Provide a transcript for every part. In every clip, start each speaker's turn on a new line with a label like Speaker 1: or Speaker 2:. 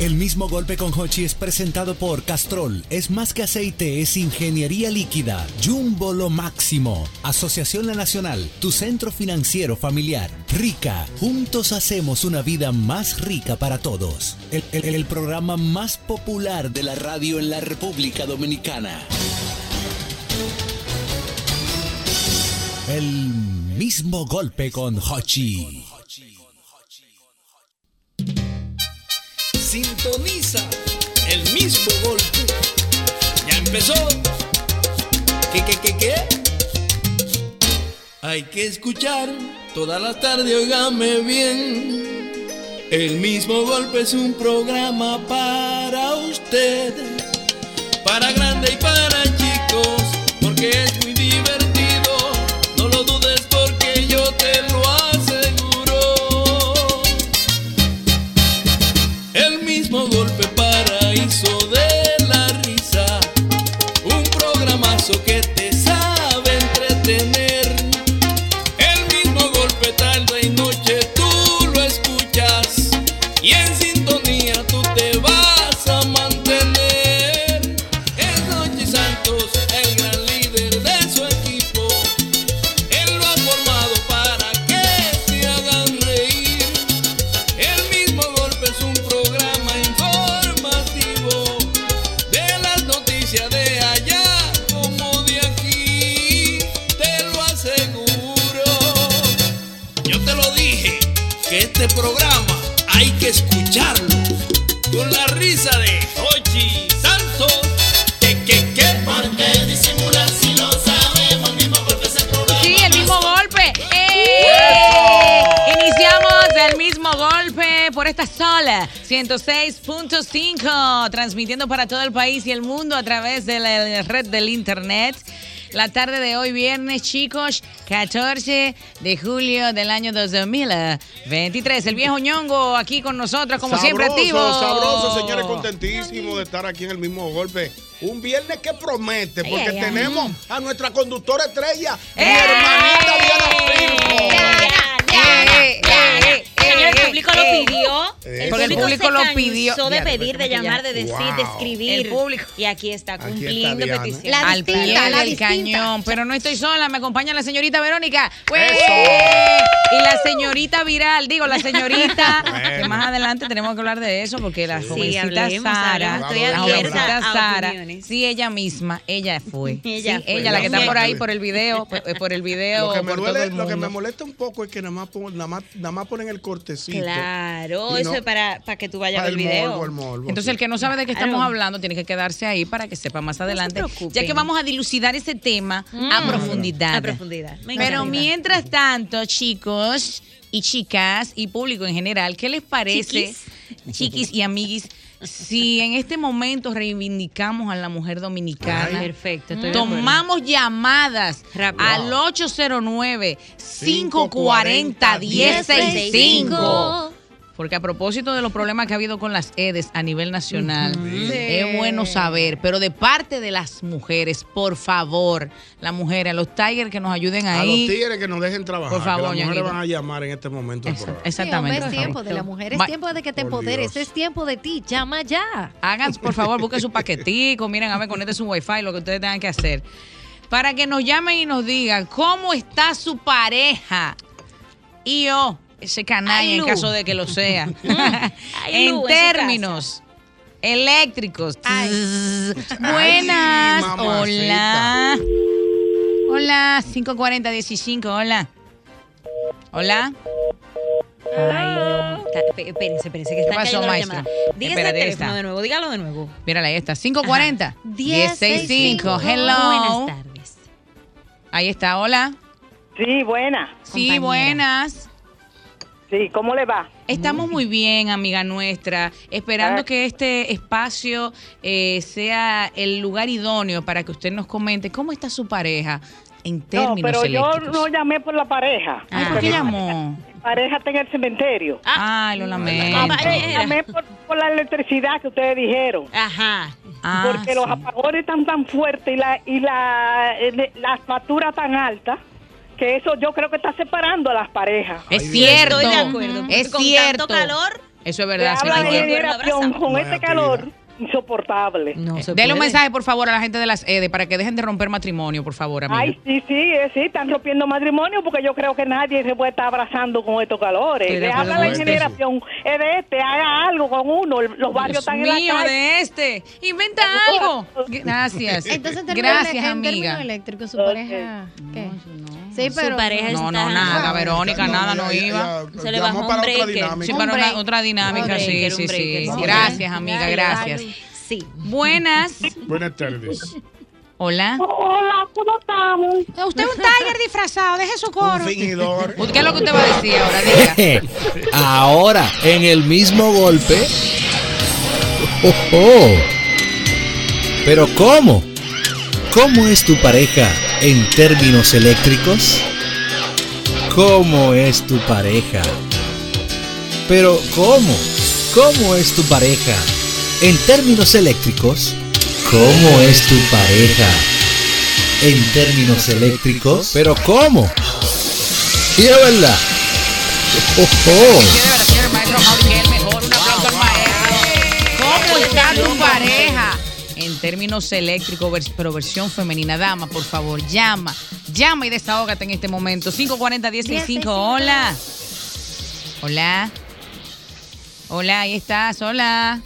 Speaker 1: El mismo golpe con Hochi es presentado por Castrol. Es más que aceite, es ingeniería líquida. Jumbo lo máximo. Asociación La Nacional, tu centro financiero familiar. Rica. Juntos hacemos una vida más rica para todos. El, el- el programa más popular de la radio en la República Dominicana. El mismo golpe con Hochi.
Speaker 2: Sintoniza el mismo golpe. Ya empezó. ¿Qué, qué, qué, qué? Hay que escuchar toda la tarde, óigame bien. El mismo golpe es un programa para usted, para grande y para chicos, porque es muy divertido. No lo dudes porque yo te lo aseguro. El mismo golpe paraíso de la risa. Un programazo que te sabe entretener. El mismo golpe tarde y noche tú lo escuchas. Y en sintonía tú te vas a mantener. Es Noche Santos, el gran líder de su equipo. Él lo ha formado para que te hagan reír. El mismo golpe es un programa informativo de las noticias de allá como de aquí. Te lo aseguro. Yo te lo dije que este programa hay que escucharlo con la risa de Hochi Santos. Que, que, que. ¿Por qué disimular si lo sabemos? Mismo golpe es el programa.
Speaker 3: Sí, el mismo golpe. ¡Eh! Iniciamos el mismo golpe por esta sola 106.5, transmitiendo para todo el país y el mundo a través de la la red del internet. La tarde de hoy, viernes, chicos, 14 de julio del año 2023. El viejo ñongo aquí con nosotros, como siempre, activo.
Speaker 4: Sabroso, señores, contentísimo de estar aquí en el mismo golpe. Un viernes que promete,
Speaker 3: Ay,
Speaker 4: porque
Speaker 3: ay, ¡Eh! ay.
Speaker 4: tenemos a nuestra conductora estrella, mi hermanita
Speaker 5: Eh,
Speaker 4: Diana
Speaker 3: Eh,
Speaker 5: Señor, el público lo pidió.
Speaker 4: Eh,
Speaker 5: El
Speaker 3: Porque el
Speaker 5: público,
Speaker 3: público
Speaker 5: se
Speaker 3: lo
Speaker 5: cansó
Speaker 3: pidió.
Speaker 5: de
Speaker 3: Ya,
Speaker 5: pedir, de
Speaker 3: ya.
Speaker 5: llamar, de decir, de
Speaker 4: Wow.
Speaker 5: escribir.
Speaker 3: El público.
Speaker 5: Y aquí está
Speaker 4: está
Speaker 5: cumpliendo
Speaker 4: Diana.
Speaker 5: petición.
Speaker 6: La
Speaker 3: Al pie
Speaker 6: distinta, la
Speaker 3: del
Speaker 6: distinta.
Speaker 3: cañón. Pero no estoy sola, me acompaña la señorita Verónica. ¡Ué!
Speaker 7: Eh,
Speaker 4: ¡Eso!
Speaker 3: Y la señorita viral, digo, la señorita.
Speaker 4: Bueno.
Speaker 3: que más adelante tenemos que hablar de eso porque la jovencita
Speaker 5: hablemos,
Speaker 3: Sara,
Speaker 5: hablemos.
Speaker 4: Estoy
Speaker 3: la
Speaker 4: abierta
Speaker 3: jovencita
Speaker 5: a
Speaker 3: Sara,
Speaker 5: opiniones.
Speaker 3: sí, ella misma, ella fue.
Speaker 5: Ella
Speaker 3: Sí,
Speaker 5: fue.
Speaker 3: ella, la que está
Speaker 4: Ella
Speaker 3: por ahí,
Speaker 4: fue.
Speaker 3: por el video, por, eh, por el video.
Speaker 4: Lo que, me
Speaker 3: por todo
Speaker 4: duele-
Speaker 3: el
Speaker 4: lo que me
Speaker 3: mundo.
Speaker 4: molesta un poco es que nada más, pon- nada más, nada más ponen el cortecito.
Speaker 5: Claro,
Speaker 4: Y no-
Speaker 5: eso es para, para que tú vayas a
Speaker 4: para
Speaker 5: ver el
Speaker 4: el
Speaker 5: video.
Speaker 4: morbo, el morbo.
Speaker 3: Entonces, el que no sabe de qué
Speaker 5: Claro.
Speaker 3: estamos hablando tiene que quedarse ahí para que sepa más adelante,
Speaker 5: preocupen.
Speaker 3: ya que vamos a dilucidar ese tema a profundidad.
Speaker 5: Mm. A profundidad. Me
Speaker 3: Pero
Speaker 5: encanta.
Speaker 3: mientras tanto, chicos y chicas y público en general, ¿qué les parece, chiquis, y amiguis, si en este momento reivindicamos a la mujer dominicana?
Speaker 5: Perfecto, estoy de acuerdo.
Speaker 3: Tomamos llamadas
Speaker 5: Rápido.
Speaker 3: al 809-540-1065. Porque a propósito de los problemas que ha habido con las EDES a nivel nacional, es bueno saber, pero de parte de las mujeres, por favor, las mujeres, a los Tigers que nos ayuden
Speaker 4: a los
Speaker 3: ahí.
Speaker 4: tigres que nos dejen trabajar.
Speaker 3: Por favor,
Speaker 4: que las mujeres
Speaker 3: Ñonguito.
Speaker 4: van a llamar en este momento. al
Speaker 3: Esa-
Speaker 4: programa.
Speaker 3: exactamente.
Speaker 6: Sí, hombre,
Speaker 3: por
Speaker 6: es
Speaker 3: favor.
Speaker 6: tiempo de la mujer, es
Speaker 3: Va-
Speaker 6: tiempo de que te
Speaker 4: Por
Speaker 6: empoderes,
Speaker 4: Dios.
Speaker 6: es tiempo de ti, llama ya.
Speaker 3: Hagan, por favor, busquen su paquetico, miren, a ver, conecten su wifi, lo que ustedes tengan que hacer. Para que nos llamen y nos digan cómo está su pareja. Y yo, ese canalla
Speaker 5: Ay,
Speaker 3: en
Speaker 5: Lu.
Speaker 3: caso de que lo sea.
Speaker 5: Ay,
Speaker 3: en
Speaker 5: Lu, en su
Speaker 3: términos eléctricos. Buenas,
Speaker 4: Ay, mamacita.
Speaker 3: hola. Hola, 540-15, hola. Hola.
Speaker 5: Ay, no. Está- pe- Espérense, espérense, que está
Speaker 3: pasó,
Speaker 5: cayendo la
Speaker 3: maestro?
Speaker 5: llamada. Dígase el
Speaker 3: Espérate,
Speaker 5: teléfono
Speaker 3: esta.
Speaker 5: de nuevo, dígalo de nuevo.
Speaker 3: Mírala, ahí está. 540. 1065. Hello.
Speaker 5: Buenas tardes.
Speaker 3: Ahí está, hola.
Speaker 8: Sí, buena.
Speaker 3: Sí,
Speaker 5: Compañera.
Speaker 3: buenas.
Speaker 8: Sí, ¿cómo le va?
Speaker 3: Estamos muy bien, amiga nuestra, esperando
Speaker 8: Ah.
Speaker 3: que este espacio eh, sea el lugar idóneo para que usted nos comente cómo está su pareja en
Speaker 8: No,
Speaker 3: términos
Speaker 8: pero yo
Speaker 3: eléctricos.
Speaker 8: no llamé por la pareja.
Speaker 3: Ay, ¿por
Speaker 8: Porque
Speaker 3: qué
Speaker 8: mi
Speaker 3: llamó? Ah.
Speaker 8: pareja está en el cementerio.
Speaker 3: Ay, lo lamento.
Speaker 8: Llamé, llamé por, por la electricidad que ustedes dijeron.
Speaker 5: Ajá.
Speaker 3: Ah,
Speaker 8: porque los
Speaker 3: sí.
Speaker 8: apagones están tan fuertes y la y la, eh, la factura tan alta que eso yo creo que está separando a las parejas.
Speaker 3: Es cierto.
Speaker 5: Estoy de acuerdo.
Speaker 3: Es
Speaker 5: Con
Speaker 3: cierto.
Speaker 5: tanto calor,
Speaker 3: Eso es
Speaker 9: Se
Speaker 3: verdad,
Speaker 9: habla de
Speaker 3: señor.
Speaker 9: generación con
Speaker 4: hay
Speaker 9: este
Speaker 4: actividad.
Speaker 9: calor insoportable.
Speaker 10: No se
Speaker 3: Dele un
Speaker 10: puede.
Speaker 3: mensaje, por favor, a la gente de las EDE para que dejen de romper matrimonio, por favor, amiga.
Speaker 9: Ay, sí, sí, eh, sí, están rompiendo matrimonio porque yo creo que nadie se puede estar abrazando con estos calores.
Speaker 3: Estoy de
Speaker 9: Le
Speaker 3: acuerdo
Speaker 9: habla
Speaker 3: con
Speaker 9: la
Speaker 3: usted.
Speaker 9: generación eh, de este, haga algo con uno, los barrios están
Speaker 3: Dios
Speaker 9: en
Speaker 3: mío,
Speaker 9: la calle.
Speaker 3: de este. Inventa algo. Gracias.
Speaker 6: Entonces, en términos
Speaker 3: Gracias,
Speaker 6: ele- en
Speaker 3: amiga.
Speaker 6: términos eléctricos, su
Speaker 9: Ok.
Speaker 6: pareja. ¿qué? Sí, pero.
Speaker 5: Su pareja
Speaker 3: No,
Speaker 5: está-
Speaker 3: no, nada, Verónica, nada, no
Speaker 4: ella-
Speaker 3: iba.
Speaker 4: ella
Speaker 5: Se le
Speaker 4: llamó
Speaker 5: bajó un
Speaker 4: para otra
Speaker 5: breaker.
Speaker 3: Sí,
Speaker 4: dinámica.
Speaker 3: para
Speaker 5: break.
Speaker 3: una- otra dinámica,
Speaker 5: Un
Speaker 3: sí,
Speaker 5: breaker,
Speaker 3: sí,
Speaker 5: un
Speaker 3: sí.
Speaker 5: breaker, vamos.
Speaker 3: Gracias, amiga, gracias.
Speaker 5: Sí.
Speaker 3: Buenas.
Speaker 4: Buenas tardes.
Speaker 3: Hola.
Speaker 9: Hola, Ah, ¿cómo estamos?
Speaker 3: Usted es un tiger disfrazado, deje su
Speaker 4: Un fingidor.
Speaker 3: ¿Qué es lo que usted va a decir ahora? Diga.
Speaker 1: Ahora, en el mismo golpe. Oh, oh. Pero ¿cómo? ¿Cómo es tu pareja en términos eléctricos? ¿Cómo es tu pareja? Pero ¿cómo? ¿Cómo es tu pareja? En términos eléctricos, ¿cómo es tu pareja? En términos eléctricos, pero ¿cómo? Y es verdad. Oh, oh.
Speaker 3: Que de verdad, señor maestro Mauri, que es el mejor. Un aplauso al maestro. ¿Cómo está tu pareja? En términos eléctricos, vers- pero versión femenina. Dama, por favor, llama. Llama y desahógate en este momento. 540-165. Hola. Hola. Hola, ahí estás. Hola.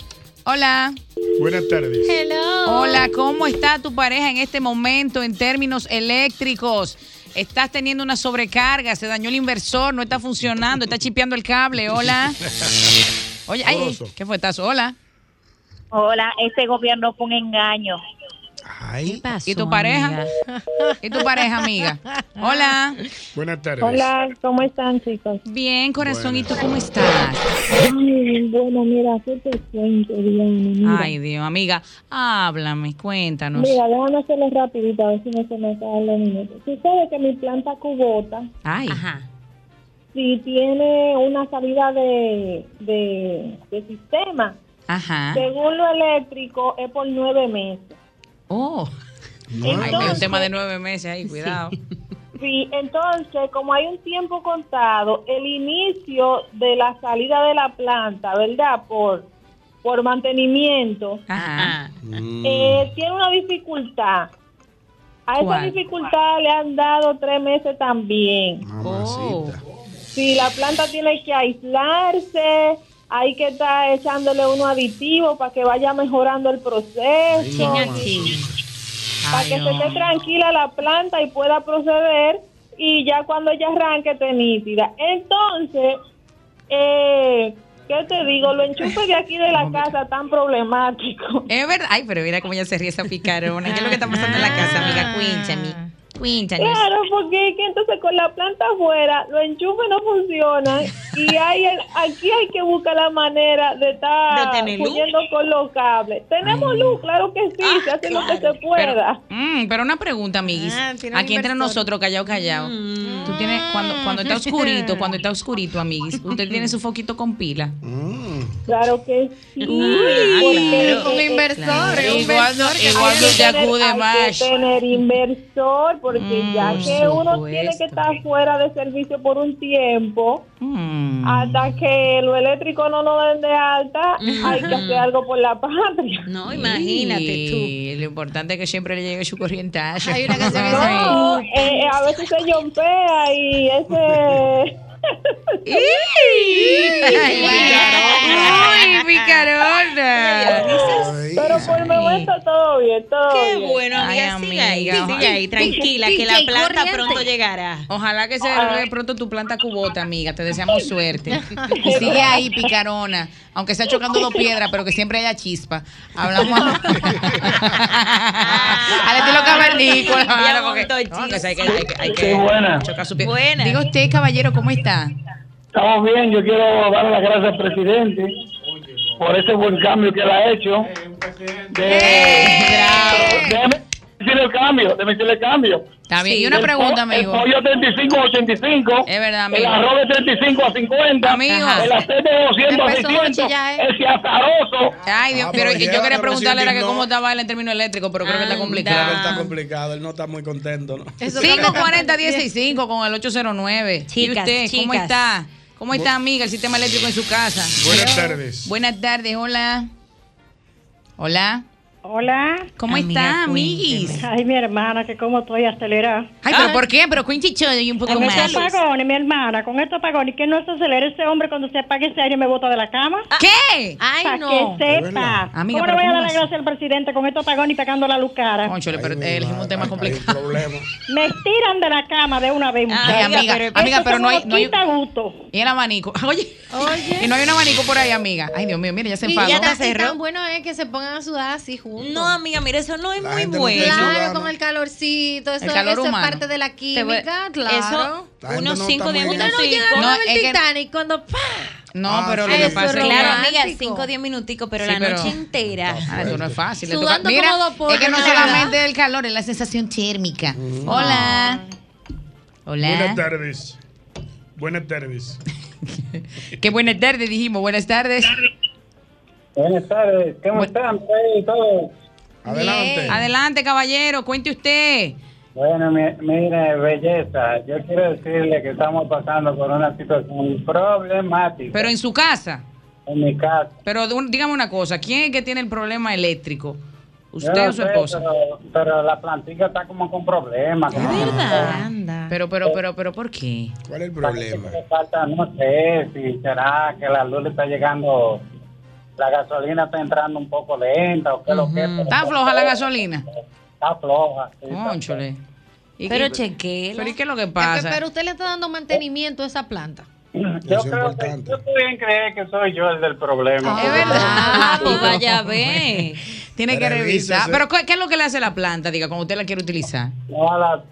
Speaker 3: Hola.
Speaker 4: Buenas tardes.
Speaker 6: Hello.
Speaker 3: Hola, ¿cómo está tu pareja en este momento en términos eléctricos? Estás teniendo una sobrecarga, se dañó el inversor, no está funcionando, está chipeando el cable. Hola. Oye, ay, ay, ¿qué fue? ¿Estás hola?
Speaker 8: Hola, este gobierno fue un engaño.
Speaker 10: ¿Qué
Speaker 4: Ay.
Speaker 10: pasó,
Speaker 3: ¿Y tu pareja?
Speaker 10: amiga?
Speaker 3: ¿Y tu pareja, amiga? Hola.
Speaker 4: Buenas tardes.
Speaker 8: Hola, ¿cómo están, chicos?
Speaker 3: Bien, corazón, ¿y tú cómo estás?
Speaker 8: Ay, bueno, mira, ¿qué te cuento, Diana? Mira,
Speaker 3: Ay, Dios, amiga, háblame, cuéntanos.
Speaker 8: mira déjame hacerlo rapidito, a ver si no se me acaban los minutos. Sucede que mi planta cubota,
Speaker 3: Ay,
Speaker 5: Ajá.
Speaker 8: si tiene una salida de, de, de sistema,
Speaker 3: ajá.
Speaker 8: según lo eléctrico, es por nueve meses.
Speaker 3: Oh, ay,
Speaker 4: Nueve
Speaker 3: hay un
Speaker 4: meses.
Speaker 3: tema de nueve meses ahí, cuidado.
Speaker 8: Sí, entonces, como hay un tiempo contado, el inicio de la salida de la planta, ¿verdad? Por, por mantenimiento,
Speaker 5: Ah.
Speaker 3: Ajá.
Speaker 8: eh, tiene una dificultad. A esa
Speaker 3: ¿Cuál?
Speaker 8: dificultad le han dado tres meses también.
Speaker 4: Mamacita.
Speaker 8: Si la planta tiene que aislarse, hay que estar echándole unos aditivos para que vaya mejorando el proceso, para
Speaker 3: Ay,
Speaker 8: que se
Speaker 3: hombre.
Speaker 8: esté tranquila la planta y pueda proceder y ya cuando ella arranque esté nítida. Entonces, eh, ¿qué te digo? Los enchufes de aquí de la casa tan problemáticos.
Speaker 3: Es verdad. Ay, pero mira cómo ya se ríe esa picarona. ¿Qué es lo que está pasando en la casa, amiga? Cuéntame. Cuéntanos.
Speaker 8: Claro, porque es que entonces con la planta afuera los enchufes no funcionan y hay el- aquí hay que buscar la manera de estar
Speaker 5: De tener luz.
Speaker 8: poniendo con los cables. Tenemos
Speaker 3: Ah.
Speaker 8: luz, claro que sí, se hace lo que se pueda.
Speaker 3: Mm, pero una pregunta, amiguis.
Speaker 6: Ah, tiene un
Speaker 3: Aquí entre
Speaker 6: inversor.
Speaker 3: nosotros, callado, callado. Tú tienes, cuando, cuando está
Speaker 6: Mm.
Speaker 3: oscurito, cuando está oscurito, amiguis, usted tiene su foquito con pila.
Speaker 6: Mm.
Speaker 8: Claro que sí. porque
Speaker 6: Un inversor. un
Speaker 3: Y cuando,
Speaker 6: inversor que
Speaker 3: y
Speaker 6: va a
Speaker 3: cuando
Speaker 8: hay que
Speaker 3: usted
Speaker 8: tener-
Speaker 3: acude
Speaker 8: hay
Speaker 3: más. Mm,
Speaker 8: que tener inversor porque ya
Speaker 3: por
Speaker 8: que uno tiene
Speaker 3: supuesto.
Speaker 8: que estar fuera de servicio por un tiempo
Speaker 3: Mm.
Speaker 8: hasta que lo eléctrico no nos den de alta hay que hacer algo por la patria
Speaker 6: Oh,
Speaker 5: No, imagínate tú.
Speaker 3: Y lo importante es que siempre le llegue su corrientazo.
Speaker 6: Hay una canción que dice-
Speaker 3: Ay.
Speaker 8: No, eh, eh, a veces se yompea y ese...
Speaker 3: ¡Uy, picarona!
Speaker 4: Ay.
Speaker 8: Pero por el momento todo bien, todo
Speaker 5: Qué
Speaker 8: bien.
Speaker 5: bueno, amiga.
Speaker 3: Ay,
Speaker 5: sigue
Speaker 3: amiga.
Speaker 5: ahí, sigue ahí. Tranquila, que la
Speaker 10: DJ
Speaker 5: planta
Speaker 10: corriente.
Speaker 5: pronto llegará.
Speaker 3: Ojalá que se
Speaker 6: eh.
Speaker 3: arregle pronto tu planta cubota, amiga. Te deseamos suerte. Y sigue ahí, picarona. Aunque sea chocando dos piedras, pero que siempre haya chispa. Hablamos a- al estilo cavernícola.
Speaker 5: Ah. Ya
Speaker 3: ahora, porque-
Speaker 5: montó
Speaker 3: no,
Speaker 5: chispa.
Speaker 3: que hay que, hay que- hay que
Speaker 11: Sí, buena.
Speaker 3: chocar Eh, su pie.
Speaker 5: Buena.
Speaker 3: Diga usted, caballero, ¿cómo está?
Speaker 11: Estamos bien, yo quiero dar las gracias al presidente por ese buen cambio que él ha hecho.
Speaker 3: ¡Eh!
Speaker 11: De, déjeme decirle el cambio, déjeme decirle el cambio.
Speaker 3: Está bien. Y una pregunta,
Speaker 11: El
Speaker 3: amigo.
Speaker 11: pollo 35 a 85.
Speaker 3: Es verdad,
Speaker 11: El
Speaker 3: amigo.
Speaker 11: arroz de 35 a 50.
Speaker 3: Amigo.
Speaker 11: El aceite de 200 a
Speaker 6: Empezó a
Speaker 11: 600.
Speaker 6: chillar, ¿eh?
Speaker 11: Ese azaroso.
Speaker 3: Ay, Dios,
Speaker 4: Ah,
Speaker 3: pero
Speaker 4: pero
Speaker 3: es que yo
Speaker 4: llévalo,
Speaker 3: quería preguntarle era que
Speaker 4: presidente,
Speaker 3: cómo
Speaker 4: no.
Speaker 3: estaba él en términos eléctricos, pero creo que está
Speaker 5: Anda.
Speaker 3: complicado.
Speaker 5: Claro,
Speaker 4: Está complicado, él no está muy contento. ¿no?
Speaker 6: Eso
Speaker 3: 540-165 con el 809. ¿Y
Speaker 5: Chicas,
Speaker 3: usted cómo
Speaker 5: chicas.
Speaker 3: está? ¿Cómo está, amiga, el sistema eléctrico en su casa?
Speaker 4: Buenas tardes.
Speaker 3: Buenas tardes, hola. Hola.
Speaker 8: Hola.
Speaker 3: ¿Cómo está, amiguis?
Speaker 8: Ay, mi hermana, que cómo estoy acelerada.
Speaker 3: Ay, pero ¿por qué? Pero Quinchicho y un poco
Speaker 8: Con
Speaker 3: más.
Speaker 8: estos apagones, mi hermana, con estos apagones, que no se acelere ese hombre cuando se apague ese aire y me bota de la cama.
Speaker 3: ¿Qué?
Speaker 8: Ay,
Speaker 3: no.
Speaker 8: que
Speaker 3: De verdad.
Speaker 8: sepa.
Speaker 3: Amiga,
Speaker 8: ¿Cómo le
Speaker 3: pero
Speaker 8: voy a
Speaker 3: ¿cómo
Speaker 8: dar la
Speaker 3: así?
Speaker 8: gracia al presidente con estos apagones y pegando la luz cara?
Speaker 3: Conchole, pero elegimos un tema complicado.
Speaker 8: Me tiran de la cama de una vez,
Speaker 3: Ay,
Speaker 8: muchacha.
Speaker 3: Ah, amiga,
Speaker 8: Esos
Speaker 3: amiga, pero
Speaker 8: son
Speaker 3: no hay,
Speaker 8: unos
Speaker 3: no hay-
Speaker 8: quita gusto.
Speaker 3: Y el abanico. Oye, y no hay un abanico por ahí, amiga. Ay, Dios mío, mira, ya se
Speaker 6: Y
Speaker 3: enfadó.
Speaker 6: ya tan, y tan bueno es que se pongan a sudar así juntos.
Speaker 5: No, amiga, mira, eso no es
Speaker 3: La
Speaker 5: muy
Speaker 3: gente no
Speaker 5: bueno.
Speaker 3: quiere sudar,
Speaker 6: Claro, con el calorcito, eso,
Speaker 5: El calor
Speaker 6: eso es
Speaker 5: humano.
Speaker 6: parte de la
Speaker 5: Te voy-
Speaker 6: química, claro.
Speaker 5: eso, La gente unos no cinco está muy
Speaker 6: Uno no
Speaker 5: diagnostico.
Speaker 6: llega a
Speaker 5: No,
Speaker 6: ver
Speaker 5: es
Speaker 6: el
Speaker 5: que-
Speaker 6: Titanic cuando ¡pa!
Speaker 3: No, pero lo que
Speaker 5: Eso
Speaker 3: pasa es que.
Speaker 5: Claro, amiga, 5 o 10 minuticos, pero
Speaker 3: Ah, Sí,
Speaker 5: la
Speaker 3: pero-
Speaker 5: noche entera.
Speaker 3: Ah, eso no es fácil. le
Speaker 5: Sudando
Speaker 3: toca- Mira,
Speaker 5: como dos
Speaker 3: es que
Speaker 5: pollos,
Speaker 3: no
Speaker 5: la
Speaker 3: solamente el calor, es la sensación térmica. Hola.
Speaker 4: Buenas
Speaker 3: Hola.
Speaker 4: tardes. Buenas tardes.
Speaker 3: Qué buenas tardes, dijimos. Buenas tardes.
Speaker 12: Buenas tardes, ¿cómo están? por ahí todos?
Speaker 3: Bien. Adelante, caballero. Cuente usted.
Speaker 12: Bueno, mi- mire, belleza, yo quiero decirle que estamos pasando por una situación problemática.
Speaker 3: Pero en su casa.
Speaker 12: En mi casa.
Speaker 3: Pero de un- dígame una cosa. ¿Quién es que tiene el problema eléctrico?
Speaker 12: Yo
Speaker 3: ¿Usted
Speaker 12: no
Speaker 3: o su
Speaker 12: sé,
Speaker 3: esposa?
Speaker 12: Pero, pero la plantilla está como con problemas. como que no sé.
Speaker 3: Pero, pero, pero, pero, ¿por qué?
Speaker 12: ¿Cuál es el problema? Falta, no sé, si será que la luz le está llegando, la gasolina está entrando un poco lenta o qué lo que. pero
Speaker 3: ¿Está floja la gasolina? Oh,
Speaker 12: Está floja. sí, está
Speaker 3: Cónchole. ¿Y
Speaker 12: Pero
Speaker 3: qué- ¿Pero y qué es lo que
Speaker 6: Pe-
Speaker 3: pasa?
Speaker 6: Pero usted le está dando mantenimiento a esa planta.
Speaker 12: Yo creo que yo estoy bien creer que soy yo el del problema.
Speaker 3: Es verdad. pues vaya a ver. Tiene que
Speaker 12: Pero
Speaker 3: revisar.
Speaker 12: revísese.
Speaker 3: Pero ¿qué, qué es lo que le hace la planta? Diga, cuando usted la quiere utilizar.
Speaker 12: No, la,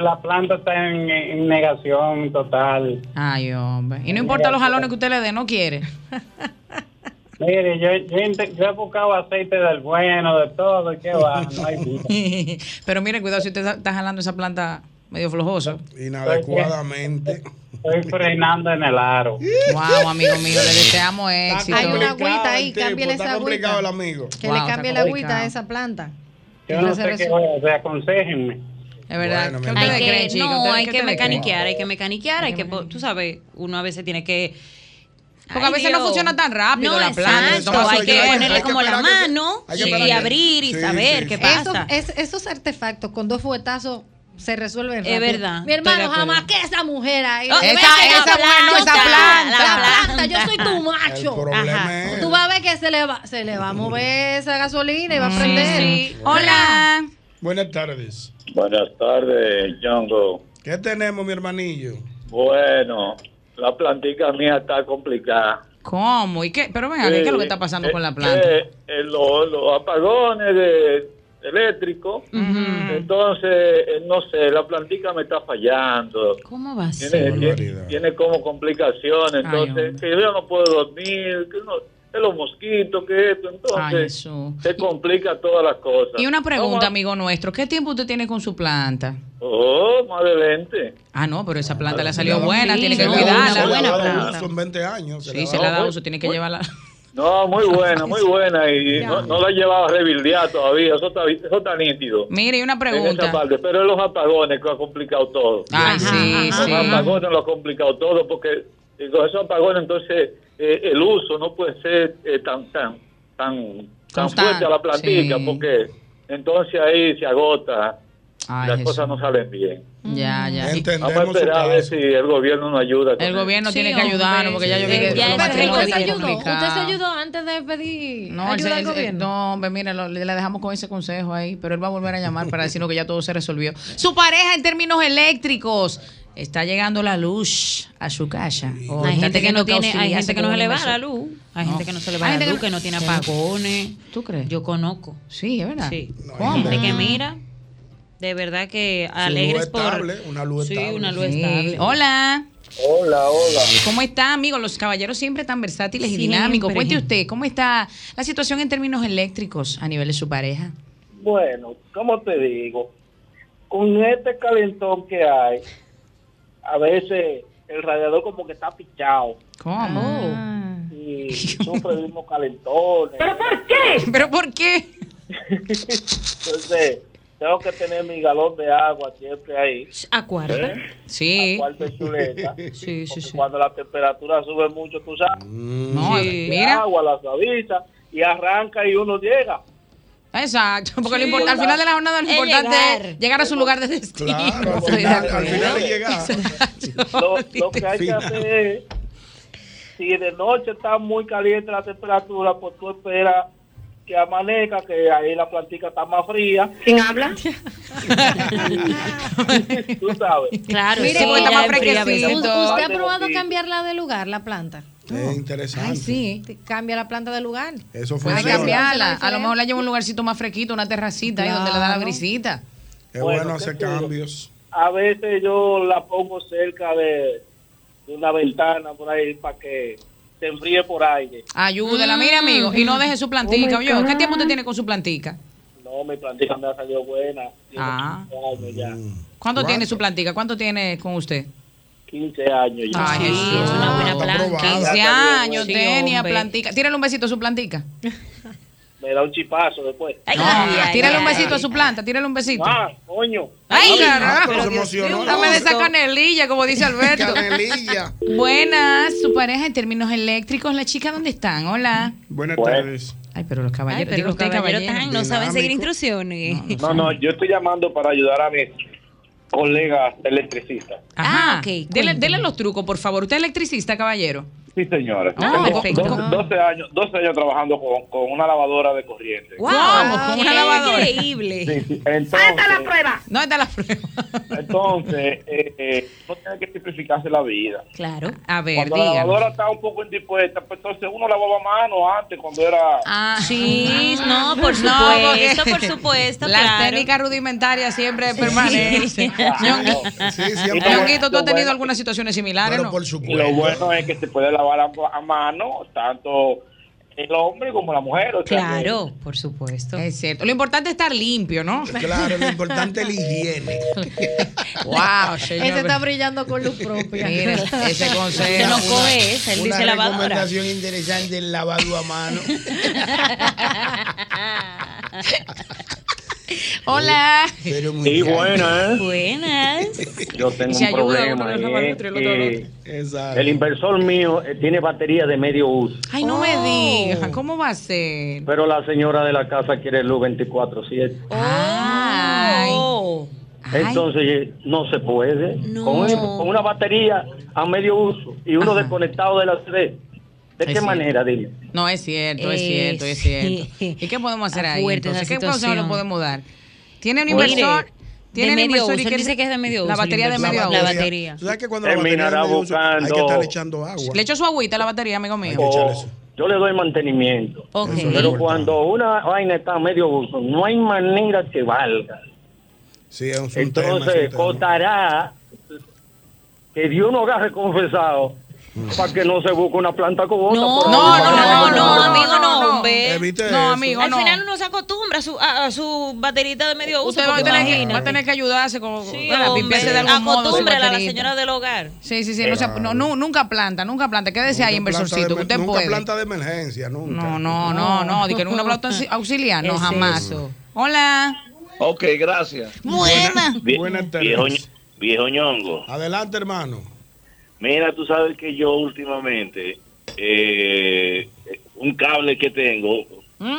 Speaker 12: la planta está en, en negación total.
Speaker 3: Ay, oh. hombre. Y no importa los jalones que usted le dé, no quiere.
Speaker 12: Mire, yo, yo, int- yo he buscado aceite del bueno, de todo, y qué va, no hay vida.
Speaker 3: Pero mire, cuidado si usted está- está jalando esa planta medio flojosa.
Speaker 12: Inadecuadamente. Estoy frenando en el aro.
Speaker 3: Wow, amigo mío, le deseamos éxito.
Speaker 6: Hay una agüita ahí, cámbiale esa agüita. Que
Speaker 3: Wow,
Speaker 6: le
Speaker 3: está
Speaker 6: cambie la agüita
Speaker 3: complicado.
Speaker 6: a esa planta.
Speaker 12: Yo no sé qué voy a hacer, aconséjenme.
Speaker 3: Es verdad.
Speaker 12: Bueno,
Speaker 3: ¿Qué
Speaker 12: mi
Speaker 3: ustedes
Speaker 12: amor.
Speaker 3: creen,
Speaker 5: Eh,
Speaker 3: chicos?
Speaker 5: no,
Speaker 3: ¿Ustedes
Speaker 5: hay
Speaker 3: qué
Speaker 5: que
Speaker 3: ustedes creen?
Speaker 5: mecaniquear, hay que mecaniquear, hay que, po- tú sabes, uno a veces tiene que...
Speaker 3: Porque a veces no funciona tan rápido
Speaker 5: No,
Speaker 3: la planta,
Speaker 5: exacto,
Speaker 3: toma su
Speaker 5: hay que
Speaker 3: tiempo.
Speaker 5: ponerle
Speaker 3: Hay que
Speaker 5: como la
Speaker 3: esperar que se-
Speaker 5: mano
Speaker 3: hay que esperar
Speaker 5: y
Speaker 3: que-
Speaker 5: abrir y
Speaker 3: Sí,
Speaker 5: saber
Speaker 3: sí.
Speaker 5: qué
Speaker 6: Eso-
Speaker 5: pasa.
Speaker 6: es- esos artefactos con dos fuetazos se resuelven
Speaker 5: Es
Speaker 6: rápido.
Speaker 5: verdad,
Speaker 6: Mi
Speaker 5: estoy de
Speaker 6: hermano,
Speaker 5: acuerdo.
Speaker 6: jamás que esa mujer
Speaker 3: Eh,
Speaker 6: ahí.
Speaker 5: Oh,
Speaker 6: Vete
Speaker 5: esa-
Speaker 6: que la
Speaker 5: esa mujer no,
Speaker 6: planta,
Speaker 5: esa
Speaker 6: la
Speaker 5: planta.
Speaker 6: planta, yo soy tu macho.
Speaker 5: El problema
Speaker 6: Ajá.
Speaker 5: es-
Speaker 6: Tú vas a ver que se le va, se le va a mover esa gasolina y va a
Speaker 4: Sí,
Speaker 6: prender.
Speaker 4: sí.
Speaker 6: Hola.
Speaker 4: Buenas tardes.
Speaker 11: Buenas tardes, Django.
Speaker 4: ¿Qué tenemos, mi hermanillo?
Speaker 11: Bueno, la plantica mía está complicada.
Speaker 3: ¿Cómo? ¿Y qué? Pero venga, ¿qué
Speaker 11: Sí,
Speaker 3: es lo que está pasando
Speaker 11: eh,
Speaker 3: con la planta?
Speaker 11: eh, eh, lo- los, apagones de- eléctricos. Entonces, eh, no sé, la plantica me está fallando.
Speaker 3: ¿Cómo va a
Speaker 11: Tiene,
Speaker 3: ser?
Speaker 11: tiene, tiene como complicaciones. Entonces, que yo no puedo dormir, que, no- que los mosquitos, que esto. Entonces, se complica todas las cosas.
Speaker 3: Y una pregunta, amigo nuestro, ¿qué tiempo usted tiene con su planta?
Speaker 11: Oh, más adelante.
Speaker 3: Ah, no, pero esa planta le
Speaker 11: le
Speaker 3: salió
Speaker 11: da
Speaker 3: buena,
Speaker 11: un
Speaker 3: tiene que
Speaker 11: uso.
Speaker 3: cuidarla.
Speaker 11: Una buena
Speaker 3: Sí,
Speaker 11: planta.
Speaker 4: Son 20 años.
Speaker 3: Sí,
Speaker 4: la
Speaker 3: se
Speaker 4: da.
Speaker 3: la da uso, tiene que llevarla.
Speaker 11: No, muy buena, muy buena. Y no, no la llevaba a rebildear todavía. Eso está, eso está nítido.
Speaker 3: Mire, y una
Speaker 11: En esa
Speaker 3: pregunta.
Speaker 11: parte, pero los apagones que ha complicado todo.
Speaker 3: Ay, sí,
Speaker 11: los
Speaker 3: sí.
Speaker 11: apagones lo ha complicado todo porque eh, con esos apagones entonces eh, el uso no puede ser eh, tan tan tan, tan
Speaker 3: Constante,
Speaker 11: fuerte a la plantica
Speaker 3: sí.
Speaker 11: porque entonces ahí se agota.
Speaker 3: Ay,
Speaker 11: Las
Speaker 3: Jesús.
Speaker 11: cosas no salen bien.
Speaker 3: Ya, ya.
Speaker 11: Vamos a esperar a ver si el gobierno nos ayuda. con
Speaker 3: El
Speaker 11: eso.
Speaker 3: gobierno tiene que
Speaker 6: hombre,
Speaker 3: ayudarnos porque ya yo vi
Speaker 11: sí.
Speaker 3: que
Speaker 11: Ya
Speaker 3: lo
Speaker 11: es
Speaker 3: más que
Speaker 11: el
Speaker 3: lo
Speaker 6: ¿Usted se
Speaker 3: tiene
Speaker 6: ayudó? ¿Usted se
Speaker 3: complicado.
Speaker 6: ayudó antes de pedir
Speaker 3: No,
Speaker 6: ayuda
Speaker 3: ese-
Speaker 6: al
Speaker 3: ese-
Speaker 6: gobierno?
Speaker 3: no, hombre, mira, lo- le dejamos con ese consejo ahí, pero él va a volver a llamar para decirnos que ya todo se resolvió. Su pareja en términos eléctricos. Está llegando la luz a su casa. O
Speaker 5: hay
Speaker 3: está
Speaker 5: gente que no
Speaker 3: teniendo
Speaker 5: tiene, hay
Speaker 3: auxiliarse
Speaker 5: gente que
Speaker 3: con
Speaker 5: no se
Speaker 3: un
Speaker 5: le va
Speaker 3: inversor.
Speaker 5: la luz, hay
Speaker 3: No.
Speaker 5: gente que no se le
Speaker 3: Hay
Speaker 5: va la
Speaker 3: gente que
Speaker 5: luz,
Speaker 3: no-
Speaker 5: que no tiene
Speaker 3: que no-
Speaker 5: apagones.
Speaker 3: ¿Tú crees?
Speaker 5: Yo conozco.
Speaker 3: Sí, es verdad.
Speaker 5: Sí.
Speaker 3: No, hay
Speaker 5: Hay gente
Speaker 3: gente.
Speaker 5: que mira, de verdad que
Speaker 3: Su
Speaker 5: alegres
Speaker 3: luz
Speaker 5: por
Speaker 3: estable,
Speaker 4: una luz
Speaker 5: sí,
Speaker 3: estable.
Speaker 5: una luz
Speaker 3: Sí.
Speaker 5: estable.
Speaker 3: Hola.
Speaker 11: Hola, hola.
Speaker 3: ¿Cómo está, amigo? Los caballeros siempre tan versátiles y
Speaker 5: Siempre.
Speaker 3: dinámicos. Cuente usted, ¿cómo está la situación en términos eléctricos a nivel de su pareja?
Speaker 12: Bueno, ¿cómo te digo? Con este calentón que hay, a veces el radiador como que está pichado.
Speaker 3: ¿Cómo?
Speaker 12: Y sufre de
Speaker 11: Oh.
Speaker 12: unos calentones.
Speaker 3: ¿Pero por qué?
Speaker 12: Entonces,
Speaker 11: tengo que tener mi galón de agua siempre ahí.
Speaker 13: ¿A cuarta?
Speaker 11: ¿Eh?
Speaker 3: Sí.
Speaker 11: A cuarta y chuleta. Porque Cuando la temperatura sube mucho, tú sabes.
Speaker 3: No,
Speaker 11: el
Speaker 3: Mm. mira.
Speaker 11: agua la suaviza y arranca y uno llega.
Speaker 3: Exacto, porque lo
Speaker 11: Sí,
Speaker 3: import-
Speaker 11: llegar.
Speaker 3: al final de la jornada lo
Speaker 11: Es
Speaker 3: importante es llegar,
Speaker 11: llegar.
Speaker 3: a su lugar de destino.
Speaker 11: Claro, al
Speaker 3: Estoy de
Speaker 11: final- al
Speaker 3: acuerdo.
Speaker 11: final es llegar. Lo, lo que hay que
Speaker 3: Fina.
Speaker 11: hacer es, si de noche está muy caliente la temperatura, pues tú esperas que amanezca, que ahí la plantica está más fría.
Speaker 14: ¿Quién habla?
Speaker 11: tú sabes.
Speaker 13: Claro,
Speaker 6: Mire,
Speaker 13: sí,
Speaker 6: porque
Speaker 13: ya
Speaker 6: está más
Speaker 13: enfría a veces.
Speaker 6: fresquecito. ¿Usted ha
Speaker 13: Sí.
Speaker 6: probado cambiarla de lugar, la planta?
Speaker 4: Es interesante.
Speaker 6: sí. Cambia la planta de lugar.
Speaker 4: Eso
Speaker 3: Hay que
Speaker 4: funciona.
Speaker 3: cambiarla. A lo mejor la llevo a un lugarcito más fresquito, una terracita ahí donde le da la
Speaker 11: Claro.
Speaker 3: brisita.
Speaker 4: Es
Speaker 11: Bueno,
Speaker 4: bueno, hacer
Speaker 11: ¿qué te digo?
Speaker 4: cambios.
Speaker 11: A veces yo la pongo cerca de, de una ventana por ahí para que se enfríe por aire.
Speaker 3: Ayúdela, mira, amigo. Y no deje su plantica,
Speaker 11: Oh, my
Speaker 3: yo. ¿Qué
Speaker 11: God.
Speaker 3: tiempo usted tiene con su plantica?
Speaker 11: No, mi plantica me ha salido buena. Tiene
Speaker 3: Ah.
Speaker 11: 15 años ya.
Speaker 3: ¿Cuánto tiene su plantica? ¿Cuánto tiene con usted?
Speaker 11: 15 años ya.
Speaker 3: Ay, Jesús, es una buena
Speaker 11: Está
Speaker 3: planta.
Speaker 11: aprobada.
Speaker 3: 15
Speaker 11: Ya salió
Speaker 3: años
Speaker 11: buena.
Speaker 3: tenía plantica. Tírale un besito a su plantica.
Speaker 11: Me da un chipazo después.
Speaker 3: No, tírale un besito a su planta, tírale un besito.
Speaker 11: Ah, coño.
Speaker 3: Ay,
Speaker 11: Ah,
Speaker 3: carajo.
Speaker 11: pero se emocionó.
Speaker 3: Dame de esa canelilla, como dice Alberto.
Speaker 4: Canelilla.
Speaker 3: Buenas, su pareja en términos eléctricos. ¿La chica dónde están? Hola.
Speaker 4: Buenas tardes.
Speaker 3: Ay, pero los
Speaker 15: Ay,
Speaker 3: caballeros.
Speaker 15: pero
Speaker 3: digo
Speaker 15: los
Speaker 3: usted,
Speaker 15: caballeros
Speaker 3: caballero.
Speaker 15: tan- no saben seguir instrucciones.
Speaker 11: No, no, yo estoy llamando para ayudar a mis colegas electricistas.
Speaker 3: Ajá. Dele, dele los trucos, por favor. ¿Usted es electricista, caballero?
Speaker 11: Sí, señores.
Speaker 3: Ah,
Speaker 11: Tengo
Speaker 3: perfecto.
Speaker 11: do- 12 años, 12 años trabajando con, con una lavadora de corriente.
Speaker 3: Wow, ¿Con una lavadora?
Speaker 11: Sí, sí. Entonces,
Speaker 3: prueba? ¿Dónde está la prueba?
Speaker 11: Entonces, eh, eh, uno tiene que simplificarse la vida.
Speaker 3: Claro. A ver,
Speaker 11: Cuando la
Speaker 3: dígame.
Speaker 11: lavadora está un poco indispuesta, pues entonces uno lavaba a mano antes cuando era...
Speaker 3: Ah,
Speaker 15: Sí, no, por
Speaker 3: porque-
Speaker 15: supuesto, por supuesto,
Speaker 3: Las
Speaker 15: claro.
Speaker 3: técnicas rudimentarias siempre permanecen. Ñon-
Speaker 11: Sí, siempre.
Speaker 3: Ñonguito, tú
Speaker 11: Lo
Speaker 3: has tenido
Speaker 11: bueno-
Speaker 3: algunas situaciones similares, ¿no?
Speaker 11: Y Lo bueno es que se puede lavar a, a mano tanto el hombre como la mujer. o sea que-
Speaker 3: por supuesto. Es cierto. Lo importante es estar limpio, ¿no?
Speaker 11: Claro, lo
Speaker 4: importante es la higiene.
Speaker 3: wow, señor.
Speaker 6: Ese está brillando con luz propia.
Speaker 3: Mira, ese consejo.
Speaker 6: Se nos
Speaker 4: Una-
Speaker 6: coge ese, él
Speaker 4: una
Speaker 6: dice lavadora.
Speaker 4: recomendación interesante el lavado a mano.
Speaker 3: Hola.
Speaker 4: Sí,
Speaker 12: buena, ¿eh?
Speaker 15: Buenas.
Speaker 12: Yo tengo
Speaker 15: Se
Speaker 12: un
Speaker 15: ayuda
Speaker 12: problema.
Speaker 15: uno,
Speaker 12: y
Speaker 15: uno toma el
Speaker 12: es
Speaker 15: otro y el otro el
Speaker 12: que el inversor mío eh, tiene batería de medio uso,
Speaker 3: Ay, no me digas. Oh. ¿Cómo va a ser?
Speaker 12: pero la señora de la casa quiere luz 24-7.
Speaker 3: Ay.
Speaker 12: Entonces eh, no se puede. Con, un- con una batería a medio uso y uno desconectado de la red. ¿De qué
Speaker 3: cierto.
Speaker 12: manera, dile?
Speaker 3: No, es cierto, es
Speaker 12: Eh,
Speaker 3: cierto, es cierto. ¿Y qué podemos hacer
Speaker 12: Está
Speaker 3: ahí?
Speaker 12: fuerte
Speaker 3: Entonces?
Speaker 12: esa
Speaker 3: ¿Qué consejo
Speaker 12: situación.
Speaker 3: le podemos dar? Tiene un
Speaker 15: Oye,
Speaker 3: inversor. Tiene
Speaker 15: de
Speaker 3: un
Speaker 15: medio
Speaker 3: inversor y
Speaker 15: uso, él dice que es de medio
Speaker 3: La
Speaker 15: uso, el
Speaker 3: batería de
Speaker 15: inversor.
Speaker 3: medio
Speaker 15: La
Speaker 3: uso.
Speaker 15: batería.
Speaker 4: ¿Tú sabes que cuando
Speaker 12: Terminará
Speaker 4: la batería es de medio uso, hay que
Speaker 12: buscando-
Speaker 4: estar echando agua?
Speaker 3: Le echo su agüita a la batería, amigo mío.
Speaker 12: O- yo le doy mantenimiento.
Speaker 3: Ok. Eso es
Speaker 12: Pero
Speaker 3: importante.
Speaker 12: cuando una vaina está a medio uso, no hay manera que valga.
Speaker 4: tema, es
Speaker 12: Entonces,
Speaker 4: un tema.
Speaker 12: costará que Dios no agarre confesado para que no se busque una planta como otra.
Speaker 15: No,
Speaker 12: por ahí,
Speaker 15: no,
Speaker 12: para
Speaker 15: no,
Speaker 12: que
Speaker 15: no,
Speaker 12: vaya
Speaker 15: no,
Speaker 12: a-
Speaker 15: amigo, no, hombre.
Speaker 12: Evite No, eso. amigo,
Speaker 15: Al
Speaker 12: no.
Speaker 15: final uno se acostumbra a su, a, a su baterita de medio uso.
Speaker 3: Usted va a,
Speaker 15: porque
Speaker 3: tener que,
Speaker 15: imagínate.
Speaker 3: va a tener que ayudarse con
Speaker 15: Sí,
Speaker 3: con la
Speaker 15: hombre,
Speaker 3: limpieza de algún modo. su
Speaker 15: acostúmbrala a la
Speaker 3: baterita.
Speaker 15: señora del hogar.
Speaker 3: Sí, sí, sí. no sea- no, nu- nunca planta, nunca planta. Quédese ahí, inversorcito,
Speaker 4: Planta
Speaker 3: que
Speaker 4: de-
Speaker 3: usted
Speaker 4: nunca
Speaker 3: puede.
Speaker 4: planta de emergencia, nunca.
Speaker 3: No, no, no, no. Dije, en un plato auxiliar, no,
Speaker 4: Es
Speaker 3: jamás.
Speaker 4: eso.
Speaker 3: Hola.
Speaker 16: Ok, gracias.
Speaker 3: Buena.
Speaker 4: Buenas tardes.
Speaker 16: Viejo, Ñ- viejo ñongo.
Speaker 4: Adelante, hermano.
Speaker 16: Mira, tú sabes que yo últimamente, eh, un cable que tengo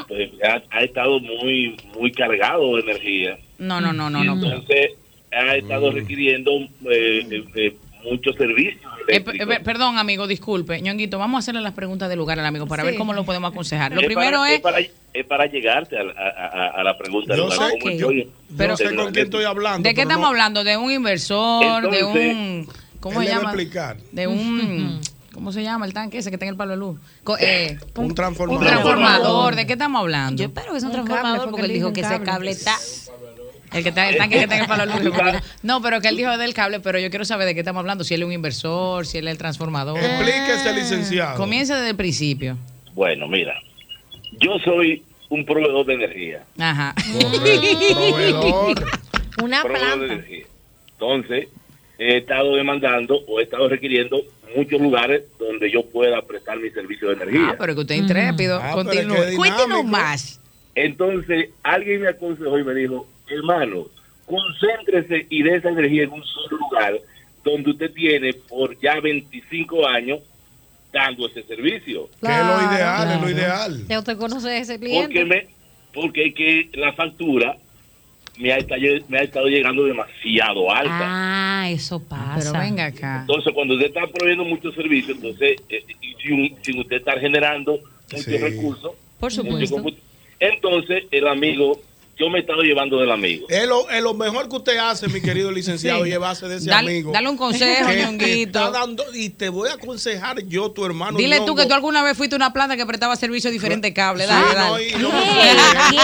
Speaker 16: pues, ha, ha estado muy, muy cargado de energía.
Speaker 3: No, no, no, no, no.
Speaker 16: Entonces, ha
Speaker 4: Mm.
Speaker 16: estado requiriendo eh, eh, eh, muchos servicios.
Speaker 3: Eh, pe- eh, perdón, amigo, disculpe. Ñonguito, vamos a hacerle las preguntas de lugar al amigo para
Speaker 16: Sí.
Speaker 3: ver cómo lo podemos aconsejar. Lo
Speaker 16: Es
Speaker 3: primero
Speaker 16: para-
Speaker 3: es.
Speaker 16: es para, es para llegarte a, la- a- a- a la pregunta.
Speaker 4: Yo
Speaker 16: ¿no?
Speaker 4: sé
Speaker 16: ¿Cómo
Speaker 4: que-
Speaker 16: estoy?
Speaker 4: Pero- sé con quién estoy hablando.
Speaker 3: ¿De qué
Speaker 4: pero
Speaker 3: estamos
Speaker 4: no-
Speaker 3: hablando? ¿De un inversor? ¿De
Speaker 4: Entonces,
Speaker 3: un. ¿Cómo
Speaker 4: él
Speaker 3: se
Speaker 4: le va a
Speaker 3: llama?
Speaker 4: explicar.
Speaker 3: De un. ¿Cómo se llama el tanque ese que está en el palo de luz? Co- eh,
Speaker 4: Un transformador.
Speaker 3: un transformador. ¿De qué estamos hablando? Yo
Speaker 15: Pero es un
Speaker 3: cable,
Speaker 15: transformador porque él dijo que ese cable está.
Speaker 3: El que está, el tanque que está en el palo de luz. No, pero que él dijo del cable, pero yo quiero saber de qué estamos hablando. Si él es un inversor, si él es el transformador.
Speaker 4: Eh. Explíquese, licenciado.
Speaker 3: Comienza desde el principio.
Speaker 16: Bueno, mira, yo soy un proveedor de energía.
Speaker 3: Ajá. Ah,
Speaker 6: Una
Speaker 16: proveedor
Speaker 6: planta.
Speaker 16: de energía. Entonces, he estado demandando o he estado requiriendo muchos lugares donde yo pueda prestar mi servicio de energía.
Speaker 3: Ah, pero que usted es intrépido.
Speaker 16: Ah, pero
Speaker 3: Continúe.
Speaker 16: qué dinámico.
Speaker 3: Cuéntenos más.
Speaker 16: Entonces, alguien me aconsejó y me dijo, hermano, concéntrese y dé esa energía en un solo lugar donde usted tiene por ya 25 años dando ese servicio.
Speaker 4: es lo ideal, es lo ideal.
Speaker 5: Ya usted conoce a ese cliente.
Speaker 16: Porque, me, porque es que la factura me ha, estado, me ha estado llegando demasiado alta.
Speaker 3: Ah, eso pasa. Pero venga acá.
Speaker 16: Entonces, cuando usted está proveyendo muchos servicios, entonces, eh, y sin, sin usted estar generando muchos recursos,
Speaker 3: Por
Speaker 16: mucho comput- entonces el amigo, yo me he estado llevando del amigo.
Speaker 4: Es lo, es lo mejor que usted hace, mi querido licenciado,
Speaker 16: Sí.
Speaker 4: llevarse de ese
Speaker 3: Dale-
Speaker 4: amigo.
Speaker 3: dale un consejo,
Speaker 4: que te
Speaker 3: Ñonguito.
Speaker 4: está dando- y te voy a aconsejar yo, tu hermano.
Speaker 3: Dile tú
Speaker 4: Ñongo.
Speaker 3: que tú alguna vez fuiste a una planta que prestaba servicio a diferentes cables.
Speaker 4: Sí,
Speaker 3: Dale,
Speaker 4: no,
Speaker 3: dale.
Speaker 4: y yo me fui.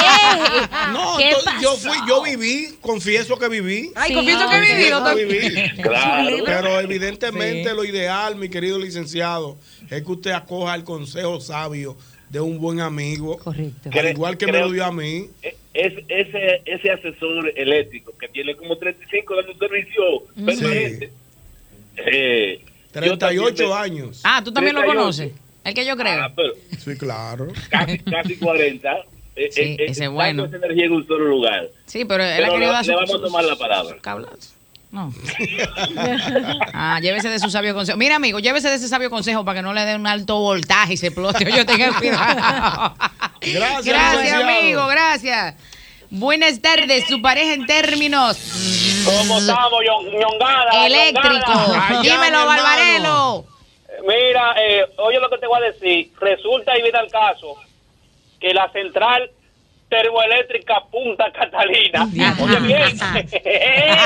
Speaker 4: No,
Speaker 3: ¿Qué
Speaker 4: entonces, yo fui, yo viví, confieso que viví.
Speaker 3: Ay, confieso que he vivido
Speaker 4: Confieso que viví.
Speaker 16: Claro.
Speaker 4: Pero evidentemente lo ideal, mi querido licenciado, es que usted acoja el consejo sabio de un buen amigo. Correcto. Al igual que me
Speaker 16: Creo-
Speaker 4: lo dio a mí.
Speaker 16: E, Es, ese, ese asesor eléctrico que tiene como 35 dando un servicio
Speaker 4: Mm.
Speaker 16: permanente. eh, yo también
Speaker 4: 38
Speaker 16: me-
Speaker 4: años.
Speaker 3: Ah, tú también lo
Speaker 16: 38.
Speaker 3: conoces. El que yo creo.
Speaker 16: Ah, pero
Speaker 4: Sí, claro.
Speaker 16: casi, casi 40. eh,
Speaker 3: Sí,
Speaker 16: eh, eh,
Speaker 3: ese es
Speaker 16: dando
Speaker 3: bueno.
Speaker 16: esa energía en un solo lugar.
Speaker 3: Sí, pero él
Speaker 16: Pero
Speaker 3: ha querido
Speaker 16: le-
Speaker 3: dar
Speaker 16: le
Speaker 3: su-
Speaker 16: vamos a
Speaker 3: su-
Speaker 16: tomar la
Speaker 3: su-
Speaker 16: palabra.
Speaker 3: su cablazo. No. Ah, llévese de su sabio consejo. Mira, amigo, llévese de ese sabio consejo para que no le dé un alto voltaje y se plote. Yo tenga cuidado.
Speaker 4: Gracias,
Speaker 3: Gracias,
Speaker 4: licenciado.
Speaker 3: amigo, gracias. Buenas tardes, su pareja en términos.
Speaker 11: ¿Cómo estamos, ñongada?
Speaker 3: Eléctrico.
Speaker 11: ñongada?
Speaker 3: Dímelo, Barbarelo.
Speaker 11: Mira, eh, oye lo que te voy a decir. Resulta y viene al caso que la central termoeléctrica Punta Catalina. Oye bien.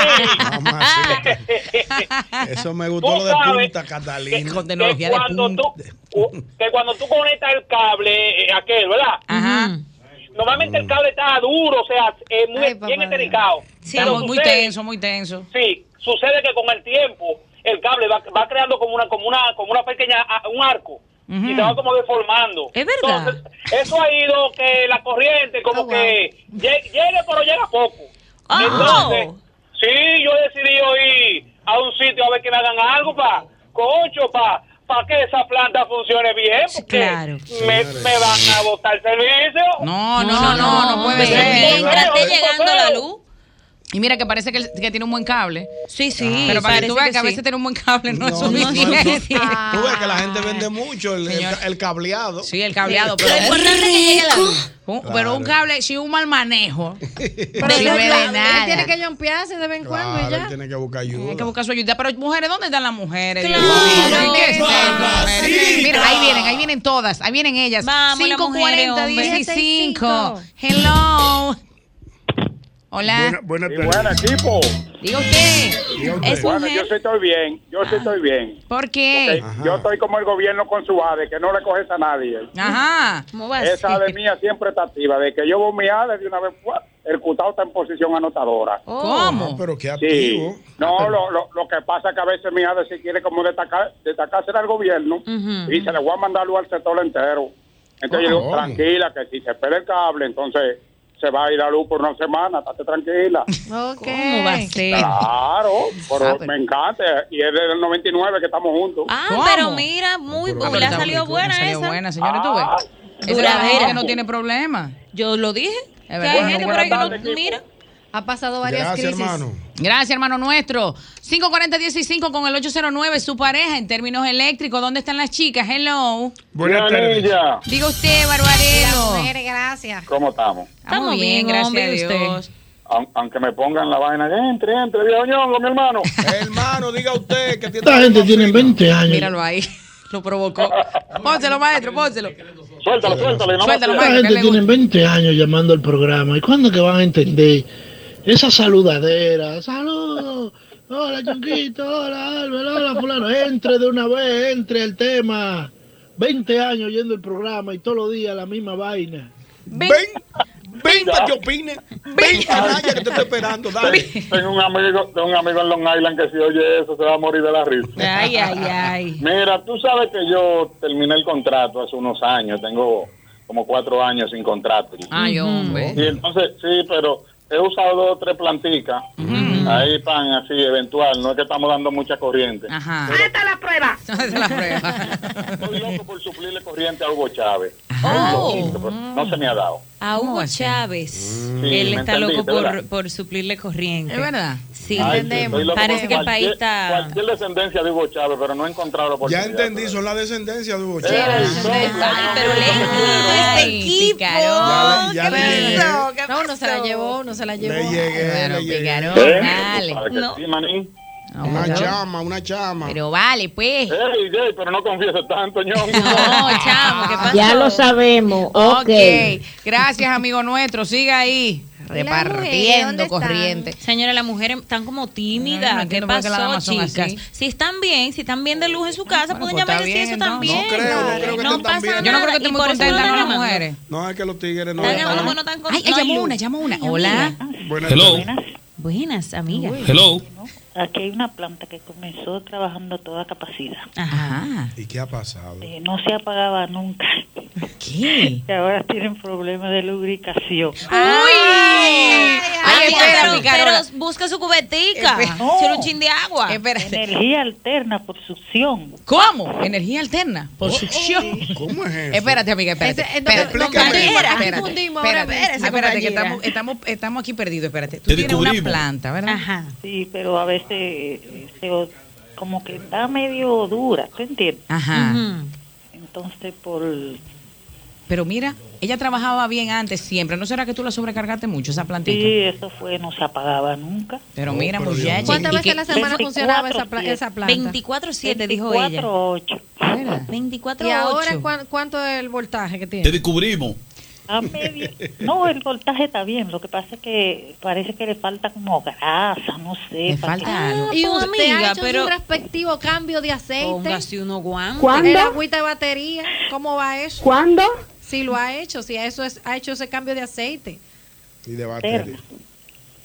Speaker 4: Eso me
Speaker 11: Tú
Speaker 4: gustó lo de
Speaker 11: sabes
Speaker 4: punta, Catalina.
Speaker 11: que cuando tú, que cuando tú conectas el cable, eh, aquel, ¿verdad? Mm. Normalmente el cable está duro, o sea, es muy, bien estericado.
Speaker 3: Sí,
Speaker 11: Pero
Speaker 3: muy, muy
Speaker 11: sucede-
Speaker 3: tenso, muy tenso.
Speaker 11: Sí, sucede que con el tiempo el cable va, va creando como una como una como una pequeña a- un arco y se va como deformando.
Speaker 3: Es verdad.
Speaker 11: Entonces, eso ha ido que la corriente como que lle- llegue pero llega poco.
Speaker 3: Ah.
Speaker 11: Entonces, sí, yo decidí ir a un sitio a ver que me hagan algo para cocho para para que esa planta funcione bien porque
Speaker 3: claro.
Speaker 11: me, me van a botar el servicio.
Speaker 3: No, no, no, no, no puede ser.
Speaker 11: Mientras esté
Speaker 3: llegando la luz. Y mira que parece que, él- que tiene un buen cable. Sí, sí. Pero para que tú veas
Speaker 5: parece
Speaker 3: que,
Speaker 5: que
Speaker 3: a
Speaker 5: sí.
Speaker 3: veces tener un buen cable no, Ah. es
Speaker 4: No, no, no, no.
Speaker 3: suficiente.
Speaker 4: Tú ves que la gente vende mucho el, el, el cableado.
Speaker 3: Sí, el cableado. Pero, Un- pero un cable, si un mal manejo. no
Speaker 6: él-
Speaker 3: sirve de
Speaker 6: él
Speaker 3: nada.
Speaker 6: tiene que jumpearse de vez en cuando y
Speaker 4: Claro, él
Speaker 6: ya.
Speaker 4: tiene que buscar
Speaker 3: Hay
Speaker 4: ayuda.
Speaker 3: que buscar su ayuda. Pero, mujeres, ¿dónde están las mujeres?
Speaker 6: Claro.
Speaker 3: Dios mío, ¿qué es esto,
Speaker 6: Mamacita.
Speaker 3: mujeres? Mira, ahí vienen, ahí vienen todas. Ahí vienen ellas.
Speaker 5: Vamos, las mujeres,
Speaker 3: 540
Speaker 5: hombre.
Speaker 3: 15. Hello. Hola.
Speaker 4: Buenas
Speaker 17: tardes. Buenas, equipo.
Speaker 3: Diga usted. Es
Speaker 17: Bueno,
Speaker 3: mujer.
Speaker 17: yo sí estoy bien. Yo sí estoy bien.
Speaker 3: ¿Por qué?
Speaker 17: Porque Yo estoy como el gobierno con su ADE, que no le coges a nadie.
Speaker 3: Ah, Ajá. ¿Cómo va a
Speaker 17: Esa
Speaker 3: ser?
Speaker 17: ADE mía siempre está activa. De que yo voy mi ADE de una vez, ¡fua! el cutado está en posición anotadora.
Speaker 4: Ah, pero qué
Speaker 17: Sí.
Speaker 4: activo.
Speaker 17: No, lo, lo, lo que pasa es que a veces mi ADE si quiere como destacar, destacarse al gobierno
Speaker 18: Ujú.
Speaker 17: y se le voy a mandarlo al sector entero. Entonces yo
Speaker 4: Oh.
Speaker 17: digo,
Speaker 18: ¿Cómo?
Speaker 17: tranquila, que si se espera el cable, entonces se va a ir a luz por una semana, estate tranquila.
Speaker 3: ¿Cómo va a ser?
Speaker 17: Claro, pero
Speaker 3: Ah, pero-
Speaker 17: me encanta. Y es desde el 99 que estamos juntos.
Speaker 5: Ah, pero mira, muy
Speaker 17: pero
Speaker 5: le ha
Speaker 17: está
Speaker 5: salido
Speaker 17: rico,
Speaker 5: buena
Speaker 3: Salió
Speaker 5: esa.
Speaker 3: buena, señores, tú ves. Esa es la mujer que no tiene problema.
Speaker 5: Yo lo dije.
Speaker 3: Es
Speaker 5: O sea,
Speaker 3: verdad.
Speaker 5: hay gente por ahí que
Speaker 3: Buenas
Speaker 5: no mira.
Speaker 6: Ha pasado varias crisis.
Speaker 3: Gracias, hermano nuestro. 540-15 con el 809, su pareja en términos eléctricos. ¿Dónde están las chicas? Hello.
Speaker 17: Buenas tardes.
Speaker 3: Diga usted, Barbarelo.
Speaker 6: gracias.
Speaker 17: ¿Cómo estamos?
Speaker 3: Estamos bien, gracias a Dios.
Speaker 17: Aun- aunque me pongan la vaina, entre, entre, viejo ñongo, mi hermano.
Speaker 4: hermano, diga usted que tiene.
Speaker 10: Esta gente tiene 20 años.
Speaker 3: Míralo ahí. Lo provocó. Pónselo, maestro, pónselo.
Speaker 17: Suéltalo, suéltalo.
Speaker 3: Suéltalo,
Speaker 10: Esta
Speaker 3: maestro, que a él
Speaker 10: gente
Speaker 3: le
Speaker 10: tiene
Speaker 3: gusta.
Speaker 10: 20 años llamando al programa. ¿Y cuándo que van a entender esa saludadera? Saludos. Hola, Chonquito. Hola, Albert. Hola, Fulano. Entre de una vez, entre al tema. 20 años oyendo el programa y todos los días la misma vaina.
Speaker 3: Ven,
Speaker 4: ven para que opine. Ven, canalla, que te estoy esperando. Dale.
Speaker 17: Tengo un amigo, tengo un amigo en Long Island que si oye eso se va a morir de la risa.
Speaker 3: Ay, ay, ay.
Speaker 17: Mira, tú sabes que yo terminé el contrato hace unos años, tengo como cuatro años sin contrato.
Speaker 3: Ay, hombre.
Speaker 17: Y entonces, sí, pero he usado dos o tres planticas, ahí pan así eventual, no es que estamos dando mucha corriente.
Speaker 3: Ajá.
Speaker 17: Pero
Speaker 3: la prueba. la prueba.
Speaker 17: estoy loco por suplirle corriente a Hugo Chávez.
Speaker 3: Ah.
Speaker 5: Oh.
Speaker 10: Lo quito, pero no se me ha dado.
Speaker 5: A Hugo Chávez.
Speaker 10: Mm. Sí,
Speaker 5: Él
Speaker 10: me
Speaker 5: está loco
Speaker 10: entendiste,
Speaker 5: por,
Speaker 10: ¿verdad?
Speaker 5: por suplirle corriente.
Speaker 3: ¿Es verdad?
Speaker 5: Sí,
Speaker 10: Ay, sí, estoy loco
Speaker 5: parece
Speaker 10: por
Speaker 5: que el país
Speaker 10: cualquier-
Speaker 5: está.
Speaker 10: Cualquier descendencia de Hugo Chávez, pero no he encontrado la
Speaker 4: Ya
Speaker 10: oportunidad.
Speaker 4: entendí, son la descendencia de Hugo
Speaker 10: Sí, la
Speaker 4: Chávez.
Speaker 10: Ah,
Speaker 5: Pero
Speaker 6: Ay,
Speaker 5: equipo.
Speaker 4: Ya le- ya
Speaker 6: ¿Qué
Speaker 4: le llegué.
Speaker 6: pasó? No, no se la llevó, no se la llevó.
Speaker 4: Le llegué, le llegué.
Speaker 6: picarón, dale.
Speaker 10: Para que
Speaker 6: No.
Speaker 10: sí, manín.
Speaker 4: Una chama, una chama.
Speaker 3: Pero vale, pues.
Speaker 10: Ey, ey, pero no confieses tanto, ño.
Speaker 3: chamo, ¿qué pasó?
Speaker 8: Ya lo sabemos. Ok.
Speaker 3: Ok, gracias amigo nuestro, siga ahí repartiendo corriente.
Speaker 5: Señora, las mujeres están como tímidas.
Speaker 4: Ah,
Speaker 3: Ay, no
Speaker 5: ¿Qué
Speaker 3: entiendo por qué las
Speaker 5: pasó,
Speaker 3: damas son
Speaker 5: chicas?
Speaker 3: así.
Speaker 5: Si están bien, si están bien de luz en su casa, pueden
Speaker 4: pues,
Speaker 5: llamar
Speaker 4: está
Speaker 5: y
Speaker 4: bien,
Speaker 5: decir eso
Speaker 4: entonces.
Speaker 5: también.
Speaker 4: No creo, no creo que estén tan
Speaker 5: pasa
Speaker 4: bien.
Speaker 5: nada.
Speaker 4: Yo no creo que estén
Speaker 5: Y
Speaker 3: muy
Speaker 5: por eso no
Speaker 3: contentas
Speaker 5: están
Speaker 3: las
Speaker 5: llamando.
Speaker 3: mujeres.
Speaker 4: No, es que los tigres no.
Speaker 5: Están
Speaker 4: dejan.
Speaker 5: llamando, no están con-
Speaker 3: Ay, ay,
Speaker 5: no hay
Speaker 3: llamó
Speaker 5: luz.
Speaker 3: una, llamó una.
Speaker 5: Ay,
Speaker 3: Hola.
Speaker 15: Ah,
Speaker 4: Buenas
Speaker 19: Hello.
Speaker 4: tardes.
Speaker 5: Buenas, amiga.
Speaker 19: Hello.
Speaker 15: Aquí hay una planta que comenzó trabajando a toda capacidad.
Speaker 3: Ajá.
Speaker 4: ¿Y qué ha pasado?
Speaker 15: Eh, no se apagaba nunca.
Speaker 3: ¿Qué?
Speaker 15: Y ahora tienen problemas de lubricación.
Speaker 5: ¡Uy! Ay,
Speaker 15: espera,
Speaker 5: pero,
Speaker 15: picarola.
Speaker 5: pero busca su cubetica.
Speaker 15: Espera.
Speaker 5: Echar
Speaker 4: Oh.
Speaker 5: un chin de agua.
Speaker 15: Energía alterna por succión.
Speaker 3: ¿Cómo? Energía alterna por succión.
Speaker 4: Oh, ¿Cómo es eso?
Speaker 3: Espérate, amiga, espérate.
Speaker 6: Ese-
Speaker 3: espérate,
Speaker 6: entonces,
Speaker 3: espérate,
Speaker 6: compañera,
Speaker 3: espérate,
Speaker 6: confundimos ahora,
Speaker 3: espérate, espérate,
Speaker 6: espérese,
Speaker 3: que
Speaker 6: compañera.
Speaker 3: estamos, estamos, estamos aquí perdidos, espérate. Tú
Speaker 15: Te
Speaker 3: tienes una
Speaker 15: descubrimos.
Speaker 3: planta, ¿verdad?
Speaker 15: Ajá. Sí, pero a veces eh, se o- como que está medio dura, ¿tú entiendes?
Speaker 3: Ajá.
Speaker 15: Entonces, por...
Speaker 3: Pero mira, ella trabajaba bien antes siempre. ¿No será que tú la sobrecargaste mucho esa plantita?
Speaker 15: Sí, eso fue, no se apagaba nunca.
Speaker 3: Pero mira, muchacha.
Speaker 6: ¿Cuántas
Speaker 3: ¿y
Speaker 6: veces
Speaker 3: qué-
Speaker 6: a la semana funcionaba esa, pla-
Speaker 15: 24/7.
Speaker 6: esa planta?
Speaker 5: 24/7 dijo ella.
Speaker 15: 24/8.
Speaker 5: 24
Speaker 6: ¿Y ahora cuán- cuánto es el voltaje que
Speaker 19: Te
Speaker 6: tiene?
Speaker 19: descubrimos.
Speaker 15: A medio- No, el voltaje está bien, lo que pasa es que parece que le falta como grasa, no sé. parece-
Speaker 6: Y usted
Speaker 5: amiga,
Speaker 6: ha hecho
Speaker 5: Ah, pero-
Speaker 6: su respectivo cambio de aceite.
Speaker 5: Póngase uno guante.
Speaker 6: ¿Cuándo? El
Speaker 5: El agua-
Speaker 6: agüita de batería. ¿Cómo va eso?
Speaker 8: ¿Cuándo?
Speaker 6: Si lo ha hecho, si eso es, ha hecho ese cambio de aceite.
Speaker 4: Y de batería.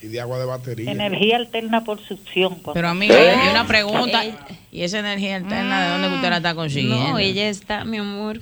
Speaker 4: Y de agua de batería.
Speaker 15: Energía alterna por succión. cuando-
Speaker 3: Pero amiga,
Speaker 5: ¿Eh?
Speaker 3: y una pregunta. ¿Y esa energía alterna de dónde que usted la está consiguiendo?
Speaker 5: No, ella está, mi amor.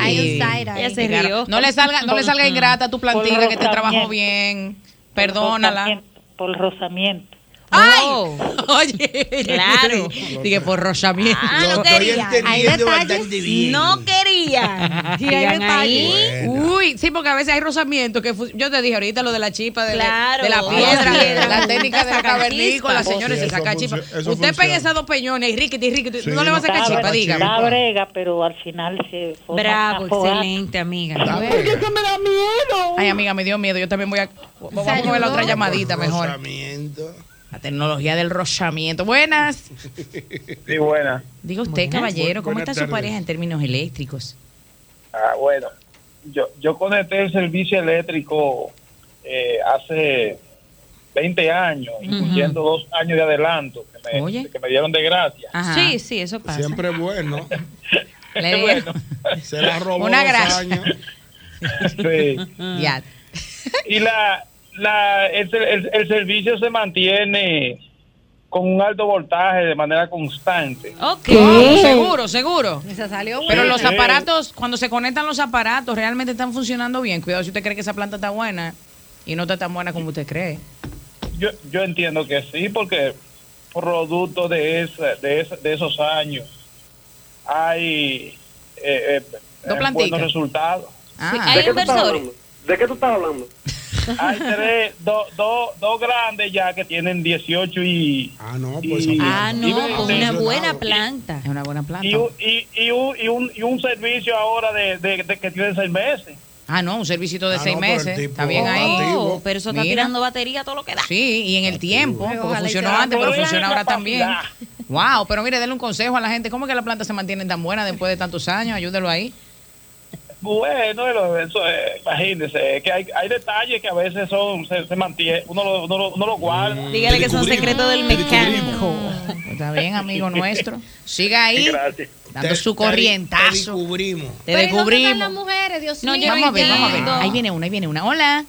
Speaker 3: Ay,
Speaker 5: Ella se
Speaker 3: claro.
Speaker 5: rió.
Speaker 3: No le salga, no le salga ingrata a tu plantita que te trabajó bien. Perdónala.
Speaker 15: Por rozamiento.
Speaker 3: ¡Ay! Oye, claro. Dije, por rozamiento.
Speaker 5: Ah, no quería. Hay detalles. No quería.
Speaker 3: Sí, hay
Speaker 5: Sigan ahí.
Speaker 3: detalles. Uy, sí, porque a veces hay rozamientos que fu- yo te dije ahorita lo de la chipa de, la-
Speaker 5: Claro.
Speaker 3: de la
Speaker 5: Ah,
Speaker 3: piedra,
Speaker 5: piedra.
Speaker 3: la técnica de la
Speaker 5: Saca
Speaker 3: cavernícola,
Speaker 5: chispa.
Speaker 3: señores,
Speaker 15: Sí,
Speaker 3: se
Speaker 15: eso
Speaker 3: saca
Speaker 15: func-
Speaker 3: chipa.
Speaker 15: eso
Speaker 3: Usted
Speaker 15: funciona.
Speaker 3: pega esas dos peñones y riquiti, riquiti, no le va a sacar
Speaker 15: Da-
Speaker 3: chipa,
Speaker 15: Da
Speaker 3: dígame.
Speaker 15: brega, pero al final se forma
Speaker 5: Bravo,
Speaker 15: una fogata.
Speaker 5: excelente, amiga.
Speaker 8: eso me da miedo.
Speaker 3: Ay, amiga, me dio miedo. Yo también voy a. Pues Vamos a
Speaker 6: ayudó?
Speaker 3: coger la otra llamadita mejor. La tecnología del rozamiento. Buenas.
Speaker 11: Sí, buena.
Speaker 3: Diga usted,
Speaker 11: Buenas.
Speaker 3: caballero, ¿cómo
Speaker 11: Buenas
Speaker 3: está su
Speaker 11: tardes.
Speaker 3: pareja en términos eléctricos?
Speaker 11: Ah, bueno, yo, yo conecté el servicio eléctrico eh, hace 20 años, incluyendo dos años de adelanto que me, que me dieron de gracia.
Speaker 5: Sí, sí, eso pasa.
Speaker 4: Pues Siempre es bueno.
Speaker 3: Le digo.
Speaker 4: Se la robó
Speaker 3: Una
Speaker 4: dos
Speaker 3: gracia.
Speaker 4: años.
Speaker 11: Sí.
Speaker 3: Ya.
Speaker 11: Y la, la, el, ser- el- el servicio se mantiene con un alto voltaje de manera constante.
Speaker 5: Ok.
Speaker 3: Oh, seguro, seguro.
Speaker 6: Esa salió
Speaker 3: Pero los
Speaker 11: Sí.
Speaker 3: aparatos, cuando se conectan los aparatos, realmente están funcionando bien. Cuidado si usted cree que esa planta está buena y no está tan buena como usted cree.
Speaker 11: Yo, yo entiendo que sí, porque producto de, esa, de, esa- de esos años hay eh, eh,
Speaker 3: Dos
Speaker 11: eh,
Speaker 3: plantitas.
Speaker 11: buenos resultados.
Speaker 3: Ah.
Speaker 11: ¿De qué tú estás
Speaker 5: inversores.
Speaker 11: ¿De qué tú estás hablando? Hay tres, do- do- dos grandes ya que tienen 18 y... Ah, no,
Speaker 4: pues, amigo.
Speaker 5: Ah, no, con una buena planta.
Speaker 3: Es una buena planta.
Speaker 11: Y, un- y, y un, y, un, y un servicio ahora de, de- de que tiene seis meses.
Speaker 3: Ah, no, un servicito de
Speaker 11: Ah,
Speaker 3: seis
Speaker 11: no, pero el
Speaker 3: meses.
Speaker 11: tipo
Speaker 3: Está bien ahí.
Speaker 5: Oh, pero eso está
Speaker 3: Mira.
Speaker 5: tirando batería todo lo que da.
Speaker 3: Sí, y en el tiempo,
Speaker 5: Ojalá
Speaker 3: porque
Speaker 5: y
Speaker 3: funcionó
Speaker 5: sea
Speaker 3: antes, pero
Speaker 5: buena
Speaker 3: funciona ahora también.
Speaker 5: capacidad.
Speaker 3: Wow, pero mire, denle un consejo a la gente, ¿cómo es que las plantas se mantienen tan buenas después de tantos años? Ayúdelo ahí.
Speaker 11: Bueno, pero eso, eh, imagínense, que hay, hay detalles que a veces son se, se mantiene, uno lo, uno lo, uno lo guarda.
Speaker 5: Dígale que son secretos del mecánico.
Speaker 3: Está bien, amigo nuestro. Siga ahí, dando
Speaker 4: Te-
Speaker 3: su
Speaker 4: te- Te
Speaker 3: corrientazo.
Speaker 4: descubrimos.
Speaker 3: Te descubrimos.
Speaker 6: las mujeres, Dios
Speaker 3: No,
Speaker 6: mío.
Speaker 3: yo vamos a ver, vamos a ver. Ahí viene una, ahí viene una. Hola.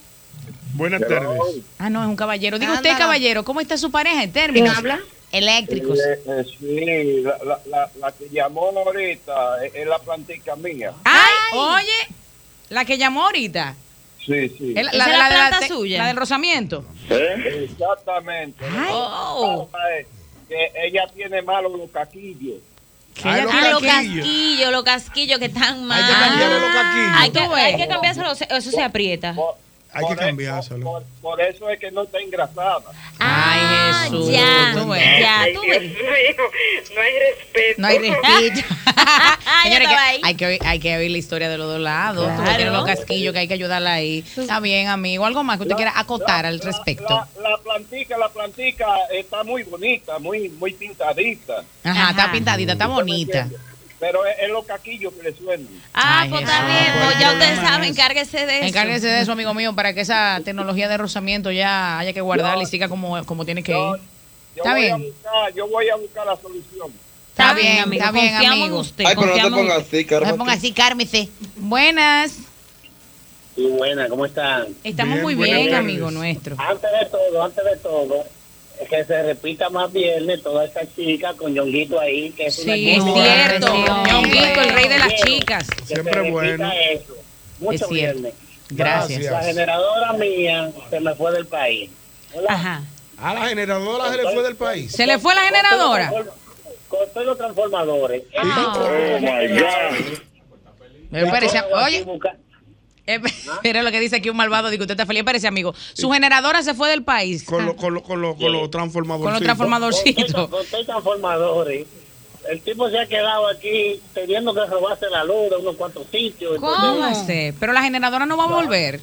Speaker 4: Buenas tardes.
Speaker 3: Ah, no, es un caballero. Diga usted,
Speaker 6: Ándala.
Speaker 3: caballero, ¿cómo está su pareja en términos?
Speaker 11: ¿Quién habla?
Speaker 3: Eléctricos.
Speaker 11: Eh, eh, sí, la, la, la, la que llamó ahorita es, es la plantica mía.
Speaker 3: Ay, oye, la que llamó ahorita.
Speaker 11: Sí, sí.
Speaker 3: El-
Speaker 11: Esa
Speaker 3: de
Speaker 11: es la planta
Speaker 3: te-
Speaker 11: suya.
Speaker 3: La del rozamiento.
Speaker 11: ¿Eh? Exactamente.
Speaker 3: Ay. Oh.
Speaker 11: Lo que pasa es que ella tiene malos los caquillos.
Speaker 4: Que Ay, ella los tiene-
Speaker 13: los
Speaker 4: casquillos.
Speaker 13: casquillos, los casquillos que están mal.
Speaker 4: que cambiarle los casquillos.
Speaker 13: Hay que,
Speaker 4: Tú ves.
Speaker 13: hay que cambiárselo, se- eso se aprieta.
Speaker 4: Hay que cambiárselo.
Speaker 20: Por eso es que no está engrasada.
Speaker 3: Ay, Jesús.
Speaker 13: ya,
Speaker 3: Ah, tú ves.
Speaker 13: ya, tú ves.
Speaker 19: No hay respeto.
Speaker 3: No hay respeto.
Speaker 10: Ah,
Speaker 3: Ah, Señores, que
Speaker 19: estaba ahí.
Speaker 3: hay, que, oír- hay que oír la historia de los dos lados. Tú
Speaker 13: Claro.
Speaker 3: tienes los casquillos que hay que ayudarla ahí. Está bien, amigo. Algo más que usted quiera acotar al respecto.
Speaker 20: La, la plantica, la plantica está muy bonita, muy muy pintadita.
Speaker 3: Ajá, está pintadita, está bonita.
Speaker 20: Pero es, es los caquillos que le suenan.
Speaker 13: Ah,
Speaker 3: Ay,
Speaker 13: pues
Speaker 3: Jesús.
Speaker 13: está bien, pues ya
Speaker 3: Bueno,
Speaker 13: ustedes
Speaker 3: hermano,
Speaker 13: saben, encárguese de eso.
Speaker 3: Encárguese de eso, amigo mío, para que esa tecnología de rozamiento ya haya que guardarla y siga como, como tiene que ir.
Speaker 20: Yo
Speaker 3: Está
Speaker 20: voy a
Speaker 3: bien.
Speaker 20: buscar- yo voy a buscar la solución.
Speaker 3: Está bien, está bien, amigo.
Speaker 21: Ay, pero no te pongas así,
Speaker 3: No
Speaker 21: Carmen.
Speaker 3: se ponga así, cármese. Buenas.
Speaker 21: Sí, buena, ¿cómo están?
Speaker 3: Estamos muy bien, amigo nuestro.
Speaker 21: Antes de todo, antes de todo, es que se repita más viernes toda esta chica con Yonguito ahí, que es una
Speaker 3: Sí, es
Speaker 21: chica.
Speaker 3: cierto. Ñonguito, el rey de las
Speaker 21: Quiero
Speaker 3: chicas.
Speaker 21: que se
Speaker 3: Siempre
Speaker 21: repita
Speaker 3: bueno.
Speaker 21: eso. Mucho
Speaker 3: Es cierto.
Speaker 21: viernes.
Speaker 3: Gracias.
Speaker 21: La generadora mía se me fue del país.
Speaker 3: Ajá.
Speaker 4: A la generadora se le fue del país.
Speaker 3: ¿Se le fue la generadora? Ah.
Speaker 21: Corté los transformadores.
Speaker 4: Oh, my God.
Speaker 3: Pero espérese,
Speaker 21: Ahora
Speaker 3: oye. Eh,
Speaker 20: ¿Ah?
Speaker 3: Pero lo que dice aquí un malvado, digo, usted está feliz, parece amigo. Su generadora se fue del país.
Speaker 4: Con los con lo, con lo, con lo transformadorcitos.
Speaker 3: Con los transformadorcitos.
Speaker 21: Con tres transformadores. El tipo se ha quedado aquí teniendo que robarse la luz de unos cuantos sitios.
Speaker 3: ¿Cómo va a
Speaker 21: Entonces,
Speaker 3: ser? Pero la generadora no va a volver.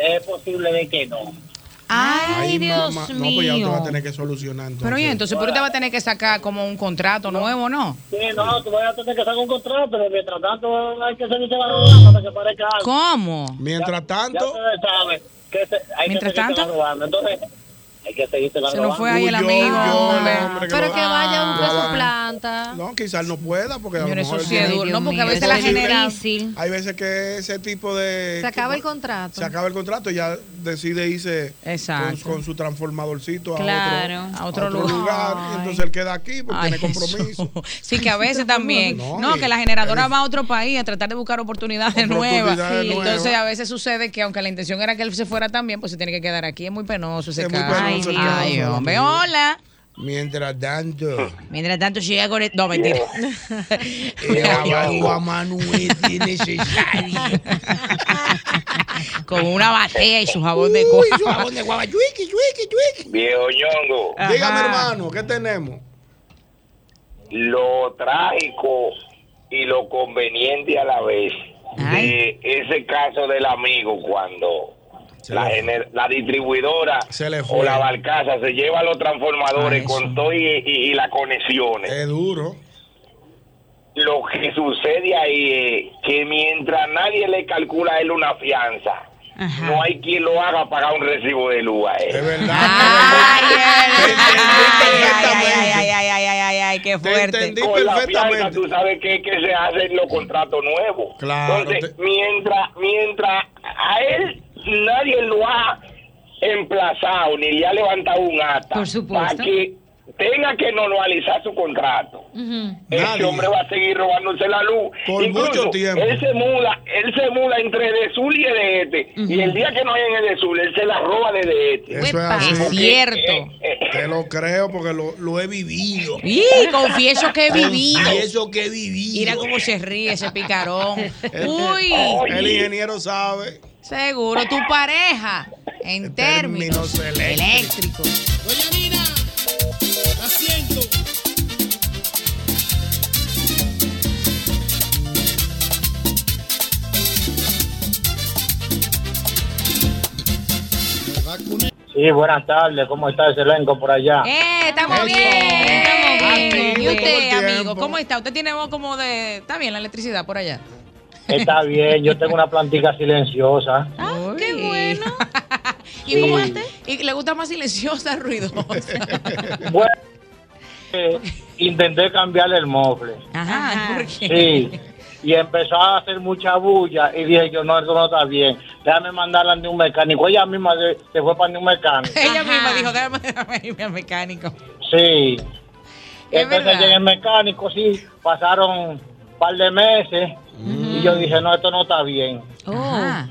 Speaker 21: es posible de que no.
Speaker 3: Ay,
Speaker 4: Ay,
Speaker 3: Dios
Speaker 4: mamá. No, pues ya usted va a
Speaker 3: mío.
Speaker 4: tener que solucionar. Entonces.
Speaker 3: Pero oye, entonces, pero usted va a tener que sacar como un contrato nuevo, ¿no?
Speaker 21: Sí, no, tú vas a tener que sacar un contrato, pero mientras tanto hay que seguirse la robando hasta que parezca algo.
Speaker 3: ¿Cómo?
Speaker 4: Mientras tanto.
Speaker 21: Ya ustedes saben que se, hay
Speaker 3: Mientras
Speaker 21: que seguirse
Speaker 3: tanto.
Speaker 21: robando. Entonces, hay que seguirse la
Speaker 3: Se
Speaker 21: robando.
Speaker 3: nos fue ahí el amigo.
Speaker 6: Pero que vaya un
Speaker 4: No,
Speaker 6: preso
Speaker 4: va.
Speaker 6: planta.
Speaker 4: No, quizás no pueda porque a lo
Speaker 3: Señores,
Speaker 4: mejor
Speaker 3: eso sí es
Speaker 4: tiene-
Speaker 3: duro. Ay, No, Dios porque a mío, veces eso la sí es genera- difícil.
Speaker 4: Hay veces que ese tipo de
Speaker 6: Se acaba el contrato.
Speaker 4: Eh, se acaba el contrato y ya decide irse
Speaker 3: Exacto.
Speaker 4: con, con su transformadorcito a
Speaker 3: Claro.
Speaker 4: otro,
Speaker 3: A otro lugar.
Speaker 4: lugar. y entonces él queda aquí porque
Speaker 3: Ay,
Speaker 4: tiene compromiso.
Speaker 3: Sí, que a veces también.
Speaker 4: No,
Speaker 3: No,
Speaker 4: y-
Speaker 3: que la generadora va a otro país a tratar de buscar oportunidades nuevas.
Speaker 4: Oportunidades
Speaker 3: Sí.
Speaker 4: nuevas.
Speaker 3: Entonces, a veces sucede que aunque la intención era que él se fuera también, pues se tiene que quedar aquí. Es muy penoso ese
Speaker 4: Es muy
Speaker 3: caso.
Speaker 4: penoso el
Speaker 3: Ay,
Speaker 4: caso,
Speaker 3: Dios.
Speaker 4: amigo.
Speaker 3: Ve, hola.
Speaker 4: Mientras tanto,
Speaker 3: Mientras tanto, llega con... el- No, mentira.
Speaker 4: el abanico a Manuel tiene ese-
Speaker 3: con una batea y su jabón de guava.
Speaker 4: Uy, su jabón de guava. Yuiki, yuiki, yuiki.
Speaker 11: Viejo ñongo.
Speaker 4: Dígame, hermano, ¿qué tenemos?
Speaker 11: Lo trágico y lo conveniente a la vez. De ese caso del amigo cuando la, gener- la distribuidora
Speaker 4: Se le fue.
Speaker 11: o la barcaza se lleva los transformadores
Speaker 4: Ah, eso.
Speaker 11: con todo y, y- y las conexiones.
Speaker 4: Es duro.
Speaker 11: Lo que sucede ahí es que mientras nadie le calcula a él una fianza, no hay quien lo haga pagar un recibo de luz a él.
Speaker 4: Es verdad.
Speaker 3: Ay, ay, ay, ay, ay, ay, ay, qué fuerte.
Speaker 11: Con la fianza, tú sabes que, que se hacen los contratos nuevos.
Speaker 4: Claro,
Speaker 11: Entonces, mientras, mientras a él nadie lo ha emplazado ni le ha levantado un acta para que tenga que normalizar su contrato. Ese
Speaker 4: Nadie.
Speaker 11: hombre va a seguir robándose la luz.
Speaker 4: Por mucho tiempo.
Speaker 11: Él se mula, él se mula entre Edesur y Edete. Y el día que no hay en Edesur, él se la roba de Edete.
Speaker 4: Eso es así.
Speaker 3: Es cierto.
Speaker 4: Te lo creo porque lo, lo he vivido.
Speaker 3: Y confieso que he vivido.
Speaker 4: Confieso que he vivido.
Speaker 3: Mira cómo se ríe ese picarón.
Speaker 4: El-
Speaker 3: Uy.
Speaker 4: El ingeniero sabe.
Speaker 3: Seguro, tu pareja en términos eléctricos.
Speaker 2: Doña Nina, la siento.
Speaker 21: Sí, buenas tardes. ¿Cómo está ese elenco por allá?
Speaker 3: Eh, estamos bien, estamos bien. Y
Speaker 21: Activo todo el
Speaker 3: usted, amigo,
Speaker 21: tiempo.
Speaker 3: ¿cómo está? Usted tiene voz como de... Está bien la electricidad por allá.
Speaker 21: Está bien, yo tengo una plantica silenciosa.
Speaker 3: Ah, Qué bueno. ¿Y,
Speaker 21: Sí.
Speaker 3: cómo está? y le gusta más silenciosa, ruidosa.
Speaker 21: Bueno, eh, intenté cambiarle el mofle.
Speaker 3: Ajá, ¿por qué?
Speaker 21: Sí. Y empezó a hacer mucha bulla y dije yo, no, eso no está bien. Déjame mandarla ante un mecánico. Ella misma se, se fue para un mecánico.
Speaker 3: Ella misma dijo, déjame, déjame irme al mecánico.
Speaker 21: Sí. Entonces
Speaker 3: verdad.
Speaker 21: llegué al mecánico, sí.
Speaker 3: Ah,
Speaker 21: Pasaron un par de meses y yo dije, no, esto no está bien.
Speaker 3: Ajá.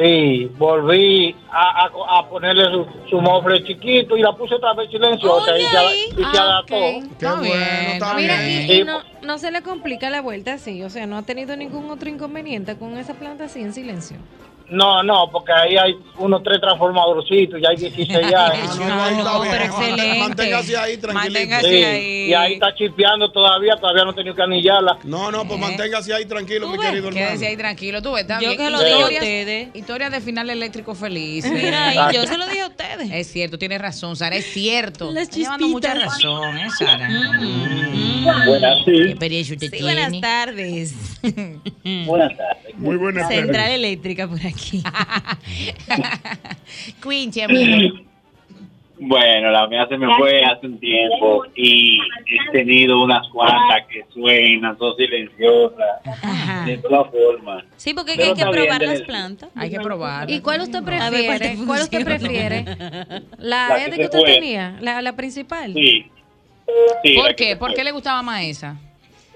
Speaker 21: Sí, volví a, a- a ponerle su, su mofle chiquito y la puse otra vez silenciosa y se, y se
Speaker 6: Ah,
Speaker 21: adaptó.
Speaker 6: ok. Está
Speaker 21: bueno,
Speaker 6: Mira, y- y,
Speaker 21: Sí,
Speaker 6: no, no se le complica la vuelta así, o sea, no ha tenido ningún otro inconveniente con esa planta así en silencio.
Speaker 21: No, no, porque ahí hay unos tres transformadorcitos y hay 16 ya.
Speaker 6: excelente.
Speaker 4: Manténgase ahí, tranquilito.
Speaker 21: Sí, Y ahí está chispeando todavía, todavía no he tenido que anillarla.
Speaker 4: No, no, pues manténgase ahí tranquilo, mi querido hermano.
Speaker 3: Quédese ahí tranquilo, tú ves. está
Speaker 5: Yo
Speaker 3: bien.
Speaker 5: que lo digo a
Speaker 3: Historias-
Speaker 5: ustedes.
Speaker 3: Historias de final eléctrico feliz.
Speaker 5: Mira ahí, yo se lo
Speaker 3: dije a ustedes. Es cierto, tienes razón, Sara, es cierto. Las llevando mucha
Speaker 5: chispitas.
Speaker 3: razón, ¿eh, Sara?
Speaker 5: Buenas,
Speaker 3: Mm, ¿Qué experiencia usted Mm.
Speaker 5: Sí,
Speaker 3: tiene?
Speaker 5: buenas tardes.
Speaker 21: Buenas tardes.
Speaker 4: Muy buenas
Speaker 5: Central
Speaker 4: tardes.
Speaker 5: eléctrica por aquí.
Speaker 3: Quinche, amigo.
Speaker 12: Bueno, la mía se me fue hace un tiempo y he tenido unas cuantas que suenan, son silenciosas, de todas formas.
Speaker 5: Sí, porque
Speaker 12: Pero
Speaker 5: hay que
Speaker 12: está bien,
Speaker 5: probar las
Speaker 12: Denise.
Speaker 5: plantas.
Speaker 3: Hay que probar.
Speaker 6: ¿Y cuál usted
Speaker 5: A ver, ¿cuál te
Speaker 6: prefiere? ¿Cuál, usted
Speaker 5: funciona?
Speaker 6: prefiere? ¿La,
Speaker 12: La
Speaker 6: E
Speaker 12: que
Speaker 6: de
Speaker 12: se
Speaker 6: que usted
Speaker 12: fue.
Speaker 6: tenía? ¿La, la principal?
Speaker 12: Sí. Sí, la
Speaker 3: ¿Por
Speaker 12: que
Speaker 3: qué?
Speaker 12: se
Speaker 3: ¿Por
Speaker 12: fue.
Speaker 3: qué le gustaba más esa?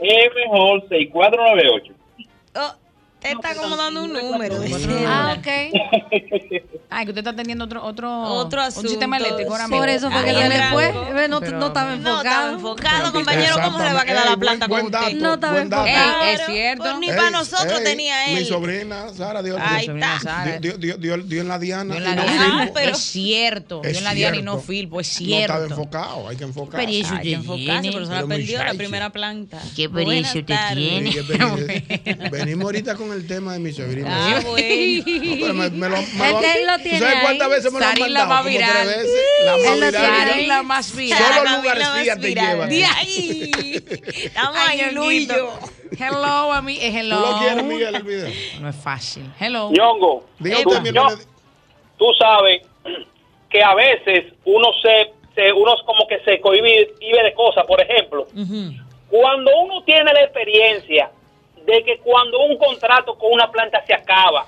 Speaker 12: Es mejor 6498.
Speaker 4: pues,
Speaker 5: Está como dando un número.
Speaker 6: Ah, ok.
Speaker 3: Ay, que usted está teniendo otro otro,
Speaker 5: Otro
Speaker 3: un
Speaker 5: asunto,
Speaker 3: sistema eléctrico ahora
Speaker 5: sí.
Speaker 3: mismo.
Speaker 5: Por eso fue que
Speaker 3: Ay,
Speaker 5: se le
Speaker 3: hombre,
Speaker 5: fue.
Speaker 3: amigo.
Speaker 6: Ve, no- no
Speaker 4: eh,
Speaker 6: estaba
Speaker 5: No estaba enfocado, compañero. ¿Cómo se le va a quedar la planta con usted?
Speaker 6: No estaba
Speaker 4: buen dato.
Speaker 6: enfocado.
Speaker 5: es cierto. Pues ni para nosotros tenía él.
Speaker 4: Mi sobrina Sara dio,
Speaker 5: Ahí
Speaker 4: dio-
Speaker 5: está.
Speaker 4: dio- dio- dio- dio- dio en la Diana.
Speaker 3: Yo en
Speaker 4: y
Speaker 3: la
Speaker 4: no
Speaker 3: Diana-
Speaker 5: Ah,
Speaker 4: filmo.
Speaker 3: es cierto. Yo
Speaker 4: Es
Speaker 3: en la Diana y no
Speaker 4: cierto.
Speaker 3: filpo, es
Speaker 4: No
Speaker 3: cierto.
Speaker 4: estaba enfocado, hay que enfocar.
Speaker 5: experiencia usted tiene? Por eso la
Speaker 4: Pero
Speaker 5: perdió la
Speaker 4: muchacho.
Speaker 5: primera planta.
Speaker 3: ¿Qué
Speaker 5: Buenas
Speaker 3: experiencia usted
Speaker 5: tardes.
Speaker 3: tiene?
Speaker 4: Sí, qué experiencia. Venimos ahorita con el tema de mi sobrina.
Speaker 5: Ah, bueno.
Speaker 4: No, pero me, me lo, me
Speaker 6: Él-
Speaker 4: lo-
Speaker 6: él lo
Speaker 4: ¿tú
Speaker 6: tiene
Speaker 4: ¿Sabes cuántas
Speaker 6: ahí?
Speaker 4: veces me lo han
Speaker 3: Sarila
Speaker 4: mandado?
Speaker 3: va
Speaker 4: Como
Speaker 3: viral.
Speaker 4: tres veces. La
Speaker 3: Él
Speaker 4: más
Speaker 3: lo
Speaker 4: viral.
Speaker 3: tiene. Sarila más viral.
Speaker 4: Solo
Speaker 3: Sarila
Speaker 4: Lu García
Speaker 5: más
Speaker 4: te
Speaker 5: viral.
Speaker 4: lleva.
Speaker 5: De ahí. Estamos
Speaker 3: Ay,
Speaker 5: ahí, Luillo.
Speaker 3: Hello, a mí. eh, Hello.
Speaker 4: ¿Tú lo quieres, Miguel, el video?
Speaker 3: No es fácil. Hello.
Speaker 11: Ñongo,
Speaker 4: Diga
Speaker 11: tú,
Speaker 4: usted, mi hermano.
Speaker 11: Ño- tú sabes que a veces uno se, se- uno como que se cohibe cohibe de cosas. Por ejemplo, cuando uno tiene la experiencia de que cuando un contrato con una planta se acaba,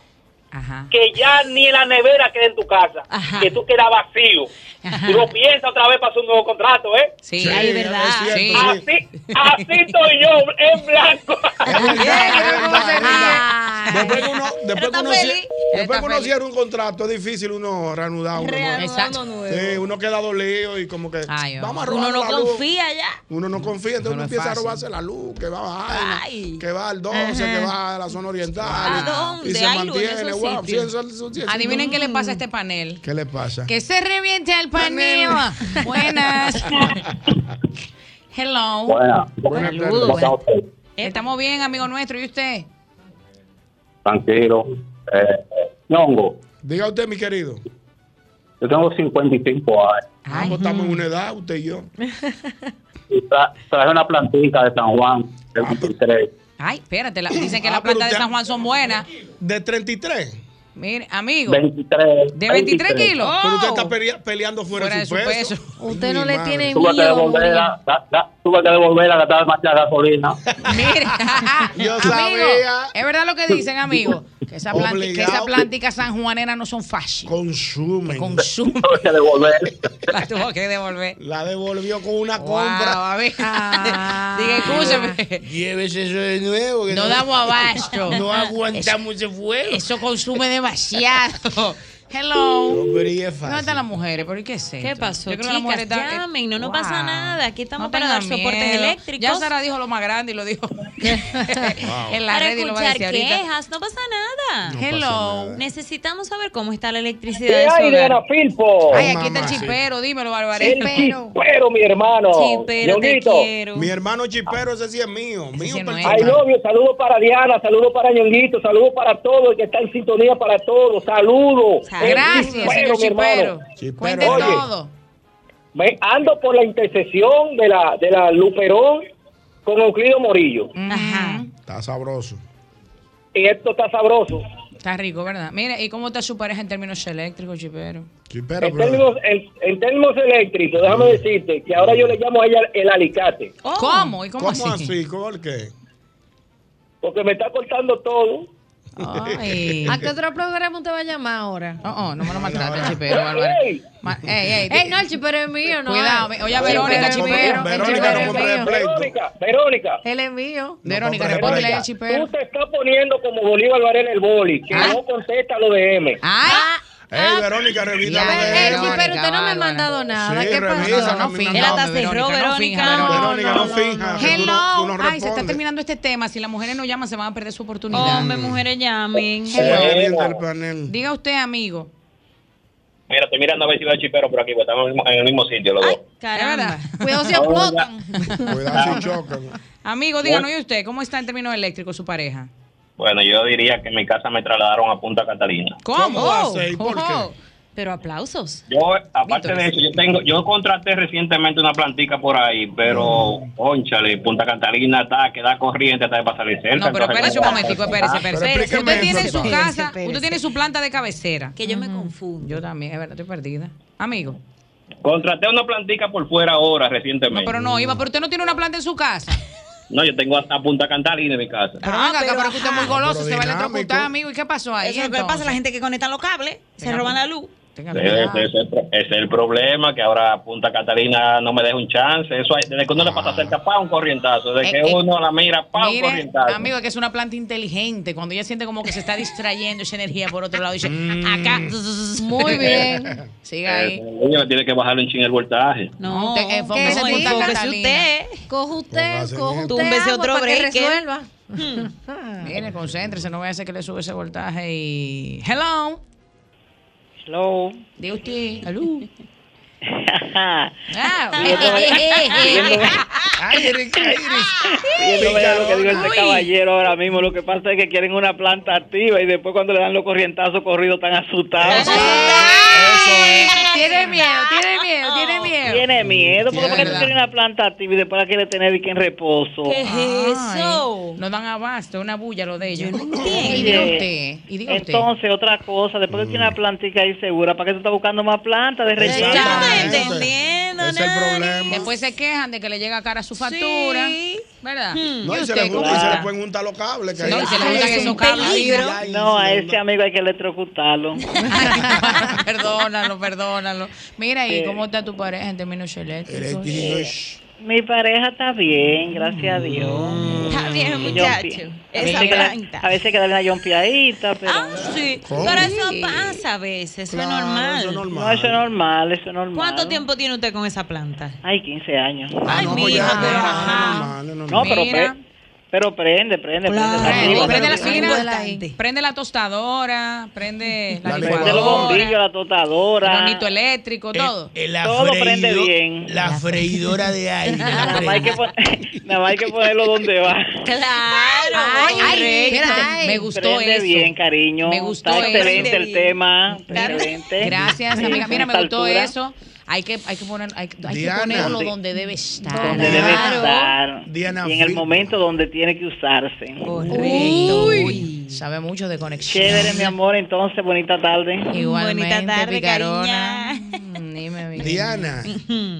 Speaker 11: que ya ni la nevera queda en tu casa, que tú quedas vacío, tú lo piensas otra vez para hacer un nuevo contrato, ¿eh?
Speaker 5: Sí,
Speaker 4: Sí,
Speaker 5: ahí,
Speaker 4: es
Speaker 5: ¿verdad?
Speaker 4: cierto,
Speaker 5: Sí.
Speaker 4: sí.
Speaker 11: Así, así estoy yo, en blanco.
Speaker 4: Después que uno, después que
Speaker 5: está
Speaker 4: uno, cier-
Speaker 5: feliz.
Speaker 4: después
Speaker 3: Está
Speaker 4: que uno
Speaker 3: feliz.
Speaker 4: cierra un contrato, es difícil uno reanudar uno. nuevo.
Speaker 3: Exacto.
Speaker 4: Sí, uno queda dolido y como que
Speaker 3: Ay,
Speaker 4: vamos a robar
Speaker 5: Uno no
Speaker 4: la luz.
Speaker 5: confía ya.
Speaker 4: Uno no confía, entonces
Speaker 3: no
Speaker 4: uno
Speaker 3: es
Speaker 4: empieza a
Speaker 3: fácil.
Speaker 4: robarse la luz, que va a vaina,
Speaker 5: Ay.
Speaker 4: que va al 12, que va a la zona oriental.
Speaker 5: ¿A
Speaker 4: y-
Speaker 5: dónde?
Speaker 4: Y se
Speaker 5: Hay luz en
Speaker 4: mantiene,
Speaker 5: esos
Speaker 4: wow.
Speaker 5: sitios.
Speaker 4: sí, eso- eso- sí, eso-
Speaker 3: Adivinen qué le pasa a este panel.
Speaker 4: ¿Qué le pasa?
Speaker 3: Que se reviente al panel. Buenas. Hello.
Speaker 4: Buenas tardes.
Speaker 3: Estamos bien, amigo nuestro. ¿Y usted?
Speaker 22: tranquilo. Eh, Ñongo,
Speaker 4: Diga usted, mi querido.
Speaker 22: yo tengo 55 años.
Speaker 4: Ambos pues,
Speaker 5: Mm.
Speaker 4: estamos en una edad, usted y yo.
Speaker 22: Y tra- traje una plantita de San Juan, de
Speaker 4: pues.
Speaker 22: 23.
Speaker 3: Ay, espérate. la- dicen que
Speaker 4: Ah,
Speaker 3: las plantas
Speaker 4: pero
Speaker 3: de
Speaker 4: usted-
Speaker 3: San Juan son buenas.
Speaker 4: De 33.
Speaker 3: Mire, amigo.
Speaker 22: 23.
Speaker 3: De 23 kilos.
Speaker 4: Pero usted
Speaker 3: Oh.
Speaker 4: está pelea- peleando fuera,
Speaker 3: Fuera
Speaker 4: de su peso.
Speaker 6: Usted no
Speaker 4: Mi
Speaker 6: le
Speaker 4: madre.
Speaker 6: tiene
Speaker 22: Tuve que
Speaker 6: miedo.
Speaker 22: devolver a, da- da- tuve que devolver a gastar más gasolina.
Speaker 3: Mira,
Speaker 4: Yo
Speaker 3: amigo,
Speaker 4: sabía.
Speaker 3: es verdad lo que dicen, amigo, que esa planti- que esas
Speaker 4: Obligado.
Speaker 3: plánticas sanjuaneras no son fáciles.
Speaker 4: Consumen.
Speaker 3: Consumen,
Speaker 22: Tuve que devolver.
Speaker 3: la tuvo que devolver.
Speaker 4: La devolvió con una
Speaker 3: Wow,
Speaker 4: compra.
Speaker 3: a ver.
Speaker 6: Ah.
Speaker 3: Diga, escúcheme,
Speaker 4: Llévese eso de nuevo. que
Speaker 3: Ah. no damos abasto.
Speaker 4: no aguantamos ese fuego.
Speaker 3: Eso consume demasiado. Hello.
Speaker 4: No, pero y es
Speaker 3: ¿Dónde
Speaker 4: fácil.
Speaker 3: están las mujeres? ¿Por qué es esto?
Speaker 5: ¿Qué pasó?
Speaker 3: Yo creo que las
Speaker 5: Chicas,
Speaker 3: mujeres están-
Speaker 5: llamen, no nos
Speaker 3: Wow.
Speaker 5: pasa nada. Aquí estamos
Speaker 3: No
Speaker 5: para
Speaker 3: tengan
Speaker 5: dar soportes
Speaker 3: miedo.
Speaker 5: eléctricos.
Speaker 3: Ya Sara dijo lo más grande y lo dijo en la
Speaker 5: para
Speaker 3: red y lo va a
Speaker 5: escuchar
Speaker 3: decir ahorita.
Speaker 5: quejas, no pasa nada.
Speaker 4: No
Speaker 3: Hello.
Speaker 4: pasa nada.
Speaker 5: Necesitamos saber cómo está la electricidad
Speaker 11: ¿Qué
Speaker 5: de su
Speaker 11: hay de
Speaker 5: hogar.
Speaker 11: Filpo?
Speaker 3: Ay, aquí está el
Speaker 4: Mamá, sí.
Speaker 3: chipero, dímelo, Barbaré.
Speaker 11: El chispero, mi hermano.
Speaker 5: Sí, pero te
Speaker 11: Ñonguito.
Speaker 5: quiero.
Speaker 4: Mi hermano chipero, ese sí es mío. Mío
Speaker 3: sí no es.
Speaker 4: personal.
Speaker 11: Ay, novio, saludos para Diana, saludos para Ñonguito, saludos para todos el que está en sintonía para todos. Saludos.
Speaker 5: Sa-
Speaker 11: El
Speaker 3: Gracias,
Speaker 11: chispero,
Speaker 3: señor
Speaker 11: mi hermano.
Speaker 3: Chipero.
Speaker 4: Chipero.
Speaker 3: Cuente
Speaker 11: Oye.
Speaker 3: todo.
Speaker 11: Me ando por la intersección de la, de la Luperón con Euclido Morillo.
Speaker 3: Ajá.
Speaker 4: Está sabroso.
Speaker 11: Y esto está sabroso.
Speaker 3: Está rico, ¿verdad? Mira, ¿y cómo está su pareja en términos eléctricos, Chipero?
Speaker 4: Chipero,
Speaker 11: En
Speaker 4: pero-
Speaker 11: términos, en, en términos eléctricos, déjame decirte que ahora yo le llamo a ella el alicate,
Speaker 3: ¿Cómo? ¿Y cómo,
Speaker 4: ¿Cómo así? ¿Cómo el qué?
Speaker 11: porque me está cortando todo.
Speaker 3: Ay.
Speaker 6: ¿A Ah, qué otro programa usted va a llamar ahora?
Speaker 3: Oh, no me lo maltrate, chipero, Bárbara. Ma- Ey, ey,
Speaker 6: Ey, no, el chipero es mío, no.
Speaker 3: Cuidado,
Speaker 6: eh.
Speaker 3: oye, Verónica,
Speaker 6: El chipero
Speaker 3: chipero.
Speaker 6: es mío. El
Speaker 3: Verónica,
Speaker 6: chipero
Speaker 3: no
Speaker 6: es mío.
Speaker 23: Verónica, Verónica.
Speaker 6: Él es mío.
Speaker 3: Verónica, respóndele a Chipero.
Speaker 23: Tú te estás poniendo como Bolívar Varela el boli, que
Speaker 6: ¿Ah?
Speaker 23: no contesta lo de M.
Speaker 3: ¡Ah!
Speaker 24: Ey, Verónica, revisa
Speaker 6: Pero,
Speaker 24: lo de
Speaker 6: eh,
Speaker 24: él.
Speaker 6: chipero, usted no me ha mandado nada.
Speaker 24: Sí,
Speaker 6: ¿Qué
Speaker 24: revisa,
Speaker 6: pasó?
Speaker 24: No, no, Camila. Él hasta
Speaker 3: cerró, Verónica.
Speaker 24: Verónica, no fija. que tú no- tú
Speaker 3: Hello.
Speaker 24: no
Speaker 3: Ay, se está
Speaker 24: respondes.
Speaker 3: terminando este tema. Si las mujeres no llaman, se van a perder su oportunidad.
Speaker 5: Hombre, mujeres llamen.
Speaker 24: Mujeres del panel.
Speaker 3: Diga usted, amigo.
Speaker 11: Mira, estoy mirando a ver si veo el chipero por aquí, porque estamos en el mismo- en el mismo sitio los dos.
Speaker 3: Caramba. Cuidado si explotan. Amigo, díganos, ¿y usted cómo está en términos eléctricos su pareja?
Speaker 11: Bueno, yo diría que en mi casa me trasladaron a Punta Catalina.
Speaker 3: ¿Cómo?
Speaker 11: Oh.
Speaker 5: Pero aplausos.
Speaker 11: Yo, aparte de eso, yo tengo, yo contraté recientemente una plantica por ahí, pero,
Speaker 3: Mm.
Speaker 11: conchale, Punta Catalina está, que da corriente hasta de pasar el cerca.
Speaker 3: No, pero
Speaker 11: entonces,
Speaker 3: espérese un
Speaker 11: ¿cómo?
Speaker 3: momentico, espérese, espérese. Usted tiene en su casa, usted tiene su planta de cabecera. Mm.
Speaker 5: Que yo me confundo.
Speaker 3: Yo también, es verdad, estoy perdida. Amigo.
Speaker 11: Contraté una plantica por fuera ahora,
Speaker 3: No,
Speaker 11: recientemente.
Speaker 3: pero no, Iba, pero usted no tiene una planta en su casa.
Speaker 5: Ah,
Speaker 11: No, yo tengo hasta Punta Catalina en mi casa.
Speaker 3: Pero venga, acá, pero que usted es muy goloso, se va a
Speaker 11: dinámico.
Speaker 3: electrocutar, amigo. ¿Y qué pasó ahí?
Speaker 5: Eso es lo que pasa, la gente que conecta los cables, se
Speaker 3: Tenga-
Speaker 5: roban la luz.
Speaker 11: Sí, Ese, ese- ese es el problema, que ahora Punta Catalina no me deja un chance. Eso hay- desde que uno le pasa cerca, pa, un corrientazo. Desde
Speaker 3: Ah. Eh,
Speaker 11: que
Speaker 3: eh.
Speaker 11: uno la mira, pa, un
Speaker 3: Mire,
Speaker 11: corrientazo.
Speaker 3: amigo, es que es una planta inteligente. Cuando ella siente como que se está distrayendo esa energía por otro lado, dice, acá.
Speaker 11: Mm.
Speaker 6: Muy bien.
Speaker 3: Siga
Speaker 11: Eh,
Speaker 3: ahí.
Speaker 11: oye, tiene que bajarle un chingo el voltaje.
Speaker 3: No, usted, eh,
Speaker 6: Que
Speaker 3: póngase
Speaker 6: sí,
Speaker 3: punta
Speaker 6: póngase
Speaker 3: Catalina.
Speaker 6: usted. Coja usted, coja usted.
Speaker 5: Túmbese
Speaker 6: agua
Speaker 5: otro
Speaker 6: para que
Speaker 5: breaker. Hmm.
Speaker 6: resuelva. Ah.
Speaker 3: Mire, concéntrese, no vaya a ser que le sube ese voltaje y. Hello.
Speaker 11: Hello.
Speaker 3: De usted. Hello. Ah,
Speaker 24: Ay, Eric, ay,
Speaker 10: Yo no veo lo que digo este caballero ahora mismo. Lo que pasa es que quieren una planta activa y después cuando le dan los corrientazos corridos están asustados.
Speaker 6: Tiene miedo, tiene miedo, tiene miedo.
Speaker 10: Tiene miedo, porque
Speaker 6: Sí,
Speaker 10: ¿por qué tú
Speaker 6: verdad.
Speaker 10: quieres una planta activa y después la quieres tener y que en reposo?
Speaker 3: eso? No dan abasto, es una bulla lo de ellos.
Speaker 10: Oye,
Speaker 3: Y diga usted, y diga usted.
Speaker 10: Eh, Entonces, otra cosa, después que
Speaker 24: Mm.
Speaker 10: tiene una plantica ahí segura, ¿para qué tú estás buscando más plantas de relleno?
Speaker 24: Es el problema.
Speaker 3: Después se quejan de que le llega cara su factura. ¿Verdad?
Speaker 24: No,
Speaker 3: ¿Y
Speaker 24: y se
Speaker 3: usted
Speaker 24: le,
Speaker 3: cómo
Speaker 24: y se le
Speaker 3: está?
Speaker 24: pueden juntar los cables.
Speaker 3: Sí, y se le juntan esos cables. Ay,
Speaker 10: No, a
Speaker 3: sí,
Speaker 10: ese amigo hay que electrocutarlo.
Speaker 3: perdónalo, perdónalo. Mira, ¿y
Speaker 10: Eh.
Speaker 3: cómo está tu pareja en términos eléctricos?
Speaker 10: Mi pareja está bien, gracias a Dios.
Speaker 5: Está bien,
Speaker 10: Yo
Speaker 5: muchacho.
Speaker 10: pi- a
Speaker 5: Esa
Speaker 10: veces que la-
Speaker 5: planta.
Speaker 10: A veces queda una yompiadita, pero...
Speaker 5: Sí,
Speaker 10: ¿Cómo?
Speaker 5: pero eso pasa a veces, eso es normal.
Speaker 10: No, eso es normal, eso es normal.
Speaker 5: ¿Cuánto tiempo tiene usted con esa planta?
Speaker 10: Ay, 15 años.
Speaker 5: Ay, mi
Speaker 10: pues
Speaker 5: hija, pero ajá.
Speaker 10: No, pero,
Speaker 3: Mira.
Speaker 10: pre- pero prende, prende, prende. la pila,
Speaker 3: Prende la
Speaker 10: prende-
Speaker 3: cocina, prende la tostadora, prende la
Speaker 10: Prende los
Speaker 3: licuadora,
Speaker 10: bombillos, la
Speaker 3: el
Speaker 10: totadora.
Speaker 3: hornito eléctrico, todo.
Speaker 10: Todo prende bien.
Speaker 4: La freidora de aire.
Speaker 10: Nada más hay que pon- nada más hay que ponerlo donde va.
Speaker 5: Claro.
Speaker 3: Ay, ay,
Speaker 10: Correcto.
Speaker 3: espérate, me gustó
Speaker 10: Prende
Speaker 3: eso.
Speaker 10: bien, cariño.
Speaker 3: Me gustó
Speaker 10: Está excelente
Speaker 3: eso.
Speaker 10: el tema. Excelente.
Speaker 3: Gracias,
Speaker 10: Sí,
Speaker 3: amiga. Mira, me
Speaker 10: esta
Speaker 3: gustó
Speaker 10: altura.
Speaker 3: eso. Hay que, hay que, poner, hay, que- hay que
Speaker 10: Diana.
Speaker 3: ponerlo
Speaker 10: Sí.
Speaker 3: donde debe estar.
Speaker 10: Donde debe
Speaker 3: Claro.
Speaker 10: estar.
Speaker 24: Diana
Speaker 10: y en el
Speaker 24: Free.
Speaker 10: momento donde tiene que usarse.
Speaker 3: Correcto. Uy, sabe mucho de conexión.
Speaker 10: Chévere, mi amor. Entonces, bonita tarde.
Speaker 3: Igualmente,
Speaker 10: Bonita tarde,
Speaker 3: picarona. Mm, Dime, mi- Mm.
Speaker 4: Diana,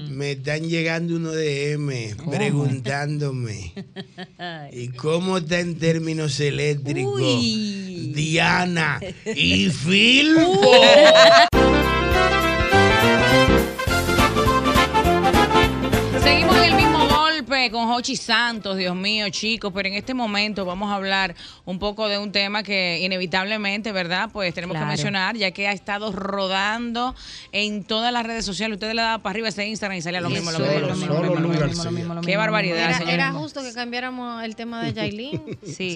Speaker 4: me están llegando uno de M preguntándome. ¿Y cómo está en términos eléctricos? Diana y Filpo.
Speaker 3: Seguimos en el mismo golpe con Jochi Santos, Dios mío, chicos, pero en este momento vamos a hablar un poco de un tema que inevitablemente, ¿verdad? Pues tenemos que
Speaker 5: Claro.
Speaker 3: mencionar, ya que ha estado rodando en todas las redes sociales. Ustedes le daban para arriba ese Instagram y salía lo mismo, lo mismo, lo mismo, lo mismo, lo mismo, lo mismo, lo mismo. Qué barbaridad,
Speaker 6: Era,
Speaker 3: señor.
Speaker 6: era justo que cambiáramos el tema de Yailin. Sí.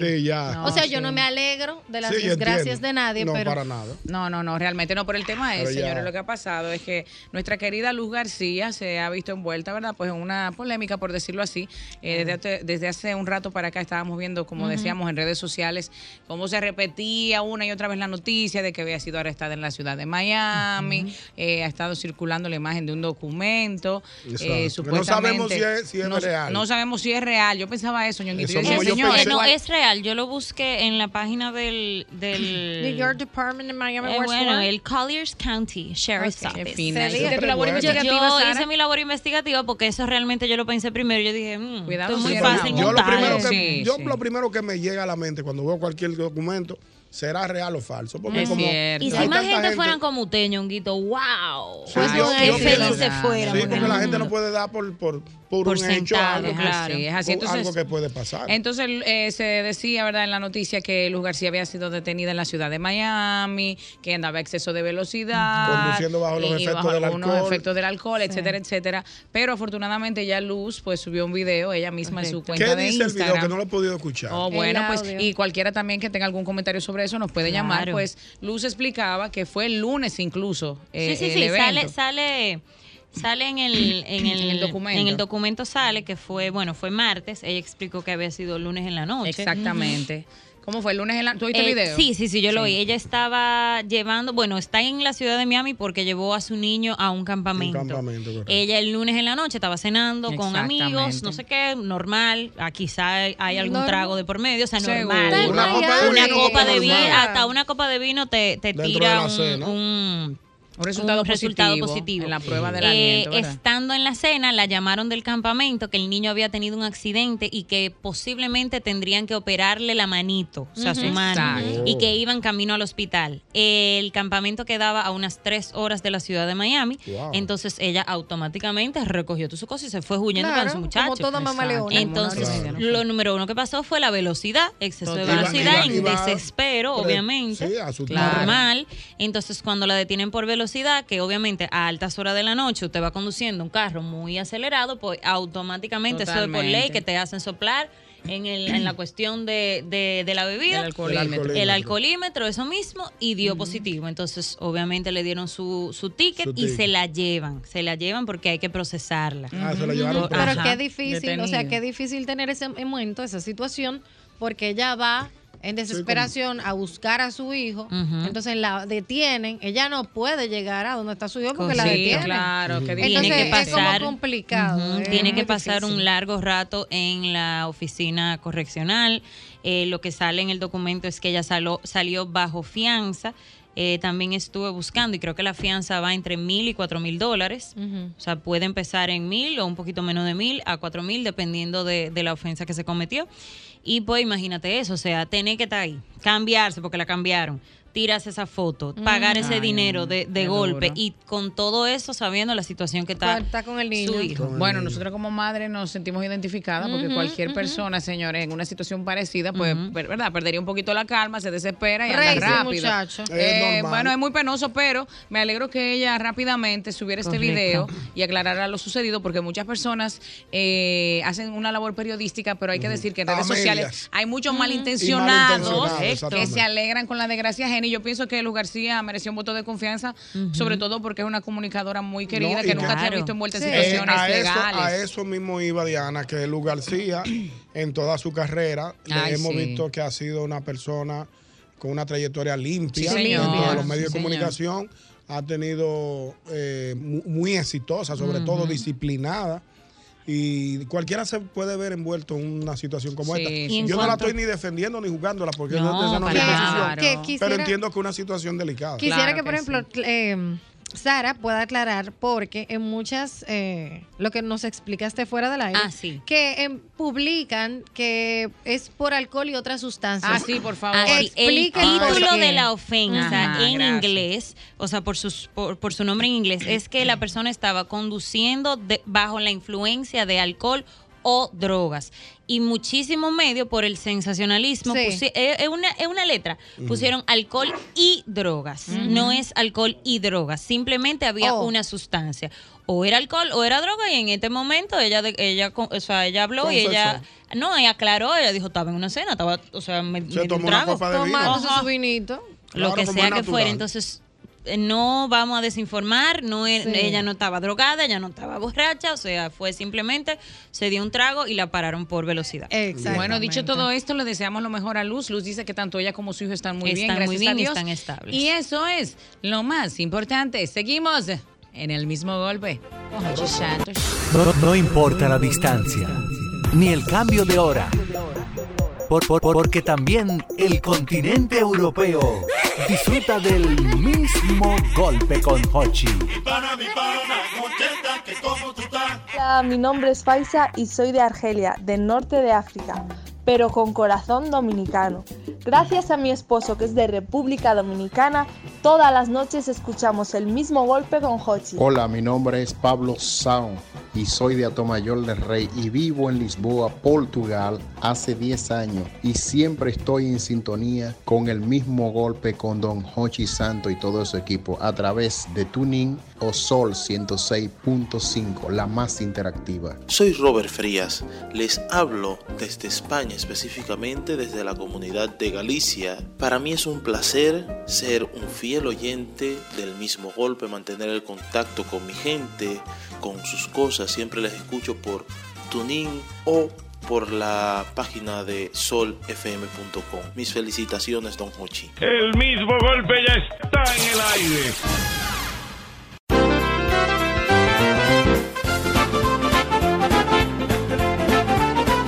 Speaker 3: Sí, ya.
Speaker 6: O sea, yo
Speaker 3: No,
Speaker 6: no
Speaker 3: sí.
Speaker 6: me alegro de las
Speaker 3: Sí, yo
Speaker 6: desgracias
Speaker 3: entiendo.
Speaker 6: de nadie,
Speaker 3: No,
Speaker 6: pero.
Speaker 3: para nada. No, no, no, realmente no, pero el tema es,
Speaker 6: Pero ya.
Speaker 3: señores, lo que ha pasado es que nuestra querida Luz García se ha visto envuelta, ¿verdad? Pues en una polémica, por decirlo así. Eh, desde, hace, desde hace un rato para acá estábamos viendo, como
Speaker 5: Ujú.
Speaker 3: decíamos en redes sociales, cómo se repetía una y otra vez la noticia de que había sido arrestada en la ciudad de Miami, eh, ha estado circulando la imagen de un documento, eh,
Speaker 24: Exacto. Que no
Speaker 3: supuestamente.
Speaker 24: sabemos si es- si es
Speaker 3: no,
Speaker 24: real.
Speaker 3: no sabemos si es real, yo pensaba eso, ñonguito.
Speaker 24: Eso
Speaker 3: Yo decía,
Speaker 24: mismo yo
Speaker 3: "Señor,
Speaker 24: pensé".
Speaker 3: ¿cuál-
Speaker 5: No, es real. Yo lo busqué en la página del. del
Speaker 6: New York Department of Miami
Speaker 5: Eh,
Speaker 6: Works
Speaker 5: bueno,
Speaker 6: One.
Speaker 5: el Colliers County Sheriff's
Speaker 6: Ok, qué
Speaker 5: Office.
Speaker 6: fina. ¿Hiciste tu labor
Speaker 5: Yo
Speaker 6: investigativa, Sara?
Speaker 5: hice mi labor investigativa porque eso realmente yo lo pensé primero. Yo dije,
Speaker 6: dije, mm,
Speaker 3: Cuidado,
Speaker 6: esto es muy
Speaker 3: sí,
Speaker 6: fácil.
Speaker 4: Yo, lo
Speaker 6: montarlo.
Speaker 4: primero, que,
Speaker 6: Sí,
Speaker 4: yo
Speaker 6: sí.
Speaker 4: lo primero que me llega a la mente cuando veo cualquier documento será real o falso. Porque
Speaker 5: Es
Speaker 4: como
Speaker 5: cierto. Y
Speaker 4: hay
Speaker 5: si más
Speaker 4: tanta
Speaker 5: gente, fueran como usted, ñonguito, wow.
Speaker 4: Sí,
Speaker 5: pues
Speaker 4: yo-
Speaker 5: un
Speaker 4: yo
Speaker 5: ex feliz
Speaker 4: pienso-
Speaker 5: se fuera.
Speaker 4: Sí,
Speaker 5: porque
Speaker 4: porque la
Speaker 5: no-
Speaker 4: gente no puede dar por, por, por,
Speaker 5: Por
Speaker 4: un hecho
Speaker 5: sentado,
Speaker 4: algo, que-
Speaker 5: claro.
Speaker 3: Sí, es así.
Speaker 4: o
Speaker 3: Entonces-
Speaker 4: algo que puede pasar.
Speaker 3: Entonces eh, se decía, ¿verdad?, en la noticia que Luz García había sido detenida en la ciudad de Miami, que andaba a exceso de velocidad.
Speaker 4: Conduciendo bajo los
Speaker 3: y- y
Speaker 4: efectos
Speaker 3: bajo
Speaker 4: del
Speaker 3: algunos
Speaker 4: alcohol.
Speaker 3: efectos del alcohol, etcétera, etcétera. Pero afortunadamente ya Luz pues subió un video ella misma en su cuenta
Speaker 4: ¿Qué
Speaker 3: de
Speaker 4: dice el video
Speaker 3: Instagram.
Speaker 4: que no lo he podido escuchar?
Speaker 3: Oh, bueno, pues y cualquiera también que tenga algún comentario sobre eso nos puede llamar.
Speaker 5: Claro.
Speaker 3: Pues Luz explicaba que fue el lunes incluso. eh,
Speaker 5: Sí, sí,
Speaker 3: el
Speaker 5: sí,
Speaker 3: evento.
Speaker 5: sale, sale, sale en el, en el,
Speaker 3: En el documento.
Speaker 5: en el documento sale que fue, bueno, fue martes, ella explicó que había sido lunes en la noche.
Speaker 3: Exactamente. ¿Cómo fue el lunes? En la, ¿Tú viste
Speaker 5: Eh,
Speaker 3: el video?
Speaker 5: Sí, sí, sí, yo lo vi. Ella estaba llevando, bueno, está en la ciudad de Miami porque llevó a su niño a un campamento.
Speaker 4: campamento, correcto.
Speaker 5: Ella el lunes en la noche estaba cenando con amigos, no sé qué, normal, ah, quizá hay algún Normal. trago de por medio, o sea, Seguro. normal. Una Ay, copa de ay. vino, Una copa de normal. vino, hasta una copa de vino te, te Dentro tira de la un- cena.
Speaker 3: un, resultado
Speaker 5: un resultado
Speaker 3: positivo
Speaker 5: positivo.
Speaker 3: en la prueba del
Speaker 5: Eh,
Speaker 3: aliento, ¿verdad?
Speaker 5: estando en la cena, la llamaron del campamento que el niño había tenido un accidente y que posiblemente tendrían que operarle la manito, o sea, su
Speaker 3: Ujú.
Speaker 5: mano,
Speaker 3: Exacto.
Speaker 5: y que iban camino al hospital. El campamento quedaba a unas tres horas de la ciudad de Miami,
Speaker 3: Wow.
Speaker 5: entonces ella automáticamente recogió todas sus cosas y se fue huyendo
Speaker 6: Claro,
Speaker 5: con su muchacho.
Speaker 6: como toda mamá
Speaker 5: Exacto.
Speaker 6: leona.
Speaker 5: Entonces,
Speaker 6: Como una
Speaker 5: lo número uno que pasó fue la velocidad, exceso de
Speaker 6: Total. Iba-
Speaker 5: velocidad,
Speaker 6: iba-
Speaker 5: en
Speaker 6: iba
Speaker 5: desespero,
Speaker 6: pre-
Speaker 5: obviamente,
Speaker 6: sí, asustada.
Speaker 5: normal. Entonces, cuando la detienen por velocidad, que obviamente a altas horas de la noche usted va conduciendo un carro muy acelerado, pues automáticamente eso es por ley
Speaker 3: Totalmente.
Speaker 5: que te hacen soplar en, el- en la cuestión de, de- de la bebida.
Speaker 3: Del alcoholímetro.
Speaker 5: El alcoholímetro. El alcoholímetro, eso mismo, y dio positivo. Entonces, obviamente le dieron su, su ticket
Speaker 4: Su
Speaker 5: y se
Speaker 4: ticket.
Speaker 5: la llevan. Se la llevan porque hay que procesarla.
Speaker 4: Ah, se la llevaron
Speaker 5: Ujú.
Speaker 4: presa.
Speaker 5: Ajá.
Speaker 6: Qué difícil, o sea,
Speaker 5: Detenido.
Speaker 6: qué difícil tener ese momento, esa situación, porque ella va en desesperación a buscar a su hijo,
Speaker 5: Ujú.
Speaker 6: entonces la detienen, ella no puede llegar a donde está su hijo porque la
Speaker 5: Sí,
Speaker 6: detienen.
Speaker 5: claro, que
Speaker 6: Entonces,
Speaker 5: tiene que
Speaker 6: es
Speaker 5: pasar-
Speaker 6: como complicado.
Speaker 5: Ujú,
Speaker 6: es
Speaker 5: Tiene
Speaker 6: muy
Speaker 5: que pasar
Speaker 6: difícil.
Speaker 5: un largo rato en la oficina correccional. Eh, lo que sale en el documento es que ella saló- salió bajo fianza. Eh, también estuve buscando y creo que la fianza va entre mil y cuatro mil dólares.
Speaker 6: Ujú.
Speaker 5: O sea, puede empezar en mil o un poquito menos de mil a cuatro mil, dependiendo de, de la ofensa que se cometió. Y pues imagínate eso, o sea, tener que estar ahí, cambiarse porque la cambiaron, tiras esa foto,
Speaker 6: Mm.
Speaker 5: pagar ese
Speaker 3: Ay,
Speaker 5: dinero
Speaker 3: hombre,
Speaker 5: de, de
Speaker 3: qué
Speaker 5: golpe
Speaker 3: duro.
Speaker 5: y con todo eso sabiendo la situación que está,
Speaker 6: Está con el niño.
Speaker 5: su hijo.
Speaker 3: Bueno, nosotros como madre nos sentimos identificadas porque
Speaker 5: Ujú,
Speaker 3: cualquier
Speaker 5: ujú.
Speaker 3: persona, señores, en una situación parecida, pues, per- ¿verdad? Perdería un poquito la calma, se desespera y
Speaker 6: Crazy,
Speaker 3: anda rápido.
Speaker 6: muchacho.
Speaker 3: Eh,
Speaker 6: Es normal.
Speaker 3: bueno, es muy penoso, pero me alegro que ella rápidamente subiera este
Speaker 5: Correcto.
Speaker 3: video y aclarara lo sucedido porque muchas personas eh, hacen una labor periodística, pero hay que decir que en
Speaker 5: A
Speaker 3: redes
Speaker 5: medias.
Speaker 3: sociales hay muchos
Speaker 5: Y
Speaker 3: malintencionados
Speaker 5: malintencionados,
Speaker 3: que
Speaker 5: exactamente.
Speaker 3: se alegran con la desgracia ajena y yo pienso que Luz García mereció un voto de confianza,
Speaker 5: Ujú.
Speaker 3: sobre todo porque es una comunicadora muy querida
Speaker 4: No, y
Speaker 3: que nunca se ha
Speaker 4: claro.
Speaker 3: visto envuelta en
Speaker 4: Sí.
Speaker 3: situaciones
Speaker 4: Eh, a eso-
Speaker 3: legales.
Speaker 4: a eso mismo iba Diana, que Luz García, en toda su carrera, le
Speaker 10: Ay,
Speaker 4: hemos
Speaker 10: sí.
Speaker 4: visto que ha sido una persona con una trayectoria limpia
Speaker 10: Sí,
Speaker 4: dentro
Speaker 10: señor.
Speaker 4: de los medios
Speaker 10: Sí,
Speaker 4: de
Speaker 10: señor.
Speaker 4: comunicación. Ha tenido eh, mu- muy, exitosa, sobre
Speaker 10: Ujú.
Speaker 4: todo disciplinada. Y cualquiera se puede ver envuelto en una situación como
Speaker 10: Sí,
Speaker 4: esta.
Speaker 10: sí.
Speaker 4: Yo
Speaker 10: ¿Y en
Speaker 4: no la
Speaker 10: cuánto?
Speaker 4: estoy ni defendiéndola ni juzgándola porque
Speaker 10: No,
Speaker 4: no, esa no es mi
Speaker 10: claro.
Speaker 4: posición.
Speaker 6: Que quisiera-
Speaker 4: Pero entiendo que es una situación delicada.
Speaker 6: Quisiera que, por ejemplo, cl- eh, Sara pueda aclarar, porque en muchas, eh, lo que nos explicaste fuera del aire,
Speaker 5: Ah, sí.
Speaker 6: que em, publican que es por alcohol y otras sustancias.
Speaker 5: Ah, sí,
Speaker 3: por
Speaker 5: Ah, sí, el
Speaker 6: Expliquen por
Speaker 5: título
Speaker 6: qué.
Speaker 5: de la ofensa
Speaker 6: Ajá,
Speaker 5: en
Speaker 6: gracias.
Speaker 5: inglés, o sea, por, sus, por, por su nombre en inglés, es que la persona estaba conduciendo de- bajo la influencia de alcohol o drogas. Y muchísimo medio por el sensacionalismo.
Speaker 6: Sí.
Speaker 5: pusi- eh, eh, una, eh, una letra.
Speaker 6: Ujú.
Speaker 5: Pusieron alcohol y drogas.
Speaker 6: Ujú.
Speaker 5: No es alcohol y drogas. Simplemente había
Speaker 6: Oh.
Speaker 5: una sustancia. O era alcohol o era droga. Y en este momento ella, de- ella, con- o sea, ella habló y ella. No, ella aclaró. Ella dijo: Estaba en una cena, estaba, o sea, me, me dio un trago".
Speaker 6: Tomándose
Speaker 5: Ajá
Speaker 6: su vinito.
Speaker 5: lo que sea que fuera. Entonces, eh, no vamos a desinformar, no e-
Speaker 6: Sí.
Speaker 5: ella no estaba drogada, ella no estaba borracha, o sea, fue simplemente, se dio un trago y la pararon por velocidad.
Speaker 3: Bueno, dicho todo esto, le deseamos lo mejor a Luz. Luz dice que tanto ella como su hijo están muy bien,
Speaker 5: Están
Speaker 3: gracias
Speaker 5: muy bien
Speaker 3: a
Speaker 5: y
Speaker 3: Dios.
Speaker 5: están estables.
Speaker 3: Y eso es lo más importante. Seguimos en el mismo golpe. Ocho santos.
Speaker 14: No, no importa la distancia, ni el cambio de hora, por- por- por- porque también el continente europeo disfruta del mismo golpe con Hochi.
Speaker 16: Para mi pana, contenta que como tú estás.
Speaker 13: Hola, mi nombre es Faisa y soy de Argelia, del norte de África, pero con corazón dominicano. Gracias a mi esposo que es de República Dominicana, todas las noches escuchamos el mismo golpe con Hochi.
Speaker 25: Hola, mi nombre es Pablo Sound y soy de Atomayor del Rey y vivo en Lisboa, Portugal, hace 10 años y siempre estoy en sintonía con el mismo golpe con Don Hochi Santo y todo su equipo a través de Tuning o Sol 106.5, la más interactiva.
Speaker 26: Soy Robert Frías. Les hablo desde España, específicamente desde la comunidad de Galicia. Para mí es un placer ser un fiel oyente del mismo golpe, mantener el contacto con mi gente, con sus cosas. Siempre les escucho por Tuning o por la página de solfm.com. Mis felicitaciones, don Hochi.
Speaker 27: El mismo golpe ya está en el aire.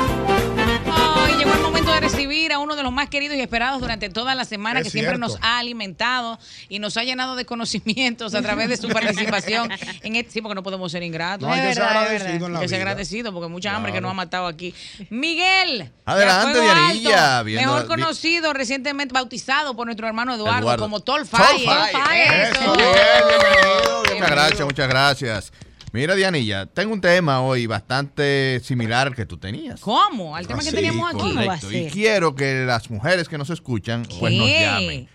Speaker 3: Hoy llegó el momento de recibir a uno de los más queridos y esperados durante toda la semana,
Speaker 10: Es
Speaker 3: que siempre
Speaker 10: cierto.
Speaker 3: nos ha alimentado y nos ha llenado de conocimientos a través de su participación en este. Sí, porque no podemos ser ingratos.
Speaker 10: No, hay que ser agradecido en la
Speaker 3: Hay que ser
Speaker 10: vida.
Speaker 3: agradecido porque mucha hambre que
Speaker 10: Claro.
Speaker 3: nos ha matado aquí. Miguel.
Speaker 13: Adelante,
Speaker 3: de Fuego
Speaker 13: Dianilla,
Speaker 3: Alto,
Speaker 13: viendo-
Speaker 3: Mejor
Speaker 13: vi-
Speaker 3: conocido, recientemente bautizado por nuestro hermano Eduardo,
Speaker 13: Eduardo.
Speaker 3: como Tolfay.
Speaker 13: Tolfay.
Speaker 3: Eso. Uh.
Speaker 13: Muchas gracias, muchas gracias. Mira, Dianilla, tengo un tema hoy bastante similar al que tú tenías.
Speaker 3: ¿Cómo? Al tema que
Speaker 13: Ah, Sí,
Speaker 3: teníamos aquí.
Speaker 13: correcto. Y quiero que las mujeres que nos escuchan pues nos
Speaker 3: ¿Qué?
Speaker 13: llamen.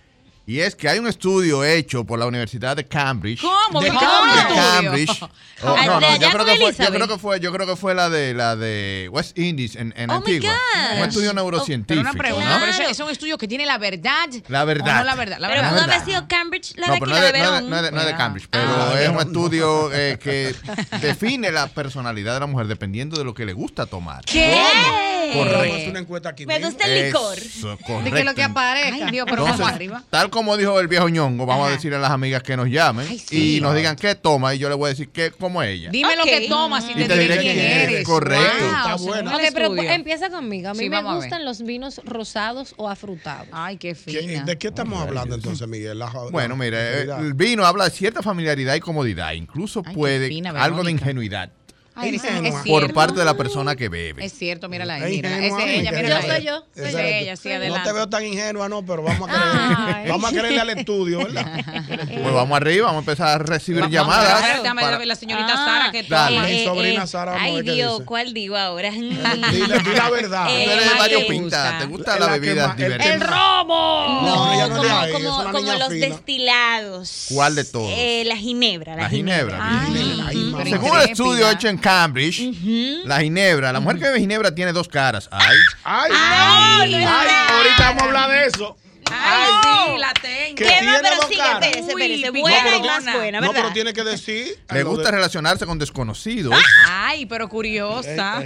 Speaker 13: Y es que hay un estudio hecho por la Universidad de Cambridge.
Speaker 3: ¿Cómo?
Speaker 13: De
Speaker 3: ¿Viste cómo
Speaker 13: Cambridge.
Speaker 3: lo estudio?
Speaker 13: Cambridge. Oh,
Speaker 3: Al
Speaker 13: no,
Speaker 3: de
Speaker 13: no,
Speaker 3: allá
Speaker 13: yo creo
Speaker 3: con
Speaker 13: que fue, yo
Speaker 3: Elizabeth.
Speaker 13: creo que fue, yo creo que fue la de la de West Indies en, en
Speaker 3: Oh, my
Speaker 13: Antigua.
Speaker 3: gosh.
Speaker 13: Un estudio
Speaker 3: Pero
Speaker 13: neurocientífico.
Speaker 3: una pregunta,
Speaker 13: ¿no?
Speaker 3: pero ese- es un estudio que tiene la verdad.
Speaker 13: La verdad.
Speaker 3: o no la verdad. La
Speaker 13: Pero
Speaker 3: verdad.
Speaker 13: pudo haber
Speaker 3: sido Cambridge
Speaker 13: No, pero no es de, no es de- no es de- no es de Cambridge, pero es un estudio eh, que define la personalidad de la mujer dependiendo de lo que le gusta tomar.
Speaker 4: ¿Qué?
Speaker 13: Correcto.
Speaker 4: una encuesta aquí. Eh,
Speaker 13: Me gusta el licor. Eso, correcto.
Speaker 6: De que lo que aparezca.
Speaker 3: Ay, Dios,
Speaker 13: Entonces, tal como dijo el viejo ñongo, vamos a decirle a las amigas que nos llamen y nos digan qué toma y yo le voy a decir qué como ella.
Speaker 3: Dime lo que tomas y,
Speaker 13: y te diré quién eres. Correcto.
Speaker 3: Ah,
Speaker 6: Ok, pero pu- empieza conmigo. A mí
Speaker 3: Sí,
Speaker 6: me
Speaker 3: vamos a ver.
Speaker 6: gustan los vinos rosados o afrutados.
Speaker 3: Ay, qué
Speaker 4: ¿Qué- ¿De qué estamos hablando entonces, Miguel? La jo-
Speaker 13: Bueno,
Speaker 4: la
Speaker 13: mire, eh,
Speaker 4: ingenuidad.
Speaker 13: el vino habla de cierta familiaridad y comodidad, incluso puede
Speaker 3: fina,
Speaker 13: algo de
Speaker 3: Verónica.
Speaker 13: ingenuidad
Speaker 3: Ay, es
Speaker 13: por
Speaker 3: cierto.
Speaker 13: parte de la persona que bebe.
Speaker 3: Es cierto, mírala ahí.
Speaker 13: Ey,
Speaker 3: Mira.
Speaker 13: ingenua,
Speaker 3: Ese es ella,
Speaker 13: mi
Speaker 3: mírala
Speaker 13: querida.
Speaker 3: ahí.
Speaker 13: Soy yo, soy
Speaker 3: Esa
Speaker 13: yo.
Speaker 3: es ella, sí,
Speaker 4: No te
Speaker 3: adelante.
Speaker 4: veo tan ingenua, no, pero vamos a
Speaker 13: Ah.
Speaker 4: querer, vamos a quererle al estudio, ¿verdad?
Speaker 13: Pues vamos arriba, vamos a empezar a recibir
Speaker 4: Vamos,
Speaker 13: llamadas.
Speaker 4: vamos,
Speaker 3: Déjame
Speaker 13: para-
Speaker 3: ver la señorita Sara que
Speaker 13: dale.
Speaker 3: toma.
Speaker 13: Mi sobrina
Speaker 4: Sara, vamos a
Speaker 5: Ay,
Speaker 4: ver qué
Speaker 5: Dios,
Speaker 4: dice.
Speaker 5: ¿cuál digo ahora? Eh,
Speaker 4: Dile, di la verdad.
Speaker 13: Tú eres variopinta, te gusta la
Speaker 4: la que
Speaker 13: bebida
Speaker 4: más- el-
Speaker 13: divertida.
Speaker 4: el
Speaker 5: robo!
Speaker 13: No,
Speaker 5: No,
Speaker 13: ella no es de ahí,
Speaker 5: como,
Speaker 13: es
Speaker 5: como-
Speaker 13: una
Speaker 5: como
Speaker 13: niña
Speaker 5: los
Speaker 13: fina.
Speaker 5: destilados.
Speaker 13: ¿Cuál de todos?
Speaker 5: Eh, la ginebra. La,
Speaker 13: La ginebra. bien. Según el
Speaker 5: intrépida.
Speaker 13: estudio hecho en Cambridge, la ginebra, la mujer que bebe ginebra tiene dos caras. Ay,
Speaker 4: ¡Ay!
Speaker 13: Ay,
Speaker 4: no,
Speaker 13: no,
Speaker 4: ay,
Speaker 13: no.
Speaker 4: ahorita vamos a hablar de eso.
Speaker 3: Ay, sí, la tengo.
Speaker 4: Que tiene dos
Speaker 5: sigue,
Speaker 4: caras.
Speaker 5: espérese, espérese,
Speaker 3: Uy,
Speaker 5: buena
Speaker 3: picona.
Speaker 5: y más buena,
Speaker 4: No,
Speaker 5: ¿verdad?
Speaker 4: pero tiene que decir.
Speaker 13: le gusta relacionarse con desconocidos.
Speaker 3: Ah, Ay, pero curiosa,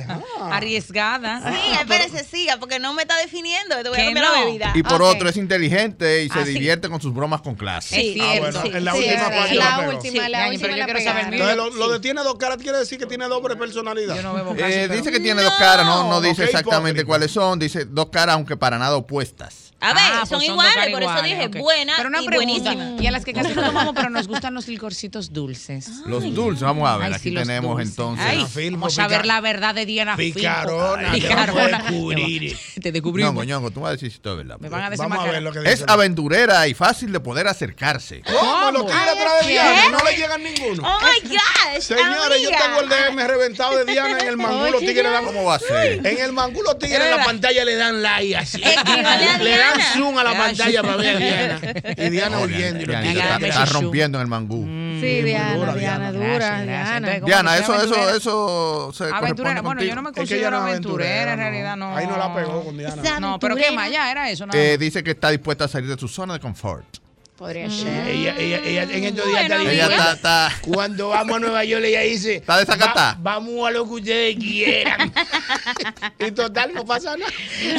Speaker 3: arriesgada.
Speaker 5: Ah.
Speaker 3: Ah.
Speaker 5: Sí, espérese, siga, porque no me está definiendo. Te voy
Speaker 3: Que
Speaker 5: a cambiar
Speaker 3: no.
Speaker 5: la bebida.
Speaker 13: Y por
Speaker 5: Ok.
Speaker 13: otro es inteligente y se
Speaker 5: Ah, sí.
Speaker 13: divierte con sus bromas con clase.
Speaker 5: Es cierto.
Speaker 4: Ah, bueno, en la última parte la pegó.
Speaker 3: la última pero yo la quiero saber pegaron.
Speaker 4: Entonces,
Speaker 3: mío.
Speaker 4: lo, lo de tiene dos caras quiere decir que tiene doble personalidad. Yo
Speaker 3: no bebo
Speaker 13: Eh, dice que tiene dos caras, no, no dice
Speaker 4: Ok, pues,
Speaker 13: exactamente cuáles son, dice dos caras aunque para nada opuestas.
Speaker 5: A ver,
Speaker 3: Ah,
Speaker 5: son,
Speaker 3: pues son dos
Speaker 5: iguales,
Speaker 3: caras
Speaker 5: por eso
Speaker 3: iguales,
Speaker 5: dije
Speaker 3: ok.
Speaker 5: buena
Speaker 3: Pero una
Speaker 5: y
Speaker 3: pregunta,
Speaker 5: buenísima.
Speaker 3: y a las que casi no tomamos, pero nos gustan los licorcitos dulces.
Speaker 13: Los dulces, vamos a ver,
Speaker 3: Ay,
Speaker 13: aquí
Speaker 3: sí, los
Speaker 13: tenemos
Speaker 3: dulces.
Speaker 13: entonces.
Speaker 3: Ay, vamos a ver la verdad de Diana Filpo.
Speaker 13: Picarona,
Speaker 3: Picarona.
Speaker 13: Te descubrimos. Ñongo, Ñongo, tú vas a decir si esto es verdad.
Speaker 3: Me van a desembarcar. Vamos a ver lo que dice
Speaker 13: es aventurera y fácil de poder acercarse.
Speaker 4: ¿Cómo? Lo tira
Speaker 5: Ay,
Speaker 4: atrás de
Speaker 5: ¿qué?
Speaker 4: Diana, no le llegan ninguno.
Speaker 5: Oh my gosh.
Speaker 4: Señores, yo
Speaker 5: amiga.
Speaker 4: tengo el DM reventado de Diana en el mangulo
Speaker 13: Oye,
Speaker 4: tigre. dan-
Speaker 13: ¿Cómo va a ser?
Speaker 4: En el mangulo tigre en la
Speaker 13: Era.
Speaker 4: pantalla le dan like así.
Speaker 13: Escríbale a
Speaker 4: Le dan
Speaker 13: Diana.
Speaker 4: zoom a la
Speaker 13: Ay,
Speaker 4: pantalla
Speaker 13: sí.
Speaker 4: para ver a Diana. Y Diana
Speaker 13: No,
Speaker 4: huyendo. y lo
Speaker 13: Diana,
Speaker 4: tira.
Speaker 13: está, está rompiendo en el mangú.
Speaker 3: Mm,
Speaker 6: Sí, Diana, Diana, dura, Diana.
Speaker 13: Diana, eso, eso, eso se
Speaker 3: Aventurera,
Speaker 13: corresponde
Speaker 3: bueno, yo no me
Speaker 13: contigo.
Speaker 3: considero aventurera, en realidad no. Ahí no la pegó con Diana. No, pero qué más, ya era eso, no.
Speaker 13: Eh, dice que está dispuesta a salir de su zona de confort.
Speaker 3: Podría
Speaker 4: Sí,
Speaker 3: ser.
Speaker 4: Ella, ella, ella en estos días
Speaker 13: Bueno,
Speaker 4: está
Speaker 13: ella
Speaker 4: diciendo,
Speaker 13: está-
Speaker 4: Cuando vamos a Nueva York, ella dice.
Speaker 13: Está desacatada.
Speaker 4: "Va- vamos a lo que ustedes quieran. y total, no pasa nada.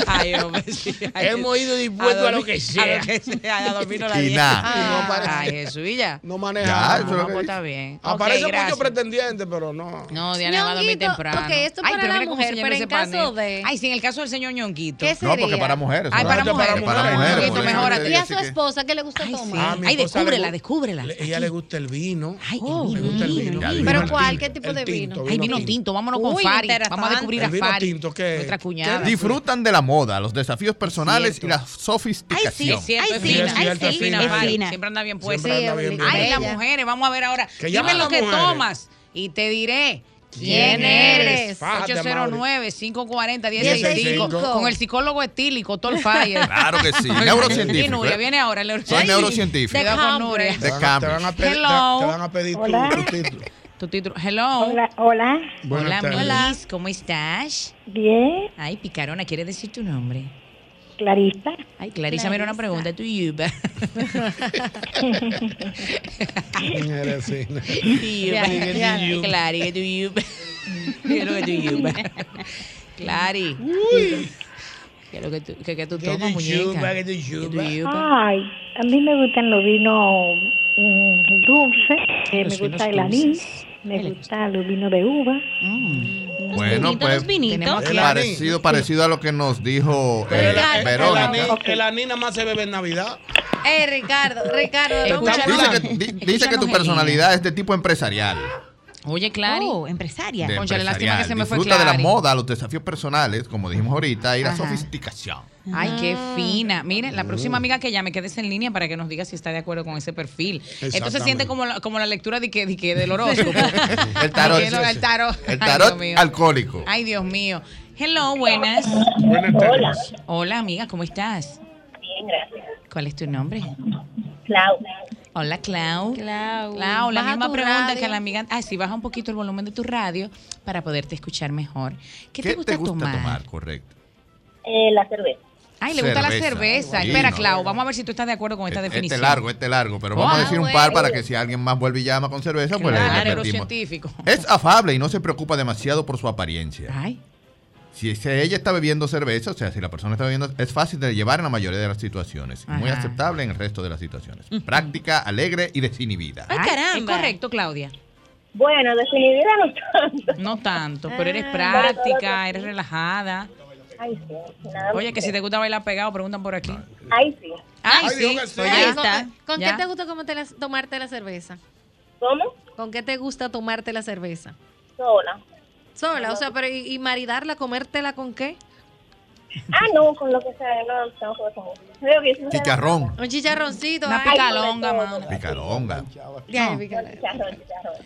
Speaker 3: Ay, hombre, sí, ay,
Speaker 4: Hemos ido dispuestos a, lo que
Speaker 3: dormir-
Speaker 4: sea.
Speaker 3: A lo que sea, a dormir no la
Speaker 13: Y
Speaker 3: diez.
Speaker 13: nada.
Speaker 4: Y no aparece.
Speaker 3: Ah, Ay, Jesús, y ya. pues,
Speaker 4: No
Speaker 13: Ya,
Speaker 4: maneja.
Speaker 13: eso es lo que
Speaker 3: está bien.
Speaker 4: Aparece
Speaker 3: Ok,
Speaker 4: mucho
Speaker 3: gracias.
Speaker 4: pretendiente, pero no.
Speaker 3: No, Diana va a dormir
Speaker 6: Ñonguito,
Speaker 3: temprano.
Speaker 6: ok, esto es
Speaker 3: Ay,
Speaker 6: para
Speaker 3: pero
Speaker 6: la
Speaker 3: mira cómo se
Speaker 6: mujer,
Speaker 3: llama
Speaker 6: pero
Speaker 3: ese
Speaker 6: en caso
Speaker 3: panel. Ay, sí, en el caso del señor Ñonguito.
Speaker 6: ¿Qué Ah,
Speaker 13: No, porque sería? para mujeres,
Speaker 3: Ay, para
Speaker 13: solamente
Speaker 3: mujeres.
Speaker 13: para mujeres.
Speaker 3: Ñonguito,
Speaker 13: Para mujeres,
Speaker 3: mejórate.
Speaker 6: Y a
Speaker 13: así
Speaker 6: su
Speaker 13: que- Ah,
Speaker 6: esposa que le gusta tomar.
Speaker 3: sí.
Speaker 4: A Ah, mi esposa
Speaker 3: Ay,
Speaker 4: le
Speaker 3: descúbrela,
Speaker 4: gu-
Speaker 3: descúbrela.
Speaker 4: le- ella le gusta el vino.
Speaker 3: Ay,
Speaker 4: le gusta el vino.
Speaker 6: ¿Pero cuál? ¿Qué tipo
Speaker 4: El
Speaker 6: de vino?
Speaker 4: tinto,
Speaker 3: Ay, vino tinto. Vámonos con
Speaker 6: Uy,
Speaker 3: Fari.
Speaker 6: interesante.
Speaker 3: Vamos a descubrir a
Speaker 13: El vino
Speaker 3: Fari.
Speaker 13: tinto,
Speaker 4: ¿qué?
Speaker 3: Nuestra cuñada.
Speaker 13: Disfrutan de la moda, los desafíos personales y la sofisticación.
Speaker 3: Es cierto, es fina, es fina, Fari. Siempre anda bien puesta.
Speaker 13: Siempre anda bien
Speaker 3: Ay,
Speaker 13: puesta.
Speaker 3: las mujeres, vamos a ver ahora.
Speaker 13: Que
Speaker 3: Dime
Speaker 13: llamen
Speaker 3: lo
Speaker 13: las
Speaker 3: que
Speaker 13: mujeres.
Speaker 3: tomas y te diré.
Speaker 13: ¿Quién eres? Fájate,
Speaker 3: 809-540-165
Speaker 13: 1065.
Speaker 3: con el psicólogo etílico Tolfire.
Speaker 13: Claro que sí,
Speaker 3: Y
Speaker 13: neurocientífico.
Speaker 3: Nuria
Speaker 13: ¿eh?
Speaker 3: viene ahora. el-
Speaker 13: Soy
Speaker 3: Ay,
Speaker 13: neurocientífico.
Speaker 3: Cuidado con Nuria.
Speaker 13: De
Speaker 4: Te van a
Speaker 13: Cambridge.
Speaker 4: pedir, te, te
Speaker 3: Hello.
Speaker 4: van a pedir tu,
Speaker 3: Hola.
Speaker 4: tu título.
Speaker 3: Tu título. Hello. Hola.
Speaker 8: Hola.
Speaker 4: Buenas
Speaker 3: Hola,
Speaker 4: tardes.
Speaker 3: Miss. ¿Cómo estás?
Speaker 8: Bien.
Speaker 3: Ay, picarona, ¿quieres decir tu nombre?
Speaker 8: Clarisa.
Speaker 3: Ay, Clarisa, mira una pregunta tu Yuba.
Speaker 4: Eres fina.
Speaker 3: Yuba.
Speaker 4: Diga, diga, diga.
Speaker 3: Clari, que tu Yuba. ¿Qué es lo que tu Yuba? Clari. ¿Qué es lo que tú, que, que tú
Speaker 8: Que
Speaker 3: tomas,
Speaker 8: tu
Speaker 3: muñeca?
Speaker 8: yuba,
Speaker 3: ¿Qué tu yuba?
Speaker 8: Ay, a mí me gustan los vinos mm, dulces. eh, me
Speaker 3: Los
Speaker 8: gusta
Speaker 3: vinos
Speaker 8: el anís.
Speaker 3: dulces.
Speaker 8: Me gusta los vinos de uva.
Speaker 13: Bueno, pues
Speaker 8: Tenemos
Speaker 4: que-
Speaker 13: parecido, parecido a lo que nos dijo
Speaker 4: Pero
Speaker 13: eh,
Speaker 4: el, el, el,
Speaker 13: Verónica.
Speaker 4: anís- el anís nada más se bebe en Navidad.
Speaker 6: Eh, Ricardo, Ricardo, no
Speaker 13: Dice que, di- dice que tu personalidad es de tipo empresarial.
Speaker 3: Oye, Clary.
Speaker 5: Oh, empresaria.
Speaker 13: de
Speaker 3: Cónchale, lástima que
Speaker 13: empresarial.
Speaker 3: se me fue
Speaker 13: Disfruta de la
Speaker 3: Clary.
Speaker 13: moda, los desafíos personales, como dijimos ahorita, y la
Speaker 3: Ajá.
Speaker 13: sofisticación.
Speaker 3: Ay, qué fina. Miren, la próxima amiga que llame, quédese en línea para que nos diga si está de acuerdo con ese perfil. Entonces
Speaker 13: Exactamente.
Speaker 3: siente como la, como la lectura de que, de que del horóscopo.
Speaker 13: El tarot.
Speaker 3: Ay, que no, el tarot.
Speaker 13: El
Speaker 3: Ay,
Speaker 13: tarot
Speaker 3: Dios mío.
Speaker 13: alcohólico.
Speaker 3: Ay, Dios mío. Hello, buenas.
Speaker 13: Buenas
Speaker 8: Hola.
Speaker 3: Hola, amiga, ¿cómo estás?
Speaker 8: Bien, gracias.
Speaker 3: ¿Cuál es tu nombre?
Speaker 8: Clau.
Speaker 3: Hola, Clau. Clau. la
Speaker 8: Baja
Speaker 3: misma
Speaker 8: tu
Speaker 3: pregunta
Speaker 8: radio.
Speaker 3: que la amiga. Ah, sí, baja un poquito el volumen de tu radio para poderte escuchar mejor. ¿Qué, te gusta, tomar?
Speaker 13: Correcto.
Speaker 8: Eh, la cerveza.
Speaker 3: Ay, le gusta la
Speaker 13: Cerveza.
Speaker 3: cerveza.
Speaker 13: Ay,
Speaker 3: Espera,
Speaker 13: no.
Speaker 3: Clau, vamos a ver si tú estás de acuerdo con esta
Speaker 13: Este
Speaker 3: definición.
Speaker 13: largo, este largo, pero vamos a
Speaker 3: Wow,
Speaker 13: decir un par
Speaker 3: güey.
Speaker 13: para que si alguien más vuelve y llama con cerveza, pues le
Speaker 3: Claro,
Speaker 13: repetimos.
Speaker 3: científico.
Speaker 13: Es afable y no se preocupa demasiado por su apariencia. Si es- ella está bebiendo cerveza, o sea, si la persona está bebiendo, es fácil de llevar en la mayoría de las situaciones. y Muy
Speaker 3: Ajá.
Speaker 13: aceptable en el resto de las situaciones. Práctica, alegre y desinhibida.
Speaker 3: Ay, caramba. Es correcto, Claudia.
Speaker 8: Bueno, desinhibida no tanto.
Speaker 3: No tanto, pero eres
Speaker 8: Ah.
Speaker 3: práctica, eres relajada.
Speaker 8: Ay, sí. Nada
Speaker 3: Oye, que si te gusta bailar pegado, preguntan por aquí.
Speaker 8: Ay, sí.
Speaker 3: Ay,
Speaker 6: Ay,
Speaker 3: sí.
Speaker 6: digo que sí.
Speaker 3: Ahí
Speaker 6: ¿Con,
Speaker 3: está.
Speaker 6: con
Speaker 3: Ya.
Speaker 6: qué te gusta como te la- tomarte la cerveza?
Speaker 8: ¿Cómo?
Speaker 6: ¿Con qué te gusta tomarte la cerveza?
Speaker 8: Sola.
Speaker 6: Sola, o sea, pero ¿y, y maridarla, comértela con qué?
Speaker 8: Ah, no, con lo que sea, no, no, no, no. Creo que sí.
Speaker 13: Chicharrón.
Speaker 6: Un chicharroncito.
Speaker 3: Una
Speaker 6: ay.
Speaker 3: picalonga, mano.
Speaker 13: Picaronga.
Speaker 6: Ya,
Speaker 3: No.
Speaker 6: picalonga.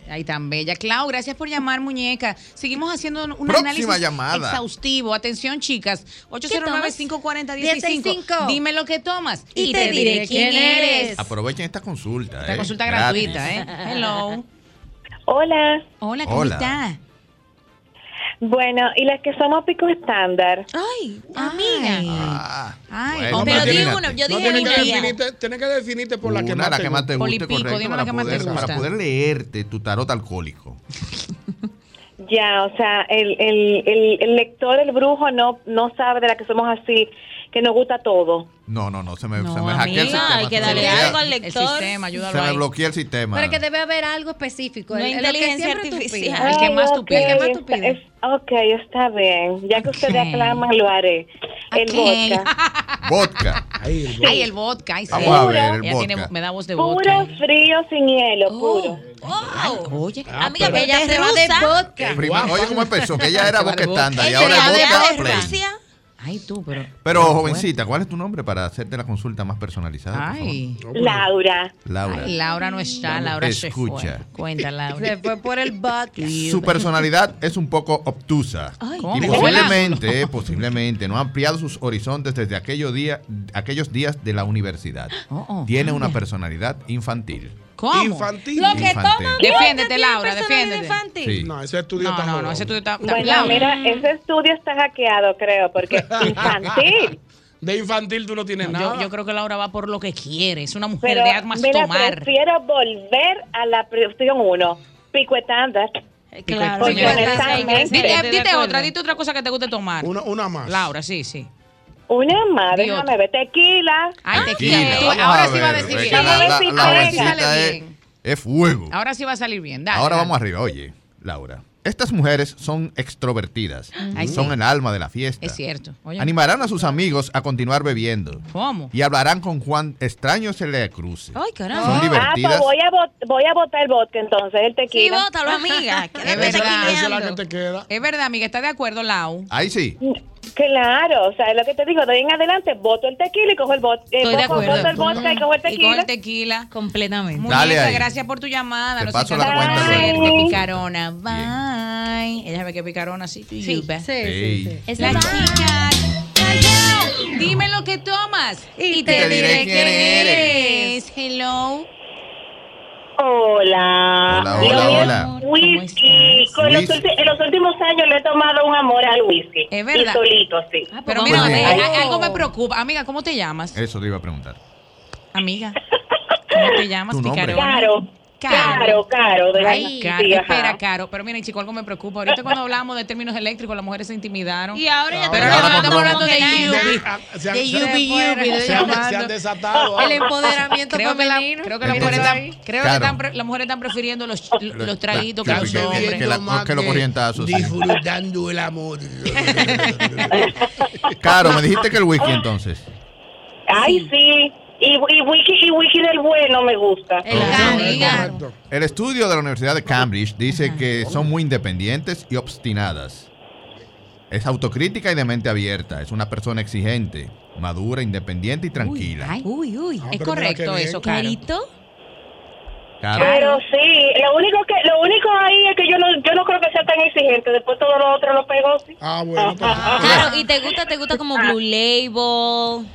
Speaker 3: Ay, tan bella. Clau, gracias por llamar, muñeca. Seguimos haciendo un
Speaker 13: Próxima
Speaker 3: análisis
Speaker 13: llamada.
Speaker 3: exhaustivo. Atención, chicas.
Speaker 6: ¿Qué
Speaker 3: 809-540-165.
Speaker 6: tomas?
Speaker 3: Dime lo que tomas
Speaker 6: Y te diré quién eres.
Speaker 13: Aprovechen esta consulta.
Speaker 3: Esta
Speaker 13: eh,
Speaker 3: consulta
Speaker 13: gratis.
Speaker 3: gratuita, ¿eh? Hello.
Speaker 8: Hola.
Speaker 3: Hola, ¿cómo
Speaker 13: Hola.
Speaker 3: estás?
Speaker 8: Bueno, y las que somos pico estándar.
Speaker 6: Ay,
Speaker 13: Ah,
Speaker 3: Ay,
Speaker 13: bueno,
Speaker 3: pero di
Speaker 13: imagínate.
Speaker 3: uno, yo
Speaker 4: No,
Speaker 3: dije
Speaker 4: tienes, que
Speaker 3: una.
Speaker 4: definirte, tienes que definirte por la que
Speaker 13: Una,
Speaker 4: más
Speaker 13: la
Speaker 4: te
Speaker 13: que más te
Speaker 4: gusta.
Speaker 13: guste,
Speaker 3: Polipico,
Speaker 13: correcto,
Speaker 3: dime la
Speaker 13: para,
Speaker 3: que más te
Speaker 13: poder,
Speaker 3: gusta.
Speaker 13: para poder leerte tu tarot alcohólico.
Speaker 8: Ya, o sea, el, el, el, el lector, el brujo, no, no sabe de la que somos así, que nos gusta todo.
Speaker 13: No, no, no, se me,
Speaker 8: No,
Speaker 13: se me hackea Pues
Speaker 8: amiga,
Speaker 13: el sistema.
Speaker 8: hay que
Speaker 13: se me
Speaker 8: darle
Speaker 13: bloquea-
Speaker 8: algo al
Speaker 6: lector. El sistema,
Speaker 13: Se
Speaker 6: ayúdalo
Speaker 13: me
Speaker 6: ahí.
Speaker 13: bloquea el sistema.
Speaker 6: Pero que debe haber algo específico.
Speaker 8: No
Speaker 6: el- el-
Speaker 8: inteligencia
Speaker 6: lo que siempre tú pides.
Speaker 8: Ay, Ah, ok, está- es- ok, está bien. Ya que ustedes aclaman, lo haré. El
Speaker 3: Ok.
Speaker 8: vodka.
Speaker 13: Vodka.
Speaker 3: Ay, el vodka. Ay, sí.
Speaker 13: Vamos a ver, el
Speaker 3: Ella tiene-
Speaker 13: vodka.
Speaker 3: me da voz Oh, de vodka.
Speaker 8: Puro frío sin hielo, puro.
Speaker 3: Oye,
Speaker 13: ah,
Speaker 8: amiga,
Speaker 6: que ella se va de vodka.
Speaker 13: Prima- oye, cómo empezó, que ella era boca estándar y
Speaker 6: Ella
Speaker 13: ahora es
Speaker 6: era de
Speaker 13: boca
Speaker 6: vodka.
Speaker 13: plain.
Speaker 3: Ay, tú, pero.
Speaker 13: Pero, jovencita, ¿cuál es tu nombre para hacerte la consulta más personalizada? por
Speaker 3: Ay.
Speaker 13: favor?
Speaker 8: Laura.
Speaker 13: Laura.
Speaker 3: Ay, Laura no está,
Speaker 13: Vamos,
Speaker 3: Laura se
Speaker 13: escucha.
Speaker 3: fue. Cuenta, Laura.
Speaker 6: Se fue por el vodka.
Speaker 13: Su personalidad es un poco obtusa.
Speaker 6: Ay,
Speaker 13: y
Speaker 6: ¿cómo?
Speaker 13: posiblemente, posiblemente, no ha ampliado sus horizontes desde aquello día, aquellos días de la universidad. Tiene una personalidad infantil.
Speaker 3: ¿Cómo?
Speaker 4: Infantil.
Speaker 3: Lo que
Speaker 13: Infantil.
Speaker 3: toma Defiéndete, Laura, defiéndete.
Speaker 13: Sí.
Speaker 4: No, ese estudio
Speaker 3: No,
Speaker 4: está
Speaker 3: no, no,
Speaker 4: jodón.
Speaker 3: ese estudio está.
Speaker 8: Bueno,
Speaker 3: Laura.
Speaker 8: mira, ese
Speaker 3: Mm.
Speaker 8: estudio está hackeado, creo, porque infantil.
Speaker 4: De infantil tú no tienes
Speaker 3: No,
Speaker 4: nada.
Speaker 3: yo, yo creo que Laura va por lo que quiere. Es una mujer
Speaker 8: Pero,
Speaker 3: de armas
Speaker 8: mira,
Speaker 3: tomar.
Speaker 8: prefiero volver a la opción uno. Pico estándar.
Speaker 3: Claro,
Speaker 8: Porque
Speaker 3: señora.
Speaker 8: honestamente-
Speaker 3: Dite, dite otra, dite otra cosa que te guste tomar. Una,
Speaker 4: más.
Speaker 3: Laura, sí, sí.
Speaker 8: Una más,
Speaker 3: Di
Speaker 8: déjame ver. Tequila.
Speaker 3: Ay,
Speaker 13: Tequila,
Speaker 3: tequila.
Speaker 13: vamos
Speaker 3: Ahora
Speaker 13: a
Speaker 3: sí va a
Speaker 13: ver,
Speaker 3: decir
Speaker 13: es que
Speaker 3: bien.
Speaker 13: la- la-
Speaker 8: Vamos a ver si
Speaker 13: la
Speaker 8: sale
Speaker 13: jovencita
Speaker 3: bien.
Speaker 13: es, es fuego.
Speaker 3: Ahora sí va a salir bien. Dale,
Speaker 13: Ahora
Speaker 3: dale.
Speaker 13: vamos arriba. Oye, Laura, Estas mujeres son extrovertidas,
Speaker 3: Mm. Ay,
Speaker 13: son
Speaker 3: sí.
Speaker 13: el alma de la fiesta.
Speaker 3: Es cierto. Oye,
Speaker 13: Animarán a sus amigos a continuar bebiendo
Speaker 3: ¿Cómo?
Speaker 13: y hablarán con Juan extraño se le cruce.
Speaker 5: Ay, caramba.
Speaker 13: Son divertidas.
Speaker 8: Ah, pues voy a, vot- voy a botar el vodka entonces, el tequila.
Speaker 3: Sí, bótalo, amiga. Quédate Es verdad. tequileando. Esa es la que te
Speaker 4: queda.
Speaker 3: Es verdad, amiga, ¿estás de acuerdo, Lau?
Speaker 13: Ahí sí.
Speaker 8: Claro, o sea, es lo que te digo, de ahí en adelante, boto el tequila y cojo el vodka.
Speaker 3: Estoy de acuerdo.
Speaker 8: Boto el vodka y cojo el
Speaker 3: Y con
Speaker 8: tequila.
Speaker 3: el tequila.
Speaker 5: Completamente.
Speaker 3: Muñeca,
Speaker 13: Dale ahí.
Speaker 3: gracias por tu llamada.
Speaker 13: Te
Speaker 3: No sé
Speaker 13: paso
Speaker 3: qué
Speaker 13: la
Speaker 3: tal.
Speaker 13: cuenta
Speaker 3: Ay,
Speaker 13: luego.
Speaker 3: qué picarona. Bye. Ella sabe que picarona sí. Sí, sí,
Speaker 13: sí, sí.
Speaker 3: Es la chica. Callao. Dime lo que tomas y, te, diré quién eres. Hello.
Speaker 8: Hola.
Speaker 13: Hola,
Speaker 8: Dios
Speaker 13: hola,
Speaker 8: mío,
Speaker 13: hola.
Speaker 8: Whisky. Con los
Speaker 13: Whisky.
Speaker 8: ulti- en los últimos años le he tomado un amor al whisky.
Speaker 3: Es verdad.
Speaker 8: Y solito, sí.
Speaker 3: Pero
Speaker 13: Pues
Speaker 3: mira,
Speaker 13: bien.
Speaker 3: eh, a- algo me preocupa. Amiga, ¿cómo te llamas?
Speaker 13: Eso te iba a preguntar.
Speaker 3: Amiga. ¿Cómo te llamas,
Speaker 13: Tu nombre.
Speaker 3: picarona?
Speaker 8: Caro. Caro, Caro, de la-
Speaker 3: Ay, Caro,
Speaker 8: sí, ajá.
Speaker 3: espera, Caro. Pero miren, chico, algo me preocupa. Ahorita cuando hablamos de términos eléctricos, las mujeres se intimidaron.
Speaker 5: Y ahora ya
Speaker 3: Pero
Speaker 5: estamos
Speaker 3: ahora estamos
Speaker 5: hablando
Speaker 3: hablando de
Speaker 5: como que
Speaker 3: Yubi.
Speaker 5: nada.
Speaker 4: Se han-
Speaker 3: De
Speaker 4: se han-
Speaker 3: Yubi, Yubi, de
Speaker 4: se han-
Speaker 3: llamando.
Speaker 4: se han desatado.
Speaker 6: El empoderamiento
Speaker 3: creo que la-
Speaker 6: femenino.
Speaker 3: creo que las
Speaker 13: Entonces,
Speaker 3: mujeres están, creo que
Speaker 13: Caro.
Speaker 3: están pre- las mujeres están prefiriendo los, los, traguitos que
Speaker 13: Claro,
Speaker 3: los
Speaker 13: que- que-
Speaker 3: hombres.
Speaker 13: que la- que los corrientazos, sí.
Speaker 4: Disfrutando el amor.
Speaker 13: Caro, me dijiste que el whisky entonces.
Speaker 8: Ay, sí. Y, y whisky y whisky del bueno me gusta.
Speaker 13: El estudio de la Universidad de Cambridge dice que son muy independientes y obstinadas. Es autocrítica y de mente abierta. Es una persona exigente, madura, independiente y tranquila.
Speaker 5: Uy, uy.
Speaker 3: es correcto eso, Caro.
Speaker 13: Claro.
Speaker 8: Pero sí, lo único que lo único ahí es que yo no yo no creo que sea tan exigente, después todo lo otro lo pegó. sí.
Speaker 4: Ah, bueno.
Speaker 13: pues,
Speaker 5: Claro, y te gusta, te gusta como Blue Label,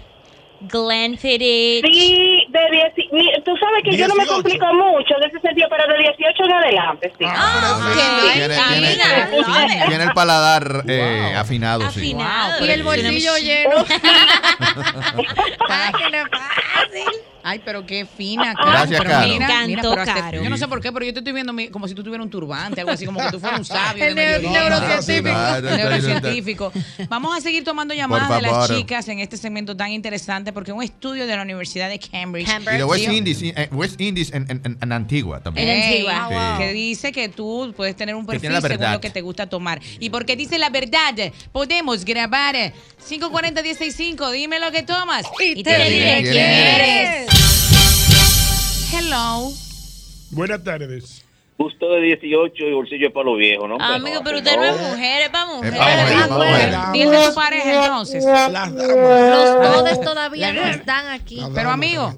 Speaker 5: Glenfiddich.
Speaker 8: Sí, de dieci- mi- tú sabes que yo no me
Speaker 5: 18.
Speaker 8: complico mucho en ese sentido, pero de 18 en adelante, sí.
Speaker 13: Tiene, tiene- tiene el paladar eh, afinado,
Speaker 6: Y
Speaker 13: sí.
Speaker 6: el bolsillo lleno.
Speaker 3: Ay, pero qué fina, Caro.
Speaker 13: Gracias,
Speaker 3: pero
Speaker 13: Caro.
Speaker 3: Mira,
Speaker 13: Me
Speaker 3: mira,
Speaker 13: encantó,
Speaker 3: pero hasta-
Speaker 13: Caro.
Speaker 3: Yo no sé por qué, pero yo te estoy viendo mi- como si tú tuvieras un turbante, algo así, como que tú fueras un sabio.
Speaker 6: El
Speaker 3: de Medio
Speaker 6: neu-
Speaker 3: Oriente.
Speaker 6: neurocientífico.
Speaker 13: Ah,
Speaker 3: El neurocientífico. Vamos a seguir tomando llamadas de las
Speaker 13: favor.
Speaker 3: chicas en este segmento tan interesante porque un estudio de la Universidad de Cambridge.
Speaker 13: Y de West
Speaker 3: dio-
Speaker 13: Indies, eh, West Indies en, en- en- en Antigua Ah, también.
Speaker 3: Ey,
Speaker 13: Sí.
Speaker 3: Que dice que tú puedes tener un
Speaker 13: Que
Speaker 3: perfil
Speaker 13: tiene la
Speaker 3: según
Speaker 13: verdad.
Speaker 3: lo que te gusta tomar. Y porque dice la verdad, podemos grabar eh, 540-165. Dime lo que tomas y, te, diré quién eres. Hello.
Speaker 4: Buenas tardes.
Speaker 10: pues,
Speaker 2: Justo de 18 y bolsillo es para los viejos, ¿no?
Speaker 5: Amigo, pero usted no es mujer, es para mujer.
Speaker 3: Dile a tu pareja entonces.
Speaker 4: Las
Speaker 6: Los bodes todavía no están aquí.
Speaker 3: Pero amigo.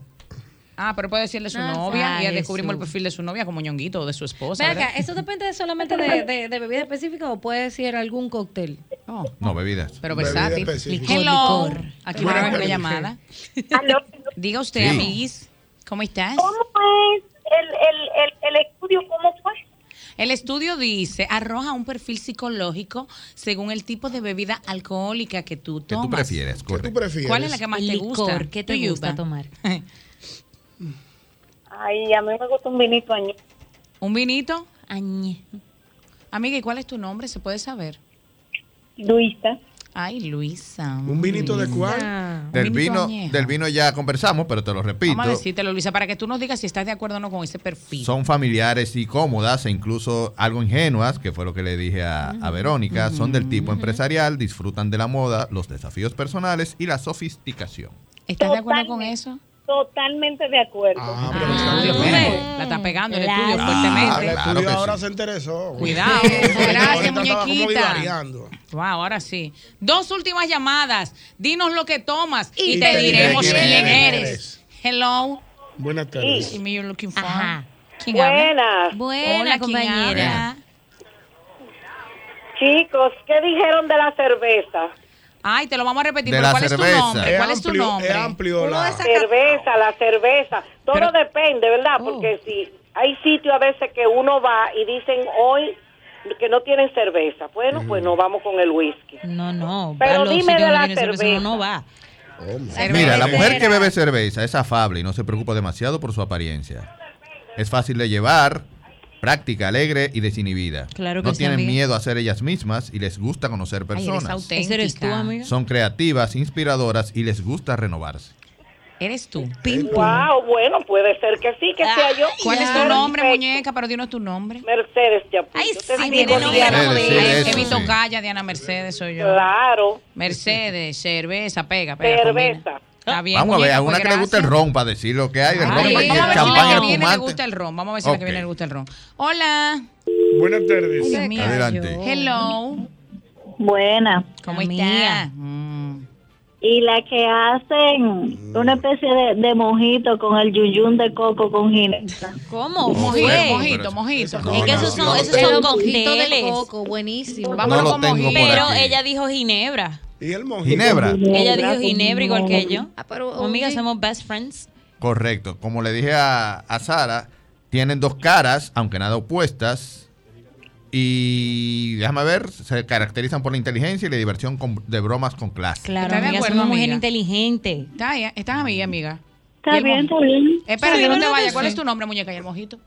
Speaker 3: Ah, pero puede decirle su
Speaker 6: Ah,
Speaker 3: novia y ya
Speaker 6: sabe
Speaker 3: descubrimos
Speaker 6: su-
Speaker 3: el perfil de su novia como ñonguito o de su esposa.
Speaker 6: Ve acá,
Speaker 3: ¿verdad?
Speaker 6: ¿eso depende solamente de, de, de bebida específica o puede ser algún cóctel?
Speaker 3: Oh,
Speaker 13: No, bebidas.
Speaker 3: Pero
Speaker 13: Bebida
Speaker 3: versátil.
Speaker 13: específica.
Speaker 3: Hello.
Speaker 6: Licor.
Speaker 3: Aquí va
Speaker 13: Buenas
Speaker 3: una
Speaker 13: tardes.
Speaker 3: llamada. Diga usted,
Speaker 13: Sí.
Speaker 3: amiguis, ¿cómo estás?
Speaker 8: ¿Cómo es el, el, el, el estudio? ¿Cómo fue?
Speaker 3: El estudio dice, arroja un perfil psicológico según el tipo de bebida alcohólica que tú
Speaker 13: Que Eh, tú
Speaker 3: tomas.
Speaker 13: prefieres, correcto.
Speaker 4: prefieres?
Speaker 3: ¿Cuál es la que más te gusta?
Speaker 5: Licor, ¿qué te
Speaker 3: Tú,
Speaker 5: gusta
Speaker 3: Yuba.
Speaker 5: tomar?
Speaker 8: Ay, a mí me gusta un vinito añejo.
Speaker 3: ¿Un vinito? Amiga, ¿y cuál es tu nombre? ¿Se puede saber?
Speaker 8: Luisa.
Speaker 3: Ay, Luisa.
Speaker 13: ¿Un vinito de cuál?
Speaker 3: Luisa. Un
Speaker 13: Del
Speaker 3: vinito
Speaker 13: vino,
Speaker 3: añejo.
Speaker 13: del vino ya conversamos, pero te lo repito.
Speaker 3: Vamos a decírtelo, Luisa, para que tú nos digas si estás de acuerdo o no con ese perfil.
Speaker 13: Son familiares y cómodas e incluso algo ingenuas, que fue lo que le dije a, a Verónica. Son del tipo empresarial, disfrutan de la moda, los desafíos personales y la sofisticación.
Speaker 3: ¿Estás de acuerdo con eso? Ah,
Speaker 8: Totalmente de acuerdo.
Speaker 4: Ah,
Speaker 3: La está pegando el estudio
Speaker 13: Ah,
Speaker 3: fuertemente.
Speaker 4: El estudio ahora se interesó.
Speaker 3: Cuidado.
Speaker 4: Ahorita
Speaker 3: Gracias,
Speaker 4: estaba como
Speaker 3: muñequita.
Speaker 4: divariando.
Speaker 3: Wow, ahora sí. Dos últimas llamadas. Dinos lo que tomas y,
Speaker 4: Y
Speaker 3: te,
Speaker 4: te diré
Speaker 3: diremos
Speaker 4: quién
Speaker 3: quién
Speaker 4: eres.
Speaker 3: eres. Hello.
Speaker 4: Buenas tardes.
Speaker 3: Give me your looking for. ¿Quién habla?
Speaker 8: Buenas.
Speaker 3: Hola, compañera.
Speaker 8: Chicos, ¿qué dijeron de la cerveza?
Speaker 3: Ay, te lo vamos a repetir,
Speaker 13: De
Speaker 3: pero
Speaker 13: la
Speaker 3: ¿cuál es
Speaker 13: cerveza.
Speaker 3: tu nombre?
Speaker 13: Es
Speaker 3: ¿Cuál es tu
Speaker 13: amplio,
Speaker 3: nombre?
Speaker 13: es amplio Uno la- de esas-
Speaker 8: cerveza, la cerveza. Todo depende, ¿verdad?
Speaker 20: Oh.
Speaker 8: Porque si hay sitios a veces que uno va y dicen hoy que no tienen cerveza. Bueno, pues nos vamos con el whisky.
Speaker 5: No, no.
Speaker 8: Pero
Speaker 5: a los
Speaker 8: dime
Speaker 5: sitios
Speaker 8: de
Speaker 5: donde
Speaker 8: la
Speaker 5: tienen
Speaker 8: cerveza.
Speaker 5: No, no va.
Speaker 13: Mira, la mujer que bebe cerveza es afable y no se preocupa demasiado por su apariencia. Es fácil de llevar, práctica, alegre y desinhibida.
Speaker 5: Claro que
Speaker 13: no
Speaker 5: sí,
Speaker 13: tienen
Speaker 5: amiga.
Speaker 13: miedo a ser ellas mismas y les gusta conocer
Speaker 3: Ay, eres
Speaker 13: personas.
Speaker 3: auténtica.
Speaker 5: Ese eres tú, amiga.
Speaker 13: Son creativas, inspiradoras y les gusta renovarse.
Speaker 3: ¿Eres tú? Ah,
Speaker 8: Wow, bueno, puede ser que sí, que sea yo.
Speaker 3: ¿Cuál es tu
Speaker 8: Perfecto.
Speaker 3: nombre, muñeca? Pero dinos tu nombre.
Speaker 8: Mercedes Chapito.
Speaker 3: Ay,
Speaker 8: Te
Speaker 3: sí,
Speaker 8: digo,
Speaker 3: tiene nombre de
Speaker 8: Diana
Speaker 3: novela.
Speaker 8: Mercedes.
Speaker 3: He visto calla, Diana Mercedes, soy yo.
Speaker 8: Claro.
Speaker 3: Mercedes, cerveza, pega, pega.
Speaker 8: Cerveza.
Speaker 3: combina. Está bien.
Speaker 13: Vamos a ver,
Speaker 3: muñeca,
Speaker 13: a una
Speaker 3: pues,
Speaker 13: que le gusta el
Speaker 3: gracias.
Speaker 13: ron para decir lo que hay
Speaker 3: Ay,
Speaker 13: del ron.
Speaker 3: vamos a ver si la
Speaker 13: champán
Speaker 3: que
Speaker 13: el
Speaker 3: viene le
Speaker 13: fumante.
Speaker 3: gusta el ron. Vamos a ver si la que
Speaker 13: Ok.
Speaker 3: viene le gusta el ron. Hola.
Speaker 4: Buenas tardes.
Speaker 3: Dios mío.
Speaker 13: Adelante.
Speaker 3: Hello.
Speaker 20: Buena. Mm.
Speaker 3: ¿Cómo está?
Speaker 20: Y la que
Speaker 3: Mm.
Speaker 20: hacen una especie de, de mojito con el yuyún de coco con ginebra.
Speaker 5: ¿Cómo?
Speaker 3: Mojito,
Speaker 5: fue?
Speaker 3: mojito, mojito.
Speaker 5: Es que esos son, esos son cócteles.
Speaker 6: buenísimo.
Speaker 13: Vámonos lo con tengo mojito. por
Speaker 5: Pero
Speaker 13: aquí.
Speaker 5: ella dijo Ginebra.
Speaker 4: ¿Y el monje?
Speaker 13: Ginebra.
Speaker 5: Ella dijo Ginebra igual que yo.
Speaker 3: Ah,
Speaker 6: pero,
Speaker 5: Amigas, somos best friends.
Speaker 13: Correcto. Como le dije a, a Sara, tienen dos caras, aunque nada opuestas. Y déjame ver, se caracterizan por la inteligencia y la diversión con- de bromas con clase.
Speaker 5: Claro,
Speaker 3: ¿Estás de
Speaker 5: amiga,
Speaker 3: acuerdo,
Speaker 5: somos mujer
Speaker 3: amiga?
Speaker 5: inteligente.
Speaker 3: Está bien, estás a mí, amiga.
Speaker 20: Está
Speaker 3: Y el
Speaker 20: bien,
Speaker 3: mojito.
Speaker 20: está bien.
Speaker 3: Espérate,
Speaker 20: Sí,
Speaker 3: Eh, no te
Speaker 20: claro que
Speaker 5: pues
Speaker 3: vayas. ¿Cuál
Speaker 20: sí.
Speaker 3: es tu nombre, muñeca? ¿Y el mojito?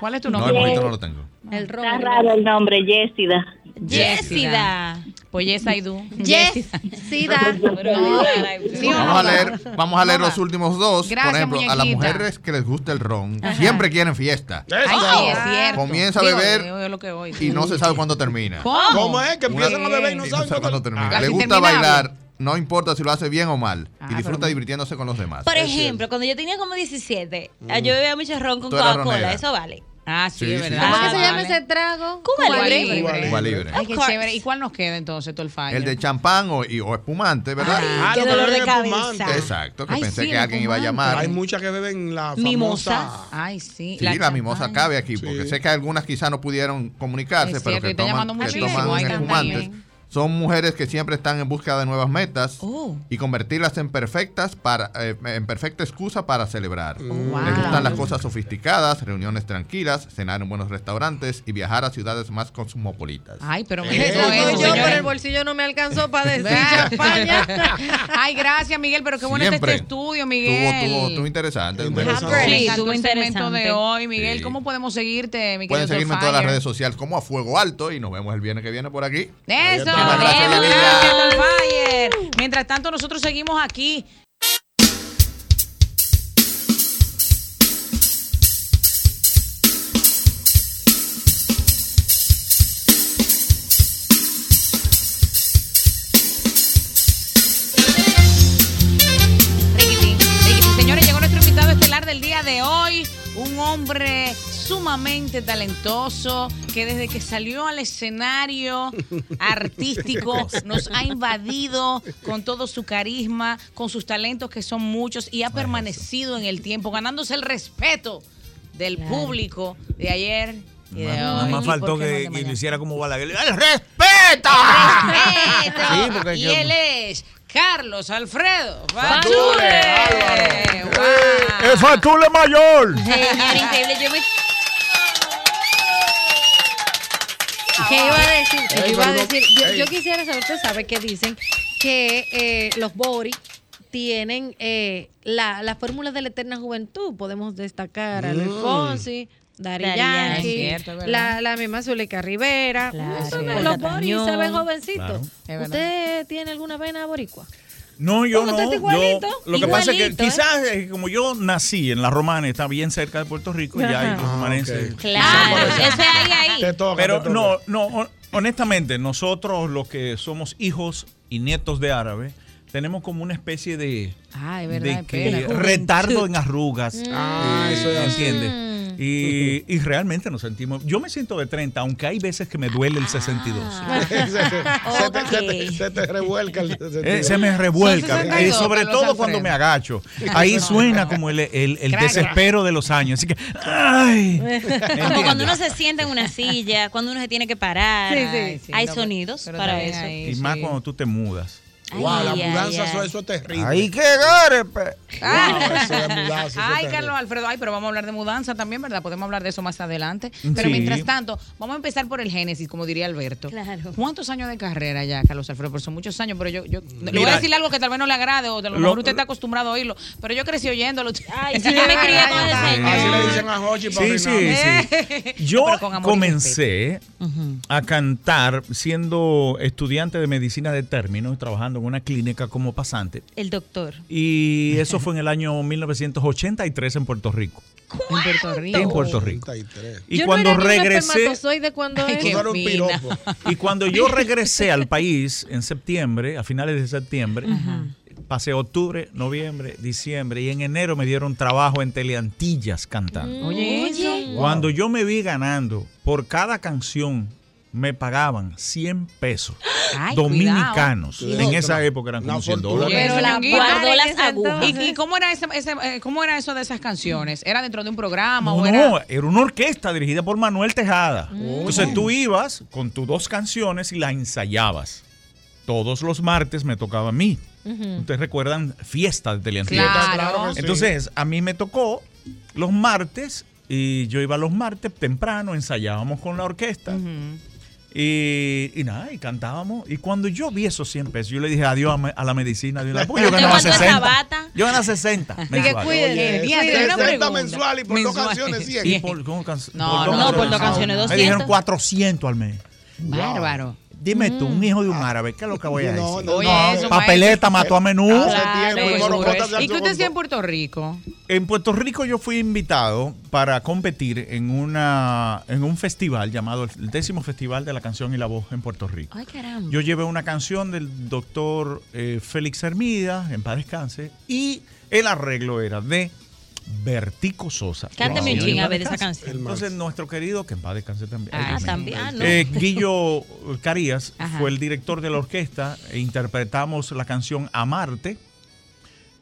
Speaker 3: ¿Cuál es tu
Speaker 13: No,
Speaker 3: nombre?
Speaker 13: el mojito no lo tengo.
Speaker 3: El
Speaker 20: Está raro el nombre, Yesida.
Speaker 3: Yesida. Pues yes I do.
Speaker 6: Yesida.
Speaker 3: Sí o no,
Speaker 13: Vamos a
Speaker 3: va.
Speaker 13: leer, vamos a leer
Speaker 3: No va.
Speaker 13: los últimos dos.
Speaker 3: Gracias,
Speaker 13: Por ejemplo, a las
Speaker 3: muñequita.
Speaker 13: mujeres que les gusta el ron, siempre quieren fiesta.
Speaker 3: Ay, sí, es cierto.
Speaker 13: Comienza a
Speaker 3: Digo,
Speaker 13: beber
Speaker 3: yo- yo lo que oigo.
Speaker 13: y no se sabe cuándo termina.
Speaker 3: ¿Cómo? ¿Cómo
Speaker 4: es? Que empiezan a beber y no saben
Speaker 13: cuándo termina.
Speaker 3: Ah,
Speaker 13: Le
Speaker 3: casi
Speaker 13: gusta
Speaker 3: terminable.
Speaker 13: bailar, no importa si lo hace bien o mal, y disfruta
Speaker 3: Ah, pero-
Speaker 13: divirtiéndose con los demás.
Speaker 5: Por ejemplo, cuando yo tenía como 17,
Speaker 13: Mm.
Speaker 5: yo bebía mucho ron con
Speaker 13: Tú eras
Speaker 5: Coca-Cola,
Speaker 13: ronera.
Speaker 5: eso vale.
Speaker 3: Ah, sí,
Speaker 13: Sí,
Speaker 3: es
Speaker 13: sí.
Speaker 3: verdad.
Speaker 6: ¿Cómo
Speaker 13: Ah,
Speaker 6: que se llama
Speaker 3: vale.
Speaker 6: ese trago?
Speaker 5: Cuba libre.
Speaker 13: Cuba libre.
Speaker 3: Ay, qué
Speaker 5: Of course.
Speaker 3: chévere. ¿Y cuál nos queda entonces, todo el fallo? Ah,
Speaker 13: El de champán o, y- o espumante, ¿verdad?
Speaker 4: Ah, no, pero es espumante.
Speaker 13: Exacto, que pensé que alguien iba a
Speaker 4: Hay
Speaker 13: llamar.
Speaker 4: muchas que beben la famosa.
Speaker 3: Mimosas. Ay, sí.
Speaker 13: Sí, la, mimosa cabe aquí, porque sé que algunas quizás no pudieron comunicarse,
Speaker 3: Es
Speaker 13: pero
Speaker 3: cierto,
Speaker 13: que
Speaker 3: y está
Speaker 13: toman,
Speaker 3: llamando
Speaker 13: que
Speaker 3: muchísimo,
Speaker 13: toman
Speaker 3: ahí también.
Speaker 13: espumantes. Son mujeres que siempre están en búsqueda de nuevas metas
Speaker 3: Oh.
Speaker 13: y convertirlas en perfectas para eh, en perfecta excusa para celebrar.
Speaker 4: Mm.
Speaker 13: Les
Speaker 3: Oh, Wow.
Speaker 13: gustan las cosas sofisticadas, reuniones tranquilas, cenar en buenos restaurantes y viajar a ciudades más cosmopolitas.
Speaker 3: Ay, pero
Speaker 6: Eso soy yo, pero el bolsillo no me alcanzó para decir champaña.
Speaker 3: Ay, gracias, Miguel, pero qué bueno
Speaker 13: Siempre.
Speaker 3: este estudio,
Speaker 13: Tuvo,
Speaker 3: Miguel.
Speaker 13: tuvo, tuvo interesante.
Speaker 3: Sí,
Speaker 5: Estuvo
Speaker 3: tuvo el segmento
Speaker 5: interesante.
Speaker 3: de hoy, Miguel.
Speaker 13: Sí.
Speaker 3: ¿Cómo podemos seguirte, mi
Speaker 13: Pueden
Speaker 3: querido
Speaker 13: seguirme en
Speaker 3: Tolfire?
Speaker 13: todas las redes sociales como a Fuego Alto y nos vemos el viernes que viene por aquí.
Speaker 3: Eso,
Speaker 13: Ahí está. Gracias,
Speaker 3: Eva,
Speaker 13: Lili.
Speaker 3: gracias, Tolfire. Mientras tanto, nosotros seguimos aquí. Riquitín, riquitín. Señores, llegó nuestro invitado estelar del día de hoy, un hombre sumamente talentoso que desde que salió al escenario artístico nos ha invadido con todo su carisma, con sus talentos que son muchos y ha permanecido en el tiempo, ganándose el respeto del público de ayer. y de
Speaker 19: Nada
Speaker 3: hoy.
Speaker 19: más
Speaker 3: ¿Y
Speaker 19: faltó
Speaker 3: por qué no
Speaker 19: que,
Speaker 3: de
Speaker 19: que
Speaker 3: mañana?
Speaker 19: lo hiciera como Balaguer.
Speaker 3: ¡El
Speaker 19: respeto!
Speaker 3: respeto!
Speaker 19: Sí, porque
Speaker 3: y
Speaker 19: yo-
Speaker 3: él es Carlos Alfredo
Speaker 19: Fatule,
Speaker 3: Fatule.
Speaker 19: ¡Es Fatule Mayor!
Speaker 5: Señor, increíble, yo me...
Speaker 6: ¿Qué iba a decir? ¿Qué
Speaker 5: Ah, Ey,
Speaker 6: iba a
Speaker 5: saludo.
Speaker 6: decir? Yo,
Speaker 5: Ey.
Speaker 6: yo quisiera saber, usted sabe que dicen que eh, los Bori tienen eh, la, la fórmula de la eterna juventud. Podemos destacar a Luis
Speaker 3: Mm.
Speaker 6: Fonsi, Dari
Speaker 3: Daddy
Speaker 6: Yankee,
Speaker 3: Yankee. Es cierto, es
Speaker 6: la,
Speaker 3: verdad.
Speaker 6: la misma Zuleika Rivera. Son-
Speaker 3: Paula
Speaker 6: los Bori
Speaker 3: Tañón.
Speaker 6: se ven jovencitos.
Speaker 3: Es verdad.
Speaker 6: ¿Usted tiene alguna vena boricua?
Speaker 19: No, yo
Speaker 6: ¿Cómo
Speaker 19: no.
Speaker 6: tú estás
Speaker 19: yo-
Speaker 6: igualito?
Speaker 19: lo que pasa es que
Speaker 6: Igualito, ¿eh?
Speaker 19: quizás eh, como yo nací en la Romana, está bien cerca de Puerto Rico, ya hay
Speaker 6: Ajá.
Speaker 19: los romanenses.
Speaker 5: Claro, eso es ahí, ahí.
Speaker 19: Pero no, no, hon- honestamente, nosotros los que somos hijos y nietos de árabe, tenemos como una especie de,
Speaker 3: Ah, es
Speaker 19: de
Speaker 3: verdad,
Speaker 19: que
Speaker 3: espera.
Speaker 19: retardo en arrugas.
Speaker 3: Ah,
Speaker 19: eh,
Speaker 3: eso es así.
Speaker 19: ¿Entiendes? Y, y realmente nos sentimos. Yo me siento de 30, aunque hay veces que me duele el 62.
Speaker 3: Ah.
Speaker 4: se, se te, se te- se te revuelca el
Speaker 19: Eh, se me revuelca, eh, sobre todo cuando me agacho. Ahí suena como el, el- el
Speaker 5: Crack.
Speaker 19: desespero de los años. Así que, ¡ay!
Speaker 5: Como cuando uno se sienta en una silla, cuando uno se tiene que parar.
Speaker 3: Sí, sí, sí,
Speaker 5: hay
Speaker 3: no, pero-
Speaker 5: sonidos
Speaker 3: pero
Speaker 5: para
Speaker 3: también
Speaker 5: eso.
Speaker 3: hay-
Speaker 19: Y más cuando tú te mudas.
Speaker 4: Guau, la
Speaker 5: Ay, ay,
Speaker 4: mudanza,
Speaker 5: ay.
Speaker 4: Eso, eso es terrible.
Speaker 19: Ahí que eh, gore,
Speaker 3: Ah. Ay, Carlos Alfredo, ay, pero vamos a hablar de mudanza también, ¿verdad? Podemos hablar de eso más adelante. Pero
Speaker 19: Mm, Sí.
Speaker 3: mientras tanto, vamos a empezar por el génesis, como diría Alberto. Claro. ¿Cuántos años de carrera ya, Carlos Alfredo? Por son muchos años, pero yo, yo le voy
Speaker 19: Mira,
Speaker 3: a decir algo que tal vez no le agrade o de lo,
Speaker 19: lo-
Speaker 3: mejor usted está acostumbrado a oírlo, pero yo crecí oyéndolo. Ay,
Speaker 19: sí,
Speaker 3: yo me crié
Speaker 19: ay,
Speaker 3: con el
Speaker 19: ay,
Speaker 3: señor.
Speaker 19: así le
Speaker 4: dicen a Jochi para
Speaker 19: Sí, sí,
Speaker 4: arruinarme.
Speaker 19: sí. Yo
Speaker 3: Pero con amor y
Speaker 19: comencé a cantar siendo estudiante de medicina de términos, trabajando en una clínica como pasante.
Speaker 5: El doctor.
Speaker 19: Y eso fue en el año 1983 en Puerto Rico.
Speaker 5: En Puerto Rico.
Speaker 19: En Puerto Rico. Y
Speaker 6: Yo
Speaker 19: cuando
Speaker 6: no era ni un
Speaker 19: regresé,
Speaker 6: espermatozoide cuando
Speaker 19: Ay,
Speaker 6: es.
Speaker 19: qué Tú no eres un fina. piropo. y cuando yo regresé al país en septiembre, a finales de septiembre, pasé octubre, noviembre, diciembre y en enero me dieron trabajo en Teleantillas cantando.
Speaker 7: Mm.
Speaker 3: Oye, eso.
Speaker 19: Cuando yo me vi ganando, por cada canción me pagaban 100 pesos
Speaker 3: Ay,
Speaker 19: dominicanos.
Speaker 3: cuidado.
Speaker 19: En esa época eran como 100 dólares.
Speaker 3: Pero la
Speaker 15: Ñonguito,
Speaker 3: guardo
Speaker 15: las
Speaker 3: las
Speaker 15: agujas.
Speaker 3: agujas. ¿Y, y cómo, era ese, ese- eh, cómo era eso de esas canciones? ¿Era dentro de un programa
Speaker 19: No,
Speaker 3: o era...?
Speaker 19: no, era una orquesta dirigida por Manuel Tejada.
Speaker 5: Mm.
Speaker 19: Entonces tú ibas con tus dos canciones y las ensayabas. Todos los martes me tocaba a mí.
Speaker 5: Mm.
Speaker 19: Ustedes recuerdan fiesta de Teleantilla.
Speaker 7: Claro. Claro que sí.
Speaker 19: Entonces, a mí me tocó los martes y yo iba los martes temprano, ensayábamos con la orquesta. Y, y nada, y cantábamos. Y cuando yo vi esos 100 pesos, yo le dije adiós a, me- a la medicina. de una- Pues yo
Speaker 5: ¿Te
Speaker 19: ganaba
Speaker 5: mandó esa
Speaker 19: 60.
Speaker 5: bata?
Speaker 19: Yo ganaba 60.
Speaker 5: Así que
Speaker 19: mensuales.
Speaker 5: cuídele, Oye, cuídele, una 60 pregunta. mensual y por dos Mensual. canciones, 100.
Speaker 19: Y por, ¿cómo can-
Speaker 5: No,
Speaker 19: por
Speaker 5: no, por dos canciones,
Speaker 19: Me dijeron
Speaker 5: 200.
Speaker 19: 400 al mes.
Speaker 3: Bárbaro.
Speaker 19: Dime tú, un hijo de un árabe, ¿qué es lo que voy a decir?
Speaker 3: No, no, Oye, no. eso,
Speaker 19: Papeleta
Speaker 3: maestro.
Speaker 19: mató a menudo.
Speaker 3: Claro, seguro. ¿Y qué usted hacía en Puerto Rico?
Speaker 19: En Puerto Rico yo fui invitado para competir en una en un festival llamado el décimo festival de la canción y la voz en Puerto Rico.
Speaker 5: Ay, caramba.
Speaker 19: Yo llevé una canción del doctor eh, Félix Hermida, en paz descanse, y el arreglo era de Bertico Sosa.
Speaker 5: Cántame un
Speaker 19: que en
Speaker 5: ching a
Speaker 19: paz
Speaker 5: ver esa
Speaker 19: descanse.
Speaker 5: canción.
Speaker 19: Entonces nuestro querido, que en paz descanse también.
Speaker 5: Ah,
Speaker 19: Ay, Dios mío.
Speaker 5: también. Ah, no.
Speaker 19: Eh, Guillo Carías
Speaker 5: Ajá.
Speaker 19: fue el director de la orquesta e interpretamos la canción Amarte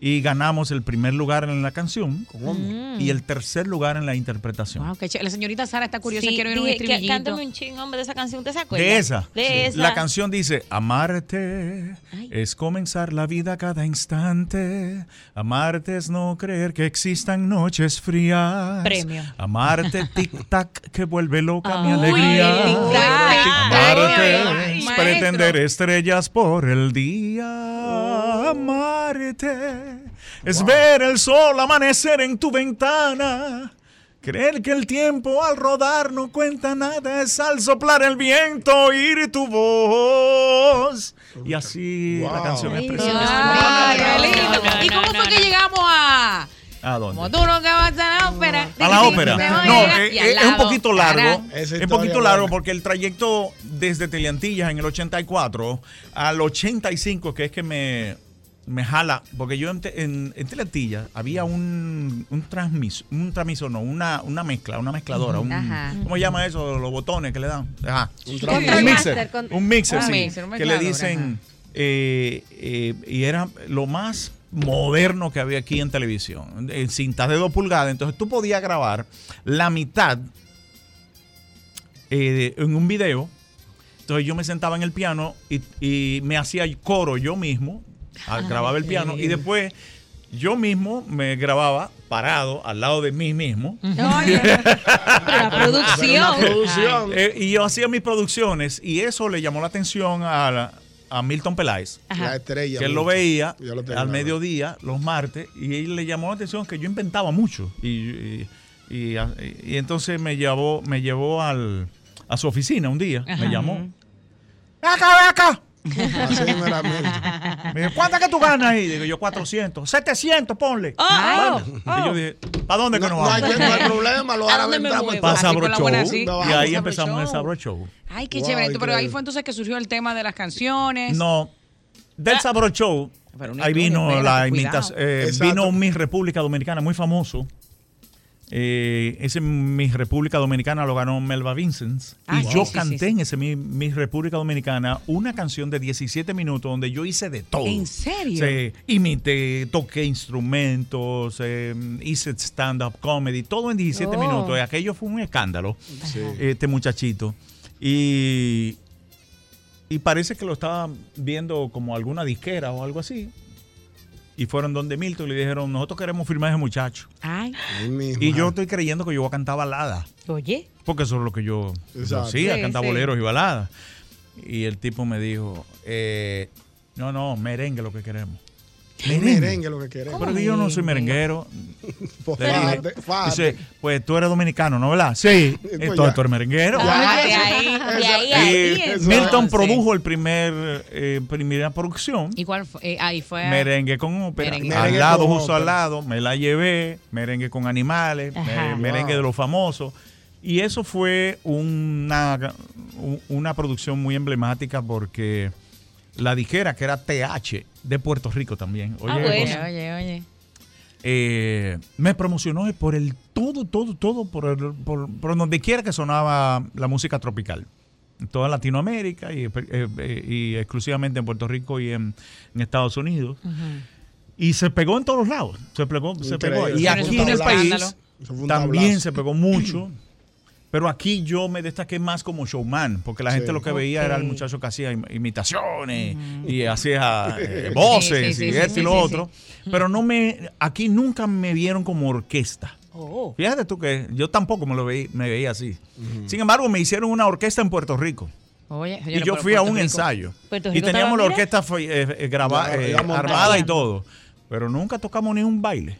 Speaker 19: y ganamos el primer lugar en la canción
Speaker 3: Mm.
Speaker 19: y el tercer lugar en la interpretación.
Speaker 3: Wow, qué ché- La señorita Sara está curiosa,
Speaker 5: Sí,
Speaker 3: quiero oír un
Speaker 5: dije que
Speaker 3: estribillito.
Speaker 5: cántame un ching, hombre, de esa canción. ¿Usted se acuerda?
Speaker 19: De esa.
Speaker 5: De
Speaker 19: Sí.
Speaker 5: esa.
Speaker 19: La canción dice, amarte es comenzar la vida cada instante. Amarte es no creer que existan noches frías.
Speaker 5: Premio.
Speaker 19: Amarte tic-tac que vuelve loca mi
Speaker 5: Uy,
Speaker 19: alegría.
Speaker 5: el tic-tac.
Speaker 19: Amarte es
Speaker 5: Maestro.
Speaker 19: pretender estrellas por el
Speaker 5: Oh.
Speaker 19: día. Amarte es ver el sol amanecer en tu ventana. Creer que el tiempo al rodar no cuenta nada es al soplar el viento oír tu voz. Y así la canción es preciosa.
Speaker 3: Ay, qué lindo. ¿Y cómo fue que llegamos a...?
Speaker 19: ¿A dónde?
Speaker 3: Como tú nunca vas a la ópera.
Speaker 19: A la ópera.
Speaker 3: Te voy a
Speaker 19: No,
Speaker 3: llegar
Speaker 19: eh,
Speaker 3: y
Speaker 19: eh,
Speaker 3: al
Speaker 19: es un
Speaker 3: lado.
Speaker 19: poquito largo.
Speaker 3: Tarán.
Speaker 19: Es un
Speaker 10: historia
Speaker 19: poquito
Speaker 10: buena.
Speaker 19: largo porque el trayecto desde Teleantillas en el 84 al 85, que es que me, me jala, porque yo en, Te- en- en Teleantillas había un, un transmis, un transmiso, no, una, una mezcla, una mezcladora. un-
Speaker 6: Ajá.
Speaker 19: ¿Cómo se llama eso? Los botones que le dan. Ajá. Un,
Speaker 6: transmisor.
Speaker 19: mixer.
Speaker 6: Control master,
Speaker 19: Un mixer,
Speaker 6: con-
Speaker 19: sí.
Speaker 6: Un mixer, un
Speaker 19: que le
Speaker 6: mezclador,
Speaker 19: dicen. eh, eh, y era lo más moderno que había aquí en televisión, en cintas de dos pulgadas. Entonces tú podías grabar la mitad eh, en un video. Entonces yo me sentaba en el piano y, y me hacía coro yo mismo, a-
Speaker 12: Ay,
Speaker 19: grababa el
Speaker 12: qué
Speaker 19: piano y
Speaker 12: lindo.
Speaker 19: después yo mismo me grababa parado al lado de mí mismo.
Speaker 5: La producción.
Speaker 19: Eh, y yo hacía mis producciones y eso le llamó la atención a, la- a Milton Peláez.
Speaker 5: Ajá. La
Speaker 4: estrella,
Speaker 19: Que él lo
Speaker 4: Milton.
Speaker 19: veía
Speaker 4: Ya lo tengo,
Speaker 19: al
Speaker 4: la
Speaker 19: mediodía, los martes, y él le llamó la atención que yo inventaba mucho. Y, y- y- y entonces me llevó, me llevó al, a su oficina un día,
Speaker 7: Ajá.
Speaker 19: me llamó.
Speaker 7: acá, ve acá.
Speaker 19: Me dijo, ¿cuántas que tú ganas ahí? Digo yo, 400. 700, ponle.
Speaker 7: Ah,
Speaker 19: Bueno,
Speaker 7: oh,
Speaker 19: Y yo dije, ¿para dónde que nos
Speaker 7: No,
Speaker 19: vamos?
Speaker 7: no hay- no hay problema, los ¿A árabes dónde me entramos en muevo? todo.
Speaker 19: Para
Speaker 7: Así con
Speaker 19: Sabro
Speaker 7: la
Speaker 19: Show.
Speaker 7: buena, sí. Nos
Speaker 19: Y
Speaker 7: vamos
Speaker 19: ahí
Speaker 7: a Sabro
Speaker 19: empezamos el
Speaker 7: Show.
Speaker 19: Sabro Show.
Speaker 3: Ay, qué
Speaker 19: Wow,
Speaker 3: chévere. Tú, Pero ahí
Speaker 19: increíble.
Speaker 3: fue entonces que surgió el tema de las canciones.
Speaker 19: No,
Speaker 7: Ah.
Speaker 19: del Sabro Show. Ahí vino
Speaker 3: espérate,
Speaker 19: la
Speaker 3: cuidado.
Speaker 19: imitación. eh,
Speaker 3: Exacto.
Speaker 19: vino un Miss República Dominicana muy famoso. Eh, ese Miss República Dominicana lo ganó Melba Vincent.
Speaker 7: Ah,
Speaker 19: y
Speaker 7: sí, sí,
Speaker 19: yo
Speaker 7: sí,
Speaker 19: canté
Speaker 7: sí.
Speaker 19: en ese Mi- Miss República Dominicana una canción de 17 minutos donde yo hice de todo.
Speaker 7: ¿En serio?
Speaker 19: Sí, imité, toqué instrumentos, eh, hice stand-up comedy, todo en 17
Speaker 7: Oh.
Speaker 19: minutos. Y aquello fue un escándalo,
Speaker 7: Sí.
Speaker 19: este muchachito. Y, y parece que lo estaba viendo como alguna disquera o algo así. Y fueron donde Milton y le dijeron, nosotros queremos firmar a ese muchacho.
Speaker 3: Ay.
Speaker 19: Y yo estoy creyendo que yo voy a cantar balada.
Speaker 5: Oye.
Speaker 19: Porque eso es lo que yo, yo
Speaker 7: Exacto.
Speaker 19: hacía,
Speaker 7: Sí,
Speaker 19: cantar
Speaker 7: sí.
Speaker 19: boleros y baladas. Y el tipo me dijo, eh, no, no, merengue lo que queremos.
Speaker 4: Es merengue lo que queremos.
Speaker 19: Pero que yo no soy merenguero. Le dije,
Speaker 4: fájate, fájate.
Speaker 19: dice, pues tú eres dominicano, ¿no, verdad? Sí.
Speaker 4: Pues
Speaker 19: Entonces tú eres merenguero.
Speaker 4: Eh, Ya.
Speaker 3: Ah, de ahí, de ahí,
Speaker 19: Eh,
Speaker 3: ahí, entonces.
Speaker 19: Milton produjo el primer eh, primera producción.
Speaker 3: ¿Y cuál fue? Eh, ahí fue.
Speaker 19: Merengue con ópera.
Speaker 3: Merengue.
Speaker 19: Al
Speaker 3: Merengue
Speaker 19: lado,
Speaker 3: con
Speaker 19: justo al
Speaker 3: ópera.
Speaker 19: lado, me la llevé. Merengue con animales.
Speaker 3: Ajá.
Speaker 19: eh, merengue
Speaker 3: Wow.
Speaker 19: de los famosos. Y eso fue una, u- una producción muy emblemática porque la dijera que era TH de Puerto Rico también. Oye,
Speaker 3: ah,
Speaker 19: qué
Speaker 3: bueno.
Speaker 19: cosa.
Speaker 3: Oye, oye.
Speaker 19: Eh, me promocionó por el todo, todo, todo, por, el- por, por donde quiera que sonaba la música tropical. En toda Latinoamérica y, eh, eh, y exclusivamente en Puerto Rico y en, en Estados Unidos. Y se pegó en todos lados. Se pegó, se pegó.
Speaker 4: Increíble.
Speaker 19: Y
Speaker 4: Eso fue
Speaker 19: aquí
Speaker 4: un
Speaker 19: en el
Speaker 4: tablazo.
Speaker 19: país
Speaker 4: Eso fue un
Speaker 19: también
Speaker 4: tablazo.
Speaker 19: se pegó mucho. Pero aquí yo me destaqué más como showman, porque la
Speaker 4: Sí.
Speaker 19: gente lo que veía
Speaker 4: Ok.
Speaker 19: era el muchacho que hacía im- imitaciones y hacía eh, voces
Speaker 4: Sí, sí,
Speaker 19: y
Speaker 4: sí,
Speaker 19: esto
Speaker 4: sí,
Speaker 19: y lo
Speaker 4: sí,
Speaker 19: otro. Pero no me, aquí nunca me vieron como orquesta.
Speaker 3: Oh.
Speaker 19: Fíjate tú que yo tampoco me lo veí- me veía así. Sin embargo, me hicieron una orquesta en Puerto Rico.
Speaker 3: Oye,
Speaker 19: Y yo fui a un ensayo. Y teníamos la orquesta fo- eh, eh, graba-
Speaker 4: Ya,
Speaker 19: eh,
Speaker 4: ya montada.
Speaker 19: armada y todo. Pero nunca tocamos ni un baile.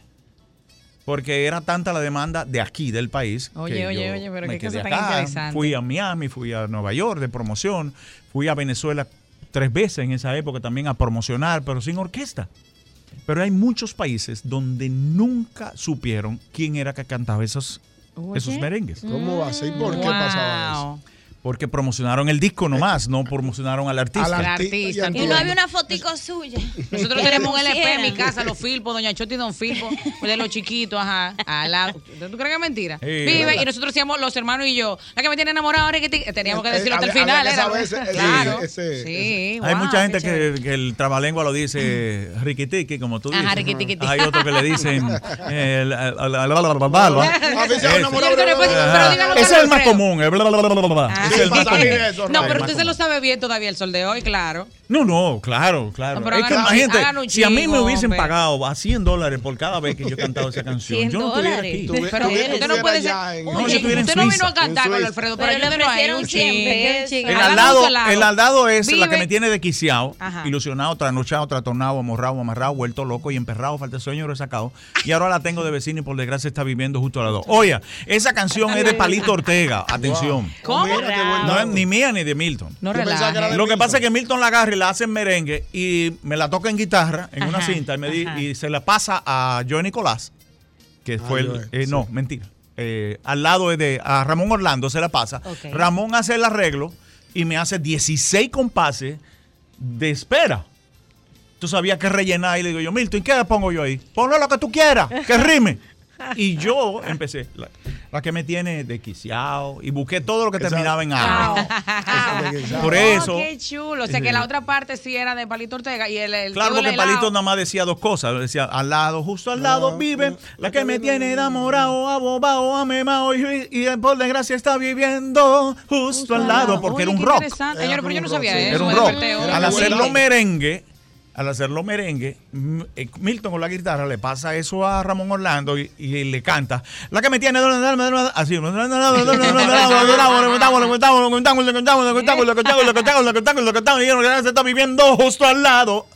Speaker 19: Porque era tanta la demanda de aquí, del país.
Speaker 3: Oye,
Speaker 19: que
Speaker 3: oye,
Speaker 19: yo
Speaker 3: oye, pero
Speaker 19: me
Speaker 3: qué
Speaker 19: quedé
Speaker 3: cosa tan
Speaker 19: acá.
Speaker 3: interesante.
Speaker 19: Fui a Miami, fui a Nueva York de promoción, fui a Venezuela tres veces en esa época también a promocionar, pero sin orquesta. Pero hay muchos países donde nunca supieron quién era que cantaba esos,
Speaker 4: Oye.
Speaker 19: esos merengues.
Speaker 4: ¿Cómo va a ser? ¿Y por qué pasaba eso?
Speaker 19: Porque promocionaron el disco nomás, no promocionaron al artista.
Speaker 4: Al
Speaker 3: artista,
Speaker 15: Y no había una fotico suya.
Speaker 3: Nosotros
Speaker 15: Que
Speaker 3: tenemos un LP en
Speaker 15: pusieran.
Speaker 3: mi casa, los Filpos, Doña Choti y Don Filpo, de los chiquitos, ajá, al lado. ¿Tú crees que es mentira?
Speaker 19: Sí,
Speaker 3: Vive,
Speaker 19: verdad.
Speaker 3: y nosotros hacíamos los hermanos y yo, la que me tiene enamorado ahora, es que te- teníamos que
Speaker 4: Eh,
Speaker 3: decirlo hasta el
Speaker 4: había-
Speaker 3: final.
Speaker 4: había que
Speaker 3: era-
Speaker 4: saberse
Speaker 19: eh,
Speaker 4: ese-
Speaker 3: claro.
Speaker 4: ese-
Speaker 3: sí,
Speaker 19: Hay
Speaker 3: wow,
Speaker 19: mucha
Speaker 3: qué Mm.
Speaker 19: gente que, que el trabalengua lo dice riquitiqui, como tú
Speaker 3: Ajá,
Speaker 19: dices.
Speaker 3: riquitiquiti.
Speaker 19: Hay otro que le dicen. eh, la- la- la- la- la- la- la- la-
Speaker 3: A veces
Speaker 19: Ese.
Speaker 3: una mola- Yo creo que fue- pero
Speaker 19: Ajá.
Speaker 3: dígalo,
Speaker 19: Ese es
Speaker 3: Carlos
Speaker 19: el más
Speaker 3: Alfredo.
Speaker 19: común. eh, bla, bla, bla, bla, bla, bla. Ese es el más común.
Speaker 3: No, pero usted se lo sabe bien todavía el sol de hoy, claro.
Speaker 19: No, no, claro, claro.
Speaker 3: No, pero
Speaker 19: es que
Speaker 3: hagan un-
Speaker 19: imagínate,
Speaker 3: hagan un
Speaker 19: si a mí me
Speaker 3: chivo,
Speaker 19: hubiesen
Speaker 3: hombre.
Speaker 19: pagado a 100 dólares por cada vez que yo he cantado esa canción,
Speaker 15: 100
Speaker 19: yo no estuviera aquí.
Speaker 15: dólares.
Speaker 3: Pero usted no puede ser.
Speaker 19: en-
Speaker 3: Oye,
Speaker 19: No, yo estuviera en
Speaker 3: usted no vino
Speaker 19: Suiza.
Speaker 3: a cantar,
Speaker 19: En
Speaker 3: Carlos
Speaker 19: Suiza.
Speaker 3: Alfredo,
Speaker 15: Pero
Speaker 3: pero,
Speaker 15: le
Speaker 3: yo vino ahí
Speaker 15: ofrecieron
Speaker 3: un
Speaker 15: 100
Speaker 3: chin.
Speaker 15: pesos.
Speaker 19: El
Speaker 3: Hagan un
Speaker 19: aldado,
Speaker 3: salado.
Speaker 19: el aldado es la que
Speaker 3: Vive.
Speaker 19: me tiene desquiciado,
Speaker 3: Ajá.
Speaker 19: ilusionado, trasnochado, tratornado, amorrado, amarrado, vuelto loco y emperrado, falta de sueño, resacado. Y ahora la tengo de vecino y por desgracia está viviendo justo al lado. Oye, esa canción es de Palito Ortega, atención.
Speaker 3: ¿Cómo?
Speaker 19: No es ni mía ni de Milton.
Speaker 3: No Yo relajes. pensaba que era de
Speaker 19: Lo que
Speaker 3: Milton.
Speaker 19: pasa es que Milton la agarra y la hace en merengue y me la toca en guitarra, en una
Speaker 3: Ajá,
Speaker 19: cinta, y, me di-
Speaker 3: ajá.
Speaker 19: y se la pasa a Joe Nicolás, que fue el...
Speaker 4: Joe,
Speaker 19: eh, No, mentira. Eh, al lado es de a Ramón Orlando se la pasa.
Speaker 4: Ok.
Speaker 19: Ramón hace el arreglo y me hace 16 compases de espera. Tú sabías que rellenar y le digo yo, Milton, ¿y qué le pongo yo ahí? Ponlo lo que tú quieras, que rime. Y yo empecé, la, la que me tiene desquiciado, y busqué todo lo que terminaba en A. Por
Speaker 3: Oh,
Speaker 19: eso,
Speaker 3: qué chulo. O sea que la otra parte sí era de Palito Ortega y el. el
Speaker 19: claro
Speaker 3: todo
Speaker 19: que
Speaker 3: el helado.
Speaker 19: Palito nada más decía dos cosas. Decía, al lado, justo al lado vive, la que me tiene enamorado, abobado, amemao, y, y por desgracia está viviendo justo, al lado, porque era un rock.
Speaker 3: Interesante. Señores, pero yo no sabía eso.
Speaker 19: Era un
Speaker 3: de
Speaker 19: rock.
Speaker 3: parte, oh.
Speaker 19: Al hacerlo merengue, al hacerlo merengue, M- eh, Milton con la guitarra le pasa eso a Ramón Orlando y, y le canta. La que me tiene así. Se está viviendo justo al lado.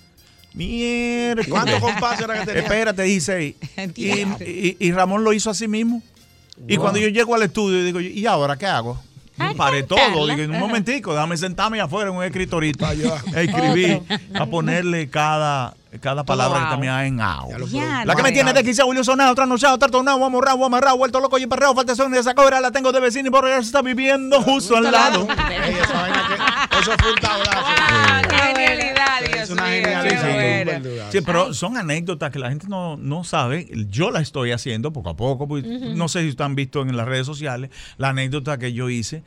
Speaker 19: Miércoles.
Speaker 4: ¿Cuántos compases era que tenía?
Speaker 19: Espérate, 16. Y,
Speaker 4: Diablo.
Speaker 19: y- y Ramón lo hizo así mismo. Y
Speaker 4: Wow.
Speaker 19: cuando yo llego al estudio, digo, yo, ¿y ahora qué hago?
Speaker 4: Ay,
Speaker 19: Paré
Speaker 4: cantarla.
Speaker 19: todo. Digo, un
Speaker 4: Ajá.
Speaker 19: momentico, déjame sentarme afuera en un escritorito. A escribir, a ponerle cada, cada palabra que
Speaker 4: Wow.
Speaker 19: también hay en AO.
Speaker 4: Ya,
Speaker 19: La que
Speaker 4: no.
Speaker 19: me tiene de quizá Julio Sonado, trasnochado, tartonado, amorrado, amarrado, vuelto loco y emperrado, falta de sonido, esa cobra la tengo de vecino y por allá se está viviendo justo al lado.
Speaker 4: Eso fue un tablazo.
Speaker 3: Qué genialidad, Dios mío.
Speaker 19: Eh,
Speaker 4: Ah,
Speaker 3: Qué
Speaker 19: Sí, sí.
Speaker 3: bueno.
Speaker 19: Sí, pero son anécdotas que la gente no, no sabe. Yo la estoy haciendo poco a poco. pues,
Speaker 4: Ujú.
Speaker 19: No sé si ustedes han visto en las redes sociales la anécdota que yo hice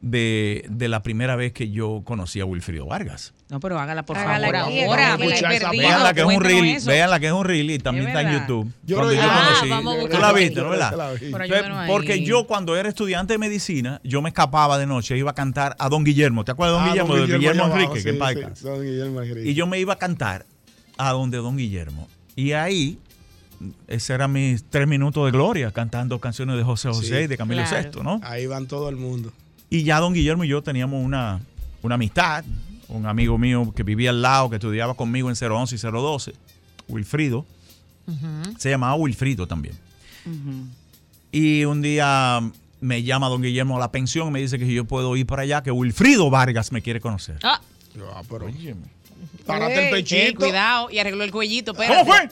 Speaker 19: de, de la primera vez que yo conocí a Wilfrido Vargas.
Speaker 3: No, pero hágala por
Speaker 4: Hágala
Speaker 3: favor
Speaker 4: aquí,
Speaker 3: ahora.
Speaker 4: vamos a
Speaker 3: que la he
Speaker 4: escuchar esa
Speaker 3: perdido.
Speaker 19: Vean la que es un
Speaker 3: Cuéntanos
Speaker 19: reel,
Speaker 3: eso.
Speaker 19: vean la que es un reel y también está en
Speaker 3: verdad?
Speaker 19: YouTube.
Speaker 4: Yo
Speaker 19: cuando
Speaker 4: lo
Speaker 19: yo
Speaker 4: vi. Ah,
Speaker 19: conocí.
Speaker 4: vamos a
Speaker 19: Tú
Speaker 4: buscarla
Speaker 19: la
Speaker 4: por ahí.
Speaker 19: viste, ¿no
Speaker 4: Yo creo
Speaker 19: verdad?
Speaker 4: que la vi.
Speaker 3: Pero
Speaker 19: Pe-
Speaker 3: yo no ahí.
Speaker 19: Porque yo cuando era estudiante de medicina, yo me escapaba de noche, iba a cantar a Don Guillermo. ¿Te acuerdas de Don
Speaker 4: Ah,
Speaker 19: Guillermo? de Guillermo
Speaker 4: Llamado,
Speaker 19: Enrique, que en
Speaker 4: sí,
Speaker 19: paz
Speaker 4: sí,
Speaker 19: descanse.
Speaker 4: Don Guillermo Enrique.
Speaker 19: Y yo me iba a cantar a donde Don Guillermo. Y ahí, ese eran mis tres minutos de gloria, cantando canciones de José José
Speaker 4: Sí.
Speaker 19: y de Camilo
Speaker 4: Claro.
Speaker 19: Sesto, ¿no?
Speaker 4: Ahí van todo el mundo.
Speaker 19: Y ya Don Guillermo y yo teníamos una, una amistad, un amigo mío que vivía al lado, que estudiaba conmigo en 011 y 012, Wilfrido. Se llamaba Wilfrido también. Y un día me llama don Guillermo a la pensión, me dice que si yo puedo ir para allá, que Wilfrido Vargas me quiere conocer.
Speaker 3: Ah,
Speaker 19: Párate el
Speaker 3: Ey,
Speaker 19: pechito.
Speaker 3: sí, cuidado, y arregló el cuellito.
Speaker 19: ¿Cómo fue?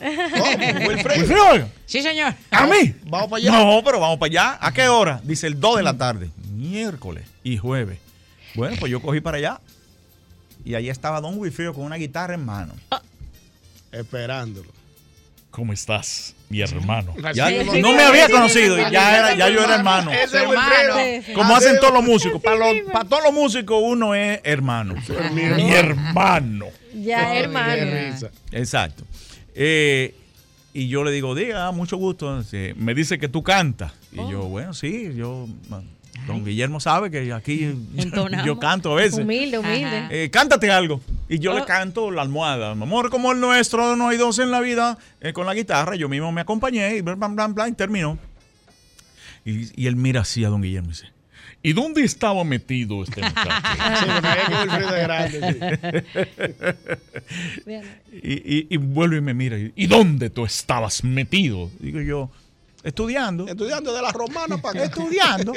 Speaker 19: Wilfrido Vargas.
Speaker 3: Sí, señor.
Speaker 19: ¿A mí?
Speaker 3: Vamos para
Speaker 19: No, pero vamos para allá. ¿A qué hora? Dice el 2 de la tarde. Miércoles y jueves. Bueno, pues yo cogí para allá. Y allí estaba Don Wilfrido con una guitarra en mano.
Speaker 4: Ah. Esperándolo.
Speaker 19: ¿Cómo estás, mi hermano?
Speaker 4: Sí, sí,
Speaker 19: no
Speaker 4: sí,
Speaker 19: me
Speaker 4: sí,
Speaker 19: había
Speaker 4: sí,
Speaker 19: conocido,
Speaker 4: sí, sí, sí,
Speaker 19: ya, era,
Speaker 4: sí,
Speaker 19: ya
Speaker 4: sí,
Speaker 19: yo era hermano.
Speaker 4: hermano. Ese es Wilfrido. Sí, sí.
Speaker 19: Como
Speaker 4: Así
Speaker 19: hacen
Speaker 4: es.
Speaker 19: todos los músicos. Para, los- para todos los músicos uno es hermano. Mi hermano.
Speaker 6: Ya, hermano.
Speaker 19: Exacto. Eh, y yo le digo, diga, ah, mucho gusto. Sí, Me dice que tú cantas. Y
Speaker 6: Oh.
Speaker 19: yo, bueno, sí, yo... bueno, Don Guillermo sabe que aquí
Speaker 6: Entonamos.
Speaker 19: yo canto a veces.
Speaker 6: Humilde, humilde. Oh. Ajá.
Speaker 19: Eh, cántate algo. Y yo le canto la almohada. Mi amor, como el nuestro, no hay dos en la vida. eh, con la guitarra, yo mismo me acompañé y blan, blan, blan, blan, y terminó. Y, y él mira así a don Guillermo y dice, ¿y dónde estaba metido este muchacho?
Speaker 4: Sí, porque había que Wilfrido es grande,
Speaker 19: y, y, y vuelve y me mira. y, ¿Y dónde tú estabas metido? Digo yo, estudiando.
Speaker 4: Estudiando de la romana para acá.
Speaker 19: Estudiando.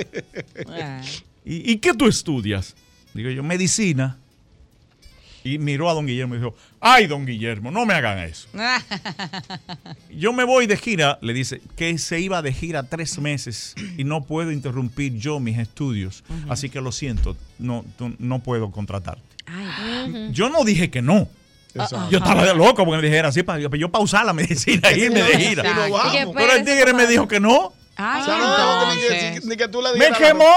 Speaker 19: ¿Y, y qué tú estudias? Digo yo, medicina. Y miró a don Guillermo y dijo, ay, don Guillermo, no me hagan eso. Yo me voy de gira, le dice, que se iba de gira tres meses y no puedo interrumpir yo mis estudios. Así que lo siento, no, tú- no puedo contratarte. Yo no dije que no.
Speaker 4: Exacto.
Speaker 19: Yo estaba de loco porque me dijera así, para yo pausar la medicina y irme de gira.
Speaker 4: ah. Exacto. Y nos vamos. Y que
Speaker 19: Pero el
Speaker 4: espere,
Speaker 19: tigre me
Speaker 4: compadre.
Speaker 19: dijo que no.
Speaker 4: Ay, O sea, no te tengo que ni-
Speaker 19: entonces.
Speaker 4: ni, que tú le
Speaker 19: Ah, Me
Speaker 4: dijeras la-
Speaker 19: quemó.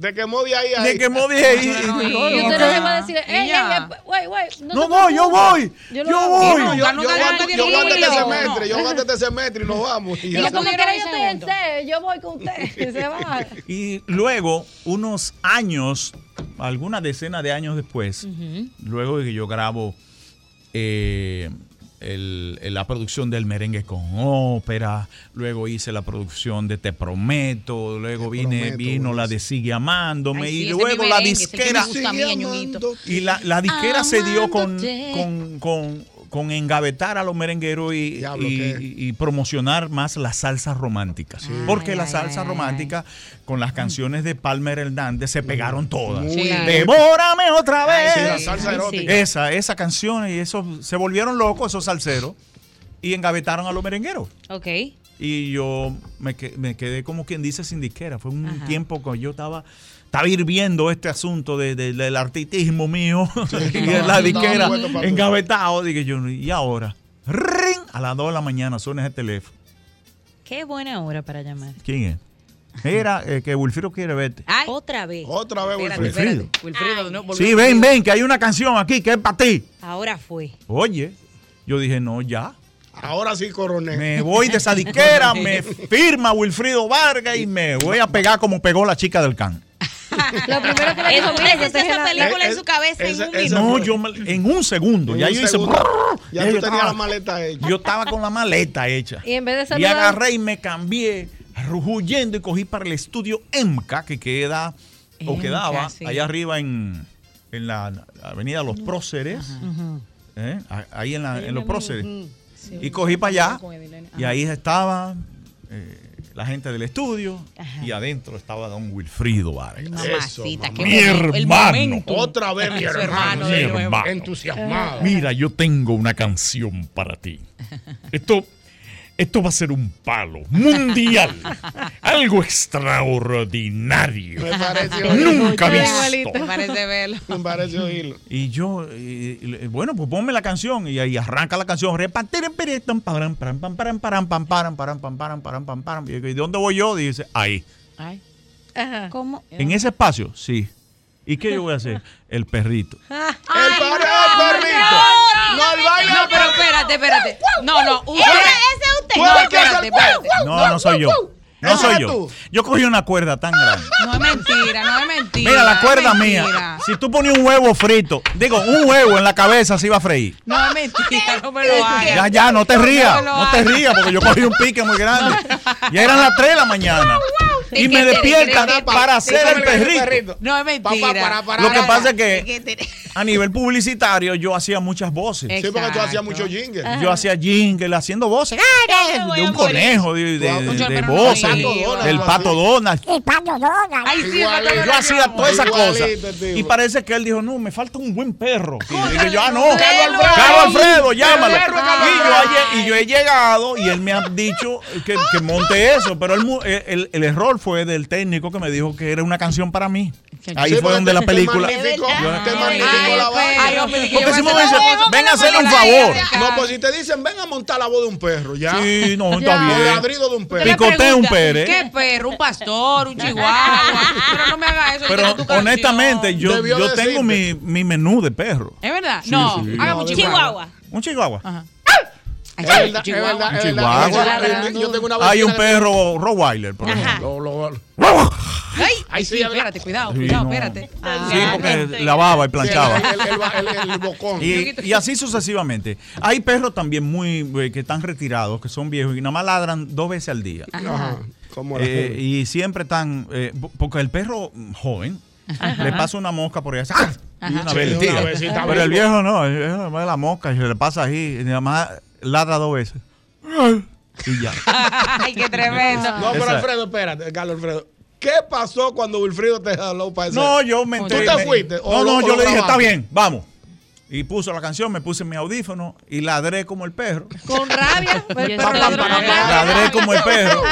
Speaker 4: Te quemó de ahí a
Speaker 19: Me
Speaker 4: ahí.
Speaker 19: quemó de ahí.
Speaker 6: Y usted no le va a decir, ey, ey, ey, güey, güey.
Speaker 19: No,
Speaker 6: te
Speaker 19: no,
Speaker 6: preocupes. lo
Speaker 19: yo voy, yo
Speaker 6: hago".
Speaker 19: voy.
Speaker 4: No, yo,
Speaker 19: Nunca,
Speaker 4: yo
Speaker 19: nunca le
Speaker 4: aguanto-
Speaker 19: han
Speaker 4: yo aguanto este
Speaker 19: pedido.
Speaker 4: semestre, yo este aguanto este semestre y nos vamos. Y ya.
Speaker 6: Como quiera, yo estoy este, en C, yo voy con usted. Se va.
Speaker 19: Y luego, unos años, alguna decena de años después, luego de que yo grabo eh, el- el- la producción del merengue con ópera, luego hice la producción de Te Prometo, luego vine,
Speaker 13: Prometo,
Speaker 19: vino la de Sigue Amándome
Speaker 13: Ay, sí,
Speaker 19: y
Speaker 13: ese es mi
Speaker 19: luego la
Speaker 13: merengue, es el que me
Speaker 19: disquera.
Speaker 13: gusta a mí, Ñonguito.
Speaker 19: y la, la disquera se dio con, con, con- con engavetar a los merengueros y, y- y promocionar más las salsas románticas. Porque la salsa romántica con las canciones de Palmer Hernández se pegaron todas.
Speaker 4: Sí.
Speaker 19: Devórame otra vez.
Speaker 4: Ay, sí, la salsa Ay, sí. erótica.
Speaker 19: Esa, esa canción y eso se volvieron locos esos salseros y engavetaron a los merengueros.
Speaker 5: Ok.
Speaker 19: Y yo me, que- me quedé como quien dice sin disquera. Fue un
Speaker 5: Ajá.
Speaker 19: tiempo que yo estaba, estaba hirviendo este asunto de- de- del artitismo mío y de la
Speaker 4: estaba
Speaker 19: disquera
Speaker 4: puesto para-
Speaker 19: engavetado. Dije yo, ¿y ahora? ¡Ring! A las 2 de la mañana suena ese teléfono.
Speaker 5: Qué buena hora para llamar.
Speaker 19: ¿Quién es? Era eh, que Wilfrido quiere verte.
Speaker 5: Otra vez.
Speaker 4: Otra vez,
Speaker 19: Espérate, Wilfrido. espérate.
Speaker 5: Wilfrido, no,
Speaker 19: Sí, ven, ven, que hay una canción aquí que es para ti.
Speaker 5: Ahora fue.
Speaker 19: Oye, yo dije, no, ya.
Speaker 4: Ahora sí, coronel.
Speaker 19: Me voy de esa disquera, me firma Wilfrido Vargas y me voy a pegar como pegó la chica del can.
Speaker 6: Lo primero que le dijo,
Speaker 5: Eso-
Speaker 6: mira,
Speaker 5: esa-
Speaker 6: yo te dije
Speaker 5: esa
Speaker 6: la-
Speaker 5: película en
Speaker 6: Eh,
Speaker 5: su cabeza en
Speaker 6: ese-
Speaker 5: un
Speaker 6: ese-
Speaker 5: minuto.
Speaker 19: No, yo me- en un segundo. ya
Speaker 4: un
Speaker 19: yo hice.
Speaker 4: segundo.
Speaker 19: brrr,
Speaker 4: Ya
Speaker 19: yo
Speaker 4: tú tenías
Speaker 19: estaba-
Speaker 4: la maleta hecha.
Speaker 19: Yo estaba con la maleta hecha.
Speaker 6: Y en vez de
Speaker 19: Y
Speaker 6: saludar.
Speaker 19: agarré y me cambié, rujuyendo y cogí para el estudio EMCA, que queda o
Speaker 13: EMCA,
Speaker 19: quedaba
Speaker 13: sí.
Speaker 19: allá arriba en, en la avenida Los Próceres. ¿eh? A- Ahí en, la- en Los Próceres.
Speaker 3: mm,
Speaker 19: Y cogí para allá. Y ahí estaba eh, la gente del estudio. Y adentro estaba don Wilfrido Vargas.
Speaker 3: Mamacita, qué
Speaker 19: mi
Speaker 3: momento, el
Speaker 19: hermano.
Speaker 3: momento.
Speaker 4: Otra vez, mi
Speaker 3: Su
Speaker 4: hermano.
Speaker 3: hermano de
Speaker 4: mi
Speaker 3: nuevo.
Speaker 4: hermano. Entusiasmado.
Speaker 19: Mira, yo tengo una canción para ti. Esto, esto va a ser un palo mundial. Algo extraordinario.
Speaker 4: Me parece
Speaker 19: Nunca
Speaker 4: oírlo.
Speaker 19: visto.
Speaker 3: Me parece verlo.
Speaker 4: Me parece oírlo.
Speaker 19: Y yo, eh, eh, bueno, pues ponme la canción. Y ahí arranca la canción. Repartirem, peretam, param, param, pam, param, param, pam, param, param, pam, param, param, pam, param. Y yo, ¿Y dónde voy yo? Dice, ahí.
Speaker 5: ¿Cómo?
Speaker 19: ¿En ese espacio? Sí. ¿Y qué yo voy a hacer? El perrito.
Speaker 4: El
Speaker 3: perro,
Speaker 4: el perrito.
Speaker 3: No, el baile. No, pero espérate, espérate. No, no, usted.
Speaker 5: Ese
Speaker 3: usted. No, espérate, espérate.
Speaker 19: No, no soy yo. No
Speaker 3: Ese
Speaker 19: soy
Speaker 3: eres
Speaker 19: yo.
Speaker 3: tú.
Speaker 19: Yo cogí una cuerda tan grande.
Speaker 3: No es mentira, no es mentira.
Speaker 19: Mira, la
Speaker 3: es
Speaker 19: cuerda
Speaker 3: mentira.
Speaker 19: mía. Si tú pones un huevo frito, digo, un huevo en la cabeza, se iba a freír.
Speaker 3: No es mentira, no me lo hagas.
Speaker 19: Ya, ya, no te rías.
Speaker 3: lo
Speaker 19: No te
Speaker 3: hagas.
Speaker 19: rías, porque yo cogí un pique muy grande. Ya eran las 3 de la mañana. y me despiertan para hacer el perrito.
Speaker 3: No, es mentira.
Speaker 19: Lo que pasa es que a nivel publicitario yo hacía muchas voces.
Speaker 4: Sí, porque tú hacías mucho jingle.
Speaker 19: Yo hacía jingle haciendo voces. De un conejo, de, de- de- de voces, del pato Donald.
Speaker 12: El pato Donald.
Speaker 3: Ay,
Speaker 12: sí, el pato
Speaker 19: Yo hacía todas esas cosas.
Speaker 12: Igualito,
Speaker 19: Y parece que él dijo, no, me falta un buen perro. Y yo digo, yo, ah, no.
Speaker 12: Alfredo.
Speaker 19: Carlos Alfredo, llámalo.
Speaker 12: El perro es Carlos
Speaker 19: Y yo,
Speaker 12: Alfredo.
Speaker 19: ayer- y yo he llegado y él me ha dicho que, que monte eso. Pero el, mu- el- el- el error fue del técnico que me dijo que era una canción para mí. Ahí
Speaker 4: Sí,
Speaker 19: fue
Speaker 4: porque
Speaker 19: donde la
Speaker 4: te
Speaker 19: película.
Speaker 4: magnificó,
Speaker 19: Yo-
Speaker 4: te magnificó la vaina.
Speaker 19: Ay, hombre, que yo Porque voy si a me hacer dicen, la voz, ven a hacer un pero favor. la idea.
Speaker 4: No, pues si te dicen, ven a montar la voz de un perro, ya.
Speaker 19: Sí, no, está
Speaker 4: O
Speaker 19: bien.
Speaker 4: ladrido de un perro.
Speaker 19: Picotea un perro, ¿eh?
Speaker 3: ¿Qué perro? Un pastor, un chihuahua. Pero no me hagas eso.
Speaker 19: Pero
Speaker 3: esta es tu canción.
Speaker 19: honestamente, yo,
Speaker 3: Debió
Speaker 19: yo tengo mi,
Speaker 3: decirte.
Speaker 19: mi menú de perro.
Speaker 3: ¿Es verdad?
Speaker 19: Sí,
Speaker 3: no,
Speaker 19: sí.
Speaker 3: hagamos
Speaker 19: No, de
Speaker 3: chihuahua.
Speaker 19: Un chihuahua.
Speaker 3: Ay,
Speaker 4: Es verdad, es
Speaker 3: chihuahua.
Speaker 4: verdad,
Speaker 19: Un
Speaker 4: es verdad.
Speaker 19: chihuahua.
Speaker 4: Yo- Yo tengo una
Speaker 19: Hay un
Speaker 4: vecina que-
Speaker 19: perro Rottweiler, por ejemplo.
Speaker 3: Ay, ay, sí, espérate, cuidado,
Speaker 19: Sí,
Speaker 3: cuidado,
Speaker 19: no.
Speaker 3: espérate. Ah.
Speaker 19: Sí, porque lavaba y planchaba.
Speaker 4: El, el- el- el bocón.
Speaker 19: Y, y así sucesivamente. Hay perros también muy eh, que están retirados, que son viejos y nada más ladran dos veces al día.
Speaker 4: Ajá. Como la
Speaker 19: Eh,
Speaker 4: gente.
Speaker 19: y siempre están. eh, po- porque el perro mm, joven le pasa una mosca por ahí. así, ¡ah! Y
Speaker 4: Ajá.
Speaker 19: una vez
Speaker 4: Sí,
Speaker 19: el tira.
Speaker 4: una vez, sí, está
Speaker 19: Pero el
Speaker 4: vivo.
Speaker 19: viejo no, el viejo nada más la mosca y se le pasa ahí. Y nada más ladra dos veces. Y ya.
Speaker 3: Ay, qué tremendo.
Speaker 4: No, pero
Speaker 19: Esa-
Speaker 4: Alfredo, espérate, Carlos Alfredo. ¿Qué pasó cuando Wilfrido te jaló para eso?
Speaker 19: No, yo me
Speaker 4: ¿Tú
Speaker 19: enteré.
Speaker 4: te
Speaker 19: me-
Speaker 4: fuiste? ¿O
Speaker 19: No,
Speaker 4: lo-
Speaker 19: no,
Speaker 4: o
Speaker 19: yo
Speaker 4: lo
Speaker 19: le dije, está
Speaker 4: grabaste?
Speaker 19: bien, vamos. Y puso la canción, me puse mi audífono y ladré como el perro.
Speaker 3: Con rabia.
Speaker 6: el
Speaker 19: Pa,
Speaker 6: perro
Speaker 19: pa,
Speaker 6: ladró
Speaker 19: pa,
Speaker 6: con rabia.
Speaker 19: Ladré como el perro.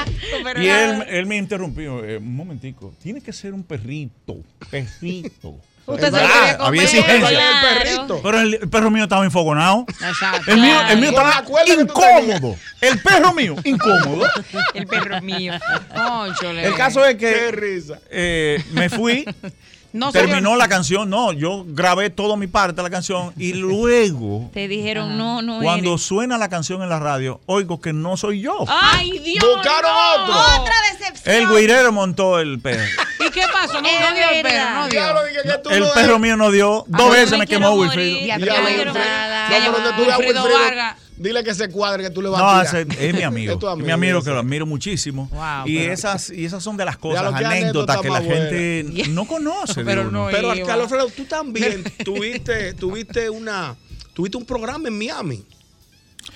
Speaker 6: Pero
Speaker 19: Y él,
Speaker 6: nada.
Speaker 19: él me interrumpió. eh, un momentico. Tiene que ser un perrito. Perrito.
Speaker 6: Usted se lo
Speaker 19: Ah,
Speaker 6: quería comer,
Speaker 19: Había exigencia.
Speaker 6: claro. Ah, El perrito.
Speaker 19: Pero el, el perro mío estaba enfogonado.
Speaker 3: Exacto.
Speaker 19: El mío, el mío
Speaker 3: Con
Speaker 19: estaba
Speaker 3: la cuerda que tú
Speaker 19: incómodo. El perro mío, incómodo.
Speaker 3: El perro mío. Cónchale.
Speaker 19: El caso es que
Speaker 3: Qué
Speaker 19: eh, me fui,
Speaker 3: No se
Speaker 19: terminó
Speaker 3: dio-
Speaker 19: la canción. No, yo grabé toda mi parte de la canción y luego,
Speaker 5: Te dijeron, no, no
Speaker 19: cuando
Speaker 5: eres.
Speaker 19: suena la canción en la radio, oigo que no soy yo.
Speaker 5: ¡Ay, Dios!
Speaker 19: Buscaron
Speaker 5: no!
Speaker 19: otro.
Speaker 5: ¡Otra decepción!
Speaker 19: El guirero montó el perro.
Speaker 3: ¿Y qué pasó? No, no dio el perro, no dio.
Speaker 19: El perro mío no dio. Dos veces me quemó
Speaker 3: Y
Speaker 19: Wilfrido.
Speaker 4: Ya,
Speaker 3: atrás me
Speaker 4: Wilfrido.
Speaker 3: dieron nada.
Speaker 4: No, pero donde tú veas a
Speaker 3: Wilfrido
Speaker 4: Wilfrido,
Speaker 3: Vargas.
Speaker 4: dile que se cuadre, que tú le vas
Speaker 19: No,
Speaker 4: a
Speaker 19: ese
Speaker 4: tirar.
Speaker 19: es mi amigo.
Speaker 4: Es tu
Speaker 19: mi amigo que
Speaker 4: ese.
Speaker 19: lo admiro muchísimo.
Speaker 4: Wow,
Speaker 19: y,
Speaker 4: pero-
Speaker 19: esas, y esas son de las
Speaker 4: Ya
Speaker 19: cosas,
Speaker 4: lo que
Speaker 19: anécdotas
Speaker 4: anécdota
Speaker 19: que la
Speaker 4: más buena.
Speaker 19: gente no conoce.
Speaker 4: Pero,
Speaker 19: digo, ¿no?
Speaker 4: pero Carlos Alfredo, tú también tuviste, tuviste una, tuviste un programa en Miami.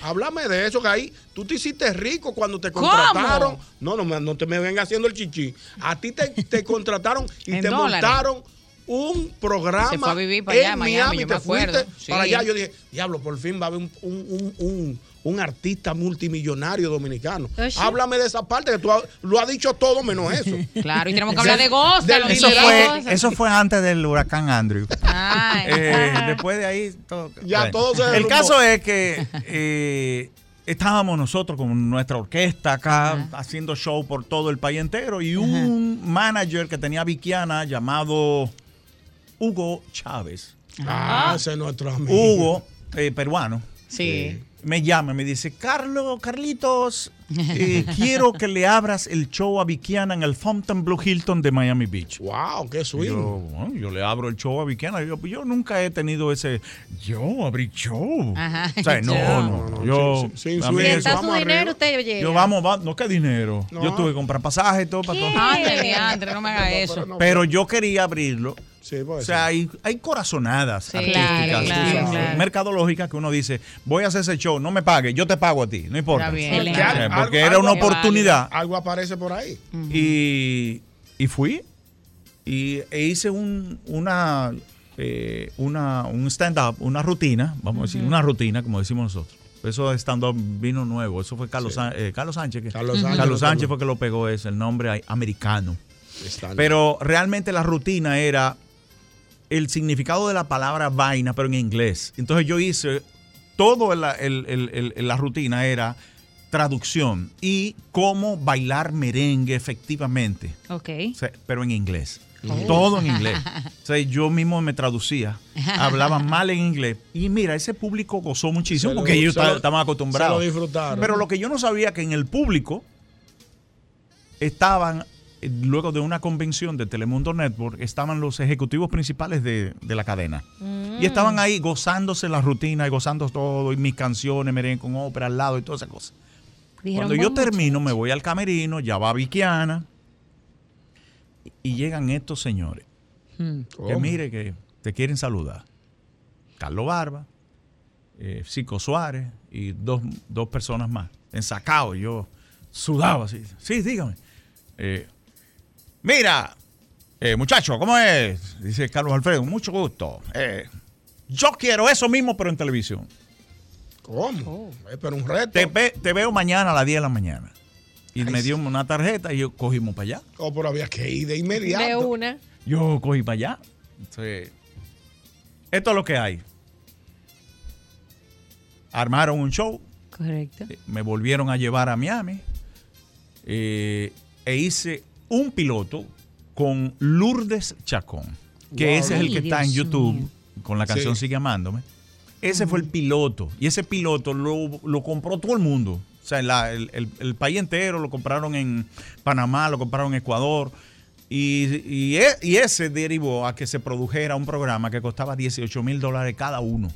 Speaker 4: Háblame de eso, que ahí tú te hiciste rico cuando te
Speaker 3: ¿Cómo?
Speaker 4: contrataron. No, no, me- no te me vengas haciendo el chichi. A ti te, te contrataron y
Speaker 3: En
Speaker 4: te
Speaker 3: dólares.
Speaker 4: montaron un programa
Speaker 3: Se fue a vivir para
Speaker 4: en
Speaker 3: allá, Miami, yo me
Speaker 4: te
Speaker 3: acuerdo.
Speaker 4: fuiste
Speaker 3: Sí.
Speaker 4: para allá. Yo dije, diablo, por fin va a haber un, un- un- un- un artista multimillonario dominicano.
Speaker 3: Oye.
Speaker 4: Háblame de esa parte, que tú ha- lo has dicho todo menos eso.
Speaker 3: Claro, y tenemos que hablar de Ghost, de los
Speaker 19: Eso
Speaker 3: Miguel
Speaker 19: fue,
Speaker 3: Ghost.
Speaker 19: eso fue antes del huracán Andrew.
Speaker 3: Ay.
Speaker 19: Eh, después de ahí todo.
Speaker 4: Ya
Speaker 19: Bueno,
Speaker 4: todo se
Speaker 19: El
Speaker 4: derrumbó.
Speaker 19: caso es que eh, estábamos nosotros con nuestra orquesta acá haciendo show por todo el país entero y un manager que tenía Viquiana llamado Hugo Chávez.
Speaker 4: Ah, ese es nuestro amigo.
Speaker 19: Hugo, eh, peruano. Eh,
Speaker 3: Sí.
Speaker 19: Me llama y me dice, Carlos, Carlitos, eh, quiero que le abras el show a Vikiana en el Fountain Blue Hilton de Miami Beach.
Speaker 4: ¡Wow! ¡Qué swing!
Speaker 19: Yo, bueno, yo le abro el show a Vikiana. Yo, yo nunca he tenido ese, yo abrí show.
Speaker 6: Ajá.
Speaker 19: O sea, no,
Speaker 6: Yo.
Speaker 19: no, no, Yo, a mí eso-
Speaker 6: Mientras su dinero, usted llega.
Speaker 19: yo vamos, va- no, ¿qué dinero? Yo tuve que comprar pasajes y todo para todo.
Speaker 3: Ándale, diantre, no me haga eso.
Speaker 19: Pero yo quería abrirlo.
Speaker 4: o
Speaker 19: sea, hay, hay corazonadas
Speaker 3: Sí,
Speaker 19: artísticas,
Speaker 3: claro, claro,
Speaker 19: y
Speaker 3: claro.
Speaker 19: mercadológicas que uno dice, voy a hacer ese show, no me pague, yo te pago a ti, no importa.
Speaker 4: Está bien.
Speaker 19: O
Speaker 4: Porque
Speaker 19: sea,
Speaker 4: algo-
Speaker 19: porque
Speaker 4: algo-
Speaker 19: era una
Speaker 4: algo
Speaker 19: oportunidad.
Speaker 4: Algo aparece por ahí.
Speaker 19: Y, y fui y, e hice un, una, eh, una, un stand-up, una rutina, vamos a decir,
Speaker 13: Ujú.
Speaker 19: una rutina, como decimos nosotros. Eso de stand-up vino nuevo, eso fue Carlos, Sán- eh, Carlos Sánchez. que-
Speaker 13: Carlos Sánchez
Speaker 19: Carlos
Speaker 13: lo pegó.
Speaker 19: Sánchez fue que lo pegó, es el nombre ahí, americano.
Speaker 4: Stand-up.
Speaker 19: Pero realmente la rutina era el significado de la palabra vaina, pero en inglés. Entonces yo hice, todo la, el- el- el- la rutina era traducción y cómo bailar merengue efectivamente,
Speaker 5: Ok.
Speaker 19: O sea, pero en inglés.
Speaker 5: Oh.
Speaker 19: Todo en inglés. O sea, yo mismo me traducía, hablaba mal en inglés. Y mira, ese público gozó muchísimo
Speaker 4: Se lo-
Speaker 19: porque ellos
Speaker 4: se lo-
Speaker 19: estaban estaban
Speaker 4: se
Speaker 19: acostumbrados.
Speaker 4: lo disfrutaron.
Speaker 19: Pero lo que yo no sabía que en el público estaban, eh, luego de una convención de Telemundo Network, estaban los ejecutivos principales de, de la cadena. Y estaban ahí gozándose la rutina y gozando todo, y mis canciones, merengue con ópera al lado y todas esas cosas.
Speaker 5: Dijeron,
Speaker 19: Cuando yo
Speaker 5: "Vamos".
Speaker 19: termino, me voy al camerino, ya va Vikiana, y llegan estos señores.
Speaker 5: Hmm.
Speaker 4: Oh.
Speaker 19: Que mire que te quieren saludar. Carlos Barba, eh, Cico Suárez y dos, dos personas más. Ensacado, yo sudaba así. Sí, dígame. Eh, mira, eh, muchacho, ¿cómo es? Dice Carlos Alfredo, mucho gusto. Eh, yo quiero eso mismo, pero en televisión.
Speaker 4: ¿Cómo? Eh, pero un reto.
Speaker 19: Te, ve- te veo mañana a las 10 de la mañana. Y me dio una tarjeta y yo cogimos para allá.
Speaker 4: Oh, pero había que ir de inmediato.
Speaker 6: De una.
Speaker 19: Yo cogí para allá. Entonces, esto es lo que hay. Armaron un show,
Speaker 5: Correcto.
Speaker 19: me volvieron a llevar a Miami eh, e hice un piloto con Lourdes Chacón, que
Speaker 5: Wow.
Speaker 19: ese es el
Speaker 5: Ay,
Speaker 19: que está en
Speaker 5: Dios
Speaker 19: YouTube
Speaker 5: mío.
Speaker 19: con la canción
Speaker 5: Sí.
Speaker 19: Sigue Amándome. Ese fue el piloto y ese piloto lo, lo compró todo el mundo. O sea, la- el, el- el país entero lo compraron en Panamá, lo compraron en Ecuador. Y, y e- y ese derivó a que se produjera un programa que costaba 18 mil dólares cada uno.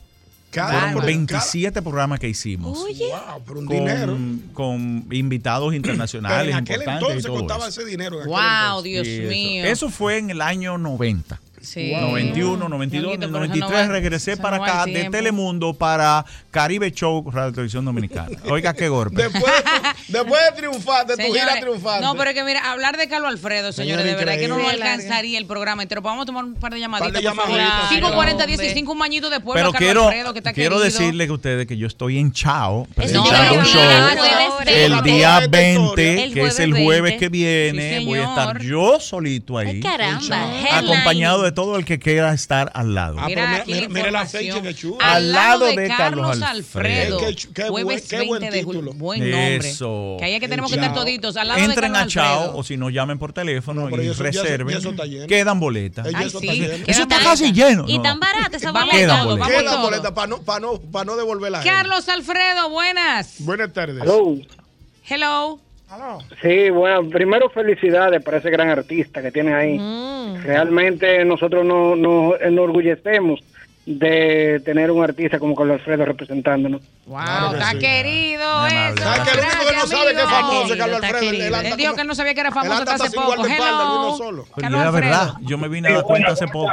Speaker 4: Cada
Speaker 19: Fueron
Speaker 4: uno.
Speaker 19: 27 programas que hicimos
Speaker 4: Wow, pero un
Speaker 19: con,
Speaker 4: dinero.
Speaker 19: con invitados internacionales.
Speaker 4: Pero en aquel
Speaker 19: importantes y
Speaker 4: entonces
Speaker 19: todo
Speaker 4: costaba
Speaker 19: eso.
Speaker 4: ese dinero. en aquel
Speaker 3: Wow,
Speaker 4: entonces.
Speaker 3: Dios
Speaker 19: Sí, eso.
Speaker 3: mío.
Speaker 19: Eso fue en el año 90.
Speaker 3: Sí.
Speaker 19: 91, 92, en
Speaker 3: Ñonguito, pero eso
Speaker 19: el
Speaker 3: no
Speaker 19: 93
Speaker 3: va-
Speaker 19: regresé
Speaker 3: eso no
Speaker 19: para
Speaker 3: va
Speaker 19: acá
Speaker 3: el
Speaker 19: de
Speaker 3: tiempo.
Speaker 19: Telemundo para Caribe Show Radio Televisión Dominicana. Oiga qué golpe.
Speaker 4: Después, después de triunfar, de tu gira
Speaker 3: Señores,
Speaker 4: triunfante.
Speaker 3: No, pero es que mira, hablar de Carlos Alfredo, señores,
Speaker 4: Señor,
Speaker 3: de verdad que no nos
Speaker 4: increíble.
Speaker 3: alcanzaría el programa entero. Pues Vamos a tomar un par de llamaditas.
Speaker 4: Par de
Speaker 3: por favor.
Speaker 4: llamaditas,
Speaker 3: 540 15 un mañito de pueblo
Speaker 19: Pero
Speaker 3: a Carlos
Speaker 19: quiero,
Speaker 3: Alfredo, que está
Speaker 19: quiero
Speaker 3: querido.
Speaker 19: decirles que ustedes que yo estoy en Chao
Speaker 3: no,
Speaker 19: presentando
Speaker 3: pero
Speaker 19: un show
Speaker 3: claro,
Speaker 19: el
Speaker 3: el
Speaker 19: día
Speaker 3: jueves
Speaker 19: 20,
Speaker 3: El
Speaker 19: que es el
Speaker 3: jueves
Speaker 19: jueves
Speaker 3: 20.
Speaker 19: que viene.
Speaker 3: Sí,
Speaker 19: voy a estar
Speaker 3: señor.
Speaker 19: yo solito ahí,
Speaker 15: Caramba.
Speaker 19: acompañado de todo el que quiera estar al lado.
Speaker 4: Ah, pero mira, mira- mira la fecha que chula.
Speaker 3: Al lado de
Speaker 19: Carlos
Speaker 3: Carlos Alfredo.
Speaker 19: Alfredo.
Speaker 4: Qué chu- qué buen-
Speaker 3: Jueves
Speaker 4: qué buen
Speaker 3: 20 de
Speaker 4: título.
Speaker 3: julio. Buen nombre.
Speaker 19: Eso.
Speaker 3: Que ahí es que
Speaker 19: El
Speaker 3: tenemos que estar
Speaker 19: Chao.
Speaker 3: toditos. Al lado de
Speaker 19: Entren a
Speaker 3: Carlos
Speaker 19: Chao
Speaker 3: Alfredo.
Speaker 19: o si no llamen por teléfono
Speaker 4: pero
Speaker 19: y
Speaker 4: ya eso- ya eso-
Speaker 19: reserven.
Speaker 4: ya eso está lleno.
Speaker 19: Quedan boletas.
Speaker 4: Ay, ya eso está
Speaker 19: Eso-
Speaker 4: lleno.
Speaker 19: eso está casi lleno. No, no.
Speaker 3: barata
Speaker 19: esa Vamos boleta, todos, vamos
Speaker 4: ¿Qué es la
Speaker 19: todos.
Speaker 4: boleta? Para no, para no, para no devolverla.
Speaker 3: Carlos Alfredo, buenas.
Speaker 4: Buenas tardes.
Speaker 3: Hello.
Speaker 12: Sí, bueno, primero felicidades para ese gran artista que tienen ahí. Realmente nosotros no- nos enorgullecemos de tener un artista como Carlos Alfredo representándonos.
Speaker 3: Wow, está querido eso.
Speaker 12: Está que el único que no
Speaker 3: Gracias,
Speaker 12: sabe que es
Speaker 3: amigo.
Speaker 12: famoso es Carlos
Speaker 3: Está
Speaker 12: Alfredo.
Speaker 3: querido.
Speaker 12: Él anda
Speaker 3: Él dijo
Speaker 12: como-
Speaker 3: que él no sabía que era
Speaker 12: él anda
Speaker 3: famoso hasta
Speaker 12: hasta
Speaker 3: hace
Speaker 12: sin guarda
Speaker 3: poco.
Speaker 12: espalda,
Speaker 3: Hello.
Speaker 12: uno solo.
Speaker 19: Pero
Speaker 3: Carlos
Speaker 19: yo, la verdad,
Speaker 3: Alfredo.
Speaker 19: yo me vine a dar cuenta hace poco.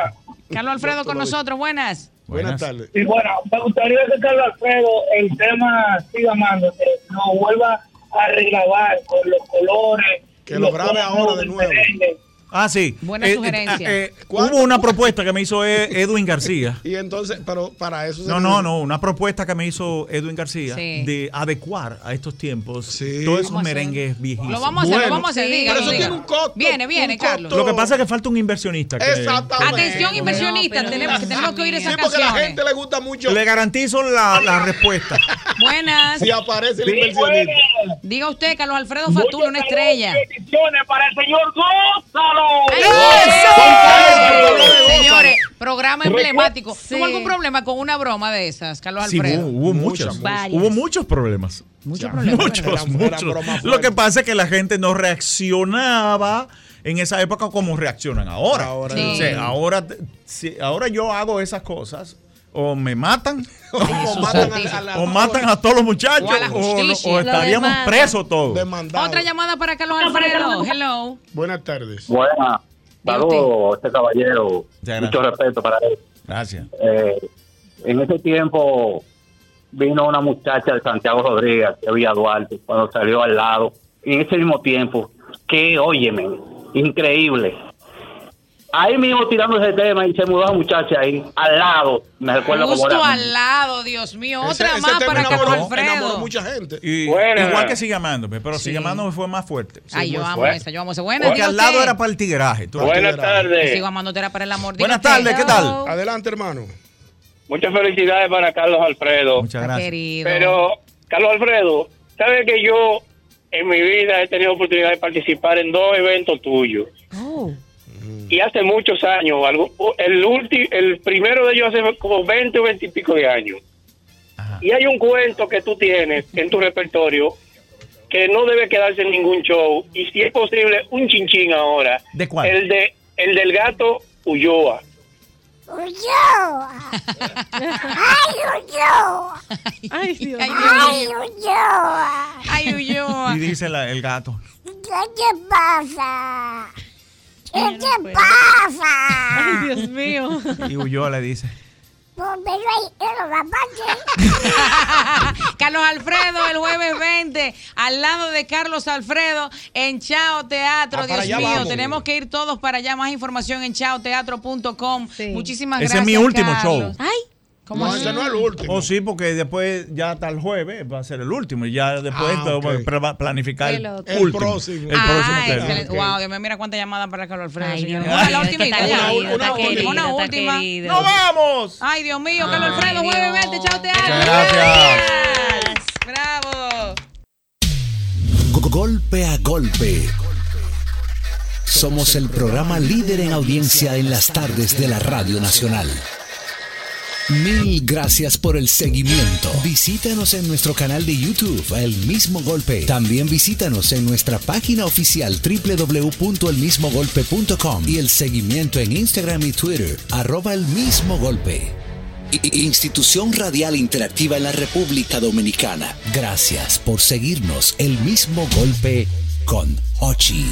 Speaker 3: Carlos Alfredo con nosotros, buenas.
Speaker 19: Buenas
Speaker 4: tardes.
Speaker 12: Y bueno, me gustaría que Carlos Alfredo, el tema Siga Amándote, nos vuelva a regrabar con los colores.
Speaker 4: Que lo grabe ahora de nuevo.
Speaker 28: Este
Speaker 19: Ah, sí. eh,
Speaker 4: Buena sugerencia.
Speaker 19: hubo una propuesta que me hizo E- Edwin García.
Speaker 4: Y entonces, pero para eso. se
Speaker 19: No, no,
Speaker 4: necesita-
Speaker 19: no. Una propuesta que me hizo Edwin García
Speaker 4: Sí.
Speaker 19: de adecuar a estos tiempos todos esos
Speaker 4: Vamos a hacer.
Speaker 19: merengues viejísimos.
Speaker 3: Lo vamos a hacer, lo vamos a hacer. dígalo,
Speaker 4: Pero eso
Speaker 3: dígalo.
Speaker 4: tiene un costo.
Speaker 3: Viene, viene,
Speaker 4: un
Speaker 3: Carlos.
Speaker 19: Lo que pasa es que falta un inversionista. que-
Speaker 3: Atención, inversionistas, tenemos, que- tenemos que oír
Speaker 4: Sí,
Speaker 3: esas
Speaker 4: porque a la
Speaker 3: canciones.
Speaker 4: gente le gusta mucho.
Speaker 19: Le garantizo la, la respuesta.
Speaker 3: Buenas.
Speaker 4: Si aparece el Sí, inversionista.
Speaker 3: Diga usted, Carlos Alfredo Fatula, una estrella.
Speaker 12: Bendiciones para el señor Gózalo.
Speaker 3: Señores, programa emblemático.
Speaker 15: Sí.
Speaker 3: ¿Tuvo algún problema con una broma de esas, Carlos
Speaker 19: Sí,
Speaker 3: Alfredo?
Speaker 19: hubo, hubo muchos.
Speaker 3: Varias.
Speaker 19: Hubo muchos problemas.
Speaker 3: Muchos
Speaker 19: problemas. Muchos, muchos. Lo que pasa es que la gente no reaccionaba en esa época como reaccionan ahora. Ahora,
Speaker 3: Sí.
Speaker 19: o sea, ahora, te- si- ahora yo hago esas cosas. O me matan, o, matan a, o matan a todos los muchachos,
Speaker 3: O a la
Speaker 19: o, o
Speaker 3: justicia.
Speaker 19: estaríamos
Speaker 3: Lo demandan.
Speaker 19: presos todos.
Speaker 3: Otra llamada para Carlos Alfredo. Hello.
Speaker 4: Buenas tardes.
Speaker 28: Buenas. Saludos, este caballero. Mucho respeto para él.
Speaker 19: Gracias.
Speaker 28: Eh, en ese tiempo vino una muchacha de Santiago Rodríguez, de Villa Duarte, cuando salió al lado. En ese mismo tiempo, que óyeme, increíble. Ahí mismo tirando ese tema y se mudó la muchacha ahí, al lado. Me recuerdo como
Speaker 3: Justo
Speaker 28: era.
Speaker 3: al lado, Dios mío.
Speaker 28: Ese-
Speaker 3: Otra
Speaker 28: ese
Speaker 3: más
Speaker 28: tema
Speaker 3: para Carlos
Speaker 28: enamoró-
Speaker 3: Alfredo.
Speaker 4: mucha gente.
Speaker 19: Y-
Speaker 28: Buenas.
Speaker 19: igual que sigue amándome, pero
Speaker 3: Sí.
Speaker 19: sigue amándome fue más fuerte.
Speaker 3: Ay, yo amo esa, yo amo esa. Buenas,
Speaker 19: Porque
Speaker 3: diga
Speaker 19: al lado
Speaker 3: usted.
Speaker 19: era para el tigueraje. tú eras
Speaker 2: Buenas
Speaker 19: tigueraje.
Speaker 2: tardes.
Speaker 3: Sigo amándote era para el amor. Diga
Speaker 19: Buenas
Speaker 3: usted.
Speaker 19: tardes, ¿qué tal?
Speaker 3: Hello.
Speaker 4: Adelante, hermano.
Speaker 2: Muchas felicidades para Carlos Alfredo.
Speaker 19: Muchas
Speaker 3: gracias. Querido.
Speaker 2: Pero, Carlos Alfredo, ¿sabes que yo en mi vida he tenido oportunidad de participar en dos eventos tuyos?
Speaker 17: Oh.
Speaker 2: Y hace muchos años, algo, el, ulti- el primero de ellos hace como 20 o 20 y pico de años. Y hay un cuento que tú tienes en tu repertorio que no debe quedarse en ningún show. Y si es posible, un chinchín ahora.
Speaker 19: ¿De cuál?
Speaker 2: El, de, el del gato Ulloa.
Speaker 17: Ulloa. Ay, Ulloa.
Speaker 6: Ay, Dios.
Speaker 17: Ay, Ulloa.
Speaker 3: Ay, Ulloa.
Speaker 19: Y dice la- el gato.
Speaker 17: ¿Qué te pasa? ¿Qué te pasa?
Speaker 6: Ay, Dios mío.
Speaker 1: Y huyó, le dice.
Speaker 17: Pónmelo ahí en los zapatos.
Speaker 3: Carlos Alfredo, el jueves 20, al lado de Carlos Alfredo, en Chao Teatro.
Speaker 1: Ah, para
Speaker 3: Dios
Speaker 1: allá
Speaker 3: mío,
Speaker 1: vamos.
Speaker 3: tenemos que ir todos para allá. Más información en chaoteatro.com. Muchísimas
Speaker 1: Ese
Speaker 3: gracias.
Speaker 1: es mi último
Speaker 3: Carlos.
Speaker 1: show.
Speaker 3: Ay, ¿cómo así?
Speaker 1: último. Oh, sí, porque después ya hasta el jueves va a ser el último. Y ya después
Speaker 4: Ah,
Speaker 1: todo
Speaker 4: ok.
Speaker 1: va a pra- planificar
Speaker 3: El
Speaker 1: el,
Speaker 3: otro.
Speaker 4: El
Speaker 1: último,
Speaker 4: próximo.
Speaker 1: El
Speaker 3: Ah,
Speaker 1: próximo que-
Speaker 3: excelente. Wow, Dios mío, mira cuánta llamada para Carlos Alfredo.
Speaker 1: Ay,
Speaker 3: señor.
Speaker 1: Dios
Speaker 3: Una,
Speaker 1: mío,
Speaker 3: la
Speaker 1: es que
Speaker 3: última,
Speaker 1: está
Speaker 3: ya.
Speaker 1: querido,
Speaker 3: Una
Speaker 1: está
Speaker 3: última,
Speaker 1: querido,
Speaker 3: una
Speaker 1: está
Speaker 3: última.
Speaker 1: querido.
Speaker 3: ¡No
Speaker 1: vamos!
Speaker 3: Ay, Dios mío, Carlos
Speaker 1: Ay,
Speaker 3: Alfredo, jueves 20, Chao Teatro.
Speaker 1: Gracias.
Speaker 3: Bravo.
Speaker 14: Go- Golpe a golpe. Somos el programa líder en audiencia en las tardes de la Radio Nacional. Mil gracias por el seguimiento. Visítanos en nuestro canal de YouTube, El Mismo Golpe. También visítanos en nuestra página oficial www.elmismogolpe.com y el seguimiento en Instagram y Twitter, arroba El Mismo Golpe. I- Institución Radial Interactiva en la República Dominicana. Gracias por seguirnos, El Mismo Golpe con Ochi.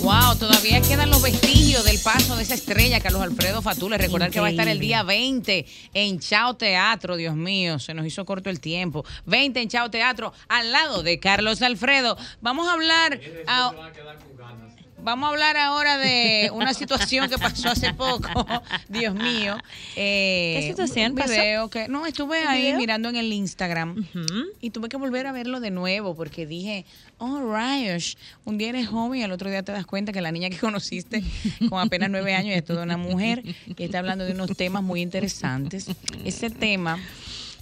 Speaker 3: Wow, todavía quedan los vestigios del paso de esa estrella, Carlos Alfredo Fatules. Recordar que va a estar el
Speaker 5: Increíble.
Speaker 3: día 20 en Chao Teatro, Dios mío, se nos hizo corto el tiempo. 20 en Chao Teatro, al lado de Carlos Alfredo. Vamos a hablar. a- Vamos a hablar ahora de una situación que pasó hace poco, Dios mío. Eh,
Speaker 5: ¿Qué situación
Speaker 3: un
Speaker 5: pasó?
Speaker 3: video que no estuve
Speaker 5: ¿Un
Speaker 3: ahí
Speaker 5: video?
Speaker 3: mirando en el Instagram y tuve que volver a verlo de nuevo porque dije, oh Ryosh, un día eres joven y al otro día te das cuenta que la niña que conociste con apenas nueve años es toda una mujer y está hablando de unos temas muy interesantes. Ese tema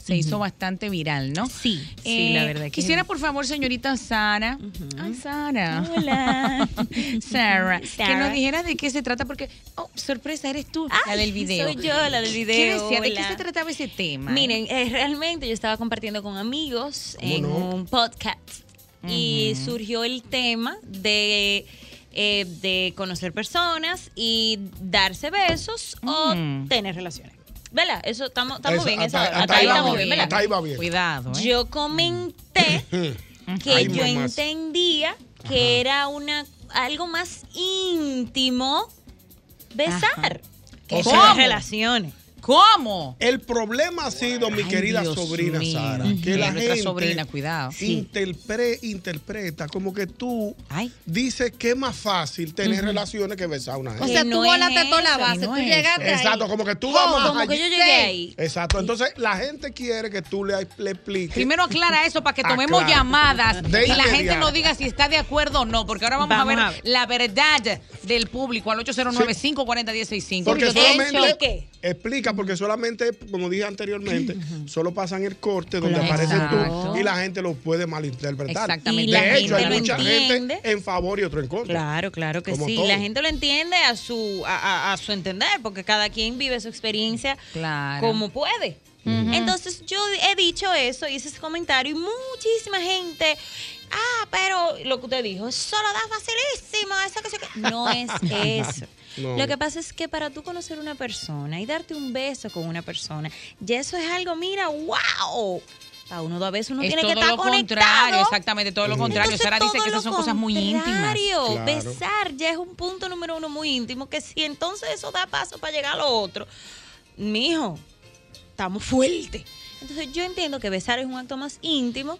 Speaker 3: se hizo bastante viral, ¿no? Sí,
Speaker 5: sí, la verdad que
Speaker 3: Quisiera,
Speaker 5: sí.
Speaker 3: por favor, señorita Sara. Ay, Sara.
Speaker 5: Hola.
Speaker 3: Sara, que
Speaker 5: Sara.
Speaker 3: nos dijera de qué se trata, porque, oh, sorpresa, eres tú, la
Speaker 5: Ay,
Speaker 3: del video.
Speaker 5: soy yo, la del video,
Speaker 3: ¿Qué decía? ¿De qué
Speaker 5: hola.
Speaker 3: se trataba ese tema?
Speaker 5: Miren, eh, realmente yo estaba compartiendo con amigos en un podcast y
Speaker 3: Ujú.
Speaker 5: surgió el tema de, eh, de conocer personas y darse besos o
Speaker 3: Mm.
Speaker 5: tener relaciones. ¿Verdad? Eso estamos estamos
Speaker 3: Eso,
Speaker 5: bien.
Speaker 3: hasta-
Speaker 5: esa hora.
Speaker 3: hasta ahí
Speaker 5: estamos
Speaker 3: vamos bien,
Speaker 5: ¿verdad?
Speaker 3: hasta ahí va bien. Cuidado, ¿eh?
Speaker 5: Yo comenté que
Speaker 3: Ay,
Speaker 5: yo
Speaker 3: mamás.
Speaker 5: entendía que era una algo más íntimo besar. Que
Speaker 4: O
Speaker 5: son
Speaker 4: sea-
Speaker 5: relaciones.
Speaker 3: ¿Cómo?
Speaker 4: El problema ha sido, mi
Speaker 5: Ay,
Speaker 4: querida
Speaker 5: Dios
Speaker 4: sobrina
Speaker 5: mío.
Speaker 4: Sara,
Speaker 5: Ujú.
Speaker 4: que la
Speaker 3: Nuestra
Speaker 4: gente
Speaker 3: sobrina, cuidado. Sí.
Speaker 4: interpre- interpreta como que tú dices que es más fácil tener
Speaker 5: Ujú.
Speaker 4: relaciones que besar a una gente.
Speaker 6: O sea, tú volaste toda la base, tú llegaste
Speaker 4: Exacto,
Speaker 6: ahí.
Speaker 4: como que tú
Speaker 6: Oh,
Speaker 4: vas más
Speaker 6: como que
Speaker 4: allí.
Speaker 6: yo llegué ahí.
Speaker 4: Exacto, entonces la gente quiere que tú le, le expliques.
Speaker 3: Primero aclara eso para que tomemos
Speaker 4: Aclara.
Speaker 3: llamadas
Speaker 4: De
Speaker 3: y la
Speaker 4: inmediato.
Speaker 3: gente nos diga si está de acuerdo o no, porque ahora vamos,
Speaker 4: Vamos
Speaker 3: a, ver
Speaker 4: a ver.
Speaker 3: la verdad del público al 809 540 1065
Speaker 4: Porque solamente explica, porque solamente, como dije anteriormente, solo pasan el corte donde
Speaker 3: Claro.
Speaker 4: apareces
Speaker 3: Exacto.
Speaker 4: tú y la gente lo puede malinterpretar.
Speaker 3: Exactamente. Y la
Speaker 4: De hecho,
Speaker 3: gente
Speaker 4: hay
Speaker 3: lo
Speaker 4: mucha
Speaker 5: entiende.
Speaker 4: gente en favor y otro en contra.
Speaker 5: Claro, claro que
Speaker 4: Como
Speaker 5: sí,
Speaker 4: todo.
Speaker 5: la gente lo entiende a su a, a- a su entender, porque cada quien vive su experiencia como puede. Entonces yo he dicho eso, hice ese comentario y muchísima gente, ah, pero lo que usted dijo, solo da facilísimo, eso que se que-". No es eso.
Speaker 15: No.
Speaker 5: Lo que pasa es que para tú conocer una persona y darte un beso con una persona, ya eso es algo, mira, wow. A uno dos veces uno
Speaker 3: es
Speaker 5: tiene
Speaker 3: todo
Speaker 5: que estar
Speaker 3: lo contrario,
Speaker 5: conectado.
Speaker 3: exactamente, todo lo contrario.
Speaker 5: Entonces,
Speaker 3: Sara dice
Speaker 5: todo
Speaker 3: que
Speaker 5: lo
Speaker 3: esas son cosas muy íntimas.
Speaker 5: contrario.
Speaker 3: Claro.
Speaker 5: Besar ya es un punto número uno muy íntimo, que si entonces eso da paso para llegar a lo otro, mijo, estamos fuertes. Entonces yo entiendo que besar es un acto más íntimo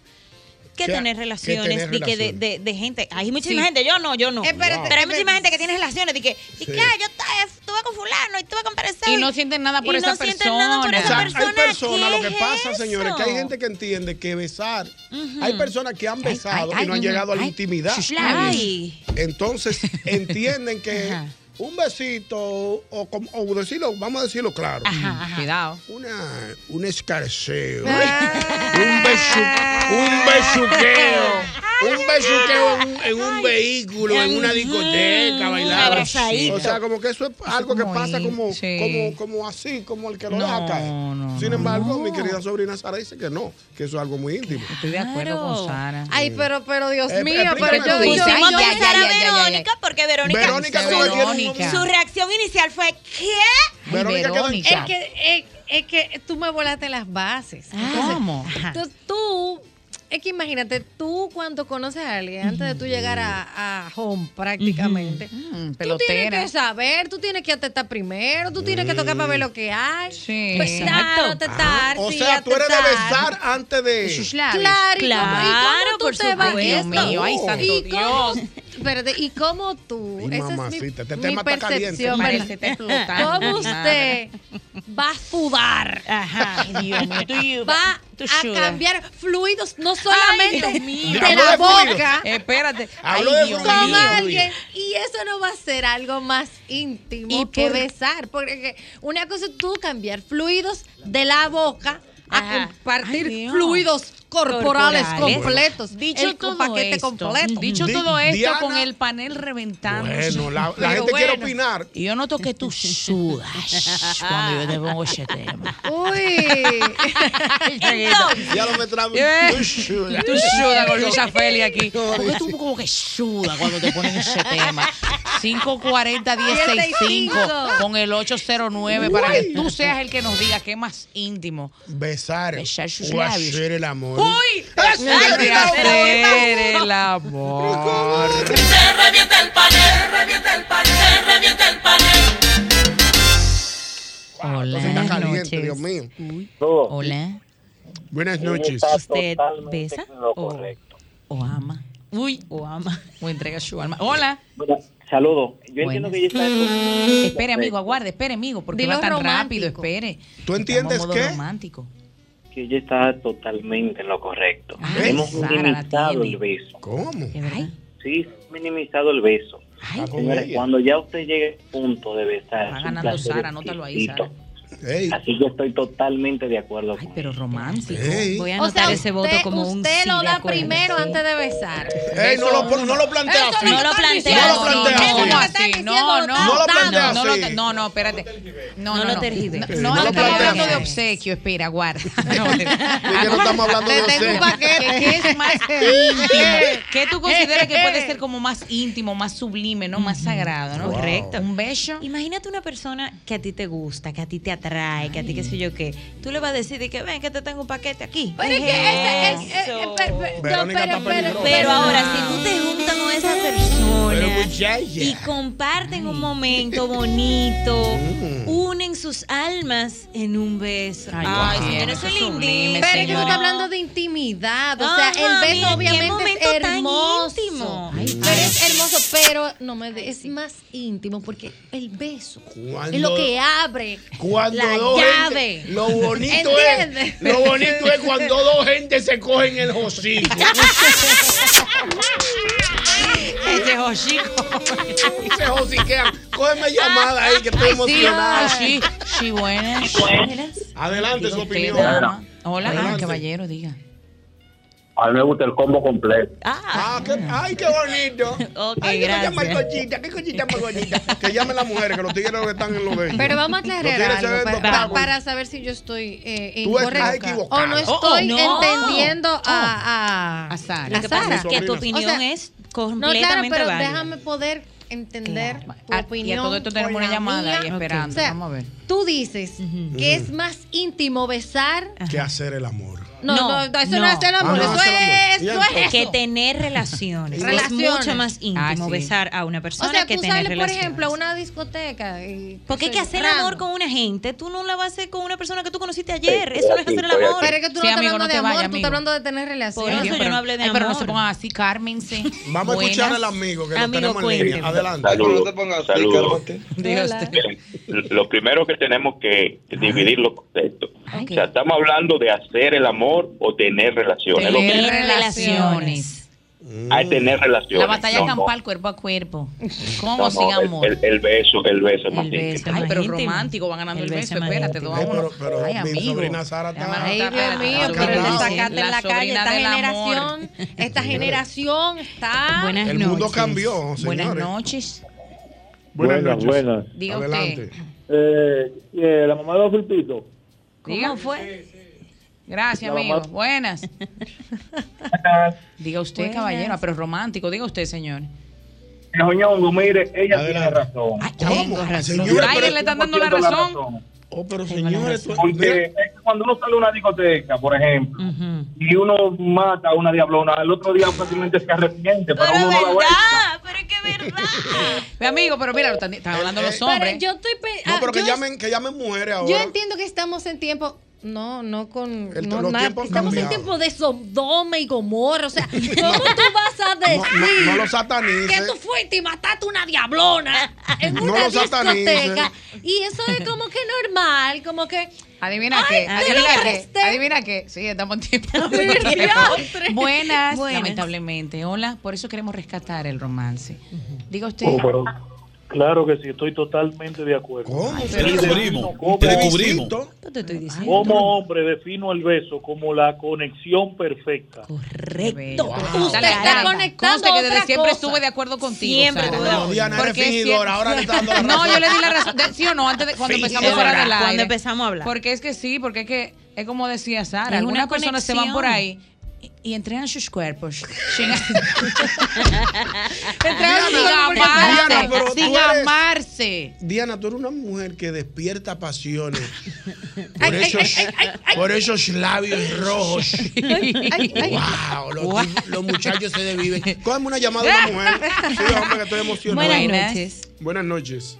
Speaker 5: que
Speaker 15: Que-
Speaker 5: tener
Speaker 15: que
Speaker 5: relaciones
Speaker 15: tener
Speaker 5: y que de,
Speaker 15: relaciones.
Speaker 5: de- de gente, hay muchísima
Speaker 15: Sí.
Speaker 5: gente, yo no, yo no.
Speaker 15: Espérate,
Speaker 5: Pero hay
Speaker 15: espérate.
Speaker 5: muchísima gente que tiene relaciones de que, y
Speaker 15: Sí.
Speaker 5: claro, yo t- estuve con fulano y estuve con Perezo.
Speaker 3: Y no sienten nada por
Speaker 5: y
Speaker 3: esa
Speaker 5: no sienten nada por
Speaker 3: persona.
Speaker 5: esa
Speaker 4: O sea, hay
Speaker 5: persona,
Speaker 4: personas, lo
Speaker 5: ¿qué
Speaker 4: que
Speaker 5: es
Speaker 4: pasa, señores, que hay
Speaker 5: eso?
Speaker 4: gente que entiende que besar,
Speaker 5: Ujú.
Speaker 4: hay personas que han besado
Speaker 5: ay,
Speaker 4: y no han
Speaker 5: ay,
Speaker 4: llegado a la
Speaker 5: ay,
Speaker 4: intimidad.
Speaker 5: shush, ay.
Speaker 4: Entonces, entienden que
Speaker 5: Ajá.
Speaker 4: un besito, o, como- o decirlo, vamos a decirlo claro,
Speaker 3: Mm, Cuidado.
Speaker 4: Una,
Speaker 5: Ah.
Speaker 4: un escarceo, un, besu, un besuqueo,
Speaker 10: un besuqueo en un, en un vehículo, en una discoteca,
Speaker 4: Un
Speaker 10: bailar.
Speaker 4: abrazadito.
Speaker 10: O sea, como que eso es algo que pasa como, como, como así, como el que lo deja caer. Sin embargo, mi querida sobrina Sara dice que no, que eso es algo muy íntimo.
Speaker 3: Estoy de acuerdo con Sara.
Speaker 6: Ay, pero, pero Dios
Speaker 10: Eh,
Speaker 6: mío, pero
Speaker 10: explícame
Speaker 6: yo
Speaker 10: tú.
Speaker 6: digo.
Speaker 10: Pues, ay,
Speaker 6: Ay,
Speaker 15: Vamos a
Speaker 6: ya,
Speaker 15: empezar
Speaker 6: ya,
Speaker 15: a
Speaker 6: ya, ya, ya.
Speaker 15: Verónica porque Verónica,
Speaker 10: Verónica
Speaker 15: su,
Speaker 10: se ve que tiene un momento.
Speaker 15: su reacción inicial fue ¿qué?
Speaker 10: Verónica quedó en
Speaker 6: Es
Speaker 10: shock.
Speaker 6: que, es, es que tú me volaste las bases.
Speaker 3: ¿Cómo?
Speaker 6: Entonces, tú, es que imagínate, tú cuando conoces a alguien, antes de tú llegar a, a home prácticamente, tú tienes
Speaker 3: Mm, pelotera.
Speaker 6: que saber, tú tienes que atetar primero, tú tienes que
Speaker 10: Mm.
Speaker 6: tocar para ver lo que hay. Sí.
Speaker 10: Exacto. Ah,
Speaker 6: atetar,
Speaker 10: o
Speaker 6: sí,
Speaker 10: sea, tú eres de
Speaker 6: atetar.
Speaker 10: besar antes de.
Speaker 6: Claro, ¿y cómo-
Speaker 15: Claro,
Speaker 6: y cómo,
Speaker 15: por
Speaker 6: tú te vas?
Speaker 15: supuesto. Dios mío, ay, santo
Speaker 6: ¿Y cómo- espérate, ¿y cómo tú?
Speaker 10: Ay,
Speaker 6: Esa es mi,
Speaker 10: mamacita, este
Speaker 6: mi
Speaker 10: tema está caliente.
Speaker 6: percepción,
Speaker 10: Parece
Speaker 6: ¿verdad?
Speaker 10: te explotaron,
Speaker 6: ¿Cómo
Speaker 10: madre.
Speaker 6: usted va a sudar? Ajá,
Speaker 10: Dios mío, tú-
Speaker 6: Va
Speaker 10: tú
Speaker 6: a
Speaker 10: sudas.
Speaker 6: cambiar fluidos, no solamente
Speaker 10: Dios mío.
Speaker 6: de
Speaker 10: Habló
Speaker 6: la
Speaker 10: de fluidos.
Speaker 6: boca.
Speaker 3: Espérate.
Speaker 10: Habló Ay, de Dios fluidos.
Speaker 6: Con
Speaker 10: mío.
Speaker 6: alguien. Y eso no va a ser algo más íntimo
Speaker 15: Y
Speaker 6: que
Speaker 15: por-
Speaker 6: besar. Porque una cosa es tú cambiar fluidos de la boca a
Speaker 15: Ajá.
Speaker 6: compartir
Speaker 15: Ay, Dios.
Speaker 6: fluidos corporales,
Speaker 15: Corporales.
Speaker 6: completos.
Speaker 3: Dicho
Speaker 6: el
Speaker 3: todo
Speaker 6: paquete
Speaker 3: esto,
Speaker 6: completo.
Speaker 3: dicho todo esto
Speaker 6: Diana-
Speaker 3: con el panel reventando.
Speaker 10: Bueno, la- la
Speaker 3: Pero
Speaker 10: gente quiere opinar.
Speaker 3: Y yo noto que tú sudas cuando yo te pongo ese tema.
Speaker 6: Uy.
Speaker 10: Ya lo me trajo.
Speaker 3: Eh,
Speaker 10: Tú sudas.
Speaker 3: Tú sudas con Luisa Feli aquí. Porque tú como que sudas cuando te ponen ese tema. 540-1065 con el 809 para que
Speaker 10: Uy.
Speaker 3: tú seas el que nos diga qué más íntimo.
Speaker 10: Besar.
Speaker 3: Besar sus
Speaker 10: o
Speaker 3: labios.
Speaker 10: hacer el amor.
Speaker 3: ¡Uy!
Speaker 10: Eso
Speaker 3: Ay,
Speaker 10: es
Speaker 3: de
Speaker 10: el amor.
Speaker 3: hacer el amor. Hola.
Speaker 10: Está caliente,
Speaker 5: noches.
Speaker 10: Dios mío.
Speaker 5: Hola.
Speaker 10: Buenas noches.
Speaker 5: ¿Usted besa o, o ama? Uy, o ama.
Speaker 3: oh, O entrega su alma. Hola.
Speaker 18: Saludos. Yo entiendo
Speaker 3: Buenas.
Speaker 18: que ella está con-
Speaker 3: Espere, amigo, aguarde, espere, amigo, porque
Speaker 18: Dilo
Speaker 3: va tan
Speaker 18: romántico.
Speaker 3: rápido, espere.
Speaker 10: ¿Tú
Speaker 18: entiendes
Speaker 3: Estamos en modo
Speaker 18: qué?
Speaker 3: romántico.
Speaker 18: que ella está totalmente en lo correcto.
Speaker 3: Ay,
Speaker 18: Hemos
Speaker 3: Ah, Sara, la
Speaker 18: minimizado
Speaker 3: tiene.
Speaker 18: el beso.
Speaker 10: ¿Cómo?
Speaker 18: Sí, minimizado el beso. Señores,
Speaker 10: ella.
Speaker 18: cuando ya usted llegue al punto de besar,
Speaker 3: Va
Speaker 18: es un
Speaker 3: ganando
Speaker 18: placer
Speaker 3: Sara, anótalo ahí,
Speaker 18: exquisito.
Speaker 3: Sara.
Speaker 18: Así que estoy totalmente de acuerdo con
Speaker 3: Pero romántico.
Speaker 18: Voy
Speaker 6: O sea, usted, usted lo da primero antes de besar.
Speaker 10: Ey, no lo, no lo plantea
Speaker 6: Eso
Speaker 10: así.
Speaker 6: no lo plantea
Speaker 10: No lo
Speaker 6: así.
Speaker 10: plantea
Speaker 6: Eso no
Speaker 10: así.
Speaker 6: está-
Speaker 3: Sí, no, no,
Speaker 10: No lo plantea
Speaker 3: no, no,
Speaker 10: así.
Speaker 3: te- no, no, espérate. No, no,
Speaker 5: No lo
Speaker 3: no.
Speaker 5: tergiverses.
Speaker 3: No, no,
Speaker 10: No lo
Speaker 3: estamos hablando
Speaker 10: planteas.
Speaker 3: de obsequio, espera, aguarda. No,
Speaker 10: que no estamos hablando de obsequio. Eh,
Speaker 3: ¿Qué es más íntimo? ¿Qué tú consideras que puede ser como más íntimo, más sublime, no más sagrado, no?
Speaker 5: Correcto.
Speaker 3: Un beso.
Speaker 5: Imagínate una persona que a ti te gusta, que a ti te atrae, que a ti qué sé yo qué. Tú le vas a decir de que ven, que te tengo un paquete aquí.
Speaker 6: Pero es que ese-
Speaker 5: eh,
Speaker 6: es- es- es- per- per- no,
Speaker 5: Verónica está
Speaker 6: pero- pero-
Speaker 5: peligrosa.
Speaker 6: pero ahora sí.
Speaker 5: tú te juntas con esa persona
Speaker 6: pues
Speaker 10: muchacha.
Speaker 5: y comparten un momento bonito,
Speaker 6: Mm.
Speaker 5: unen sus almas en un beso. Ay,
Speaker 6: wow.
Speaker 5: señores, eso es
Speaker 6: Eso es
Speaker 5: lindísimo.
Speaker 6: Pero es que tú estás hablando de intimidad. O sea,
Speaker 5: Ajá,
Speaker 6: el beso
Speaker 5: mira, qué
Speaker 6: obviamente
Speaker 5: momento
Speaker 6: es
Speaker 5: tan
Speaker 6: hermoso. pero es hermoso, pero no me de- es más íntimo porque el beso es lo
Speaker 10: Cuando-
Speaker 6: que abre
Speaker 10: Cuando
Speaker 6: la
Speaker 10: dos
Speaker 6: llave.
Speaker 10: gente- lo bonito
Speaker 6: ¿Entiendes?
Speaker 10: es, lo bonito es cuando dos gente se cogen el hocico.
Speaker 3: Este hocico.
Speaker 10: se hociquean. Cógeme llamada Pues ahí que estoy
Speaker 3: Ay, sí,
Speaker 10: emocionada.
Speaker 3: ay, sí, sí, buenas.
Speaker 10: Adelante su
Speaker 3: Digo, usted,
Speaker 10: opinión.
Speaker 3: dama. Hola, ah,
Speaker 10: Adelante.
Speaker 3: caballero, diga.
Speaker 18: A mí me gusta el combo completo.
Speaker 10: Ah, qué- ay, qué bonito. ay, qué cosa más
Speaker 18: gracias.
Speaker 10: cochita, qué cochita más bonita. Que llamen las mujeres, que los tigres lo que están en los de ellos.
Speaker 6: Pero vamos a
Speaker 10: Los
Speaker 6: aclarar
Speaker 10: tigres se
Speaker 6: algo
Speaker 10: ven
Speaker 6: pa-
Speaker 10: dos
Speaker 6: pa-
Speaker 10: tacos.
Speaker 6: para saber si yo estoy eh,
Speaker 10: Tú estás
Speaker 6: incorrecta
Speaker 10: equivocada.
Speaker 6: o no
Speaker 10: Oh, oh,
Speaker 6: estoy
Speaker 10: no.
Speaker 6: entendiendo
Speaker 3: Oh,
Speaker 6: a, a, a Sara.
Speaker 5: Lo que pasa es que tu opinión es completamente
Speaker 6: no, claro, pero
Speaker 5: válida.
Speaker 6: déjame poder entender tu
Speaker 3: Ah,
Speaker 6: opinión.
Speaker 3: Y a todo esto tenemos
Speaker 6: con
Speaker 3: una
Speaker 6: la
Speaker 3: llamada
Speaker 6: mía.
Speaker 3: ahí esperando.
Speaker 6: O sea,
Speaker 3: Vamos a ver.
Speaker 6: Tú dices que es más íntimo besar.
Speaker 10: ¿Qué hacer el amor?
Speaker 6: No, no, eso no es hacer el amor,
Speaker 10: Ah, no,
Speaker 6: eso
Speaker 10: hacer el amor.
Speaker 6: es,
Speaker 10: ¿Y
Speaker 6: eso es
Speaker 5: que
Speaker 6: eso.
Speaker 5: tener relaciones. Es
Speaker 6: Relaciones.
Speaker 5: mucho más íntimo
Speaker 6: Ah, sí.
Speaker 5: besar a una persona
Speaker 6: O sea,
Speaker 5: que
Speaker 6: tú
Speaker 5: tener
Speaker 6: sales, por
Speaker 5: relaciones.
Speaker 6: ejemplo, a una discoteca. y-
Speaker 5: Porque hay que
Speaker 6: soy
Speaker 5: hacer
Speaker 6: random.
Speaker 5: amor con una gente. Tú no la vas a hacer con una persona que tú conociste ayer.
Speaker 3: Estoy
Speaker 5: Eso no es
Speaker 3: aquí,
Speaker 5: hacer el
Speaker 3: estoy
Speaker 5: amor.
Speaker 3: aquí.
Speaker 6: Pero es que
Speaker 3: Sí,
Speaker 6: tú no estás
Speaker 3: amigo,
Speaker 6: hablando
Speaker 3: no te
Speaker 6: de amor,
Speaker 3: vaya,
Speaker 6: tú
Speaker 3: amigo.
Speaker 6: estás hablando de tener relaciones.
Speaker 3: Ay, Dios, pero- ay, Pero no se pongan así, Carmen. sí.
Speaker 10: Vamos a escuchar
Speaker 3: Buenas.
Speaker 10: al amigo que lo tenemos en línea. Adelante.
Speaker 11: Saludos, saludos.
Speaker 3: Dios te-
Speaker 11: Lo primero que tenemos que dividir los conceptos. O sea, estamos hablando de hacer el amor o tener relaciones.
Speaker 3: Tener
Speaker 11: Lo mismo.
Speaker 3: relaciones.
Speaker 29: a tener relaciones.
Speaker 3: La batalla
Speaker 29: No, no.
Speaker 3: campal cuerpo a cuerpo. ¿Cómo
Speaker 29: No,
Speaker 3: sin
Speaker 29: no, el-
Speaker 3: amor?
Speaker 29: El, el beso, el beso es más íntimo.
Speaker 3: Ay, pero romántico, van ganando el, beso, espérate, dos a uno. Ay,
Speaker 30: mi
Speaker 3: amigo.
Speaker 30: sobrina Sara está.
Speaker 6: Ay, Dios mío, pero el desacate en la calle, esta generación, esta generación está...
Speaker 3: Buenas
Speaker 4: El mundo cambió,
Speaker 3: Buenas
Speaker 4: señores.
Speaker 3: noches.
Speaker 4: Buenas
Speaker 11: Buenas,
Speaker 4: noches.
Speaker 11: buenas.
Speaker 3: Diga
Speaker 4: Adelante.
Speaker 3: usted.
Speaker 11: Eh, eh, la mamá de los Filipitos.
Speaker 3: Diga. fue? Gracias,
Speaker 11: La
Speaker 3: amigo.
Speaker 11: mamá-
Speaker 3: Buenas. Diga usted,
Speaker 11: Buenas.
Speaker 3: caballero, pero romántico. Diga usted, señor.
Speaker 11: Doña Ñongo, mire, ella tiene razón.
Speaker 3: Ah, Tengo razón. Aire le están dando la razón.
Speaker 4: Oh, pero señores, tú-
Speaker 11: Porque es que cuando uno sale a una discoteca, por ejemplo,
Speaker 3: Mm.
Speaker 11: y uno mata a una diablona, el otro día fácilmente se arrepiente, pero uno no la vuelve.
Speaker 3: Mi amigo, pero mira, lo están, están hablando los
Speaker 6: Pero
Speaker 3: hombres.
Speaker 6: yo estoy... pe-
Speaker 4: Eh, No,
Speaker 6: ah,
Speaker 4: pero que
Speaker 6: yo-
Speaker 4: llamen, que llamen mujeres ahora.
Speaker 6: Yo entiendo que estamos en tiempo. No, no con.
Speaker 4: El-
Speaker 6: no,
Speaker 4: los
Speaker 6: nada.
Speaker 4: tiempos han
Speaker 6: Estamos en
Speaker 4: cambiado.
Speaker 6: tiempo de Sodoma y Gomorra. O sea, ¿cómo tú vas a decir
Speaker 4: no- no lo satanices.
Speaker 6: que tú fuiste y mataste una diablona en
Speaker 4: No
Speaker 6: una
Speaker 4: lo satanices.
Speaker 6: discoteca? Y eso es como que normal, como que.
Speaker 3: Adivina
Speaker 6: Ay,
Speaker 3: qué,
Speaker 6: te
Speaker 3: adivina
Speaker 6: lo
Speaker 3: qué, adivina qué. Sí, estamos en tiempo.
Speaker 6: diantre.
Speaker 3: Buenas,
Speaker 6: Buenas.
Speaker 3: lamentablemente. Hola, por eso queremos rescatar el romance. Diga usted.
Speaker 11: Oh, pero claro que sí, estoy totalmente de acuerdo.
Speaker 3: Te descubrimos,
Speaker 11: Te descubrimos.
Speaker 3: Yo te estoy diciendo.
Speaker 11: Como hombre defino el beso como la conexión perfecta.
Speaker 3: Correcto.
Speaker 6: Usted está conectando
Speaker 3: Conste que
Speaker 6: otra
Speaker 3: desde siempre
Speaker 6: cosa.
Speaker 3: estuve de acuerdo contigo.
Speaker 6: Siempre
Speaker 3: Sara.
Speaker 6: estuve de acuerdo. No, Diana,
Speaker 3: Porque
Speaker 6: eres
Speaker 3: es
Speaker 6: fingidora,
Speaker 3: cierto.
Speaker 6: ahora le está dando la
Speaker 3: No,
Speaker 6: razón.
Speaker 3: yo le di la razón. De- ¿Sí o no? Antes de, cuando empezamos
Speaker 5: Es
Speaker 3: fuera
Speaker 5: verdad,
Speaker 3: del aire.
Speaker 5: cuando empezamos a hablar.
Speaker 3: Porque es que sí, porque es que es como decía
Speaker 5: Es
Speaker 3: Sara.
Speaker 5: una
Speaker 3: Algunas personas se van
Speaker 5: conexión.
Speaker 3: por ahí y, y entregan sus cuerpos. Sin- entregan
Speaker 4: Diana, Diana,
Speaker 3: sin amarse.
Speaker 4: pero tú
Speaker 3: sin
Speaker 4: eres-
Speaker 3: amarse.
Speaker 4: Diana, tú eres una mujer que despierta pasiones por, esos, por esos labios rojos.
Speaker 26: ay, ay.
Speaker 4: wow, los, los muchachos se desviven. Cógame una llamada de una mujer. Sí, hombre, que estoy emocionado.
Speaker 3: Buenas noches.
Speaker 4: Buenas noches.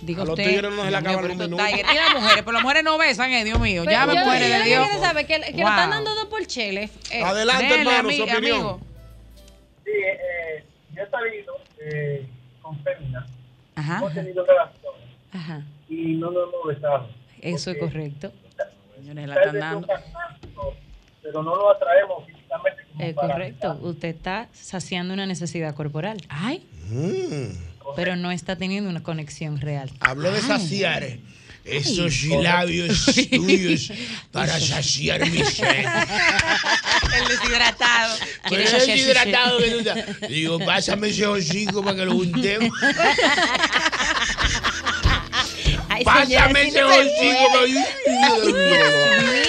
Speaker 3: Digo
Speaker 4: A los
Speaker 3: usted.
Speaker 4: tigres no se le
Speaker 3: Dios mío,
Speaker 4: acaban los
Speaker 3: pero estos
Speaker 4: minutos.
Speaker 3: tigres. Y las mujeres, pero las mujeres no besan, eh, Dios mío. Ya me muere de Dios.
Speaker 6: saber que, que lo
Speaker 3: Wow.
Speaker 6: están dando dos por cheles. Eh,
Speaker 4: Adelante,
Speaker 3: Dele,
Speaker 4: hermano, su
Speaker 3: ami-
Speaker 4: opinión.
Speaker 3: amigo.
Speaker 11: Sí, eh, yo he salido eh, con féminas.
Speaker 3: Ajá.
Speaker 11: Hemos tenido relaciones
Speaker 3: Ajá.
Speaker 11: y no nos hemos besado.
Speaker 5: Eh,
Speaker 3: Eso es
Speaker 11: Porque
Speaker 3: correcto. Señores, la
Speaker 11: tal
Speaker 3: están
Speaker 11: vez
Speaker 3: dando.
Speaker 11: toca tanto, Pero no lo atraemos físicamente. como
Speaker 5: Es
Speaker 11: para
Speaker 5: correcto. Usted está saciando una necesidad corporal.
Speaker 3: Ay.
Speaker 5: Pero no está teniendo una conexión real.
Speaker 4: Mm. Habló de saciar esos
Speaker 5: Ah. Ay.
Speaker 4: labios tuyos para saciar mi sed.
Speaker 3: El deshidratado.
Speaker 4: Pero es hidratado, menuda. Digo, pásame ese hocico para que lo juntemos. Pásame ese hocico para que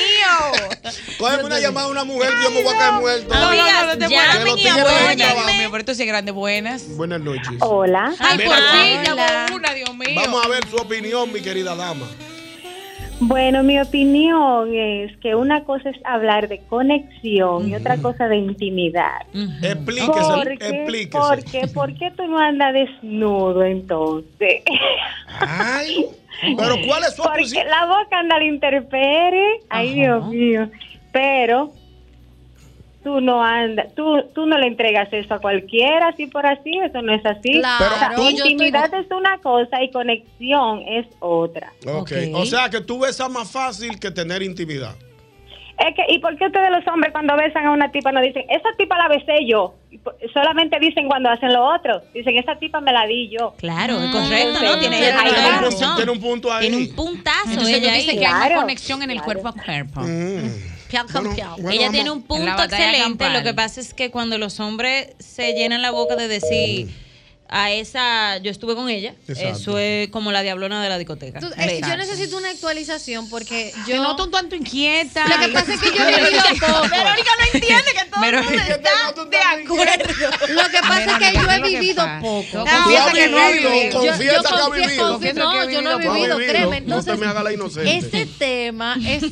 Speaker 4: Cógeme una llamada a una mujer que yo me voy a caer muerto.
Speaker 3: No, no, no, no te mueras.
Speaker 4: Que los tigres vayan a
Speaker 3: Dios
Speaker 4: acabar.
Speaker 3: mío, pero esto sí es grande. Buenas.
Speaker 4: Buenas noches.
Speaker 8: Hola.
Speaker 3: Ay, pues por
Speaker 4: Hola.
Speaker 3: fin, llamó una, Dios mío.
Speaker 4: Vamos a ver su opinión, mi querida dama.
Speaker 8: Bueno, mi opinión es que una cosa es hablar de conexión y otra cosa de intimidad.
Speaker 6: Oh,
Speaker 8: ¿Por
Speaker 4: Explíquese,
Speaker 8: qué?
Speaker 4: explíquese.
Speaker 8: ¿Por qué? ¿Por qué tú no andas desnudo entonces?
Speaker 4: Ay, pero ¿cuál es su
Speaker 8: Porque la boca anda al interpere. Ay, Dios mío. Pero tú no andas, tú, tú no le entregas eso a cualquiera, así por así, eso no es así.
Speaker 4: Claro,
Speaker 8: O sea,
Speaker 4: yo estoy-
Speaker 8: intimidad es una cosa y conexión es otra.
Speaker 4: Okay. O sea que tú besas más fácil que tener intimidad.
Speaker 8: Es que, ¿Y por qué ustedes los hombres cuando besan a una tipa no dicen, esa tipa la besé yo? Y po- Solamente dicen cuando hacen lo otro. Dicen, esa tipa me la di yo. Mm,
Speaker 5: Claro,
Speaker 8: es
Speaker 5: correcto, ¿no? Tiene- ahí
Speaker 8: ahí
Speaker 5: va.
Speaker 4: Tiene un punto ahí.
Speaker 5: Tiene un puntazo.
Speaker 3: Entonces
Speaker 5: ella
Speaker 3: ella dice
Speaker 5: ahí.
Speaker 3: que hay una
Speaker 5: Claro.
Speaker 3: conexión en el cuerpo a cuerpo.
Speaker 4: Mm.
Speaker 6: Piau, piau, piau.
Speaker 5: Ella tiene un
Speaker 3: En la
Speaker 5: punto
Speaker 3: batalla
Speaker 5: excelente.
Speaker 3: campal.
Speaker 5: Lo que pasa es que cuando los hombres se llenan la boca de decir a esa, yo estuve con ella,
Speaker 6: Exacto.
Speaker 5: eso es como la diablona de la discoteca.
Speaker 6: tú- es que yo necesito una actualización porque yo.
Speaker 3: Te noto un tanto inquieta.
Speaker 6: Lo que pasa es que yo he leído poco.
Speaker 3: Verónica no entiende que todo el mundo está de acuerdo.
Speaker 6: Lo que pasa es que yo he vivido poco.
Speaker 4: Confiesa que no ha vivido.
Speaker 6: Yo- yo
Speaker 4: Confiesa que ha
Speaker 6: confieso-
Speaker 4: vivido.
Speaker 6: No, yo no he vivido, créeme. Entonces,
Speaker 4: no te me haga la inocente.
Speaker 6: Este tema es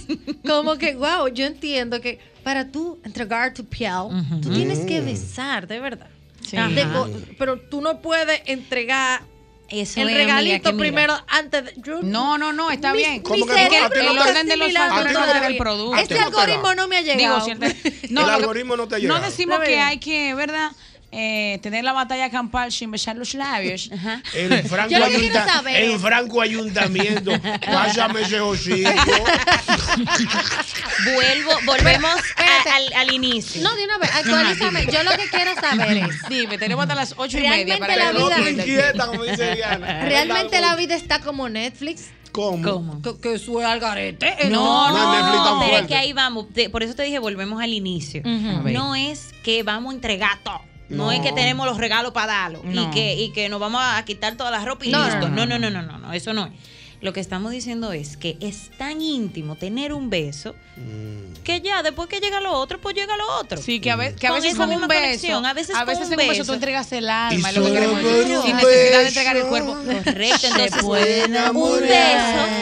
Speaker 6: como que, wow, yo entiendo que para tú entregar tu piel, tú tienes que besar, de verdad.
Speaker 5: Sí.
Speaker 6: De
Speaker 5: Ajá.
Speaker 6: co- pero tú no puedes entregar
Speaker 5: Eso
Speaker 6: el
Speaker 5: es, amiga,
Speaker 6: regalito
Speaker 5: que mira.
Speaker 6: primero antes de... yo-
Speaker 3: No, no, no, está
Speaker 6: Mi-
Speaker 3: bien.
Speaker 6: mi
Speaker 3: Es que
Speaker 6: cerebro
Speaker 3: el
Speaker 6: no está
Speaker 3: orden de los
Speaker 6: asimilando
Speaker 3: factores
Speaker 6: todavía.
Speaker 3: del producto.
Speaker 6: Este algoritmo no me ha
Speaker 3: Digo,
Speaker 6: llegado.
Speaker 3: si el-
Speaker 4: el
Speaker 3: lo que-
Speaker 4: algoritmo no te ha llegado.
Speaker 3: No decimos
Speaker 6: Está
Speaker 3: que
Speaker 6: bien.
Speaker 3: hay que, ¿verdad? eh, tener la batalla campal sin besar los labios. Ajá.
Speaker 4: El franco,
Speaker 3: Yo lo que
Speaker 4: ayunta-
Speaker 3: quiero saber
Speaker 4: el
Speaker 3: es-
Speaker 4: franco ayuntamiento. Pásame ese hocico.
Speaker 5: Vuelvo, volvemos a- al, al inicio.
Speaker 6: No, de una vez, actualízame. Yo lo que quiero saber es.
Speaker 3: Dime, tenemos hasta las ocho y media
Speaker 6: Realmente
Speaker 3: para
Speaker 6: la
Speaker 3: que lo
Speaker 6: vida-
Speaker 3: atiendan.
Speaker 6: Inquieta, como dice Diana. Realmente la vida está como Netflix.
Speaker 5: ¿Cómo?
Speaker 6: Que, que sube al garete. eh,
Speaker 5: No,
Speaker 6: no,
Speaker 5: no,
Speaker 6: no.
Speaker 5: pero es que ahí vamos. Te- por eso te dije, volvemos al inicio.
Speaker 6: Ujú. A ver.
Speaker 5: No es que vamos a entregar todo. No,
Speaker 6: No.
Speaker 5: es que tenemos los regalos para darlo
Speaker 6: No.
Speaker 5: y, que, y que nos vamos a quitar toda la ropa y
Speaker 6: No,
Speaker 5: listo.
Speaker 6: no,
Speaker 5: No no no, no, no, no, eso no es. Lo que estamos diciendo es que es tan íntimo tener un beso que ya después que llega lo otro, pues llega lo otro.
Speaker 3: Sí, que a veces, que a veces
Speaker 5: esa
Speaker 3: con un
Speaker 5: misma
Speaker 3: beso,
Speaker 5: conexión, a veces,
Speaker 3: en un beso tú entregas el alma, es lo que
Speaker 5: solo
Speaker 3: queremos
Speaker 5: por
Speaker 3: decir,
Speaker 5: un
Speaker 3: sin necesidad de
Speaker 5: beso
Speaker 3: entregar el cuerpo.
Speaker 5: Correcto, entonces
Speaker 3: puede
Speaker 5: un
Speaker 3: enamorar.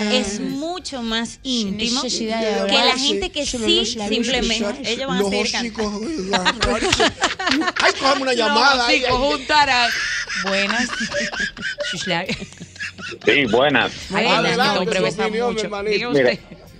Speaker 5: beso es mucho más íntimo que
Speaker 3: necesidad de
Speaker 5: la
Speaker 3: hablarse,
Speaker 5: gente que
Speaker 3: solo
Speaker 5: sí
Speaker 3: los labios
Speaker 5: simplemente
Speaker 3: besarse.
Speaker 5: ellos van a
Speaker 3: Los
Speaker 5: seguir cantando.
Speaker 10: Ay, cógeme una llamada. ahí, ahí.
Speaker 3: Buenas. Sus labios.
Speaker 11: Sí, buenas.
Speaker 3: Ay,
Speaker 10: Adelante,
Speaker 3: este hombre
Speaker 10: su
Speaker 3: besa
Speaker 10: opinión,
Speaker 3: mucho.
Speaker 10: mi hermanito.
Speaker 3: Diga
Speaker 11: Mira,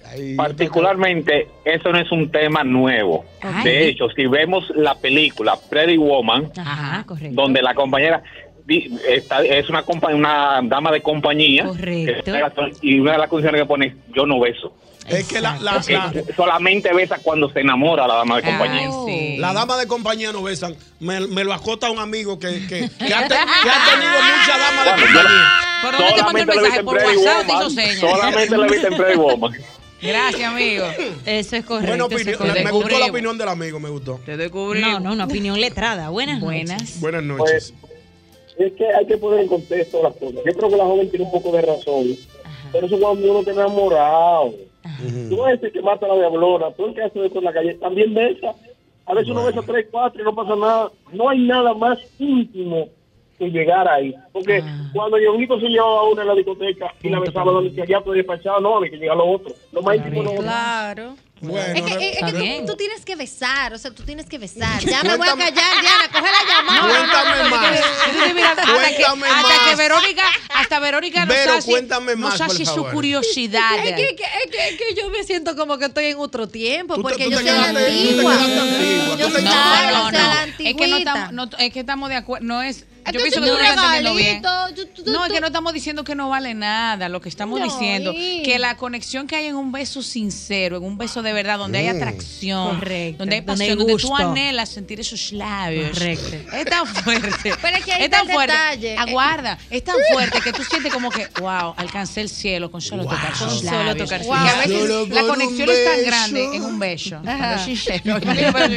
Speaker 3: usted.
Speaker 11: particularmente, eso no es un tema nuevo.
Speaker 5: Ay.
Speaker 11: De hecho, si vemos la película Pretty Woman,
Speaker 3: Ah,
Speaker 5: Ajá, correcto.
Speaker 11: donde la compañera di- está- es una, compa- una dama de compañía,
Speaker 5: Correcto.
Speaker 11: que está- y una de las condiciones que pone es, yo no beso.
Speaker 4: Es que la, la-
Speaker 11: Porque
Speaker 4: la-
Speaker 11: solamente besa cuando se enamora la dama de compañía.
Speaker 4: la dama de compañía no besan. Me, me lo acota un amigo que, que, que ha, te- que ha tenido muchas damas de compañía.
Speaker 3: ¿Por dónde te mando el
Speaker 4: Solamente lo dicen
Speaker 3: mensaje? ¿Por
Speaker 4: Pretty
Speaker 3: WhatsApp?
Speaker 4: Woman,
Speaker 3: Hizo señas.
Speaker 4: solamente
Speaker 11: la viste en Pretty Woman.
Speaker 3: Gracias, amigo.
Speaker 5: Eso es correcto.
Speaker 4: Buena
Speaker 5: eso es
Speaker 4: opinión.
Speaker 5: correcto.
Speaker 4: Me, me gustó la opinión del amigo, me gustó.
Speaker 3: Te
Speaker 5: No, no, una opinión letrada. Buenas Buenas.
Speaker 4: Buenas noches.
Speaker 18: es que hay que poner en contexto las cosas. Yo creo que la joven tiene un poco de razón, pero eso cuando uno está enamorado. Tú no es el que mata a la diablona, tú el que hace eso en la calle, también besa. A veces uno besa tres, cuatro y no pasa nada. No hay nada más íntimo que llegar ahí. Porque cuando Dionguito se llevaba a una a la discoteca y la besaba donde que allá estoy despachado, no, había que llegar a lo otro. Lo más íntimo no
Speaker 6: Claro. Es que, es- es que tú-
Speaker 18: También.
Speaker 6: tú, tienes que besar, o sea, tú tienes que besar. Ya me voy a callar, Diana, coge la llamada.
Speaker 4: Cuéntame más.
Speaker 3: Yo estoy mirando hasta que,
Speaker 4: Cuéntame
Speaker 3: hasta
Speaker 4: más.
Speaker 3: que Verónica, hasta Verónica nos
Speaker 4: Vero,
Speaker 3: hace,
Speaker 4: cuéntame
Speaker 3: nos
Speaker 4: más, por
Speaker 3: hace su
Speaker 4: favor.
Speaker 3: curiosidad.
Speaker 6: Es que, es que- es que- es que yo me siento como que estoy en otro tiempo, porque
Speaker 3: tú
Speaker 6: yo
Speaker 3: te
Speaker 6: soy la
Speaker 3: quedaste- tú te
Speaker 6: antigua.
Speaker 3: quedaste antigua,
Speaker 6: Yo
Speaker 3: tú
Speaker 6: soy
Speaker 3: te quedaste-
Speaker 6: la- o sea,
Speaker 3: No, no, no.
Speaker 6: la
Speaker 3: Es que no
Speaker 6: antigüita.
Speaker 3: estamos, no, es que estamos de acuerdo, no es, yo
Speaker 6: Entonces,
Speaker 3: pienso que
Speaker 6: un
Speaker 3: tú no estás entendiendo bien.
Speaker 6: regalito, yo- tú-
Speaker 3: No, es
Speaker 6: tú-
Speaker 3: que no estamos diciendo que no vale nada, lo que estamos
Speaker 6: Pues, No,
Speaker 3: diciendo,
Speaker 6: y-
Speaker 3: que la conexión que hay en un beso sincero, en un beso de verdad, donde hay
Speaker 6: Mm.
Speaker 3: atracción,
Speaker 6: Correcto.
Speaker 3: donde hay
Speaker 6: Donde hay
Speaker 3: pasión, donde, tú
Speaker 6: gusto.
Speaker 3: anhelas sentir esos labios.
Speaker 6: Correcto.
Speaker 3: Es tan fuerte.
Speaker 6: Pero es que ahí
Speaker 3: es
Speaker 6: está
Speaker 3: tan
Speaker 6: el
Speaker 3: fuerte.
Speaker 6: detalle.
Speaker 3: Aguarda, es tan fuerte que tú sientes como que, wow, alcancé el cielo con solo tocar
Speaker 6: Con
Speaker 3: sus
Speaker 6: solo
Speaker 3: labios.
Speaker 6: tocar sus
Speaker 3: Wow. Que a
Speaker 6: labios.
Speaker 3: veces
Speaker 6: Solo
Speaker 3: la
Speaker 6: por un
Speaker 3: conexión es tan
Speaker 6: beso.
Speaker 3: grande en un beso.
Speaker 6: Ajá.
Speaker 3: Es sincero.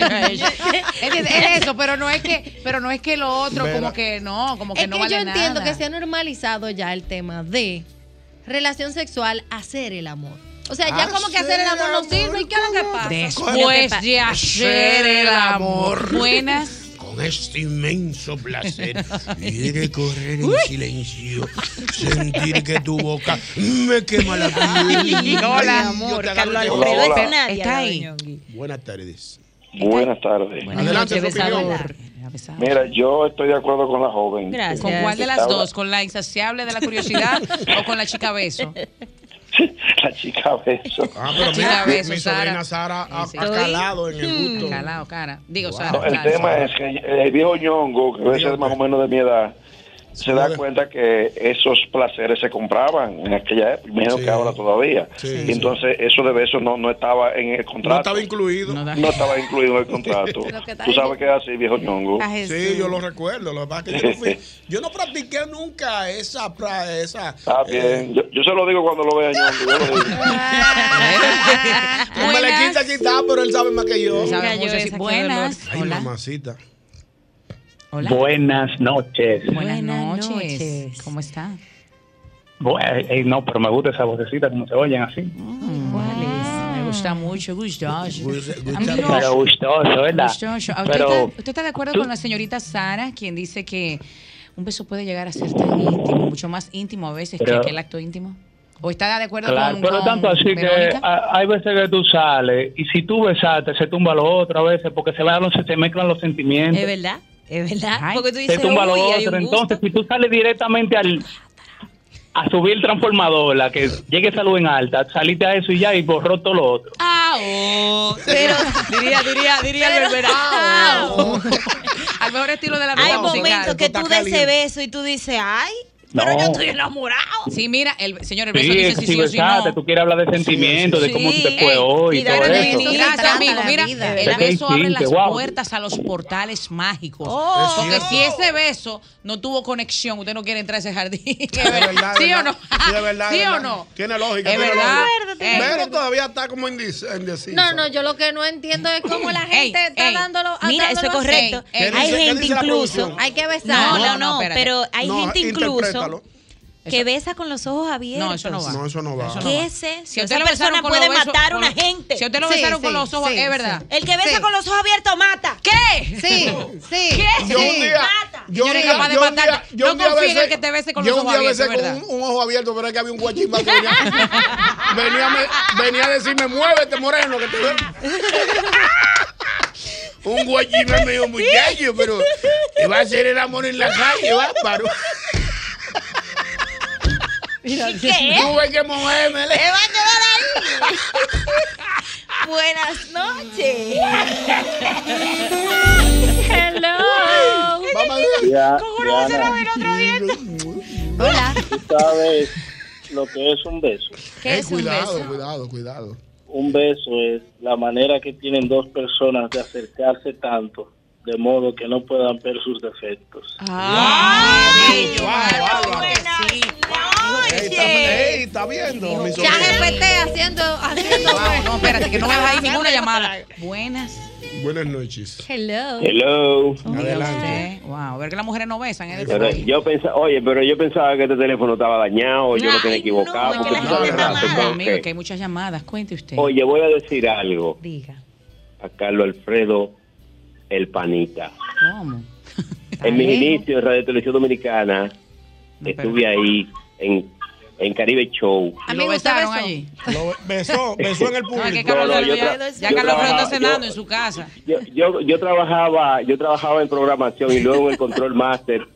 Speaker 3: ¿Entiendes? Es eso, pero no es que, pero no es que lo otro,
Speaker 6: Vera.
Speaker 3: como que no, como que
Speaker 6: es
Speaker 3: no
Speaker 6: que
Speaker 3: vale
Speaker 6: yo
Speaker 3: nada.
Speaker 6: entiendo que se ha normalizado ya el tema de relación sexual, hacer el amor. O sea, ya como que hacer el amor no sirve. ¿Y qué es lo que pasa?
Speaker 3: Después de pues hacer el amor. Buenas.
Speaker 4: Con este inmenso placer, quiere correr en silencio, sentir que tu boca me quema la piel.
Speaker 7: Hola,
Speaker 4: Ay, yo
Speaker 7: amor,
Speaker 4: te agarro
Speaker 7: Carlos
Speaker 4: el
Speaker 7: Alfredo,
Speaker 4: corazón.
Speaker 7: ese nadie,
Speaker 4: Está
Speaker 7: la
Speaker 4: ahí.
Speaker 10: Buenas tardes.
Speaker 16: Buenas tardes.
Speaker 4: Adelante,
Speaker 16: noches,
Speaker 4: su opinión.
Speaker 16: besador. Mira, yo estoy de acuerdo con la joven.
Speaker 3: ¿Con cuál de las
Speaker 16: Estaba-
Speaker 3: dos? ¿Con la insaciable de la curiosidad o con la chica beso?
Speaker 16: La chica beso. Ah,
Speaker 18: pues,
Speaker 4: pero mira,
Speaker 3: Chica
Speaker 4: mi-
Speaker 3: beso,
Speaker 4: mi
Speaker 3: Sara.
Speaker 4: sobrina Sara ha,
Speaker 3: Sí, sí.
Speaker 4: ha calado en el gusto.
Speaker 3: Mm, Calado, cara. Digo, Sara.
Speaker 16: No, el
Speaker 3: claro.
Speaker 16: tema es que el viejo ñongo, que debe ser más o menos de mi edad, se da cuenta que esos placeres se compraban en aquella época, menos que ahora todavía. y entonces eso de besos no, no estaba en el contrato. No estaba
Speaker 4: incluido.
Speaker 16: No, estaba incluido en el contrato.
Speaker 4: Lo que está
Speaker 16: Tú
Speaker 4: ahí-
Speaker 16: sabes que es así, viejo ñongo.
Speaker 3: Ah.
Speaker 4: Sí, yo lo recuerdo. Lo que pasa es que yo no, fui- yo no practiqué nunca esa, pra- esa
Speaker 16: Está bien. Yo, yo se lo digo cuando lo vea ñongo. Yo lo digo.
Speaker 4: Tú me le quita quitar, pero él sabe más que yo.
Speaker 3: Sabe mucho, sí. Buenas.
Speaker 4: Ay, mamacita.
Speaker 18: Buenas noches.
Speaker 3: Buenas noches. ¿Cómo está?
Speaker 18: Bu- eh, eh, no, pero me gusta esa vocecita como se oyen así.
Speaker 3: Me gusta mucho, gustoso.
Speaker 18: Pero
Speaker 3: Amigo,
Speaker 18: gustoso, ¿verdad?
Speaker 3: gustoso. ¿A ¿Usted,
Speaker 18: Pero
Speaker 3: está, usted está de acuerdo con la señorita Sara, quien dice que un beso puede llegar a ser tan íntimo, mucho más íntimo a veces
Speaker 18: Pero-
Speaker 3: que, que el acto íntimo? ¿O está de acuerdo
Speaker 18: Claro,
Speaker 3: con,
Speaker 18: pero
Speaker 3: con
Speaker 18: tanto así que
Speaker 3: Verónica?
Speaker 18: a- hay veces que tú sales y si tú besaste se tumba lo otro a veces porque se, van los- se mezclan los sentimientos.
Speaker 5: Es verdad, es verdad. Porque Pues tú
Speaker 18: se
Speaker 5: dices,
Speaker 18: tumba lo
Speaker 5: uy, hay
Speaker 18: otro.
Speaker 5: un gusto.
Speaker 18: Entonces, si tú sales directamente al a subir el transformador, la que llegue salud en alta, saliste a eso y ya y borró todo lo otro.
Speaker 3: Ah, ¡Ao! Pero, diría, diría, diría el
Speaker 10: oh. Pero- ah, oh.
Speaker 3: berbera. ¡Ao! Al mejor estilo de la
Speaker 10: Hay
Speaker 3: vida
Speaker 10: momentos que tú des ese beso y tú dices, ay, pero yo
Speaker 3: No.
Speaker 10: estoy enamorado.
Speaker 3: Sí, mira, el señor, el
Speaker 12: Sí,
Speaker 3: beso dice
Speaker 12: es
Speaker 3: si
Speaker 12: que
Speaker 3: sí
Speaker 12: si
Speaker 3: o si no.
Speaker 12: besaste, tú quieres hablar de sentimientos, de cómo
Speaker 3: Sí,
Speaker 12: tú te fue
Speaker 3: ey,
Speaker 12: hoy y
Speaker 3: de
Speaker 12: todo
Speaker 3: verdad,
Speaker 12: eso.
Speaker 3: sí, gracias, amigo.
Speaker 10: la
Speaker 3: Mira,
Speaker 10: vida,
Speaker 3: el
Speaker 12: ¿verdad?
Speaker 3: beso abre
Speaker 12: Instinto,
Speaker 3: las
Speaker 12: wow.
Speaker 3: puertas a los portales mágicos.
Speaker 10: Oh. Es
Speaker 3: Porque
Speaker 10: cierto.
Speaker 3: si ese beso no tuvo conexión, usted no quiere entrar a ese jardín.
Speaker 4: verdad,
Speaker 3: ¿Sí
Speaker 4: de
Speaker 3: o
Speaker 4: verdad.
Speaker 3: no?
Speaker 4: Sí, de verdad,
Speaker 3: ¿Sí
Speaker 4: de
Speaker 3: o
Speaker 4: verdad.
Speaker 3: no?
Speaker 4: Tiene lógica.
Speaker 3: Es
Speaker 4: tiene
Speaker 3: verdad.
Speaker 4: lógica.
Speaker 3: Eh.
Speaker 4: Pero todavía está como indec- indeciso.
Speaker 6: No, no, yo lo que no entiendo es cómo la gente
Speaker 10: Ey,
Speaker 6: está
Speaker 10: ey,
Speaker 6: dándolo.
Speaker 10: mira, eso es
Speaker 6: dándolo
Speaker 10: correcto.
Speaker 6: así.
Speaker 10: Ey, ¿Qué hay dice- qué gente dice la incluso- producción?
Speaker 6: Hay que besar.
Speaker 10: No, no, no, pero hay
Speaker 4: No,
Speaker 10: gente incluso
Speaker 4: interprétalo.
Speaker 10: que besa con los ojos abiertos.
Speaker 4: No, eso no va. No, eso no va. Eso no
Speaker 10: ¿Qué
Speaker 4: va.
Speaker 10: es eso?
Speaker 4: Si a usted
Speaker 10: Esa
Speaker 4: lo besaron
Speaker 10: persona
Speaker 4: con
Speaker 10: puede
Speaker 4: los besos-
Speaker 10: matar a
Speaker 4: con
Speaker 10: una
Speaker 4: los-
Speaker 10: gente.
Speaker 4: si a usted lo besaron con los ojos, es verdad.
Speaker 10: El que besa
Speaker 4: Sí.
Speaker 10: con los ojos abiertos mata.
Speaker 3: ¿Qué?
Speaker 10: Sí,
Speaker 6: sí.
Speaker 10: ¿Qué?
Speaker 4: Yo un día.
Speaker 10: Mata.
Speaker 4: Yo un
Speaker 3: Señores,
Speaker 4: día-
Speaker 3: capaz de
Speaker 4: yo un
Speaker 3: matarte.
Speaker 4: día- yo
Speaker 3: No
Speaker 4: un día
Speaker 3: confíen en
Speaker 4: besé-
Speaker 3: que te bese con los
Speaker 4: yo un
Speaker 3: ojos
Speaker 4: día besé
Speaker 3: abiertos,
Speaker 4: con un, un ojo abierto, pero es que había un guachimba que venía, venía, a me- venía a decirme, muévete, moreno, que te veo". Un guachimba medio muchacho, pero te va a hacer el amor en la calle, va, paro.
Speaker 10: ¿Y qué?
Speaker 4: Tuve que moverme.
Speaker 10: Me va a quedar ahí. Buenas noches. Hello.
Speaker 11: Ya,
Speaker 10: Diana.
Speaker 11: Diana,
Speaker 10: Hola.
Speaker 11: tú sabes lo que es un beso.
Speaker 10: ¿Qué Eh, es un
Speaker 4: cuidado,
Speaker 11: beso?
Speaker 4: cuidado, cuidado.
Speaker 11: Un beso es la manera que tienen dos personas de acercarse tanto, de modo que no puedan ver sus defectos.
Speaker 4: Ey, está, ey, está viendo, mi
Speaker 6: Ya
Speaker 4: sobrina.
Speaker 6: GPT haciendo. haciendo
Speaker 3: No, espérate, que no me bajes ninguna llamada. Buenas.
Speaker 4: Buenas noches.
Speaker 6: Hello.
Speaker 11: Hello.
Speaker 3: Adelante. Eh, Wow, a ver que las mujeres no besan. ¿eh?
Speaker 11: Pero yo pensaba, oye, pero yo pensaba que este teléfono estaba dañado, yo lo tenía equivocado. porque tú sabes rato,
Speaker 3: Ah,
Speaker 11: ¿no?
Speaker 3: Amigo,
Speaker 11: Que-
Speaker 3: que hay muchas llamadas. Cuente usted.
Speaker 11: Oye, voy a decir algo
Speaker 3: Diga.
Speaker 11: a Carlos Alfredo, el panita.
Speaker 3: ¿Cómo?
Speaker 11: En mis
Speaker 3: Alejo.
Speaker 11: inicios en Radio Televisión Dominicana, estuve ahí en, en Caribe Show.
Speaker 3: Lo besaron allí.
Speaker 4: Lo besó, besó en el
Speaker 3: No, es que
Speaker 11: público.
Speaker 3: Carlos
Speaker 11: No, no,
Speaker 3: Alfredo
Speaker 11: yo
Speaker 3: ya,
Speaker 11: tra-
Speaker 3: ya
Speaker 11: yo
Speaker 3: Carlos Alfredo
Speaker 11: trabajaba-
Speaker 3: está cenando
Speaker 11: yo-
Speaker 3: en su casa.
Speaker 11: Yo, yo, yo trabajaba yo trabajaba en programación y luego en el control master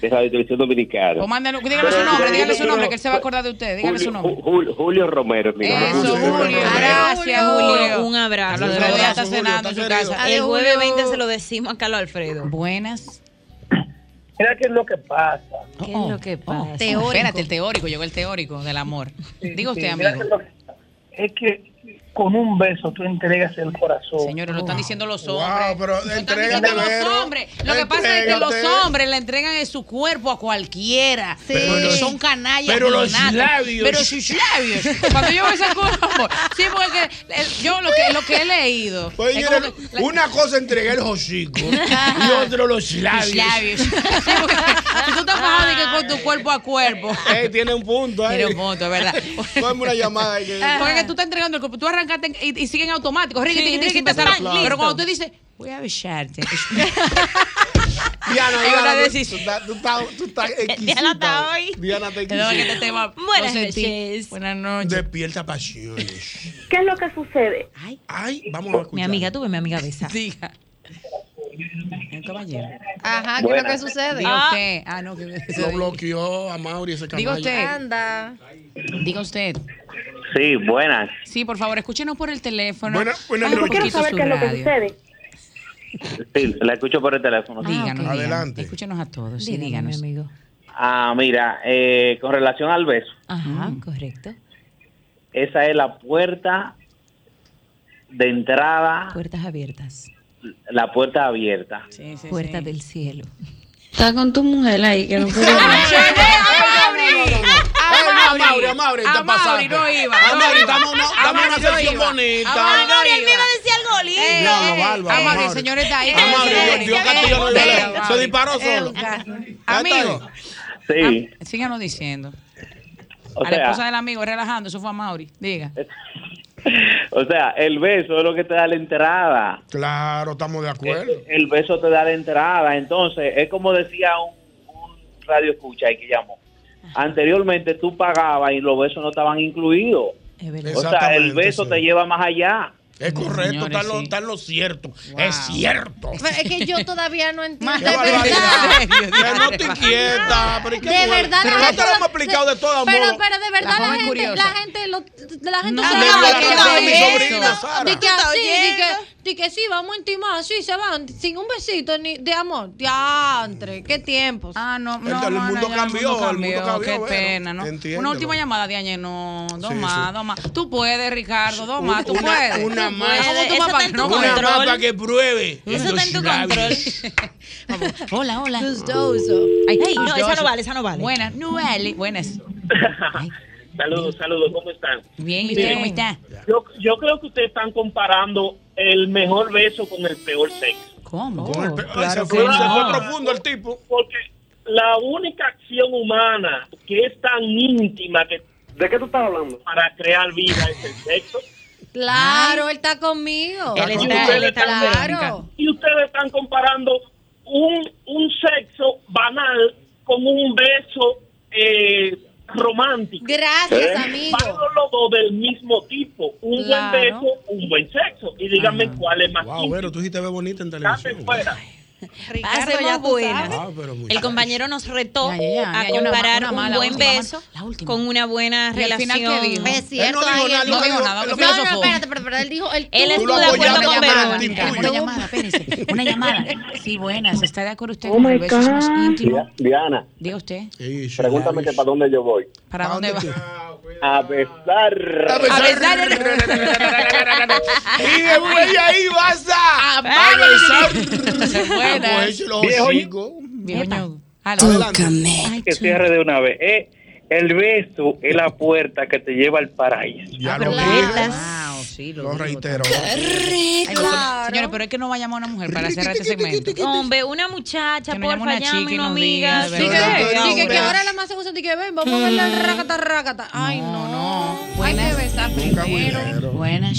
Speaker 11: de Radio Televisión Dominicana.
Speaker 3: O mándalo, dígale su nombre, dígale su nombre, que él se va a acordar de usted. Dígale su
Speaker 11: Julio,
Speaker 3: nombre.
Speaker 11: Ju- Julio- Julio Romero, mi nombre.
Speaker 3: Gracias, Julio.
Speaker 5: Un abrazo.
Speaker 3: Carlos Alfredo ya está cenando en su casa.
Speaker 5: El jueves
Speaker 3: Julio.
Speaker 5: 20 se lo decimos a Carlos Alfredo.
Speaker 3: Buenas.
Speaker 11: Mira qué es lo que pasa.
Speaker 3: ¿Qué es lo que pasa?
Speaker 5: Teórico.
Speaker 3: Oh, Espérate, el teórico, llegó el teórico del amor. Diga usted,
Speaker 11: sí,
Speaker 3: amigo.
Speaker 11: mira Es que con un beso tú entregas el corazón.
Speaker 3: Señores, lo están diciendo los
Speaker 11: Wow,
Speaker 3: hombres.
Speaker 11: pero
Speaker 3: lo están
Speaker 11: entrégate,
Speaker 3: diciendo los
Speaker 11: Vero.
Speaker 3: hombres. Lo que pasa es que los
Speaker 11: Entrégate.
Speaker 3: hombres le entregan en su cuerpo a cualquiera.
Speaker 11: Pero
Speaker 3: Porque
Speaker 11: los-
Speaker 3: son canallas.
Speaker 11: pero los
Speaker 3: innatos.
Speaker 11: labios.
Speaker 3: Pero sus labios. Cuando yo besé con un amor. Sí, porque eh, yo lo que, lo que he leído.
Speaker 4: Pues,
Speaker 3: es
Speaker 4: señores,
Speaker 3: como que la-
Speaker 4: una cosa entregué el hocico y otro los labios.
Speaker 3: Los labios. Sí, porque si tú estás fajado de que con tu cuerpo a cuerpo.
Speaker 4: Eh, tiene un punto ahí.
Speaker 3: Tiene un punto, es verdad.
Speaker 4: Ponme una llamada. ahí que-
Speaker 3: Porque es que tú estás entregando el cuerpo, tú arrancaste y, y sigue en automático, rígete,
Speaker 5: Sí,
Speaker 3: rígete,
Speaker 5: rígete,
Speaker 3: sin pensar.
Speaker 5: pan, listo.
Speaker 3: Pero cuando tú dices, voy a besarte,
Speaker 4: Diana,
Speaker 3: Es una
Speaker 4: Diana, tú-
Speaker 3: decisión.
Speaker 4: tú estás- tú estás- tú estás exquisita.
Speaker 3: está hoy.
Speaker 4: Diana está
Speaker 3: Perdón, que
Speaker 4: exquisita.
Speaker 3: este tema lo
Speaker 4: Buenas
Speaker 3: sentí.
Speaker 4: noches.
Speaker 3: Buenas noches.
Speaker 4: Despierta pasiones.
Speaker 5: ¿Qué es lo que sucede? Ay,
Speaker 4: vamos a escuchar.
Speaker 5: Mi amiga tuve, mi amiga besa.
Speaker 3: Diga. El caballero.
Speaker 6: Ajá, ¿qué es lo
Speaker 4: Buenas.
Speaker 6: que sucede?
Speaker 3: Diga usted. Ah, no, que
Speaker 4: Lo bloqueó a Mauri ese canal.
Speaker 3: Diga usted.
Speaker 6: Anda.
Speaker 3: Diga usted.
Speaker 11: Sí, buenas.
Speaker 3: Sí, por favor, escúchenos por el teléfono.
Speaker 11: Buena- buenas
Speaker 3: Baje un
Speaker 11: noches. Yo quiero
Speaker 3: poquito
Speaker 11: saber
Speaker 3: su
Speaker 11: qué es lo que
Speaker 3: radio.
Speaker 11: Sí, la escucho por el teléfono.
Speaker 10: Ah,
Speaker 3: Díganos, Adelante. Escúchenos a todos. Sí, díganos. amigo.
Speaker 11: Ah, mira, eh, con relación al beso,
Speaker 5: Ajá,
Speaker 4: Mm.
Speaker 5: correcto.
Speaker 11: esa es la puerta de
Speaker 10: Ah.
Speaker 11: entrada,
Speaker 5: Puertas abiertas.
Speaker 11: la puerta abierta.
Speaker 5: Puerta del cielo.
Speaker 31: Está con tu mujer ahí que no puede
Speaker 3: Ah,
Speaker 4: A Mauri, a Mauri, te pasaste.
Speaker 3: no iba.
Speaker 4: A
Speaker 3: no
Speaker 4: Mauri,
Speaker 3: iba.
Speaker 4: dame una-
Speaker 3: A
Speaker 4: dame una
Speaker 3: Mauri no
Speaker 4: sección
Speaker 3: iba.
Speaker 4: bonita.
Speaker 3: A Mauri no
Speaker 11: Mauri, él me
Speaker 3: iba.
Speaker 11: a decir algo lindo.
Speaker 3: Ey,
Speaker 4: Diablo,
Speaker 3: ey,
Speaker 4: bárbaro,
Speaker 3: A Mauri, el
Speaker 4: Mauri.
Speaker 3: señor está ahí.
Speaker 4: A Mauri, Dios, Dios, Castillo no iba a leer.
Speaker 3: Ey,
Speaker 4: Se disparó
Speaker 3: Mauri.
Speaker 4: solo.
Speaker 3: Ey, Amigo,
Speaker 11: Sí,
Speaker 3: ah, síganos diciendo.
Speaker 11: o
Speaker 3: a la esposa
Speaker 11: sea,
Speaker 3: del amigo, relajando, eso fue a Mauri. Diga.
Speaker 11: o sea, el beso es lo que te da la entrada.
Speaker 4: Claro, estamos de acuerdo.
Speaker 11: El, el beso te da la entrada. Entonces, es como decía un, un radio escucha ahí que llamó. Anteriormente eh, tú pagabas y los besos no estaban incluidos. O sea, el beso te lleva más allá.
Speaker 4: Es correcto,
Speaker 32: señores,
Speaker 4: está lo,
Speaker 32: sí.
Speaker 4: está lo cierto. Es cierto.
Speaker 6: Pero es que yo todavía no entiendo.
Speaker 4: Qué
Speaker 6: de
Speaker 4: barbaridad.
Speaker 6: verdad.
Speaker 4: Que no te inquieta. Pero, ¿y qué
Speaker 6: De
Speaker 4: tú-
Speaker 6: verdad,
Speaker 4: Pero
Speaker 6: la
Speaker 4: no te lo
Speaker 6: gente-
Speaker 4: hemos explicado de todas
Speaker 6: Pero,
Speaker 4: maneras.
Speaker 6: pero de verdad
Speaker 4: La
Speaker 6: la,
Speaker 4: joven
Speaker 6: gente,
Speaker 4: curiosa.
Speaker 6: la gente, lo, la gente
Speaker 4: No, de
Speaker 6: se va
Speaker 4: verdad,
Speaker 6: que
Speaker 4: no,
Speaker 6: sabe
Speaker 4: mi
Speaker 6: eso.
Speaker 4: sobrina, Sara.
Speaker 6: Di que
Speaker 4: ¿Tú estás
Speaker 6: así, di
Speaker 4: oyendo?
Speaker 6: que, di que sí, vamos a intimar, sí, se van, sin un besito ni de amor. Diantre, qué tiempos.
Speaker 3: Ah, no,
Speaker 6: no,
Speaker 3: no, no, ya Qué
Speaker 6: bueno.
Speaker 3: pena, ¿no?
Speaker 6: Entiéndelo.
Speaker 3: Una última llamada de Añeno. Dos
Speaker 6: Sí,
Speaker 3: más,
Speaker 6: sí.
Speaker 3: dos más. Tú puedes, Ricardo, dos
Speaker 4: Una-
Speaker 3: más. Tú
Speaker 4: una-
Speaker 3: puedes.
Speaker 4: Una
Speaker 3: Tú
Speaker 4: más.
Speaker 3: puedes. ¿Cómo tú vas para- no,
Speaker 4: Una
Speaker 3: control?
Speaker 4: más para que pruebe.
Speaker 3: Eso está en tu control. Hola, hola. Ay,
Speaker 5: Ey, no,
Speaker 3: gustoso.
Speaker 5: esa no vale, esa no vale.
Speaker 3: Buenas, no vale. Buenas.
Speaker 11: Saludos, saludos, ¿cómo están?
Speaker 3: Bien, ¿y
Speaker 11: Miren,
Speaker 3: usted cómo
Speaker 10: Ah.
Speaker 3: está?
Speaker 11: Yo, yo creo que ustedes están comparando el mejor beso con el peor sexo.
Speaker 3: ¿Cómo?
Speaker 4: Con el pe-
Speaker 11: Claro
Speaker 4: se
Speaker 11: que
Speaker 4: fue,
Speaker 11: no.
Speaker 4: se fue profundo el tipo.
Speaker 11: Porque la única acción humana que es tan íntima que... ¿De qué tú estás hablando? Para crear vida es el sexo.
Speaker 6: Claro, él está conmigo.
Speaker 11: Y Ah, ustedes están-
Speaker 6: claro.
Speaker 11: Y ustedes están comparando un, un sexo banal con un beso eh, romántico.
Speaker 6: Gracias,
Speaker 10: ¿Eh?
Speaker 6: amigo.
Speaker 11: Pago los dos del mismo tipo. Un
Speaker 6: Claro.
Speaker 11: buen beso, un buen sexo. Y díganme cuál es más
Speaker 4: Wow, pero tú sí te ves bonita en televisión.
Speaker 5: Hacemos
Speaker 6: ya tú
Speaker 5: buenas.
Speaker 4: Ah, pero mira.
Speaker 5: El compañero nos retó
Speaker 4: Ya, ya, ya,
Speaker 5: a
Speaker 4: ya, una
Speaker 5: comparar
Speaker 4: ma- una
Speaker 5: un
Speaker 4: mala,
Speaker 5: buen
Speaker 4: última,
Speaker 5: beso con una buena
Speaker 3: ¿Y al
Speaker 5: relación.
Speaker 3: final qué dijo?
Speaker 6: Es cierto,
Speaker 5: dijo
Speaker 6: ahí
Speaker 5: nada,
Speaker 6: él
Speaker 5: no dijo
Speaker 6: No,
Speaker 5: nada,
Speaker 6: no,
Speaker 5: lo
Speaker 6: no,
Speaker 5: filosofó.
Speaker 6: espérate, espérate, pero él dijo, él,
Speaker 5: Él
Speaker 6: tú-
Speaker 5: estuvo de acuerdo con Verónica.
Speaker 3: Una llamada, espérense. Una llamada. Sí, buenas. ¿Está de acuerdo usted
Speaker 10: Oh
Speaker 3: con que
Speaker 10: my
Speaker 3: el beso es más
Speaker 10: God.
Speaker 3: íntimo?
Speaker 10: Diana,
Speaker 3: Diga usted.
Speaker 10: pregúntame que para dónde yo voy.
Speaker 3: ¿Para dónde va?
Speaker 10: A besar.
Speaker 3: A besar
Speaker 4: Y después de ahí vas a, a besar. Pues, los
Speaker 10: Viejo-
Speaker 4: hocicos.
Speaker 10: Tócame.
Speaker 11: Que cierre de una vez. Eh, el beso es la puerta que te lleva al paraíso.
Speaker 4: Ya
Speaker 3: lo
Speaker 4: Wow,
Speaker 3: sí,
Speaker 4: lo reitero.
Speaker 3: Ay, no, Señores, pero es que no va a llamar una mujer para cerrar este segmento.
Speaker 5: Hombre, una muchacha,
Speaker 3: Que nos llame
Speaker 5: porfa,
Speaker 3: una chica y
Speaker 5: llámenos,
Speaker 3: nos
Speaker 5: amiga.
Speaker 3: diga, de
Speaker 5: Sí,
Speaker 3: verdad.
Speaker 5: que-
Speaker 6: Di
Speaker 5: sí,
Speaker 6: que-
Speaker 5: que-
Speaker 6: que ahora la más segura, di que ven, vamos a ver la racata, racata. Ay, no, no. Hay que besar primero.
Speaker 3: Buenas.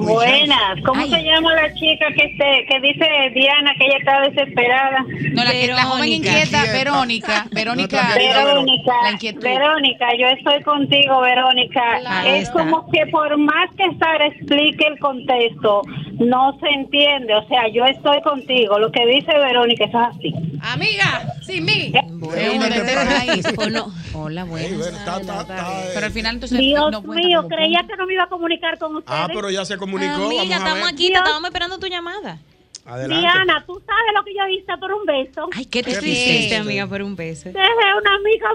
Speaker 20: Buenas, ¿cómo se llama la chica que se, que dice Diana que ella está desesperada?
Speaker 3: No, la, que- la joven inquieta, Verónica. Verónica.
Speaker 20: Verónica,
Speaker 3: La inquietud.
Speaker 20: Verónica, yo estoy contigo, Verónica.
Speaker 3: Claro.
Speaker 20: Es como que por más que Sara explique el contexto, no se entiende. O sea, yo estoy contigo. Lo que dice Verónica eso es así.
Speaker 6: Amiga, sin mí.
Speaker 3: Bueno,
Speaker 6: Bueno,
Speaker 3: entero
Speaker 6: para-
Speaker 3: país, o no. Hola, buenas.
Speaker 10: eh.
Speaker 3: Pero al final entonces
Speaker 20: Dios
Speaker 3: no cuenta
Speaker 20: mío,
Speaker 3: como
Speaker 20: creía que no me iba a comunicar con ustedes.
Speaker 4: Ah, pero ya se comunicó.
Speaker 5: Amiga,
Speaker 4: vamos a
Speaker 5: estamos
Speaker 4: ver.
Speaker 5: aquí, te estábamos esperando tu llamada.
Speaker 4: Adelante.
Speaker 20: Diana, tú sabes lo que yo hice por un beso.
Speaker 3: Ay, ¿qué
Speaker 5: Te hiciste, amiga, por un beso.
Speaker 20: Dejé a una amiga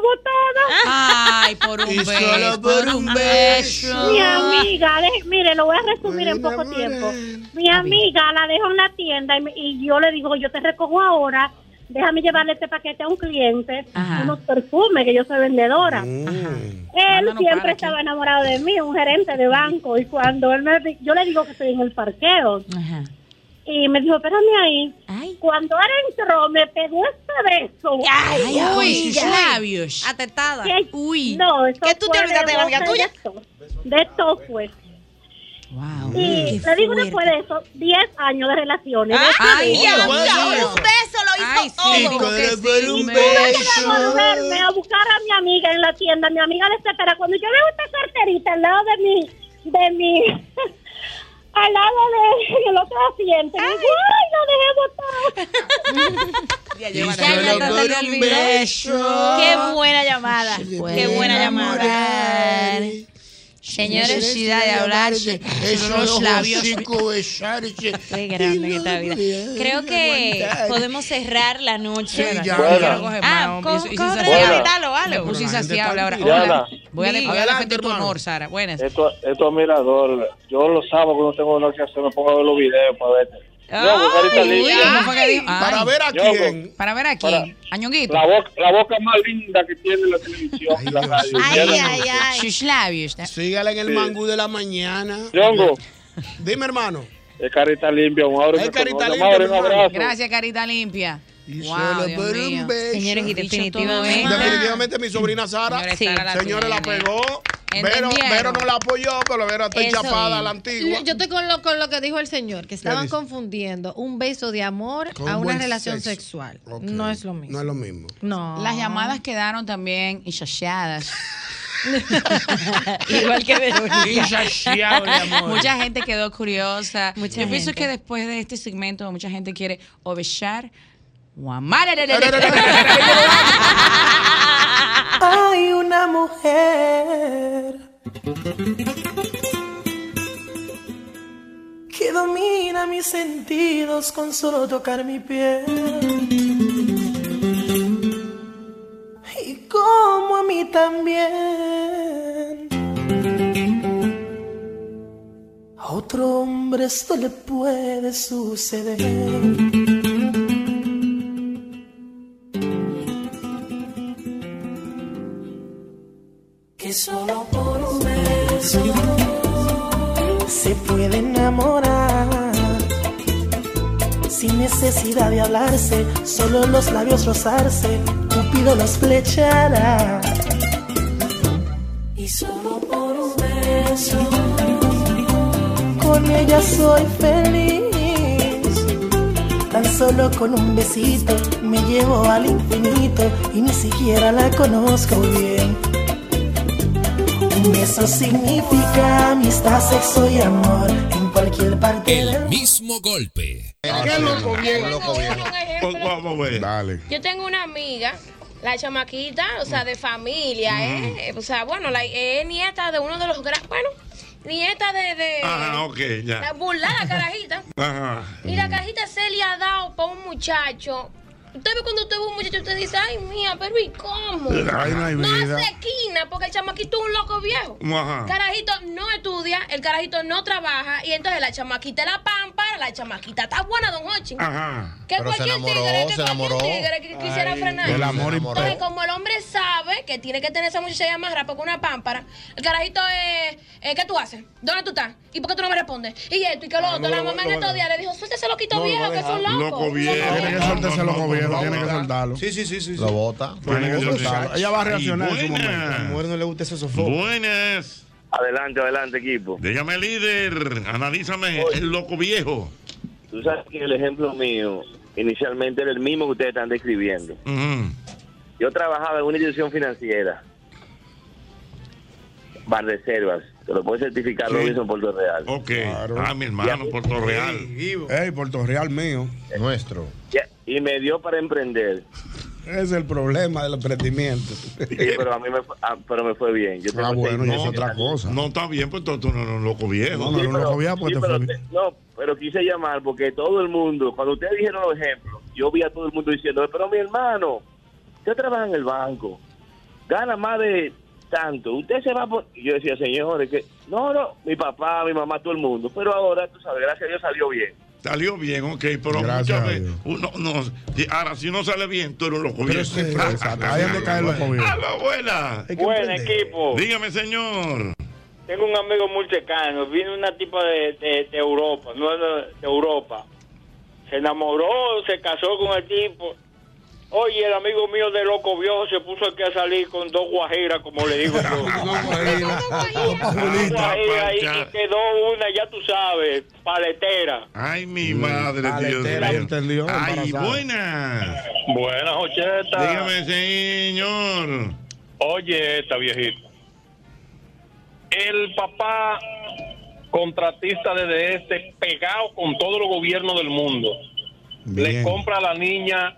Speaker 20: botada.
Speaker 3: Ay, por un
Speaker 20: Y
Speaker 3: beso.
Speaker 20: solo por un
Speaker 3: beso.
Speaker 20: Mi amiga, de- mire, lo voy a resumir en poco tiempo. Mi amiga la dejo en la tienda y, me- y yo le digo, yo te recojo ahora, déjame llevarle este paquete a un cliente, unos perfumes, que yo soy vendedora. Él siempre estaba enamorado de mí, un gerente de banco, y cuando él me, di- yo le digo que estoy en el parqueo, y me dijo, espérame ahí. Cuando él entró, me pegó este beso.
Speaker 3: Ay, uy, sus labios.
Speaker 6: Atetada.
Speaker 20: Uy. No, eso
Speaker 6: ¿Que tú te
Speaker 20: fue
Speaker 6: olvidaste de la amiga
Speaker 20: boca
Speaker 6: tuya?
Speaker 20: De esto, de esto fue. Y le digo después de eso, 10 años de relaciones.
Speaker 6: Ah,
Speaker 5: este
Speaker 6: Ay,
Speaker 20: Después de
Speaker 6: ya,
Speaker 20: eso.
Speaker 6: ya, un beso lo hizo todo.
Speaker 20: Y tuve que devolverme a buscar a mi amiga en la tienda, mi amiga desesperada. Cuando yo veo esta carterita al lado de mi, de mi, al lado de en el otro asiento, y digo, ay, lo dejé botar.
Speaker 5: Qué buena llamada. Qué buena llamada.
Speaker 3: Necesidad de hablarse. Esos labios.
Speaker 5: Qué grande que está la vida. Creo que podemos cerrar la noche.
Speaker 3: Sí, ya.
Speaker 5: ya.
Speaker 3: Bueno. Quiero coger más,
Speaker 5: Ah,
Speaker 3: hombre.
Speaker 5: co-
Speaker 3: Soy
Speaker 5: co-
Speaker 3: insaciable.
Speaker 5: otra mitad, lo
Speaker 3: Me
Speaker 5: vale.
Speaker 3: puse insaciable ahora.
Speaker 18: Diana.
Speaker 3: Hola. Voy a
Speaker 18: Sí,
Speaker 3: voy a
Speaker 18: adelante,
Speaker 3: defender tu
Speaker 18: hermano.
Speaker 3: honor, Sara. Buenas.
Speaker 18: Esto, esto es mirador. Yo los sábados que no tengo nada que hacer me pongo a ver los videos para ver. Yo, carita
Speaker 3: Ay,
Speaker 18: linda.
Speaker 3: ¿cómo fue que dijo? Ay.
Speaker 18: Para ver a
Speaker 3: Ñongo.
Speaker 18: quién.
Speaker 3: Para ver a
Speaker 18: Para-
Speaker 3: quién. Añonguito.
Speaker 18: La boca, la boca más linda que tiene la televisión. la radio.
Speaker 3: Sus labios. ¿no?
Speaker 4: Sígala en el
Speaker 18: Sí.
Speaker 4: mangú de la mañana.
Speaker 18: Yongo.
Speaker 4: Dime, hermano.
Speaker 18: Es carita limpia, un abrazo.
Speaker 4: Es carita
Speaker 18: hermano.
Speaker 4: limpia,
Speaker 18: Mauro, un
Speaker 4: mi hermano.
Speaker 18: abrazo.
Speaker 3: Gracias, carita limpia. Wow,
Speaker 4: solo
Speaker 3: Dios
Speaker 4: por un
Speaker 3: mío.
Speaker 4: beso.
Speaker 3: Señores, y definitivamente.
Speaker 4: Definitivamente mi sobrina Sara.
Speaker 3: Sí. Sara, la
Speaker 4: Señores, la
Speaker 3: tiene.
Speaker 4: pegó. Vero,
Speaker 3: Entendieron.
Speaker 4: Vero no la apoyó, pero Vero está
Speaker 6: Eso.
Speaker 4: chapada a la antigua.
Speaker 6: Yo estoy con lo, con lo que dijo el señor, que estaban
Speaker 4: dice?
Speaker 6: confundiendo un beso de amor
Speaker 4: Con
Speaker 6: a
Speaker 4: un
Speaker 6: una
Speaker 4: buen
Speaker 6: relación
Speaker 4: sexo.
Speaker 6: sexual. No es lo mismo.
Speaker 4: No es lo mismo.
Speaker 6: No.
Speaker 3: Las llamadas quedaron también insaciadas. Igual que
Speaker 10: Insaciable
Speaker 3: Verónica.
Speaker 10: amor.
Speaker 3: mucha gente quedó curiosa. Yo pienso
Speaker 33: gente.
Speaker 3: que después de este segmento mucha gente quiere obechar o amar.
Speaker 7: Hay una mujer que domina mis sentidos con solo tocar mi piel. Y como a mí también. A otro hombre esto le puede suceder. que solo por un beso se puede enamorar. Sin necesidad de hablarse, solo los labios rozarse, Cupido los flechará. Y solo por un beso, con ella soy feliz. Tan solo con un besito me llevo al infinito y ni siquiera la conozco bien. Un beso significa amistad, sexo y amor en cualquier parte del
Speaker 2: El mismo golpe.
Speaker 4: Ah, Qué loco bien.
Speaker 2: loco bien.
Speaker 4: Vamos a ver. Dale.
Speaker 28: Yo tengo una amiga, la chamaquita, o sea, de familia, ¿eh? O sea, bueno, la, es nieta de uno de los grandes, bueno, nieta de... de
Speaker 10: Ah, ok,
Speaker 28: La
Speaker 10: ya.
Speaker 28: burlada carajita.
Speaker 10: Ajá.
Speaker 28: Y la cajita se le ha dado para un muchacho. Usted ve cuando usted ve un muchacho, usted dice, ay, mía, pero ¿y cómo?
Speaker 10: Ay, no hay vida.
Speaker 28: hace esquina, porque el chamaquito es un loco viejo.
Speaker 10: Ajá.
Speaker 28: Carajito no estudia, el carajito no trabaja, y entonces la chamaquita es la pampa, la chamaquita está buena, don Hochi.
Speaker 4: Ajá.
Speaker 28: Que
Speaker 34: Pero se
Speaker 28: cualquier
Speaker 34: enamoró,
Speaker 28: tigre, que
Speaker 34: se enamoró.
Speaker 28: cualquier tigre que quisiera
Speaker 34: Ay,
Speaker 28: frenar.
Speaker 34: el amor impo-
Speaker 28: Entonces, como el hombre sabe que tiene que tener esa muchacha ya más rápido que una pámpara, el carajito es, eh, ¿qué tú haces? ¿Dónde tú estás? ¿Y por qué tú no me respondes? Y esto, y que lo
Speaker 4: Ah,
Speaker 28: otro,
Speaker 4: no
Speaker 28: la
Speaker 4: lo va-
Speaker 28: mamá
Speaker 4: no
Speaker 28: en
Speaker 4: va-
Speaker 28: estos días le dijo, suéltese loquito
Speaker 4: No lo
Speaker 28: viejo,
Speaker 4: va a
Speaker 28: que son
Speaker 4: dejar.
Speaker 28: locos.
Speaker 4: Loco viejo. Tiene que soltarse los gobiernos, tiene que soltarlo.
Speaker 34: Sí, sí, sí, sí.
Speaker 4: Lo bota. Tiene que soltarlo. Ella va a reaccionar en su momento.
Speaker 27: A la mujer no le gusta ese sofón.
Speaker 4: Buenas.
Speaker 27: Adelante, adelante, equipo. Dígame, líder. Analízame el loco viejo.
Speaker 34: Tú sabes que el ejemplo mío inicialmente era el mismo que ustedes están describiendo. Yo trabajaba en una institución financiera, Bar Reservas, te lo puedo certificar, lo hizo en Puerto Real.
Speaker 27: Ok. Ah, mi hermano, Puerto Real.
Speaker 4: Ey, Puerto Real mío. Nuestro.
Speaker 34: Y, y me dio para emprender,
Speaker 4: Ese es el problema del emprendimiento.
Speaker 34: Sí, pero a mí me, fue- ah, pero me fue bien. Yo
Speaker 4: Ah,
Speaker 34: tengo
Speaker 4: bueno,
Speaker 34: seis
Speaker 4: y es
Speaker 34: meses.
Speaker 4: otra cosa.
Speaker 27: No está bien, pues tú tú no eres un loco viejo.
Speaker 4: No, no eres un loco viejo, pues te fue bien.
Speaker 34: No, pero quise llamar porque todo el mundo, cuando ustedes dijeron los ejemplos, yo vi a todo el mundo diciendo, pero mi hermano, usted trabaja en el banco, gana más de tanto, usted se va por... Y yo decía, señores, que no, no, mi papá, mi mamá, todo el mundo, pero ahora, tú sabes, gracias a Dios salió bien.
Speaker 27: Salió bien, ok, pero muchas veces uno no. Ahora, si no sale bien, tú eres un loco viejo.
Speaker 4: Ahí es que cae el loco viejo.
Speaker 27: ¡Aló, buena!
Speaker 11: Buen equipo.
Speaker 27: Dígame, señor.
Speaker 11: Tengo un amigo muy cercano. Vino una tipa de, de- de Europa, no era de Europa. Se enamoró, se casó con el tipo. Oye, el amigo mío de loco viejo se puso aquí a salir con dos guajiras, como le digo yo. dos guajiras. y, y quedó una, ya tú sabes, paletera.
Speaker 27: Ay, mi madre, Dios
Speaker 11: Paletera,
Speaker 27: mío.
Speaker 4: entendió,
Speaker 27: Ay,
Speaker 11: embarazada.
Speaker 27: buenas.
Speaker 11: Buenas, Ocheta.
Speaker 27: Dígame, señor.
Speaker 11: Oye, esta viejita. El papá contratista desde este, pegado con todos los gobiernos del mundo, le compra a la niña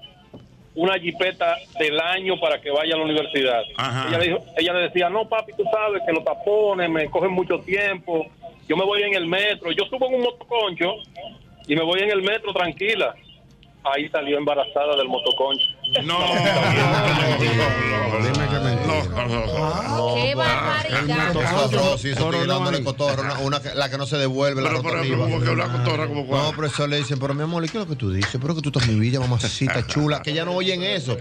Speaker 11: una jipeta del año para que vaya a la universidad.
Speaker 27: Ajá.
Speaker 11: Ella le, dijo- ella le decía, no papi, tú sabes que los tapones me cogen mucho tiempo, yo me voy en el metro, yo subo en un motoconcho y me voy en el metro tranquila. Ahí salió embarazada del motoconcho.
Speaker 27: No,
Speaker 34: Ah,
Speaker 28: ¡Qué barbaridad!
Speaker 34: sí, eso estoy dándole cotorra, una, una que- la que no se devuelve, la otra arriba. No, profesor, le dicen, pero mi amor, ¿y ¿qué es lo que tú dices? Pero que tú estás mi villa, mamacita chula, que ya no oyen eso.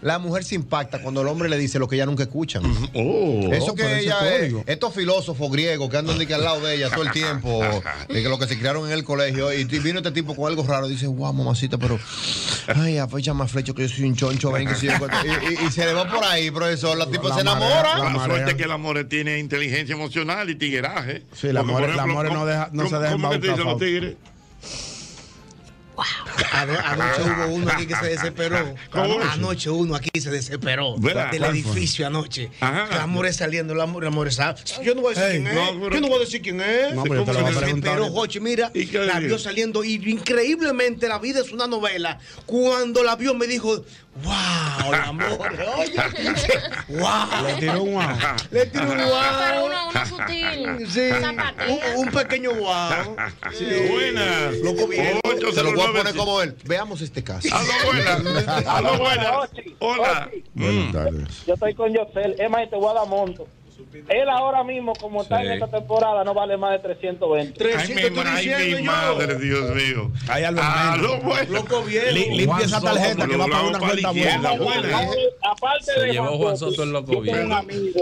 Speaker 34: La mujer se impacta cuando el hombre le dice lo que ella nunca escuchan. eso
Speaker 27: oh,
Speaker 34: que
Speaker 27: pero ese
Speaker 34: ella es,
Speaker 27: código.
Speaker 34: estos filósofos griegos que andan de que al lado de ella todo el tiempo, de que lo que se criaron en el colegio, y vino este tipo con algo raro, dice, guau, mamacita, pero, ay, aprovecha más flecho que yo soy un choncho, ven, que si yo encuentro". Pues, y, y- y se le va por ahí, profesor, la tipo se enamora.
Speaker 27: La, suerte que el amor tiene inteligencia emocional y tigueraje.
Speaker 4: Sí, el amor- el amor no deja- no se deja
Speaker 27: ¿Cómo que te dicen los
Speaker 4: embautar,
Speaker 27: tigres?
Speaker 21: Ano- Anoche
Speaker 27: Ah.
Speaker 21: hubo uno aquí que se desesperó.
Speaker 2: ¿Cómo?
Speaker 21: Anoche uno aquí se desesperó.
Speaker 2: ¿Verdad?
Speaker 21: Del
Speaker 2: ¿Cuál fue?
Speaker 21: edificio anoche.
Speaker 2: Ajá.
Speaker 21: El amor es saliendo, el amor, el amor es sal- Yo no voy a decir
Speaker 2: Ey,
Speaker 21: quién
Speaker 2: no,
Speaker 21: es.
Speaker 2: pero-
Speaker 21: Yo no voy a decir quién es.
Speaker 2: No, pero yo te lo voy a preguntar
Speaker 21: Pero
Speaker 2: ahorita.
Speaker 21: Jochi, mira,
Speaker 2: ¿Y qué
Speaker 21: la
Speaker 2: dijo?
Speaker 21: vio saliendo y increíblemente la vida es una novela. Cuando la vio me dijo, wow, el amor. Oye, wow.
Speaker 4: Le tiró un wow.
Speaker 21: Le tiró un wow.
Speaker 10: Pero uno, uno sutil.
Speaker 21: Sí,
Speaker 10: Zapatilla.
Speaker 21: un, un pequeño wow. Sí.
Speaker 27: Buenas.
Speaker 21: Loco bien.
Speaker 34: Se lo voy a poner como él. Veamos este caso.
Speaker 27: buenas. Aló, buenas. Hola.
Speaker 34: Buenas tardes.
Speaker 11: Yo estoy con Yosel. Es más, y te voy a dar monto. Él ahora mismo, como está
Speaker 27: Sí.
Speaker 11: en esta temporada, no vale más de 320.
Speaker 27: Ay, mi, ma- ay, mi madre, Dios mío. Ay, Aló, buenas. Loco
Speaker 2: Li- limpia esa tarjeta que va para una cuenta buena.
Speaker 27: ¿eh?
Speaker 11: Aparte
Speaker 2: Se
Speaker 11: de
Speaker 2: llevó Juan Soto el loco
Speaker 11: yo tengo
Speaker 27: bien.
Speaker 11: un amigo,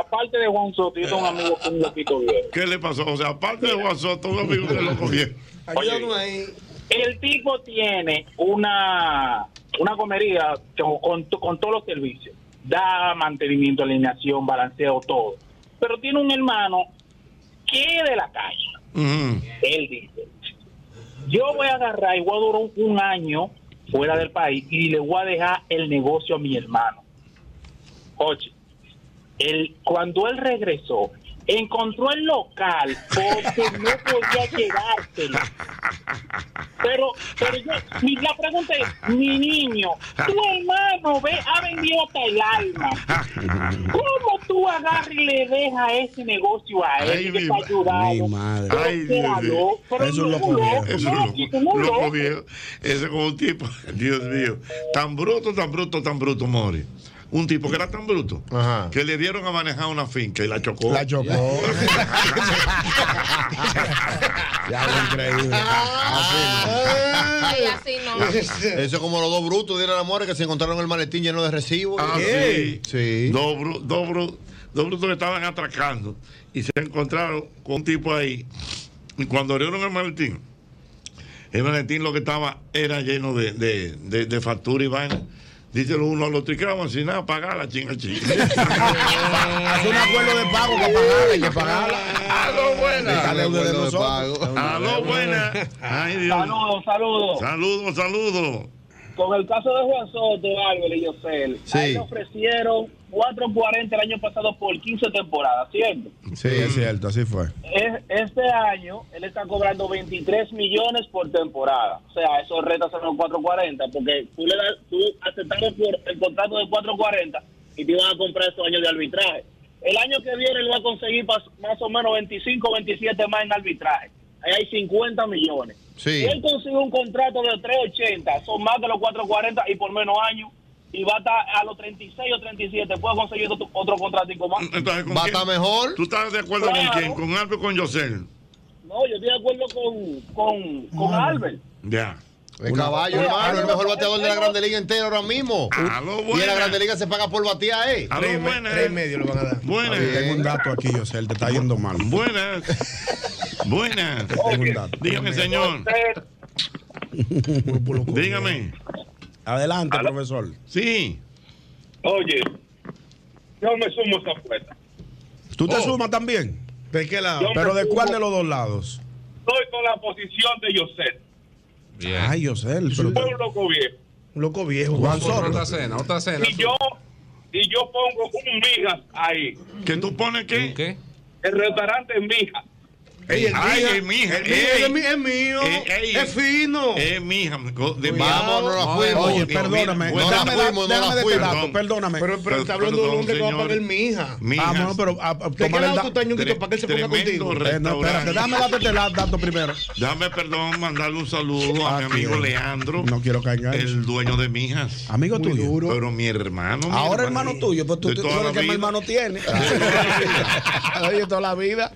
Speaker 11: aparte de Juan Soto, yo tengo un amigo con un loquito bien.
Speaker 27: ¿Qué le pasó? O sea, aparte de Juan Soto, un amigo que lo cogió.
Speaker 11: El tipo tiene una, una comería con, con, con todos los servicios. Da mantenimiento, alineación, balanceo, todo. Pero tiene un hermano que es de la calle. Él dice, yo voy a agarrar y voy a durar un, un año fuera del país y le voy a dejar el negocio a mi hermano. Oye, él, cuando él regresó, encontró el local porque no podía llegárselo. Pero, pero yo, mi- la pregunta es, mi niño, tu hermano ve, ha vendido hasta el alma. ¿Cómo tú agarras y le dejas ese negocio a él?
Speaker 27: Ay,
Speaker 11: que
Speaker 27: mi
Speaker 11: te ha
Speaker 27: ma-
Speaker 11: ayudado?
Speaker 27: mi madre.
Speaker 11: Pero
Speaker 27: Ay,
Speaker 11: te
Speaker 27: Dios mío.
Speaker 11: habló, pero
Speaker 27: Eso es
Speaker 11: no,
Speaker 27: loco viejo. Eso es
Speaker 11: no,
Speaker 27: loco.
Speaker 11: chico, no,
Speaker 27: Loco
Speaker 11: no.
Speaker 27: viejo. Ese es como un tipo, Dios mío, tan bruto, tan bruto, tan bruto, Mori. Un tipo que era tan bruto que le dieron a manejar una finca y la chocó.
Speaker 4: La chocó.
Speaker 34: Ya lo increíble.
Speaker 10: Ay, así no.
Speaker 34: Eso es como los dos brutos, dieron la muerte que se encontraron el maletín lleno de recibos.
Speaker 27: Ah,
Speaker 34: ¿Qué?
Speaker 27: sí. Dos, bru- dos bru- dos brutos que estaban atracando y se encontraron con un tipo ahí. Y cuando abrieron el maletín, el maletín lo que estaba era lleno de, de, de- de factura y vaina. Dice los uno a los otro, "¿Y qué vamos sin nada, pagar la chinga chinga.
Speaker 4: Haz un acuerdo de pago para pagarla, hay que pagarla.
Speaker 27: Aló, buena.
Speaker 4: Está deuda de nosotros.
Speaker 27: Aló, buena. Ay, Dios.
Speaker 11: Saludos, saludos.
Speaker 27: Saludos, saludos.
Speaker 11: Con el caso de Juan Soto, Álvaro y Yosel,
Speaker 27: Sí.
Speaker 11: a él le ofrecieron 4.40 el año pasado por 15 temporadas, ¿cierto?
Speaker 4: Sí, es cierto, así fue.
Speaker 11: Es- este año él está cobrando 23 millones por temporada. O sea, esos retas son los 440, porque tú le das, tú aceptaste por el contrato de 440 y te iban a comprar esos años de arbitraje. El año que viene él va a conseguir pas- más o menos 25, 27 más en arbitraje. Ahí hay 50 millones.
Speaker 34: Sí.
Speaker 11: Si él consigue un contrato de 380, son más que los 440 y por menos años. Y va a estar a los 36 o 37, puede conseguir otro, otro contratico más.
Speaker 27: Entonces, ¿con quién? ¿Tú estás de acuerdo
Speaker 11: Claro.
Speaker 27: con quién? ¿Con Alves o con Yosel?
Speaker 11: No, yo estoy de acuerdo con, con, con Albert.
Speaker 27: Ya.
Speaker 34: El caballo,
Speaker 11: Oye,
Speaker 34: hermano, el
Speaker 11: aló,
Speaker 34: mejor bateador de la
Speaker 11: aló.
Speaker 34: Grande Liga entera ahora mismo.
Speaker 27: Aló,
Speaker 34: y en
Speaker 4: buena.
Speaker 34: la Grande Liga se paga por batía, ¿eh?
Speaker 27: Aló,
Speaker 34: Tres me-
Speaker 27: buena.
Speaker 34: tres y medio le van a dar.
Speaker 4: Buenas. Tengo un dato aquí, José, te está yendo mal.
Speaker 27: Buenas. Buenas.
Speaker 4: Tengo un dato.
Speaker 27: Dígame, señor. Dígame.
Speaker 4: Adelante, profesor.
Speaker 27: Sí.
Speaker 18: Oye, yo me sumo a esa apuesta.
Speaker 4: ¿Tú
Speaker 34: Oh.
Speaker 4: te sumas también? ¿De qué
Speaker 18: lado? Yo
Speaker 4: ¿Pero
Speaker 18: me
Speaker 4: de cuál
Speaker 18: sumo.
Speaker 4: de los dos lados?
Speaker 18: Estoy con la posición de José.
Speaker 4: Ay, José,
Speaker 18: Soy un loco viejo.
Speaker 4: un loco viejo. Juan Soto.
Speaker 35: Otra cena, otra cena.
Speaker 18: Y yo, y yo pongo un migas ahí.
Speaker 27: ¿Que tú pones qué?
Speaker 35: ¿Qué?
Speaker 18: El restaurante en mija.
Speaker 27: Ey, el Ay, mija. el mija. El mija Ey. es mi-
Speaker 21: es mío.
Speaker 27: es
Speaker 21: fino.
Speaker 27: Es mi hija. co- de-
Speaker 34: Vamos, no la fuimos.
Speaker 4: Oye, perdóname.
Speaker 34: No la
Speaker 4: déjame dar- déjame
Speaker 34: fuimos, no la
Speaker 4: de este
Speaker 34: fuimos.
Speaker 4: dato, perdóname.
Speaker 21: Pero, pero está hablando de un hombre que va a pagar mi hija.
Speaker 4: Ah, bueno, pero a, a,
Speaker 21: ¿De qué
Speaker 4: tómale el
Speaker 21: lado
Speaker 4: da-
Speaker 21: tú estás, Ñonguito, para que él se ponga
Speaker 27: tremendo
Speaker 21: contigo?
Speaker 27: restaurante.
Speaker 4: Eh, no, espérate, déjame darte este la- dato primero.
Speaker 27: Déjame, perdón, mandarle un saludo a mi
Speaker 4: Ah,
Speaker 27: amigo
Speaker 4: tío.
Speaker 27: Leandro,
Speaker 4: No quiero caer en
Speaker 27: el dueño de Mijas.
Speaker 4: Amigo tuyo.
Speaker 27: Pero mi hermano. mi
Speaker 4: Ahora hermano tuyo, pues tú,
Speaker 27: De
Speaker 4: tú
Speaker 27: toda
Speaker 4: eres el
Speaker 27: la
Speaker 4: que más
Speaker 27: vida.
Speaker 4: hermano tiene. Oye, toda la vida.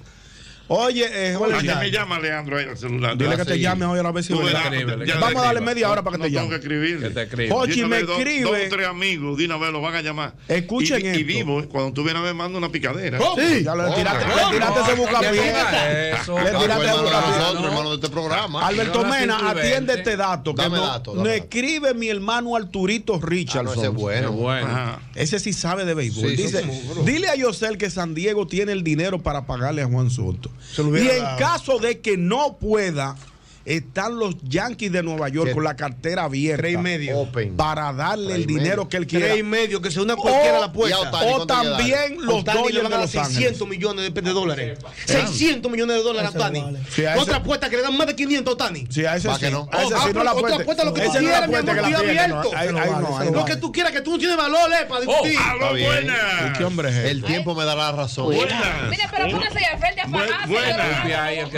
Speaker 4: Oye, eh,
Speaker 27: ¿A
Speaker 4: Jorge,
Speaker 27: qué me llama Leandro ahí al celular?
Speaker 4: Dile que te
Speaker 27: Sí.
Speaker 4: llame hoy a la vez si
Speaker 27: Tú
Speaker 4: voy.
Speaker 27: verás,
Speaker 4: Escríbele,
Speaker 27: ya
Speaker 4: Vamos
Speaker 27: te
Speaker 4: a darle
Speaker 27: escriba.
Speaker 4: media hora para que
Speaker 27: No
Speaker 4: te
Speaker 27: tengo
Speaker 4: llame.
Speaker 27: que escribirle.
Speaker 4: Que te escriba. Jochi,
Speaker 27: Dime
Speaker 4: me
Speaker 27: dos-
Speaker 4: escribe.
Speaker 27: Dos, tres amigos, de una vez lo van a llamar.
Speaker 4: Escuchen
Speaker 27: y, vi- Y
Speaker 4: esto.
Speaker 27: vivo, eh, cuando tú vienes a ver, mando una picadera.
Speaker 34: ¡Oh!
Speaker 4: ¿Cómo? Sí. Ya lo- le tiraste- le tiraste ese buscapié. Eso. Le
Speaker 34: Ah,
Speaker 4: tiraste
Speaker 34: fue
Speaker 4: ese
Speaker 34: hermano de
Speaker 4: buscapié.
Speaker 34: nosotros, hermano de este programa.
Speaker 4: Alberto
Speaker 34: Ahora sí tú
Speaker 4: Mena,
Speaker 34: ves.
Speaker 4: atiende este dato. Que
Speaker 34: Dame
Speaker 4: no,
Speaker 34: dato,
Speaker 4: no
Speaker 34: dame
Speaker 4: escribe mi hermano Arturito Richardson.
Speaker 34: ese es bueno. Ese es bueno.
Speaker 4: Ajá. Ese sí sabe de béisbol.
Speaker 34: Sí,
Speaker 4: Dice,
Speaker 34: sí, seguro.
Speaker 4: dile a Yosel que San Diego tiene el dinero para pagarle a Juan Soto.
Speaker 21: lo
Speaker 4: y
Speaker 21: hubiera
Speaker 4: en
Speaker 21: dado.
Speaker 4: caso de que no pueda, están los Yankees de Nueva York con la cartera abierta.
Speaker 26: Tres y medio.
Speaker 4: Para darle
Speaker 26: Tres
Speaker 4: el
Speaker 26: y
Speaker 4: dinero
Speaker 26: medio.
Speaker 4: que él quiera.
Speaker 26: Tres y medio, que se una cualquiera a la puerta.
Speaker 4: O, o también los
Speaker 26: Otani le
Speaker 4: Dodgers
Speaker 26: van
Speaker 4: de
Speaker 26: a dar
Speaker 4: Los Ángeles.
Speaker 26: 600 millones de, de dólares. 600 millones de dólares a Otani.
Speaker 4: Sí, a ese-
Speaker 26: Otra apuesta que le dan más de 500 a Otani.
Speaker 4: Sí, a ese
Speaker 26: Va
Speaker 4: sí.
Speaker 26: que no.
Speaker 4: A ese
Speaker 26: Oh,
Speaker 4: sí
Speaker 26: ah,
Speaker 4: no la
Speaker 26: pero
Speaker 4: apuesta.
Speaker 26: tú apuesta lo que tú
Speaker 4: Ese no la
Speaker 26: quieras, mi
Speaker 4: apuesta
Speaker 26: amor,
Speaker 4: que la
Speaker 26: yo
Speaker 4: pierde, no.
Speaker 26: abierto.
Speaker 4: Ahí- ahí no, ahí no
Speaker 26: Lo
Speaker 4: vale.
Speaker 26: que tú quieras, que tú no tienes valor, eh, para discutir.
Speaker 34: Está bien.
Speaker 26: pues.
Speaker 27: buena.
Speaker 34: ¿Y qué
Speaker 4: hombre es
Speaker 34: El tiempo me dará la razón.
Speaker 27: Buenas.
Speaker 28: Mira, pero póngase ahí al frente a fajarse.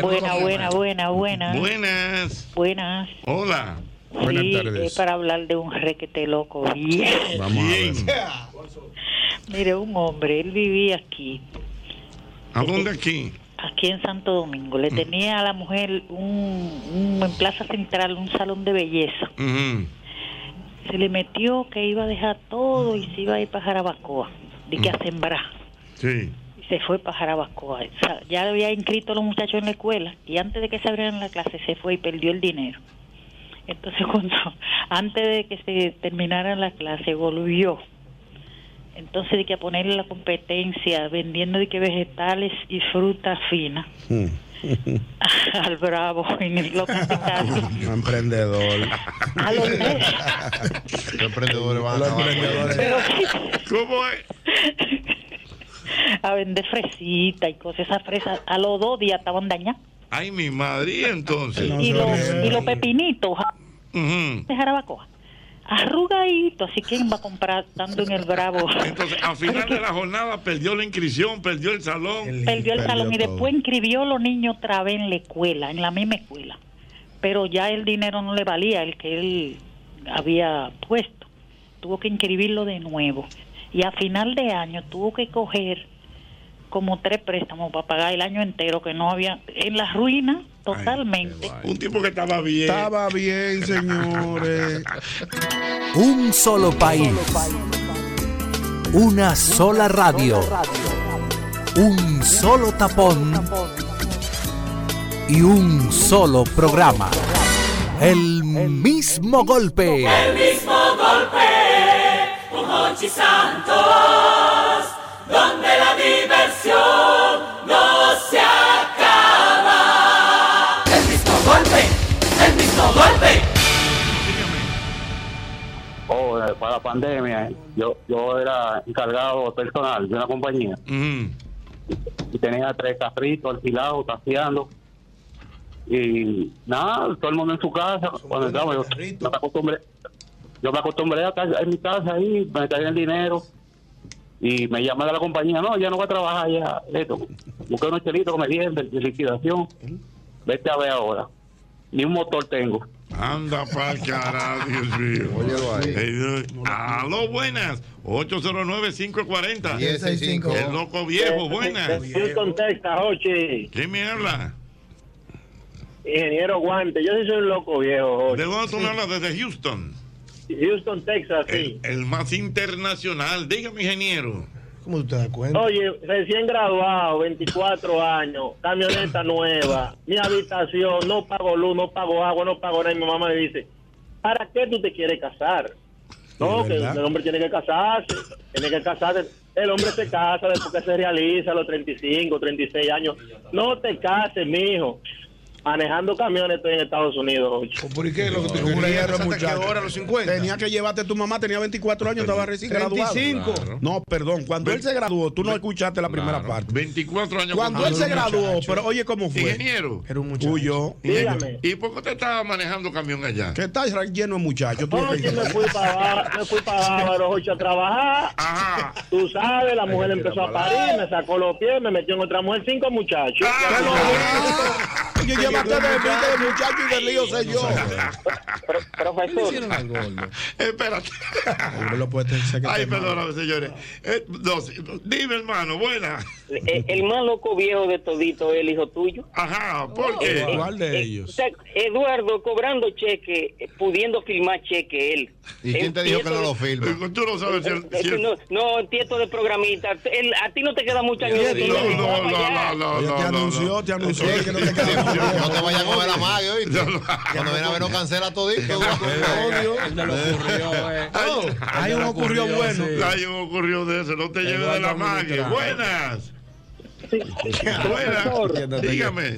Speaker 15: Buena, buena, buena, buena.
Speaker 27: Buenas.
Speaker 15: Buenas.
Speaker 27: Hola.
Speaker 15: Buenas tardes. Es para hablar de un requete loco. Bien.
Speaker 27: Vamos a ver.
Speaker 15: Mire, un hombre, él vivía aquí,
Speaker 27: ¿A dónde aquí?
Speaker 15: aquí en Santo Domingo.
Speaker 27: Mm.
Speaker 15: Le tenía a la mujer un, un- en Plaza Central un salón de belleza.
Speaker 27: Ujú.
Speaker 15: Se le metió que iba a dejar todo y se iba a ir para Jarabacoa. Dije
Speaker 27: Mm.
Speaker 15: que a sembrar.
Speaker 27: Sí.
Speaker 15: Y se fue para Jarabacoa. O sea, ya había inscrito a los muchachos en la escuela y antes de que se abrieran la clase se fue y perdió el dinero. Entonces, cuando, antes de que se terminara la clase, volvió. Entonces, de que a ponerle la competencia vendiendo de que vegetales y frutas finas al bravo en el local de casa.
Speaker 36: Emprendedor.
Speaker 15: A los meses,
Speaker 34: Los emprendedores van a
Speaker 27: ¿Cómo es?
Speaker 15: a vender fresitas y cosas. Esas fresas a los dos días estaban dañadas.
Speaker 27: Ay, mi madre, ¿y entonces?
Speaker 15: y, los, y los pepinitos ja,
Speaker 27: Ujú.
Speaker 15: de Jarabacoa. Arrugadito, así quién va a comprar tanto en el Bravo.
Speaker 27: Entonces, al final de la jornada perdió la inscripción, perdió el salón.
Speaker 15: perdió el salón y después inscribió los niños otra vez en la escuela, en la misma escuela. Pero ya el dinero no le valía el que él había puesto. Tuvo que inscribirlo de nuevo. Y a final de año tuvo que coger como tres préstamos para pagar el año entero que no había en la ruina totalmente.
Speaker 27: Un tipo que estaba bien.
Speaker 36: Estaba bien, señores.
Speaker 1: Un solo país. Una sola radio. Un solo tapón. Y un solo programa. El mismo golpe.
Speaker 15: El mismo golpe con Hochi Santos, donde la diversión no se acaba. El mismo golpe, el mismo golpe.
Speaker 14: Oh, eh, para la pandemia, yo, yo era encargado personal de una compañía. Y tenía tres carritos alquilados, taseando. Y nada, todo el mundo en su casa. Cuando entramos, yo, yo me acostumbré, yo me acostumbré a estar en mi casa ahí, me traían el dinero. Y me llama de la compañía, no, ya no voy a trabajar ya. Esto, busqué unos chelitos que me dieron de, de liquidación. Vete a ver ahora. Ni un motor tengo.
Speaker 27: Anda para carajo, Dios mío. Eh, eh, Aló, buenas. 809-540.
Speaker 11: 1065.
Speaker 27: El loco viejo, buenas.
Speaker 11: Tú contesta, Jochi.
Speaker 27: ¿Quién me habla?
Speaker 11: Ingeniero Guante, yo sí soy un loco viejo, Jochi.
Speaker 27: ¿De dónde tú me hablas? Desde Houston.
Speaker 11: Houston, Texas,
Speaker 27: sí. El más internacional. Dígame, ingeniero.
Speaker 26: ¿Cómo tú te das cuenta?
Speaker 11: Oye, recién graduado, 24 años, camioneta nueva, mi habitación, no pago luz, no pago agua, no pago nada. Y mi mamá me dice, ¿para qué tú te quieres casar? No, que
Speaker 10: ¿verdad?
Speaker 11: el hombre tiene que casarse, tiene que casarse. El hombre se casa después que se realiza a los 35, 36 años. No te cases, mijo. Manejando camiones estoy en Estados Unidos.
Speaker 4: ¿Por qué? Lo que tú querías, muchacho. Tenía que llevarte tu mamá, tenía 24 años, estaba recién graduado.
Speaker 27: 35.
Speaker 4: No, perdón, cuando él se graduó, tú no escuchaste la primera
Speaker 27: Claro.
Speaker 4: parte.
Speaker 27: 24 años.
Speaker 4: Cuando
Speaker 27: con-
Speaker 4: él se graduó, pero oye cómo fue.
Speaker 27: Ingeniero.
Speaker 4: Era un muchacho. Huyó.
Speaker 27: Ingeniero, ¿Y por qué te estaba manejando camión allá?
Speaker 4: Que está lleno de muchachos. tú lo que-
Speaker 11: Oye, me fui para me fui para Bávaro, ocho, a trabajar. Tú sabes, la mujer empezó a parir, me sacó los pies, me metió en otra mujer, cinco muchachos.
Speaker 19: Ah,
Speaker 4: Oye, llévate de mí, de muchacho y de lío, señor.
Speaker 27: Espérate. Ay, perdóname, señores. Eh, no, sí, dime, hermano, buena.
Speaker 10: Eh, El más loco viejo de todito es el hijo tuyo. Eh,
Speaker 27: Ajá,
Speaker 11: Oh,
Speaker 27: ¿por qué? ¿Cuál de ellos?
Speaker 10: O sea, Eduardo cobrando cheque, eh, pudiendo firmar cheque él.
Speaker 34: ¿Y quién te
Speaker 10: El
Speaker 34: dijo que
Speaker 10: tieto
Speaker 34: no
Speaker 10: de-
Speaker 34: lo firma?
Speaker 27: Tú no sabes si el-
Speaker 10: Eh,
Speaker 27: si el-
Speaker 10: No, no, el tieto de programita. El- a ti no te queda mucha años. de vida,
Speaker 27: No, no,
Speaker 10: papá, ya.
Speaker 27: no, no,
Speaker 34: Oye,
Speaker 27: no.
Speaker 34: te anunció,
Speaker 4: te anunció
Speaker 34: que no te No te vayas a comer la magia, ¿oíste? Cuando viene a ver, no cancela todito.
Speaker 27: Hay un ocurrió bueno. Hay un ocurrió de ese, no te lleves de la magia. Buenas. Buenas. Dígame.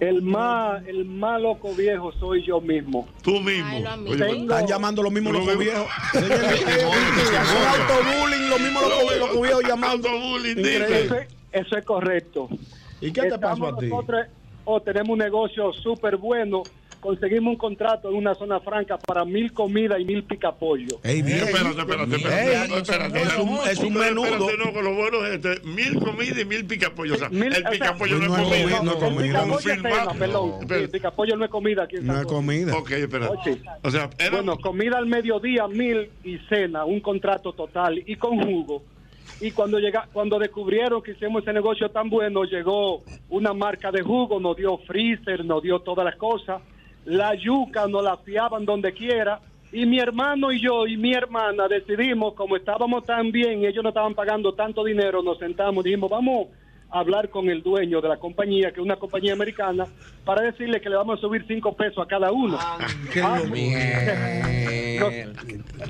Speaker 14: El más, el más loco viejo soy yo mismo.
Speaker 27: Tú mismo.
Speaker 4: Están llamando los mismos locos viejos.
Speaker 26: Son autobullying, los mismos locos locos viejos llamando.
Speaker 14: Eso, es- eso es correcto.
Speaker 4: ¿Y qué te pasó a ti?
Speaker 14: Nosotros, oh, tenemos un negocio súper bueno. Conseguimos un contrato en una zona franca para mil comidas y mil picapollo.
Speaker 27: Ey, bien. Espérate, espérate, espérate.
Speaker 14: Ey,
Speaker 27: espérate,
Speaker 14: es un-
Speaker 27: espérate.
Speaker 14: es un
Speaker 27: Espérate,
Speaker 14: menudo.
Speaker 27: espérate, no, con los buenos este, mil comidas y mil picapollos. O sea, el
Speaker 14: Mil- o sea,
Speaker 27: picapollo no,
Speaker 14: no
Speaker 27: es
Speaker 14: es
Speaker 27: comida.
Speaker 14: comida, no es comida.
Speaker 27: Confirmado.
Speaker 14: El picapollo es tema, perdón.
Speaker 27: Espérate.
Speaker 14: El picapollo no es comida aquí en San José.
Speaker 27: comida. Ok, espérate. O sea, era
Speaker 14: Bueno, comida al mediodía, mil y cena, un contrato total y con jugo. Y cuando llega, cuando descubrieron que hicimos ese negocio tan bueno, llegó una marca de jugo, nos dio freezer, nos dio todas las cosas. La yuca nos la fiaban donde quiera. Y mi hermano y yo y mi hermana decidimos, como estábamos tan bien y ellos no estaban pagando tanto dinero, nos sentamos y dijimos, vamos a hablar con el dueño de la compañía, que es una compañía americana, para decirle que le vamos a subir cinco pesos a cada uno. Ah,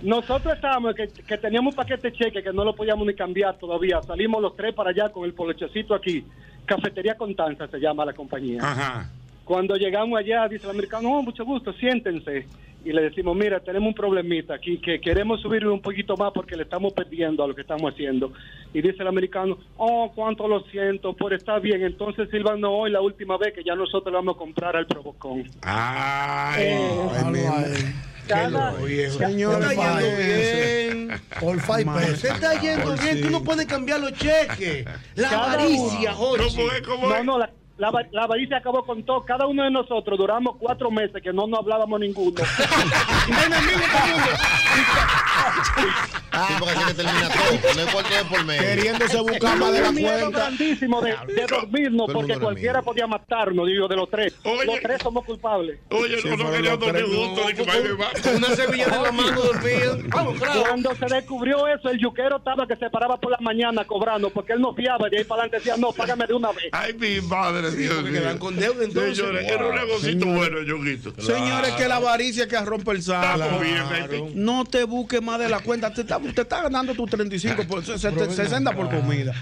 Speaker 14: nosotros estábamos que, que teníamos un paquete de cheque que no lo podíamos ni cambiar todavía. Salimos los tres para allá con el polochecito aquí. Cafetería Contanza se llama la compañía. Cuando llegamos allá, dice el americano, oh, mucho gusto, siéntense. Y le decimos, mira, tenemos un problemita aquí, que queremos subirle un poquito más porque le estamos perdiendo a lo que estamos haciendo. Y dice el americano, oh, cuánto lo siento, pero está bien, entonces sírvanos hoy la última vez que ya nosotros le vamos a comprar al Provocón.
Speaker 27: Ay,
Speaker 14: cada-
Speaker 26: Señor,
Speaker 19: Se está yendo
Speaker 26: vaya.
Speaker 19: bien.
Speaker 26: Por five pesos.
Speaker 19: Se está yendo bien. Tú no puedes cambiar los cheques. La
Speaker 14: Cada
Speaker 19: avaricia,
Speaker 14: uno.
Speaker 19: Jorge.
Speaker 14: No, no, la, la, avar- la avaricia acabó con todo. Cada uno de nosotros duramos cuatro meses que no nos hablábamos ninguno.
Speaker 34: Sí, porque así que termina todo. No es cualquier de por medio.
Speaker 14: Queriéndose
Speaker 26: buscar más de la cuenta.
Speaker 14: grandísimo de, de dormirnos
Speaker 34: el
Speaker 14: porque
Speaker 34: mundo
Speaker 14: cualquiera podía matarnos, digo, de los tres. los tres somos culpables.
Speaker 27: Oye, no, no quería dormir juntos. dije, vaya, vaya.
Speaker 14: Cuando se descubrió eso, el yuquero estaba que se paraba por la mañana cobrando porque él no fiaba y de ahí para adelante decía, no, págame de una vez.
Speaker 27: Ay, mi madre, Dios mío.
Speaker 4: quedan con deuda, entonces.
Speaker 27: Señores, era un
Speaker 4: Wow.
Speaker 27: negocito
Speaker 4: Señores.
Speaker 27: bueno, Yoguito.
Speaker 4: Señores, que la avaricia que rompe el saco.
Speaker 27: Estamos bien,
Speaker 4: No te busques más de la cuenta. Te está, te está ganando tus 35, por, se- se- 60 por comida.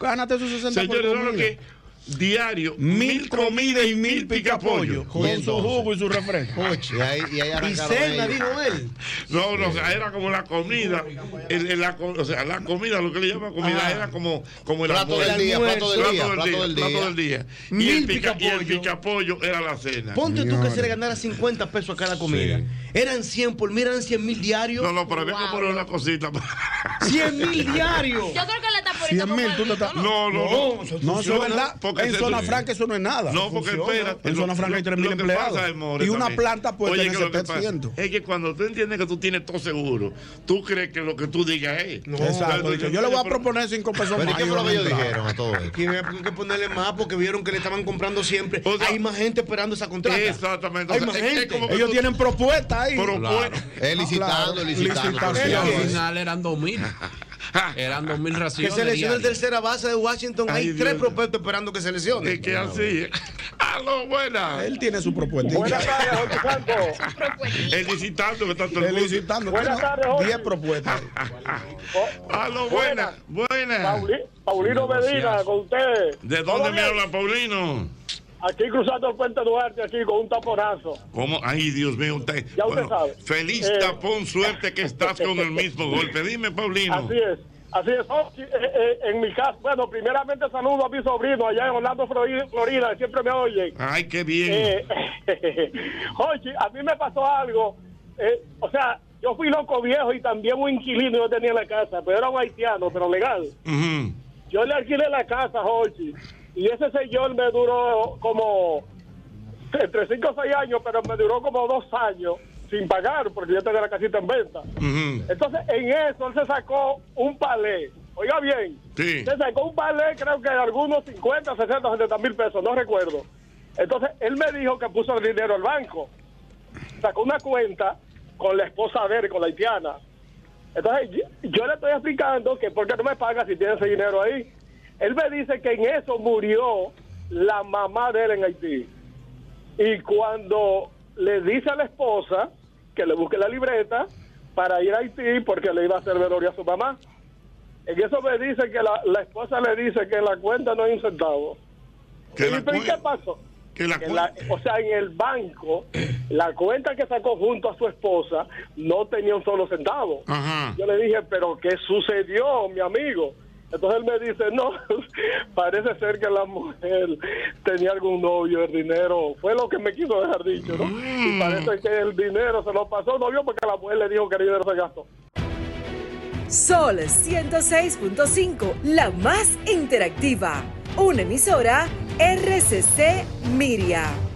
Speaker 4: Gánate esos 60
Speaker 27: Señores,
Speaker 4: por
Speaker 27: ¿saben lo
Speaker 4: comida.
Speaker 27: que? Diario,
Speaker 4: Mil comidas y mil picapollo. Con su jugo y su refresco.
Speaker 27: Y, ahí,
Speaker 4: arrancaron cena, ellos. dijo él.
Speaker 27: No, no, o sea, era como la comida. el- el- la, co- o sea, la comida, lo que le llaman comida,
Speaker 34: Ah.
Speaker 27: era como, como el
Speaker 34: Plato del
Speaker 27: almuerzo.
Speaker 34: día, plato del día, plato del
Speaker 27: plato
Speaker 34: día.
Speaker 27: del día. Y
Speaker 19: Mil
Speaker 27: el, pica, y el picapollo era la cena.
Speaker 19: Ponte tú que se le ganara 50 pesos a cada comida. Eran 100 por mil, eran 100 mil diarios.
Speaker 27: No, no, pero vengo por una cosita.
Speaker 19: 100 mil diarios.
Speaker 28: Yo creo que la taporita
Speaker 4: 100 mil, tú te estás.
Speaker 27: No, no, no.
Speaker 4: No, eso es
Speaker 27: Funciona,
Speaker 4: verdad.
Speaker 27: porque
Speaker 4: en
Speaker 27: se-
Speaker 4: zona franca eso no es nada.
Speaker 27: No, porque espérate.
Speaker 4: En
Speaker 27: lo-
Speaker 4: zona franca hay
Speaker 27: lo-
Speaker 4: 3.000
Speaker 27: lo que
Speaker 4: empleados.
Speaker 27: pasa es, More,
Speaker 4: y una
Speaker 27: también.
Speaker 4: planta puede
Speaker 27: Oye, que
Speaker 4: tener
Speaker 27: lo que pasa
Speaker 4: 700.
Speaker 27: Es que cuando tú entiendes que tú tienes todo seguro, tú crees que lo que tú digas es.
Speaker 4: Exacto.
Speaker 27: Entonces,
Speaker 4: Yo le voy a
Speaker 27: pero-
Speaker 4: proponer 5 pesos más.
Speaker 19: a todo esto? Tienen que ponerle más porque vieron que le estaban comprando siempre. Hay más gente esperando esa contrata.
Speaker 27: Exactamente.
Speaker 19: Hay más gente.
Speaker 4: Ellos tienen propuestas ahí.
Speaker 19: Es Eh, licitando, licitando,
Speaker 11: Y
Speaker 19: licitando.
Speaker 11: al final eran 2000. Eran 2000
Speaker 19: Que
Speaker 11: raciones.
Speaker 19: se lesione el
Speaker 11: diarias.
Speaker 19: tercera base de Washington.
Speaker 11: Ay,
Speaker 19: Hay
Speaker 11: Dios.
Speaker 19: tres propuestos esperando que se lesione.
Speaker 27: Es que así. ¡Aló, buena!
Speaker 4: Él tiene su propuesta.
Speaker 27: El licitando que está todo el mundo.
Speaker 4: Felicitando.
Speaker 27: Buenas tardes, Jorge.
Speaker 4: 10 propuestas.
Speaker 27: ¡Aló, buena! Buena.
Speaker 14: Paulino Medina, con ustedes.
Speaker 27: ¿De dónde me habla Paulino?
Speaker 14: Aquí cruzando el puente Duarte, aquí con un taponazo.
Speaker 27: ¿Cómo? Ay, Dios mío. usted-
Speaker 14: Ya usted
Speaker 27: bueno,
Speaker 14: sabe.
Speaker 27: Feliz
Speaker 14: Eh.
Speaker 27: tapón, suerte que estás con el mismo golpe. Dime, Paulino.
Speaker 14: Así es. Así es, Oh, sí, eh, eh, en mi casa, bueno, primeramente saludo a mi sobrino allá en Orlando, Flori- Florida, que siempre me oyen.
Speaker 27: Ay, qué bien.
Speaker 14: Eh, Jorge, a mí me pasó algo, eh, o sea, yo fui loco viejo y también un inquilino yo tenía en la casa, pero era un haitiano, pero legal.
Speaker 27: Ujú.
Speaker 14: Yo le alquilé la casa, Jorge, y ese señor me duró como entre 5 o 6 años, pero me duró como dos años sin pagar, porque yo tenía la casita en venta. Entonces, en eso él se sacó un palé. Oiga bien,
Speaker 27: Sí.
Speaker 14: se sacó un palé, creo que de algunos 50, 60, 70 mil pesos, no recuerdo. Entonces, él me dijo que puso el dinero al banco. Sacó una cuenta con la esposa de él, con la haitiana. Entonces, yo- yo le estoy explicando que por qué no me paga si tiene ese dinero ahí. Él me dice que en eso murió la mamá de él en Haití. Y cuando le dice a la esposa que le busque la libreta para ir a Haití porque le iba a hacer velorio a su mamá. En eso me dice que la, la esposa le dice que la cuenta no es un centavo.
Speaker 27: ¿Qué
Speaker 14: ¿Y pero, ¿y qué pasó?
Speaker 16: la
Speaker 18: que la- o sea, en el banco, la cuenta que sacó junto a su esposa no tenía un solo centavo.
Speaker 16: Ajá.
Speaker 18: Yo le dije, pero ¿qué sucedió, mi amigo? Entonces él me dice, no, parece ser que la mujer tenía algún novio, el dinero, fue lo que me quiso dejar dicho, ¿no? Y parece que el dinero se lo pasó al novio porque la mujer le dijo que el dinero se gastó.
Speaker 6: Sol 106.5, la más interactiva. Una emisora RCC Miria.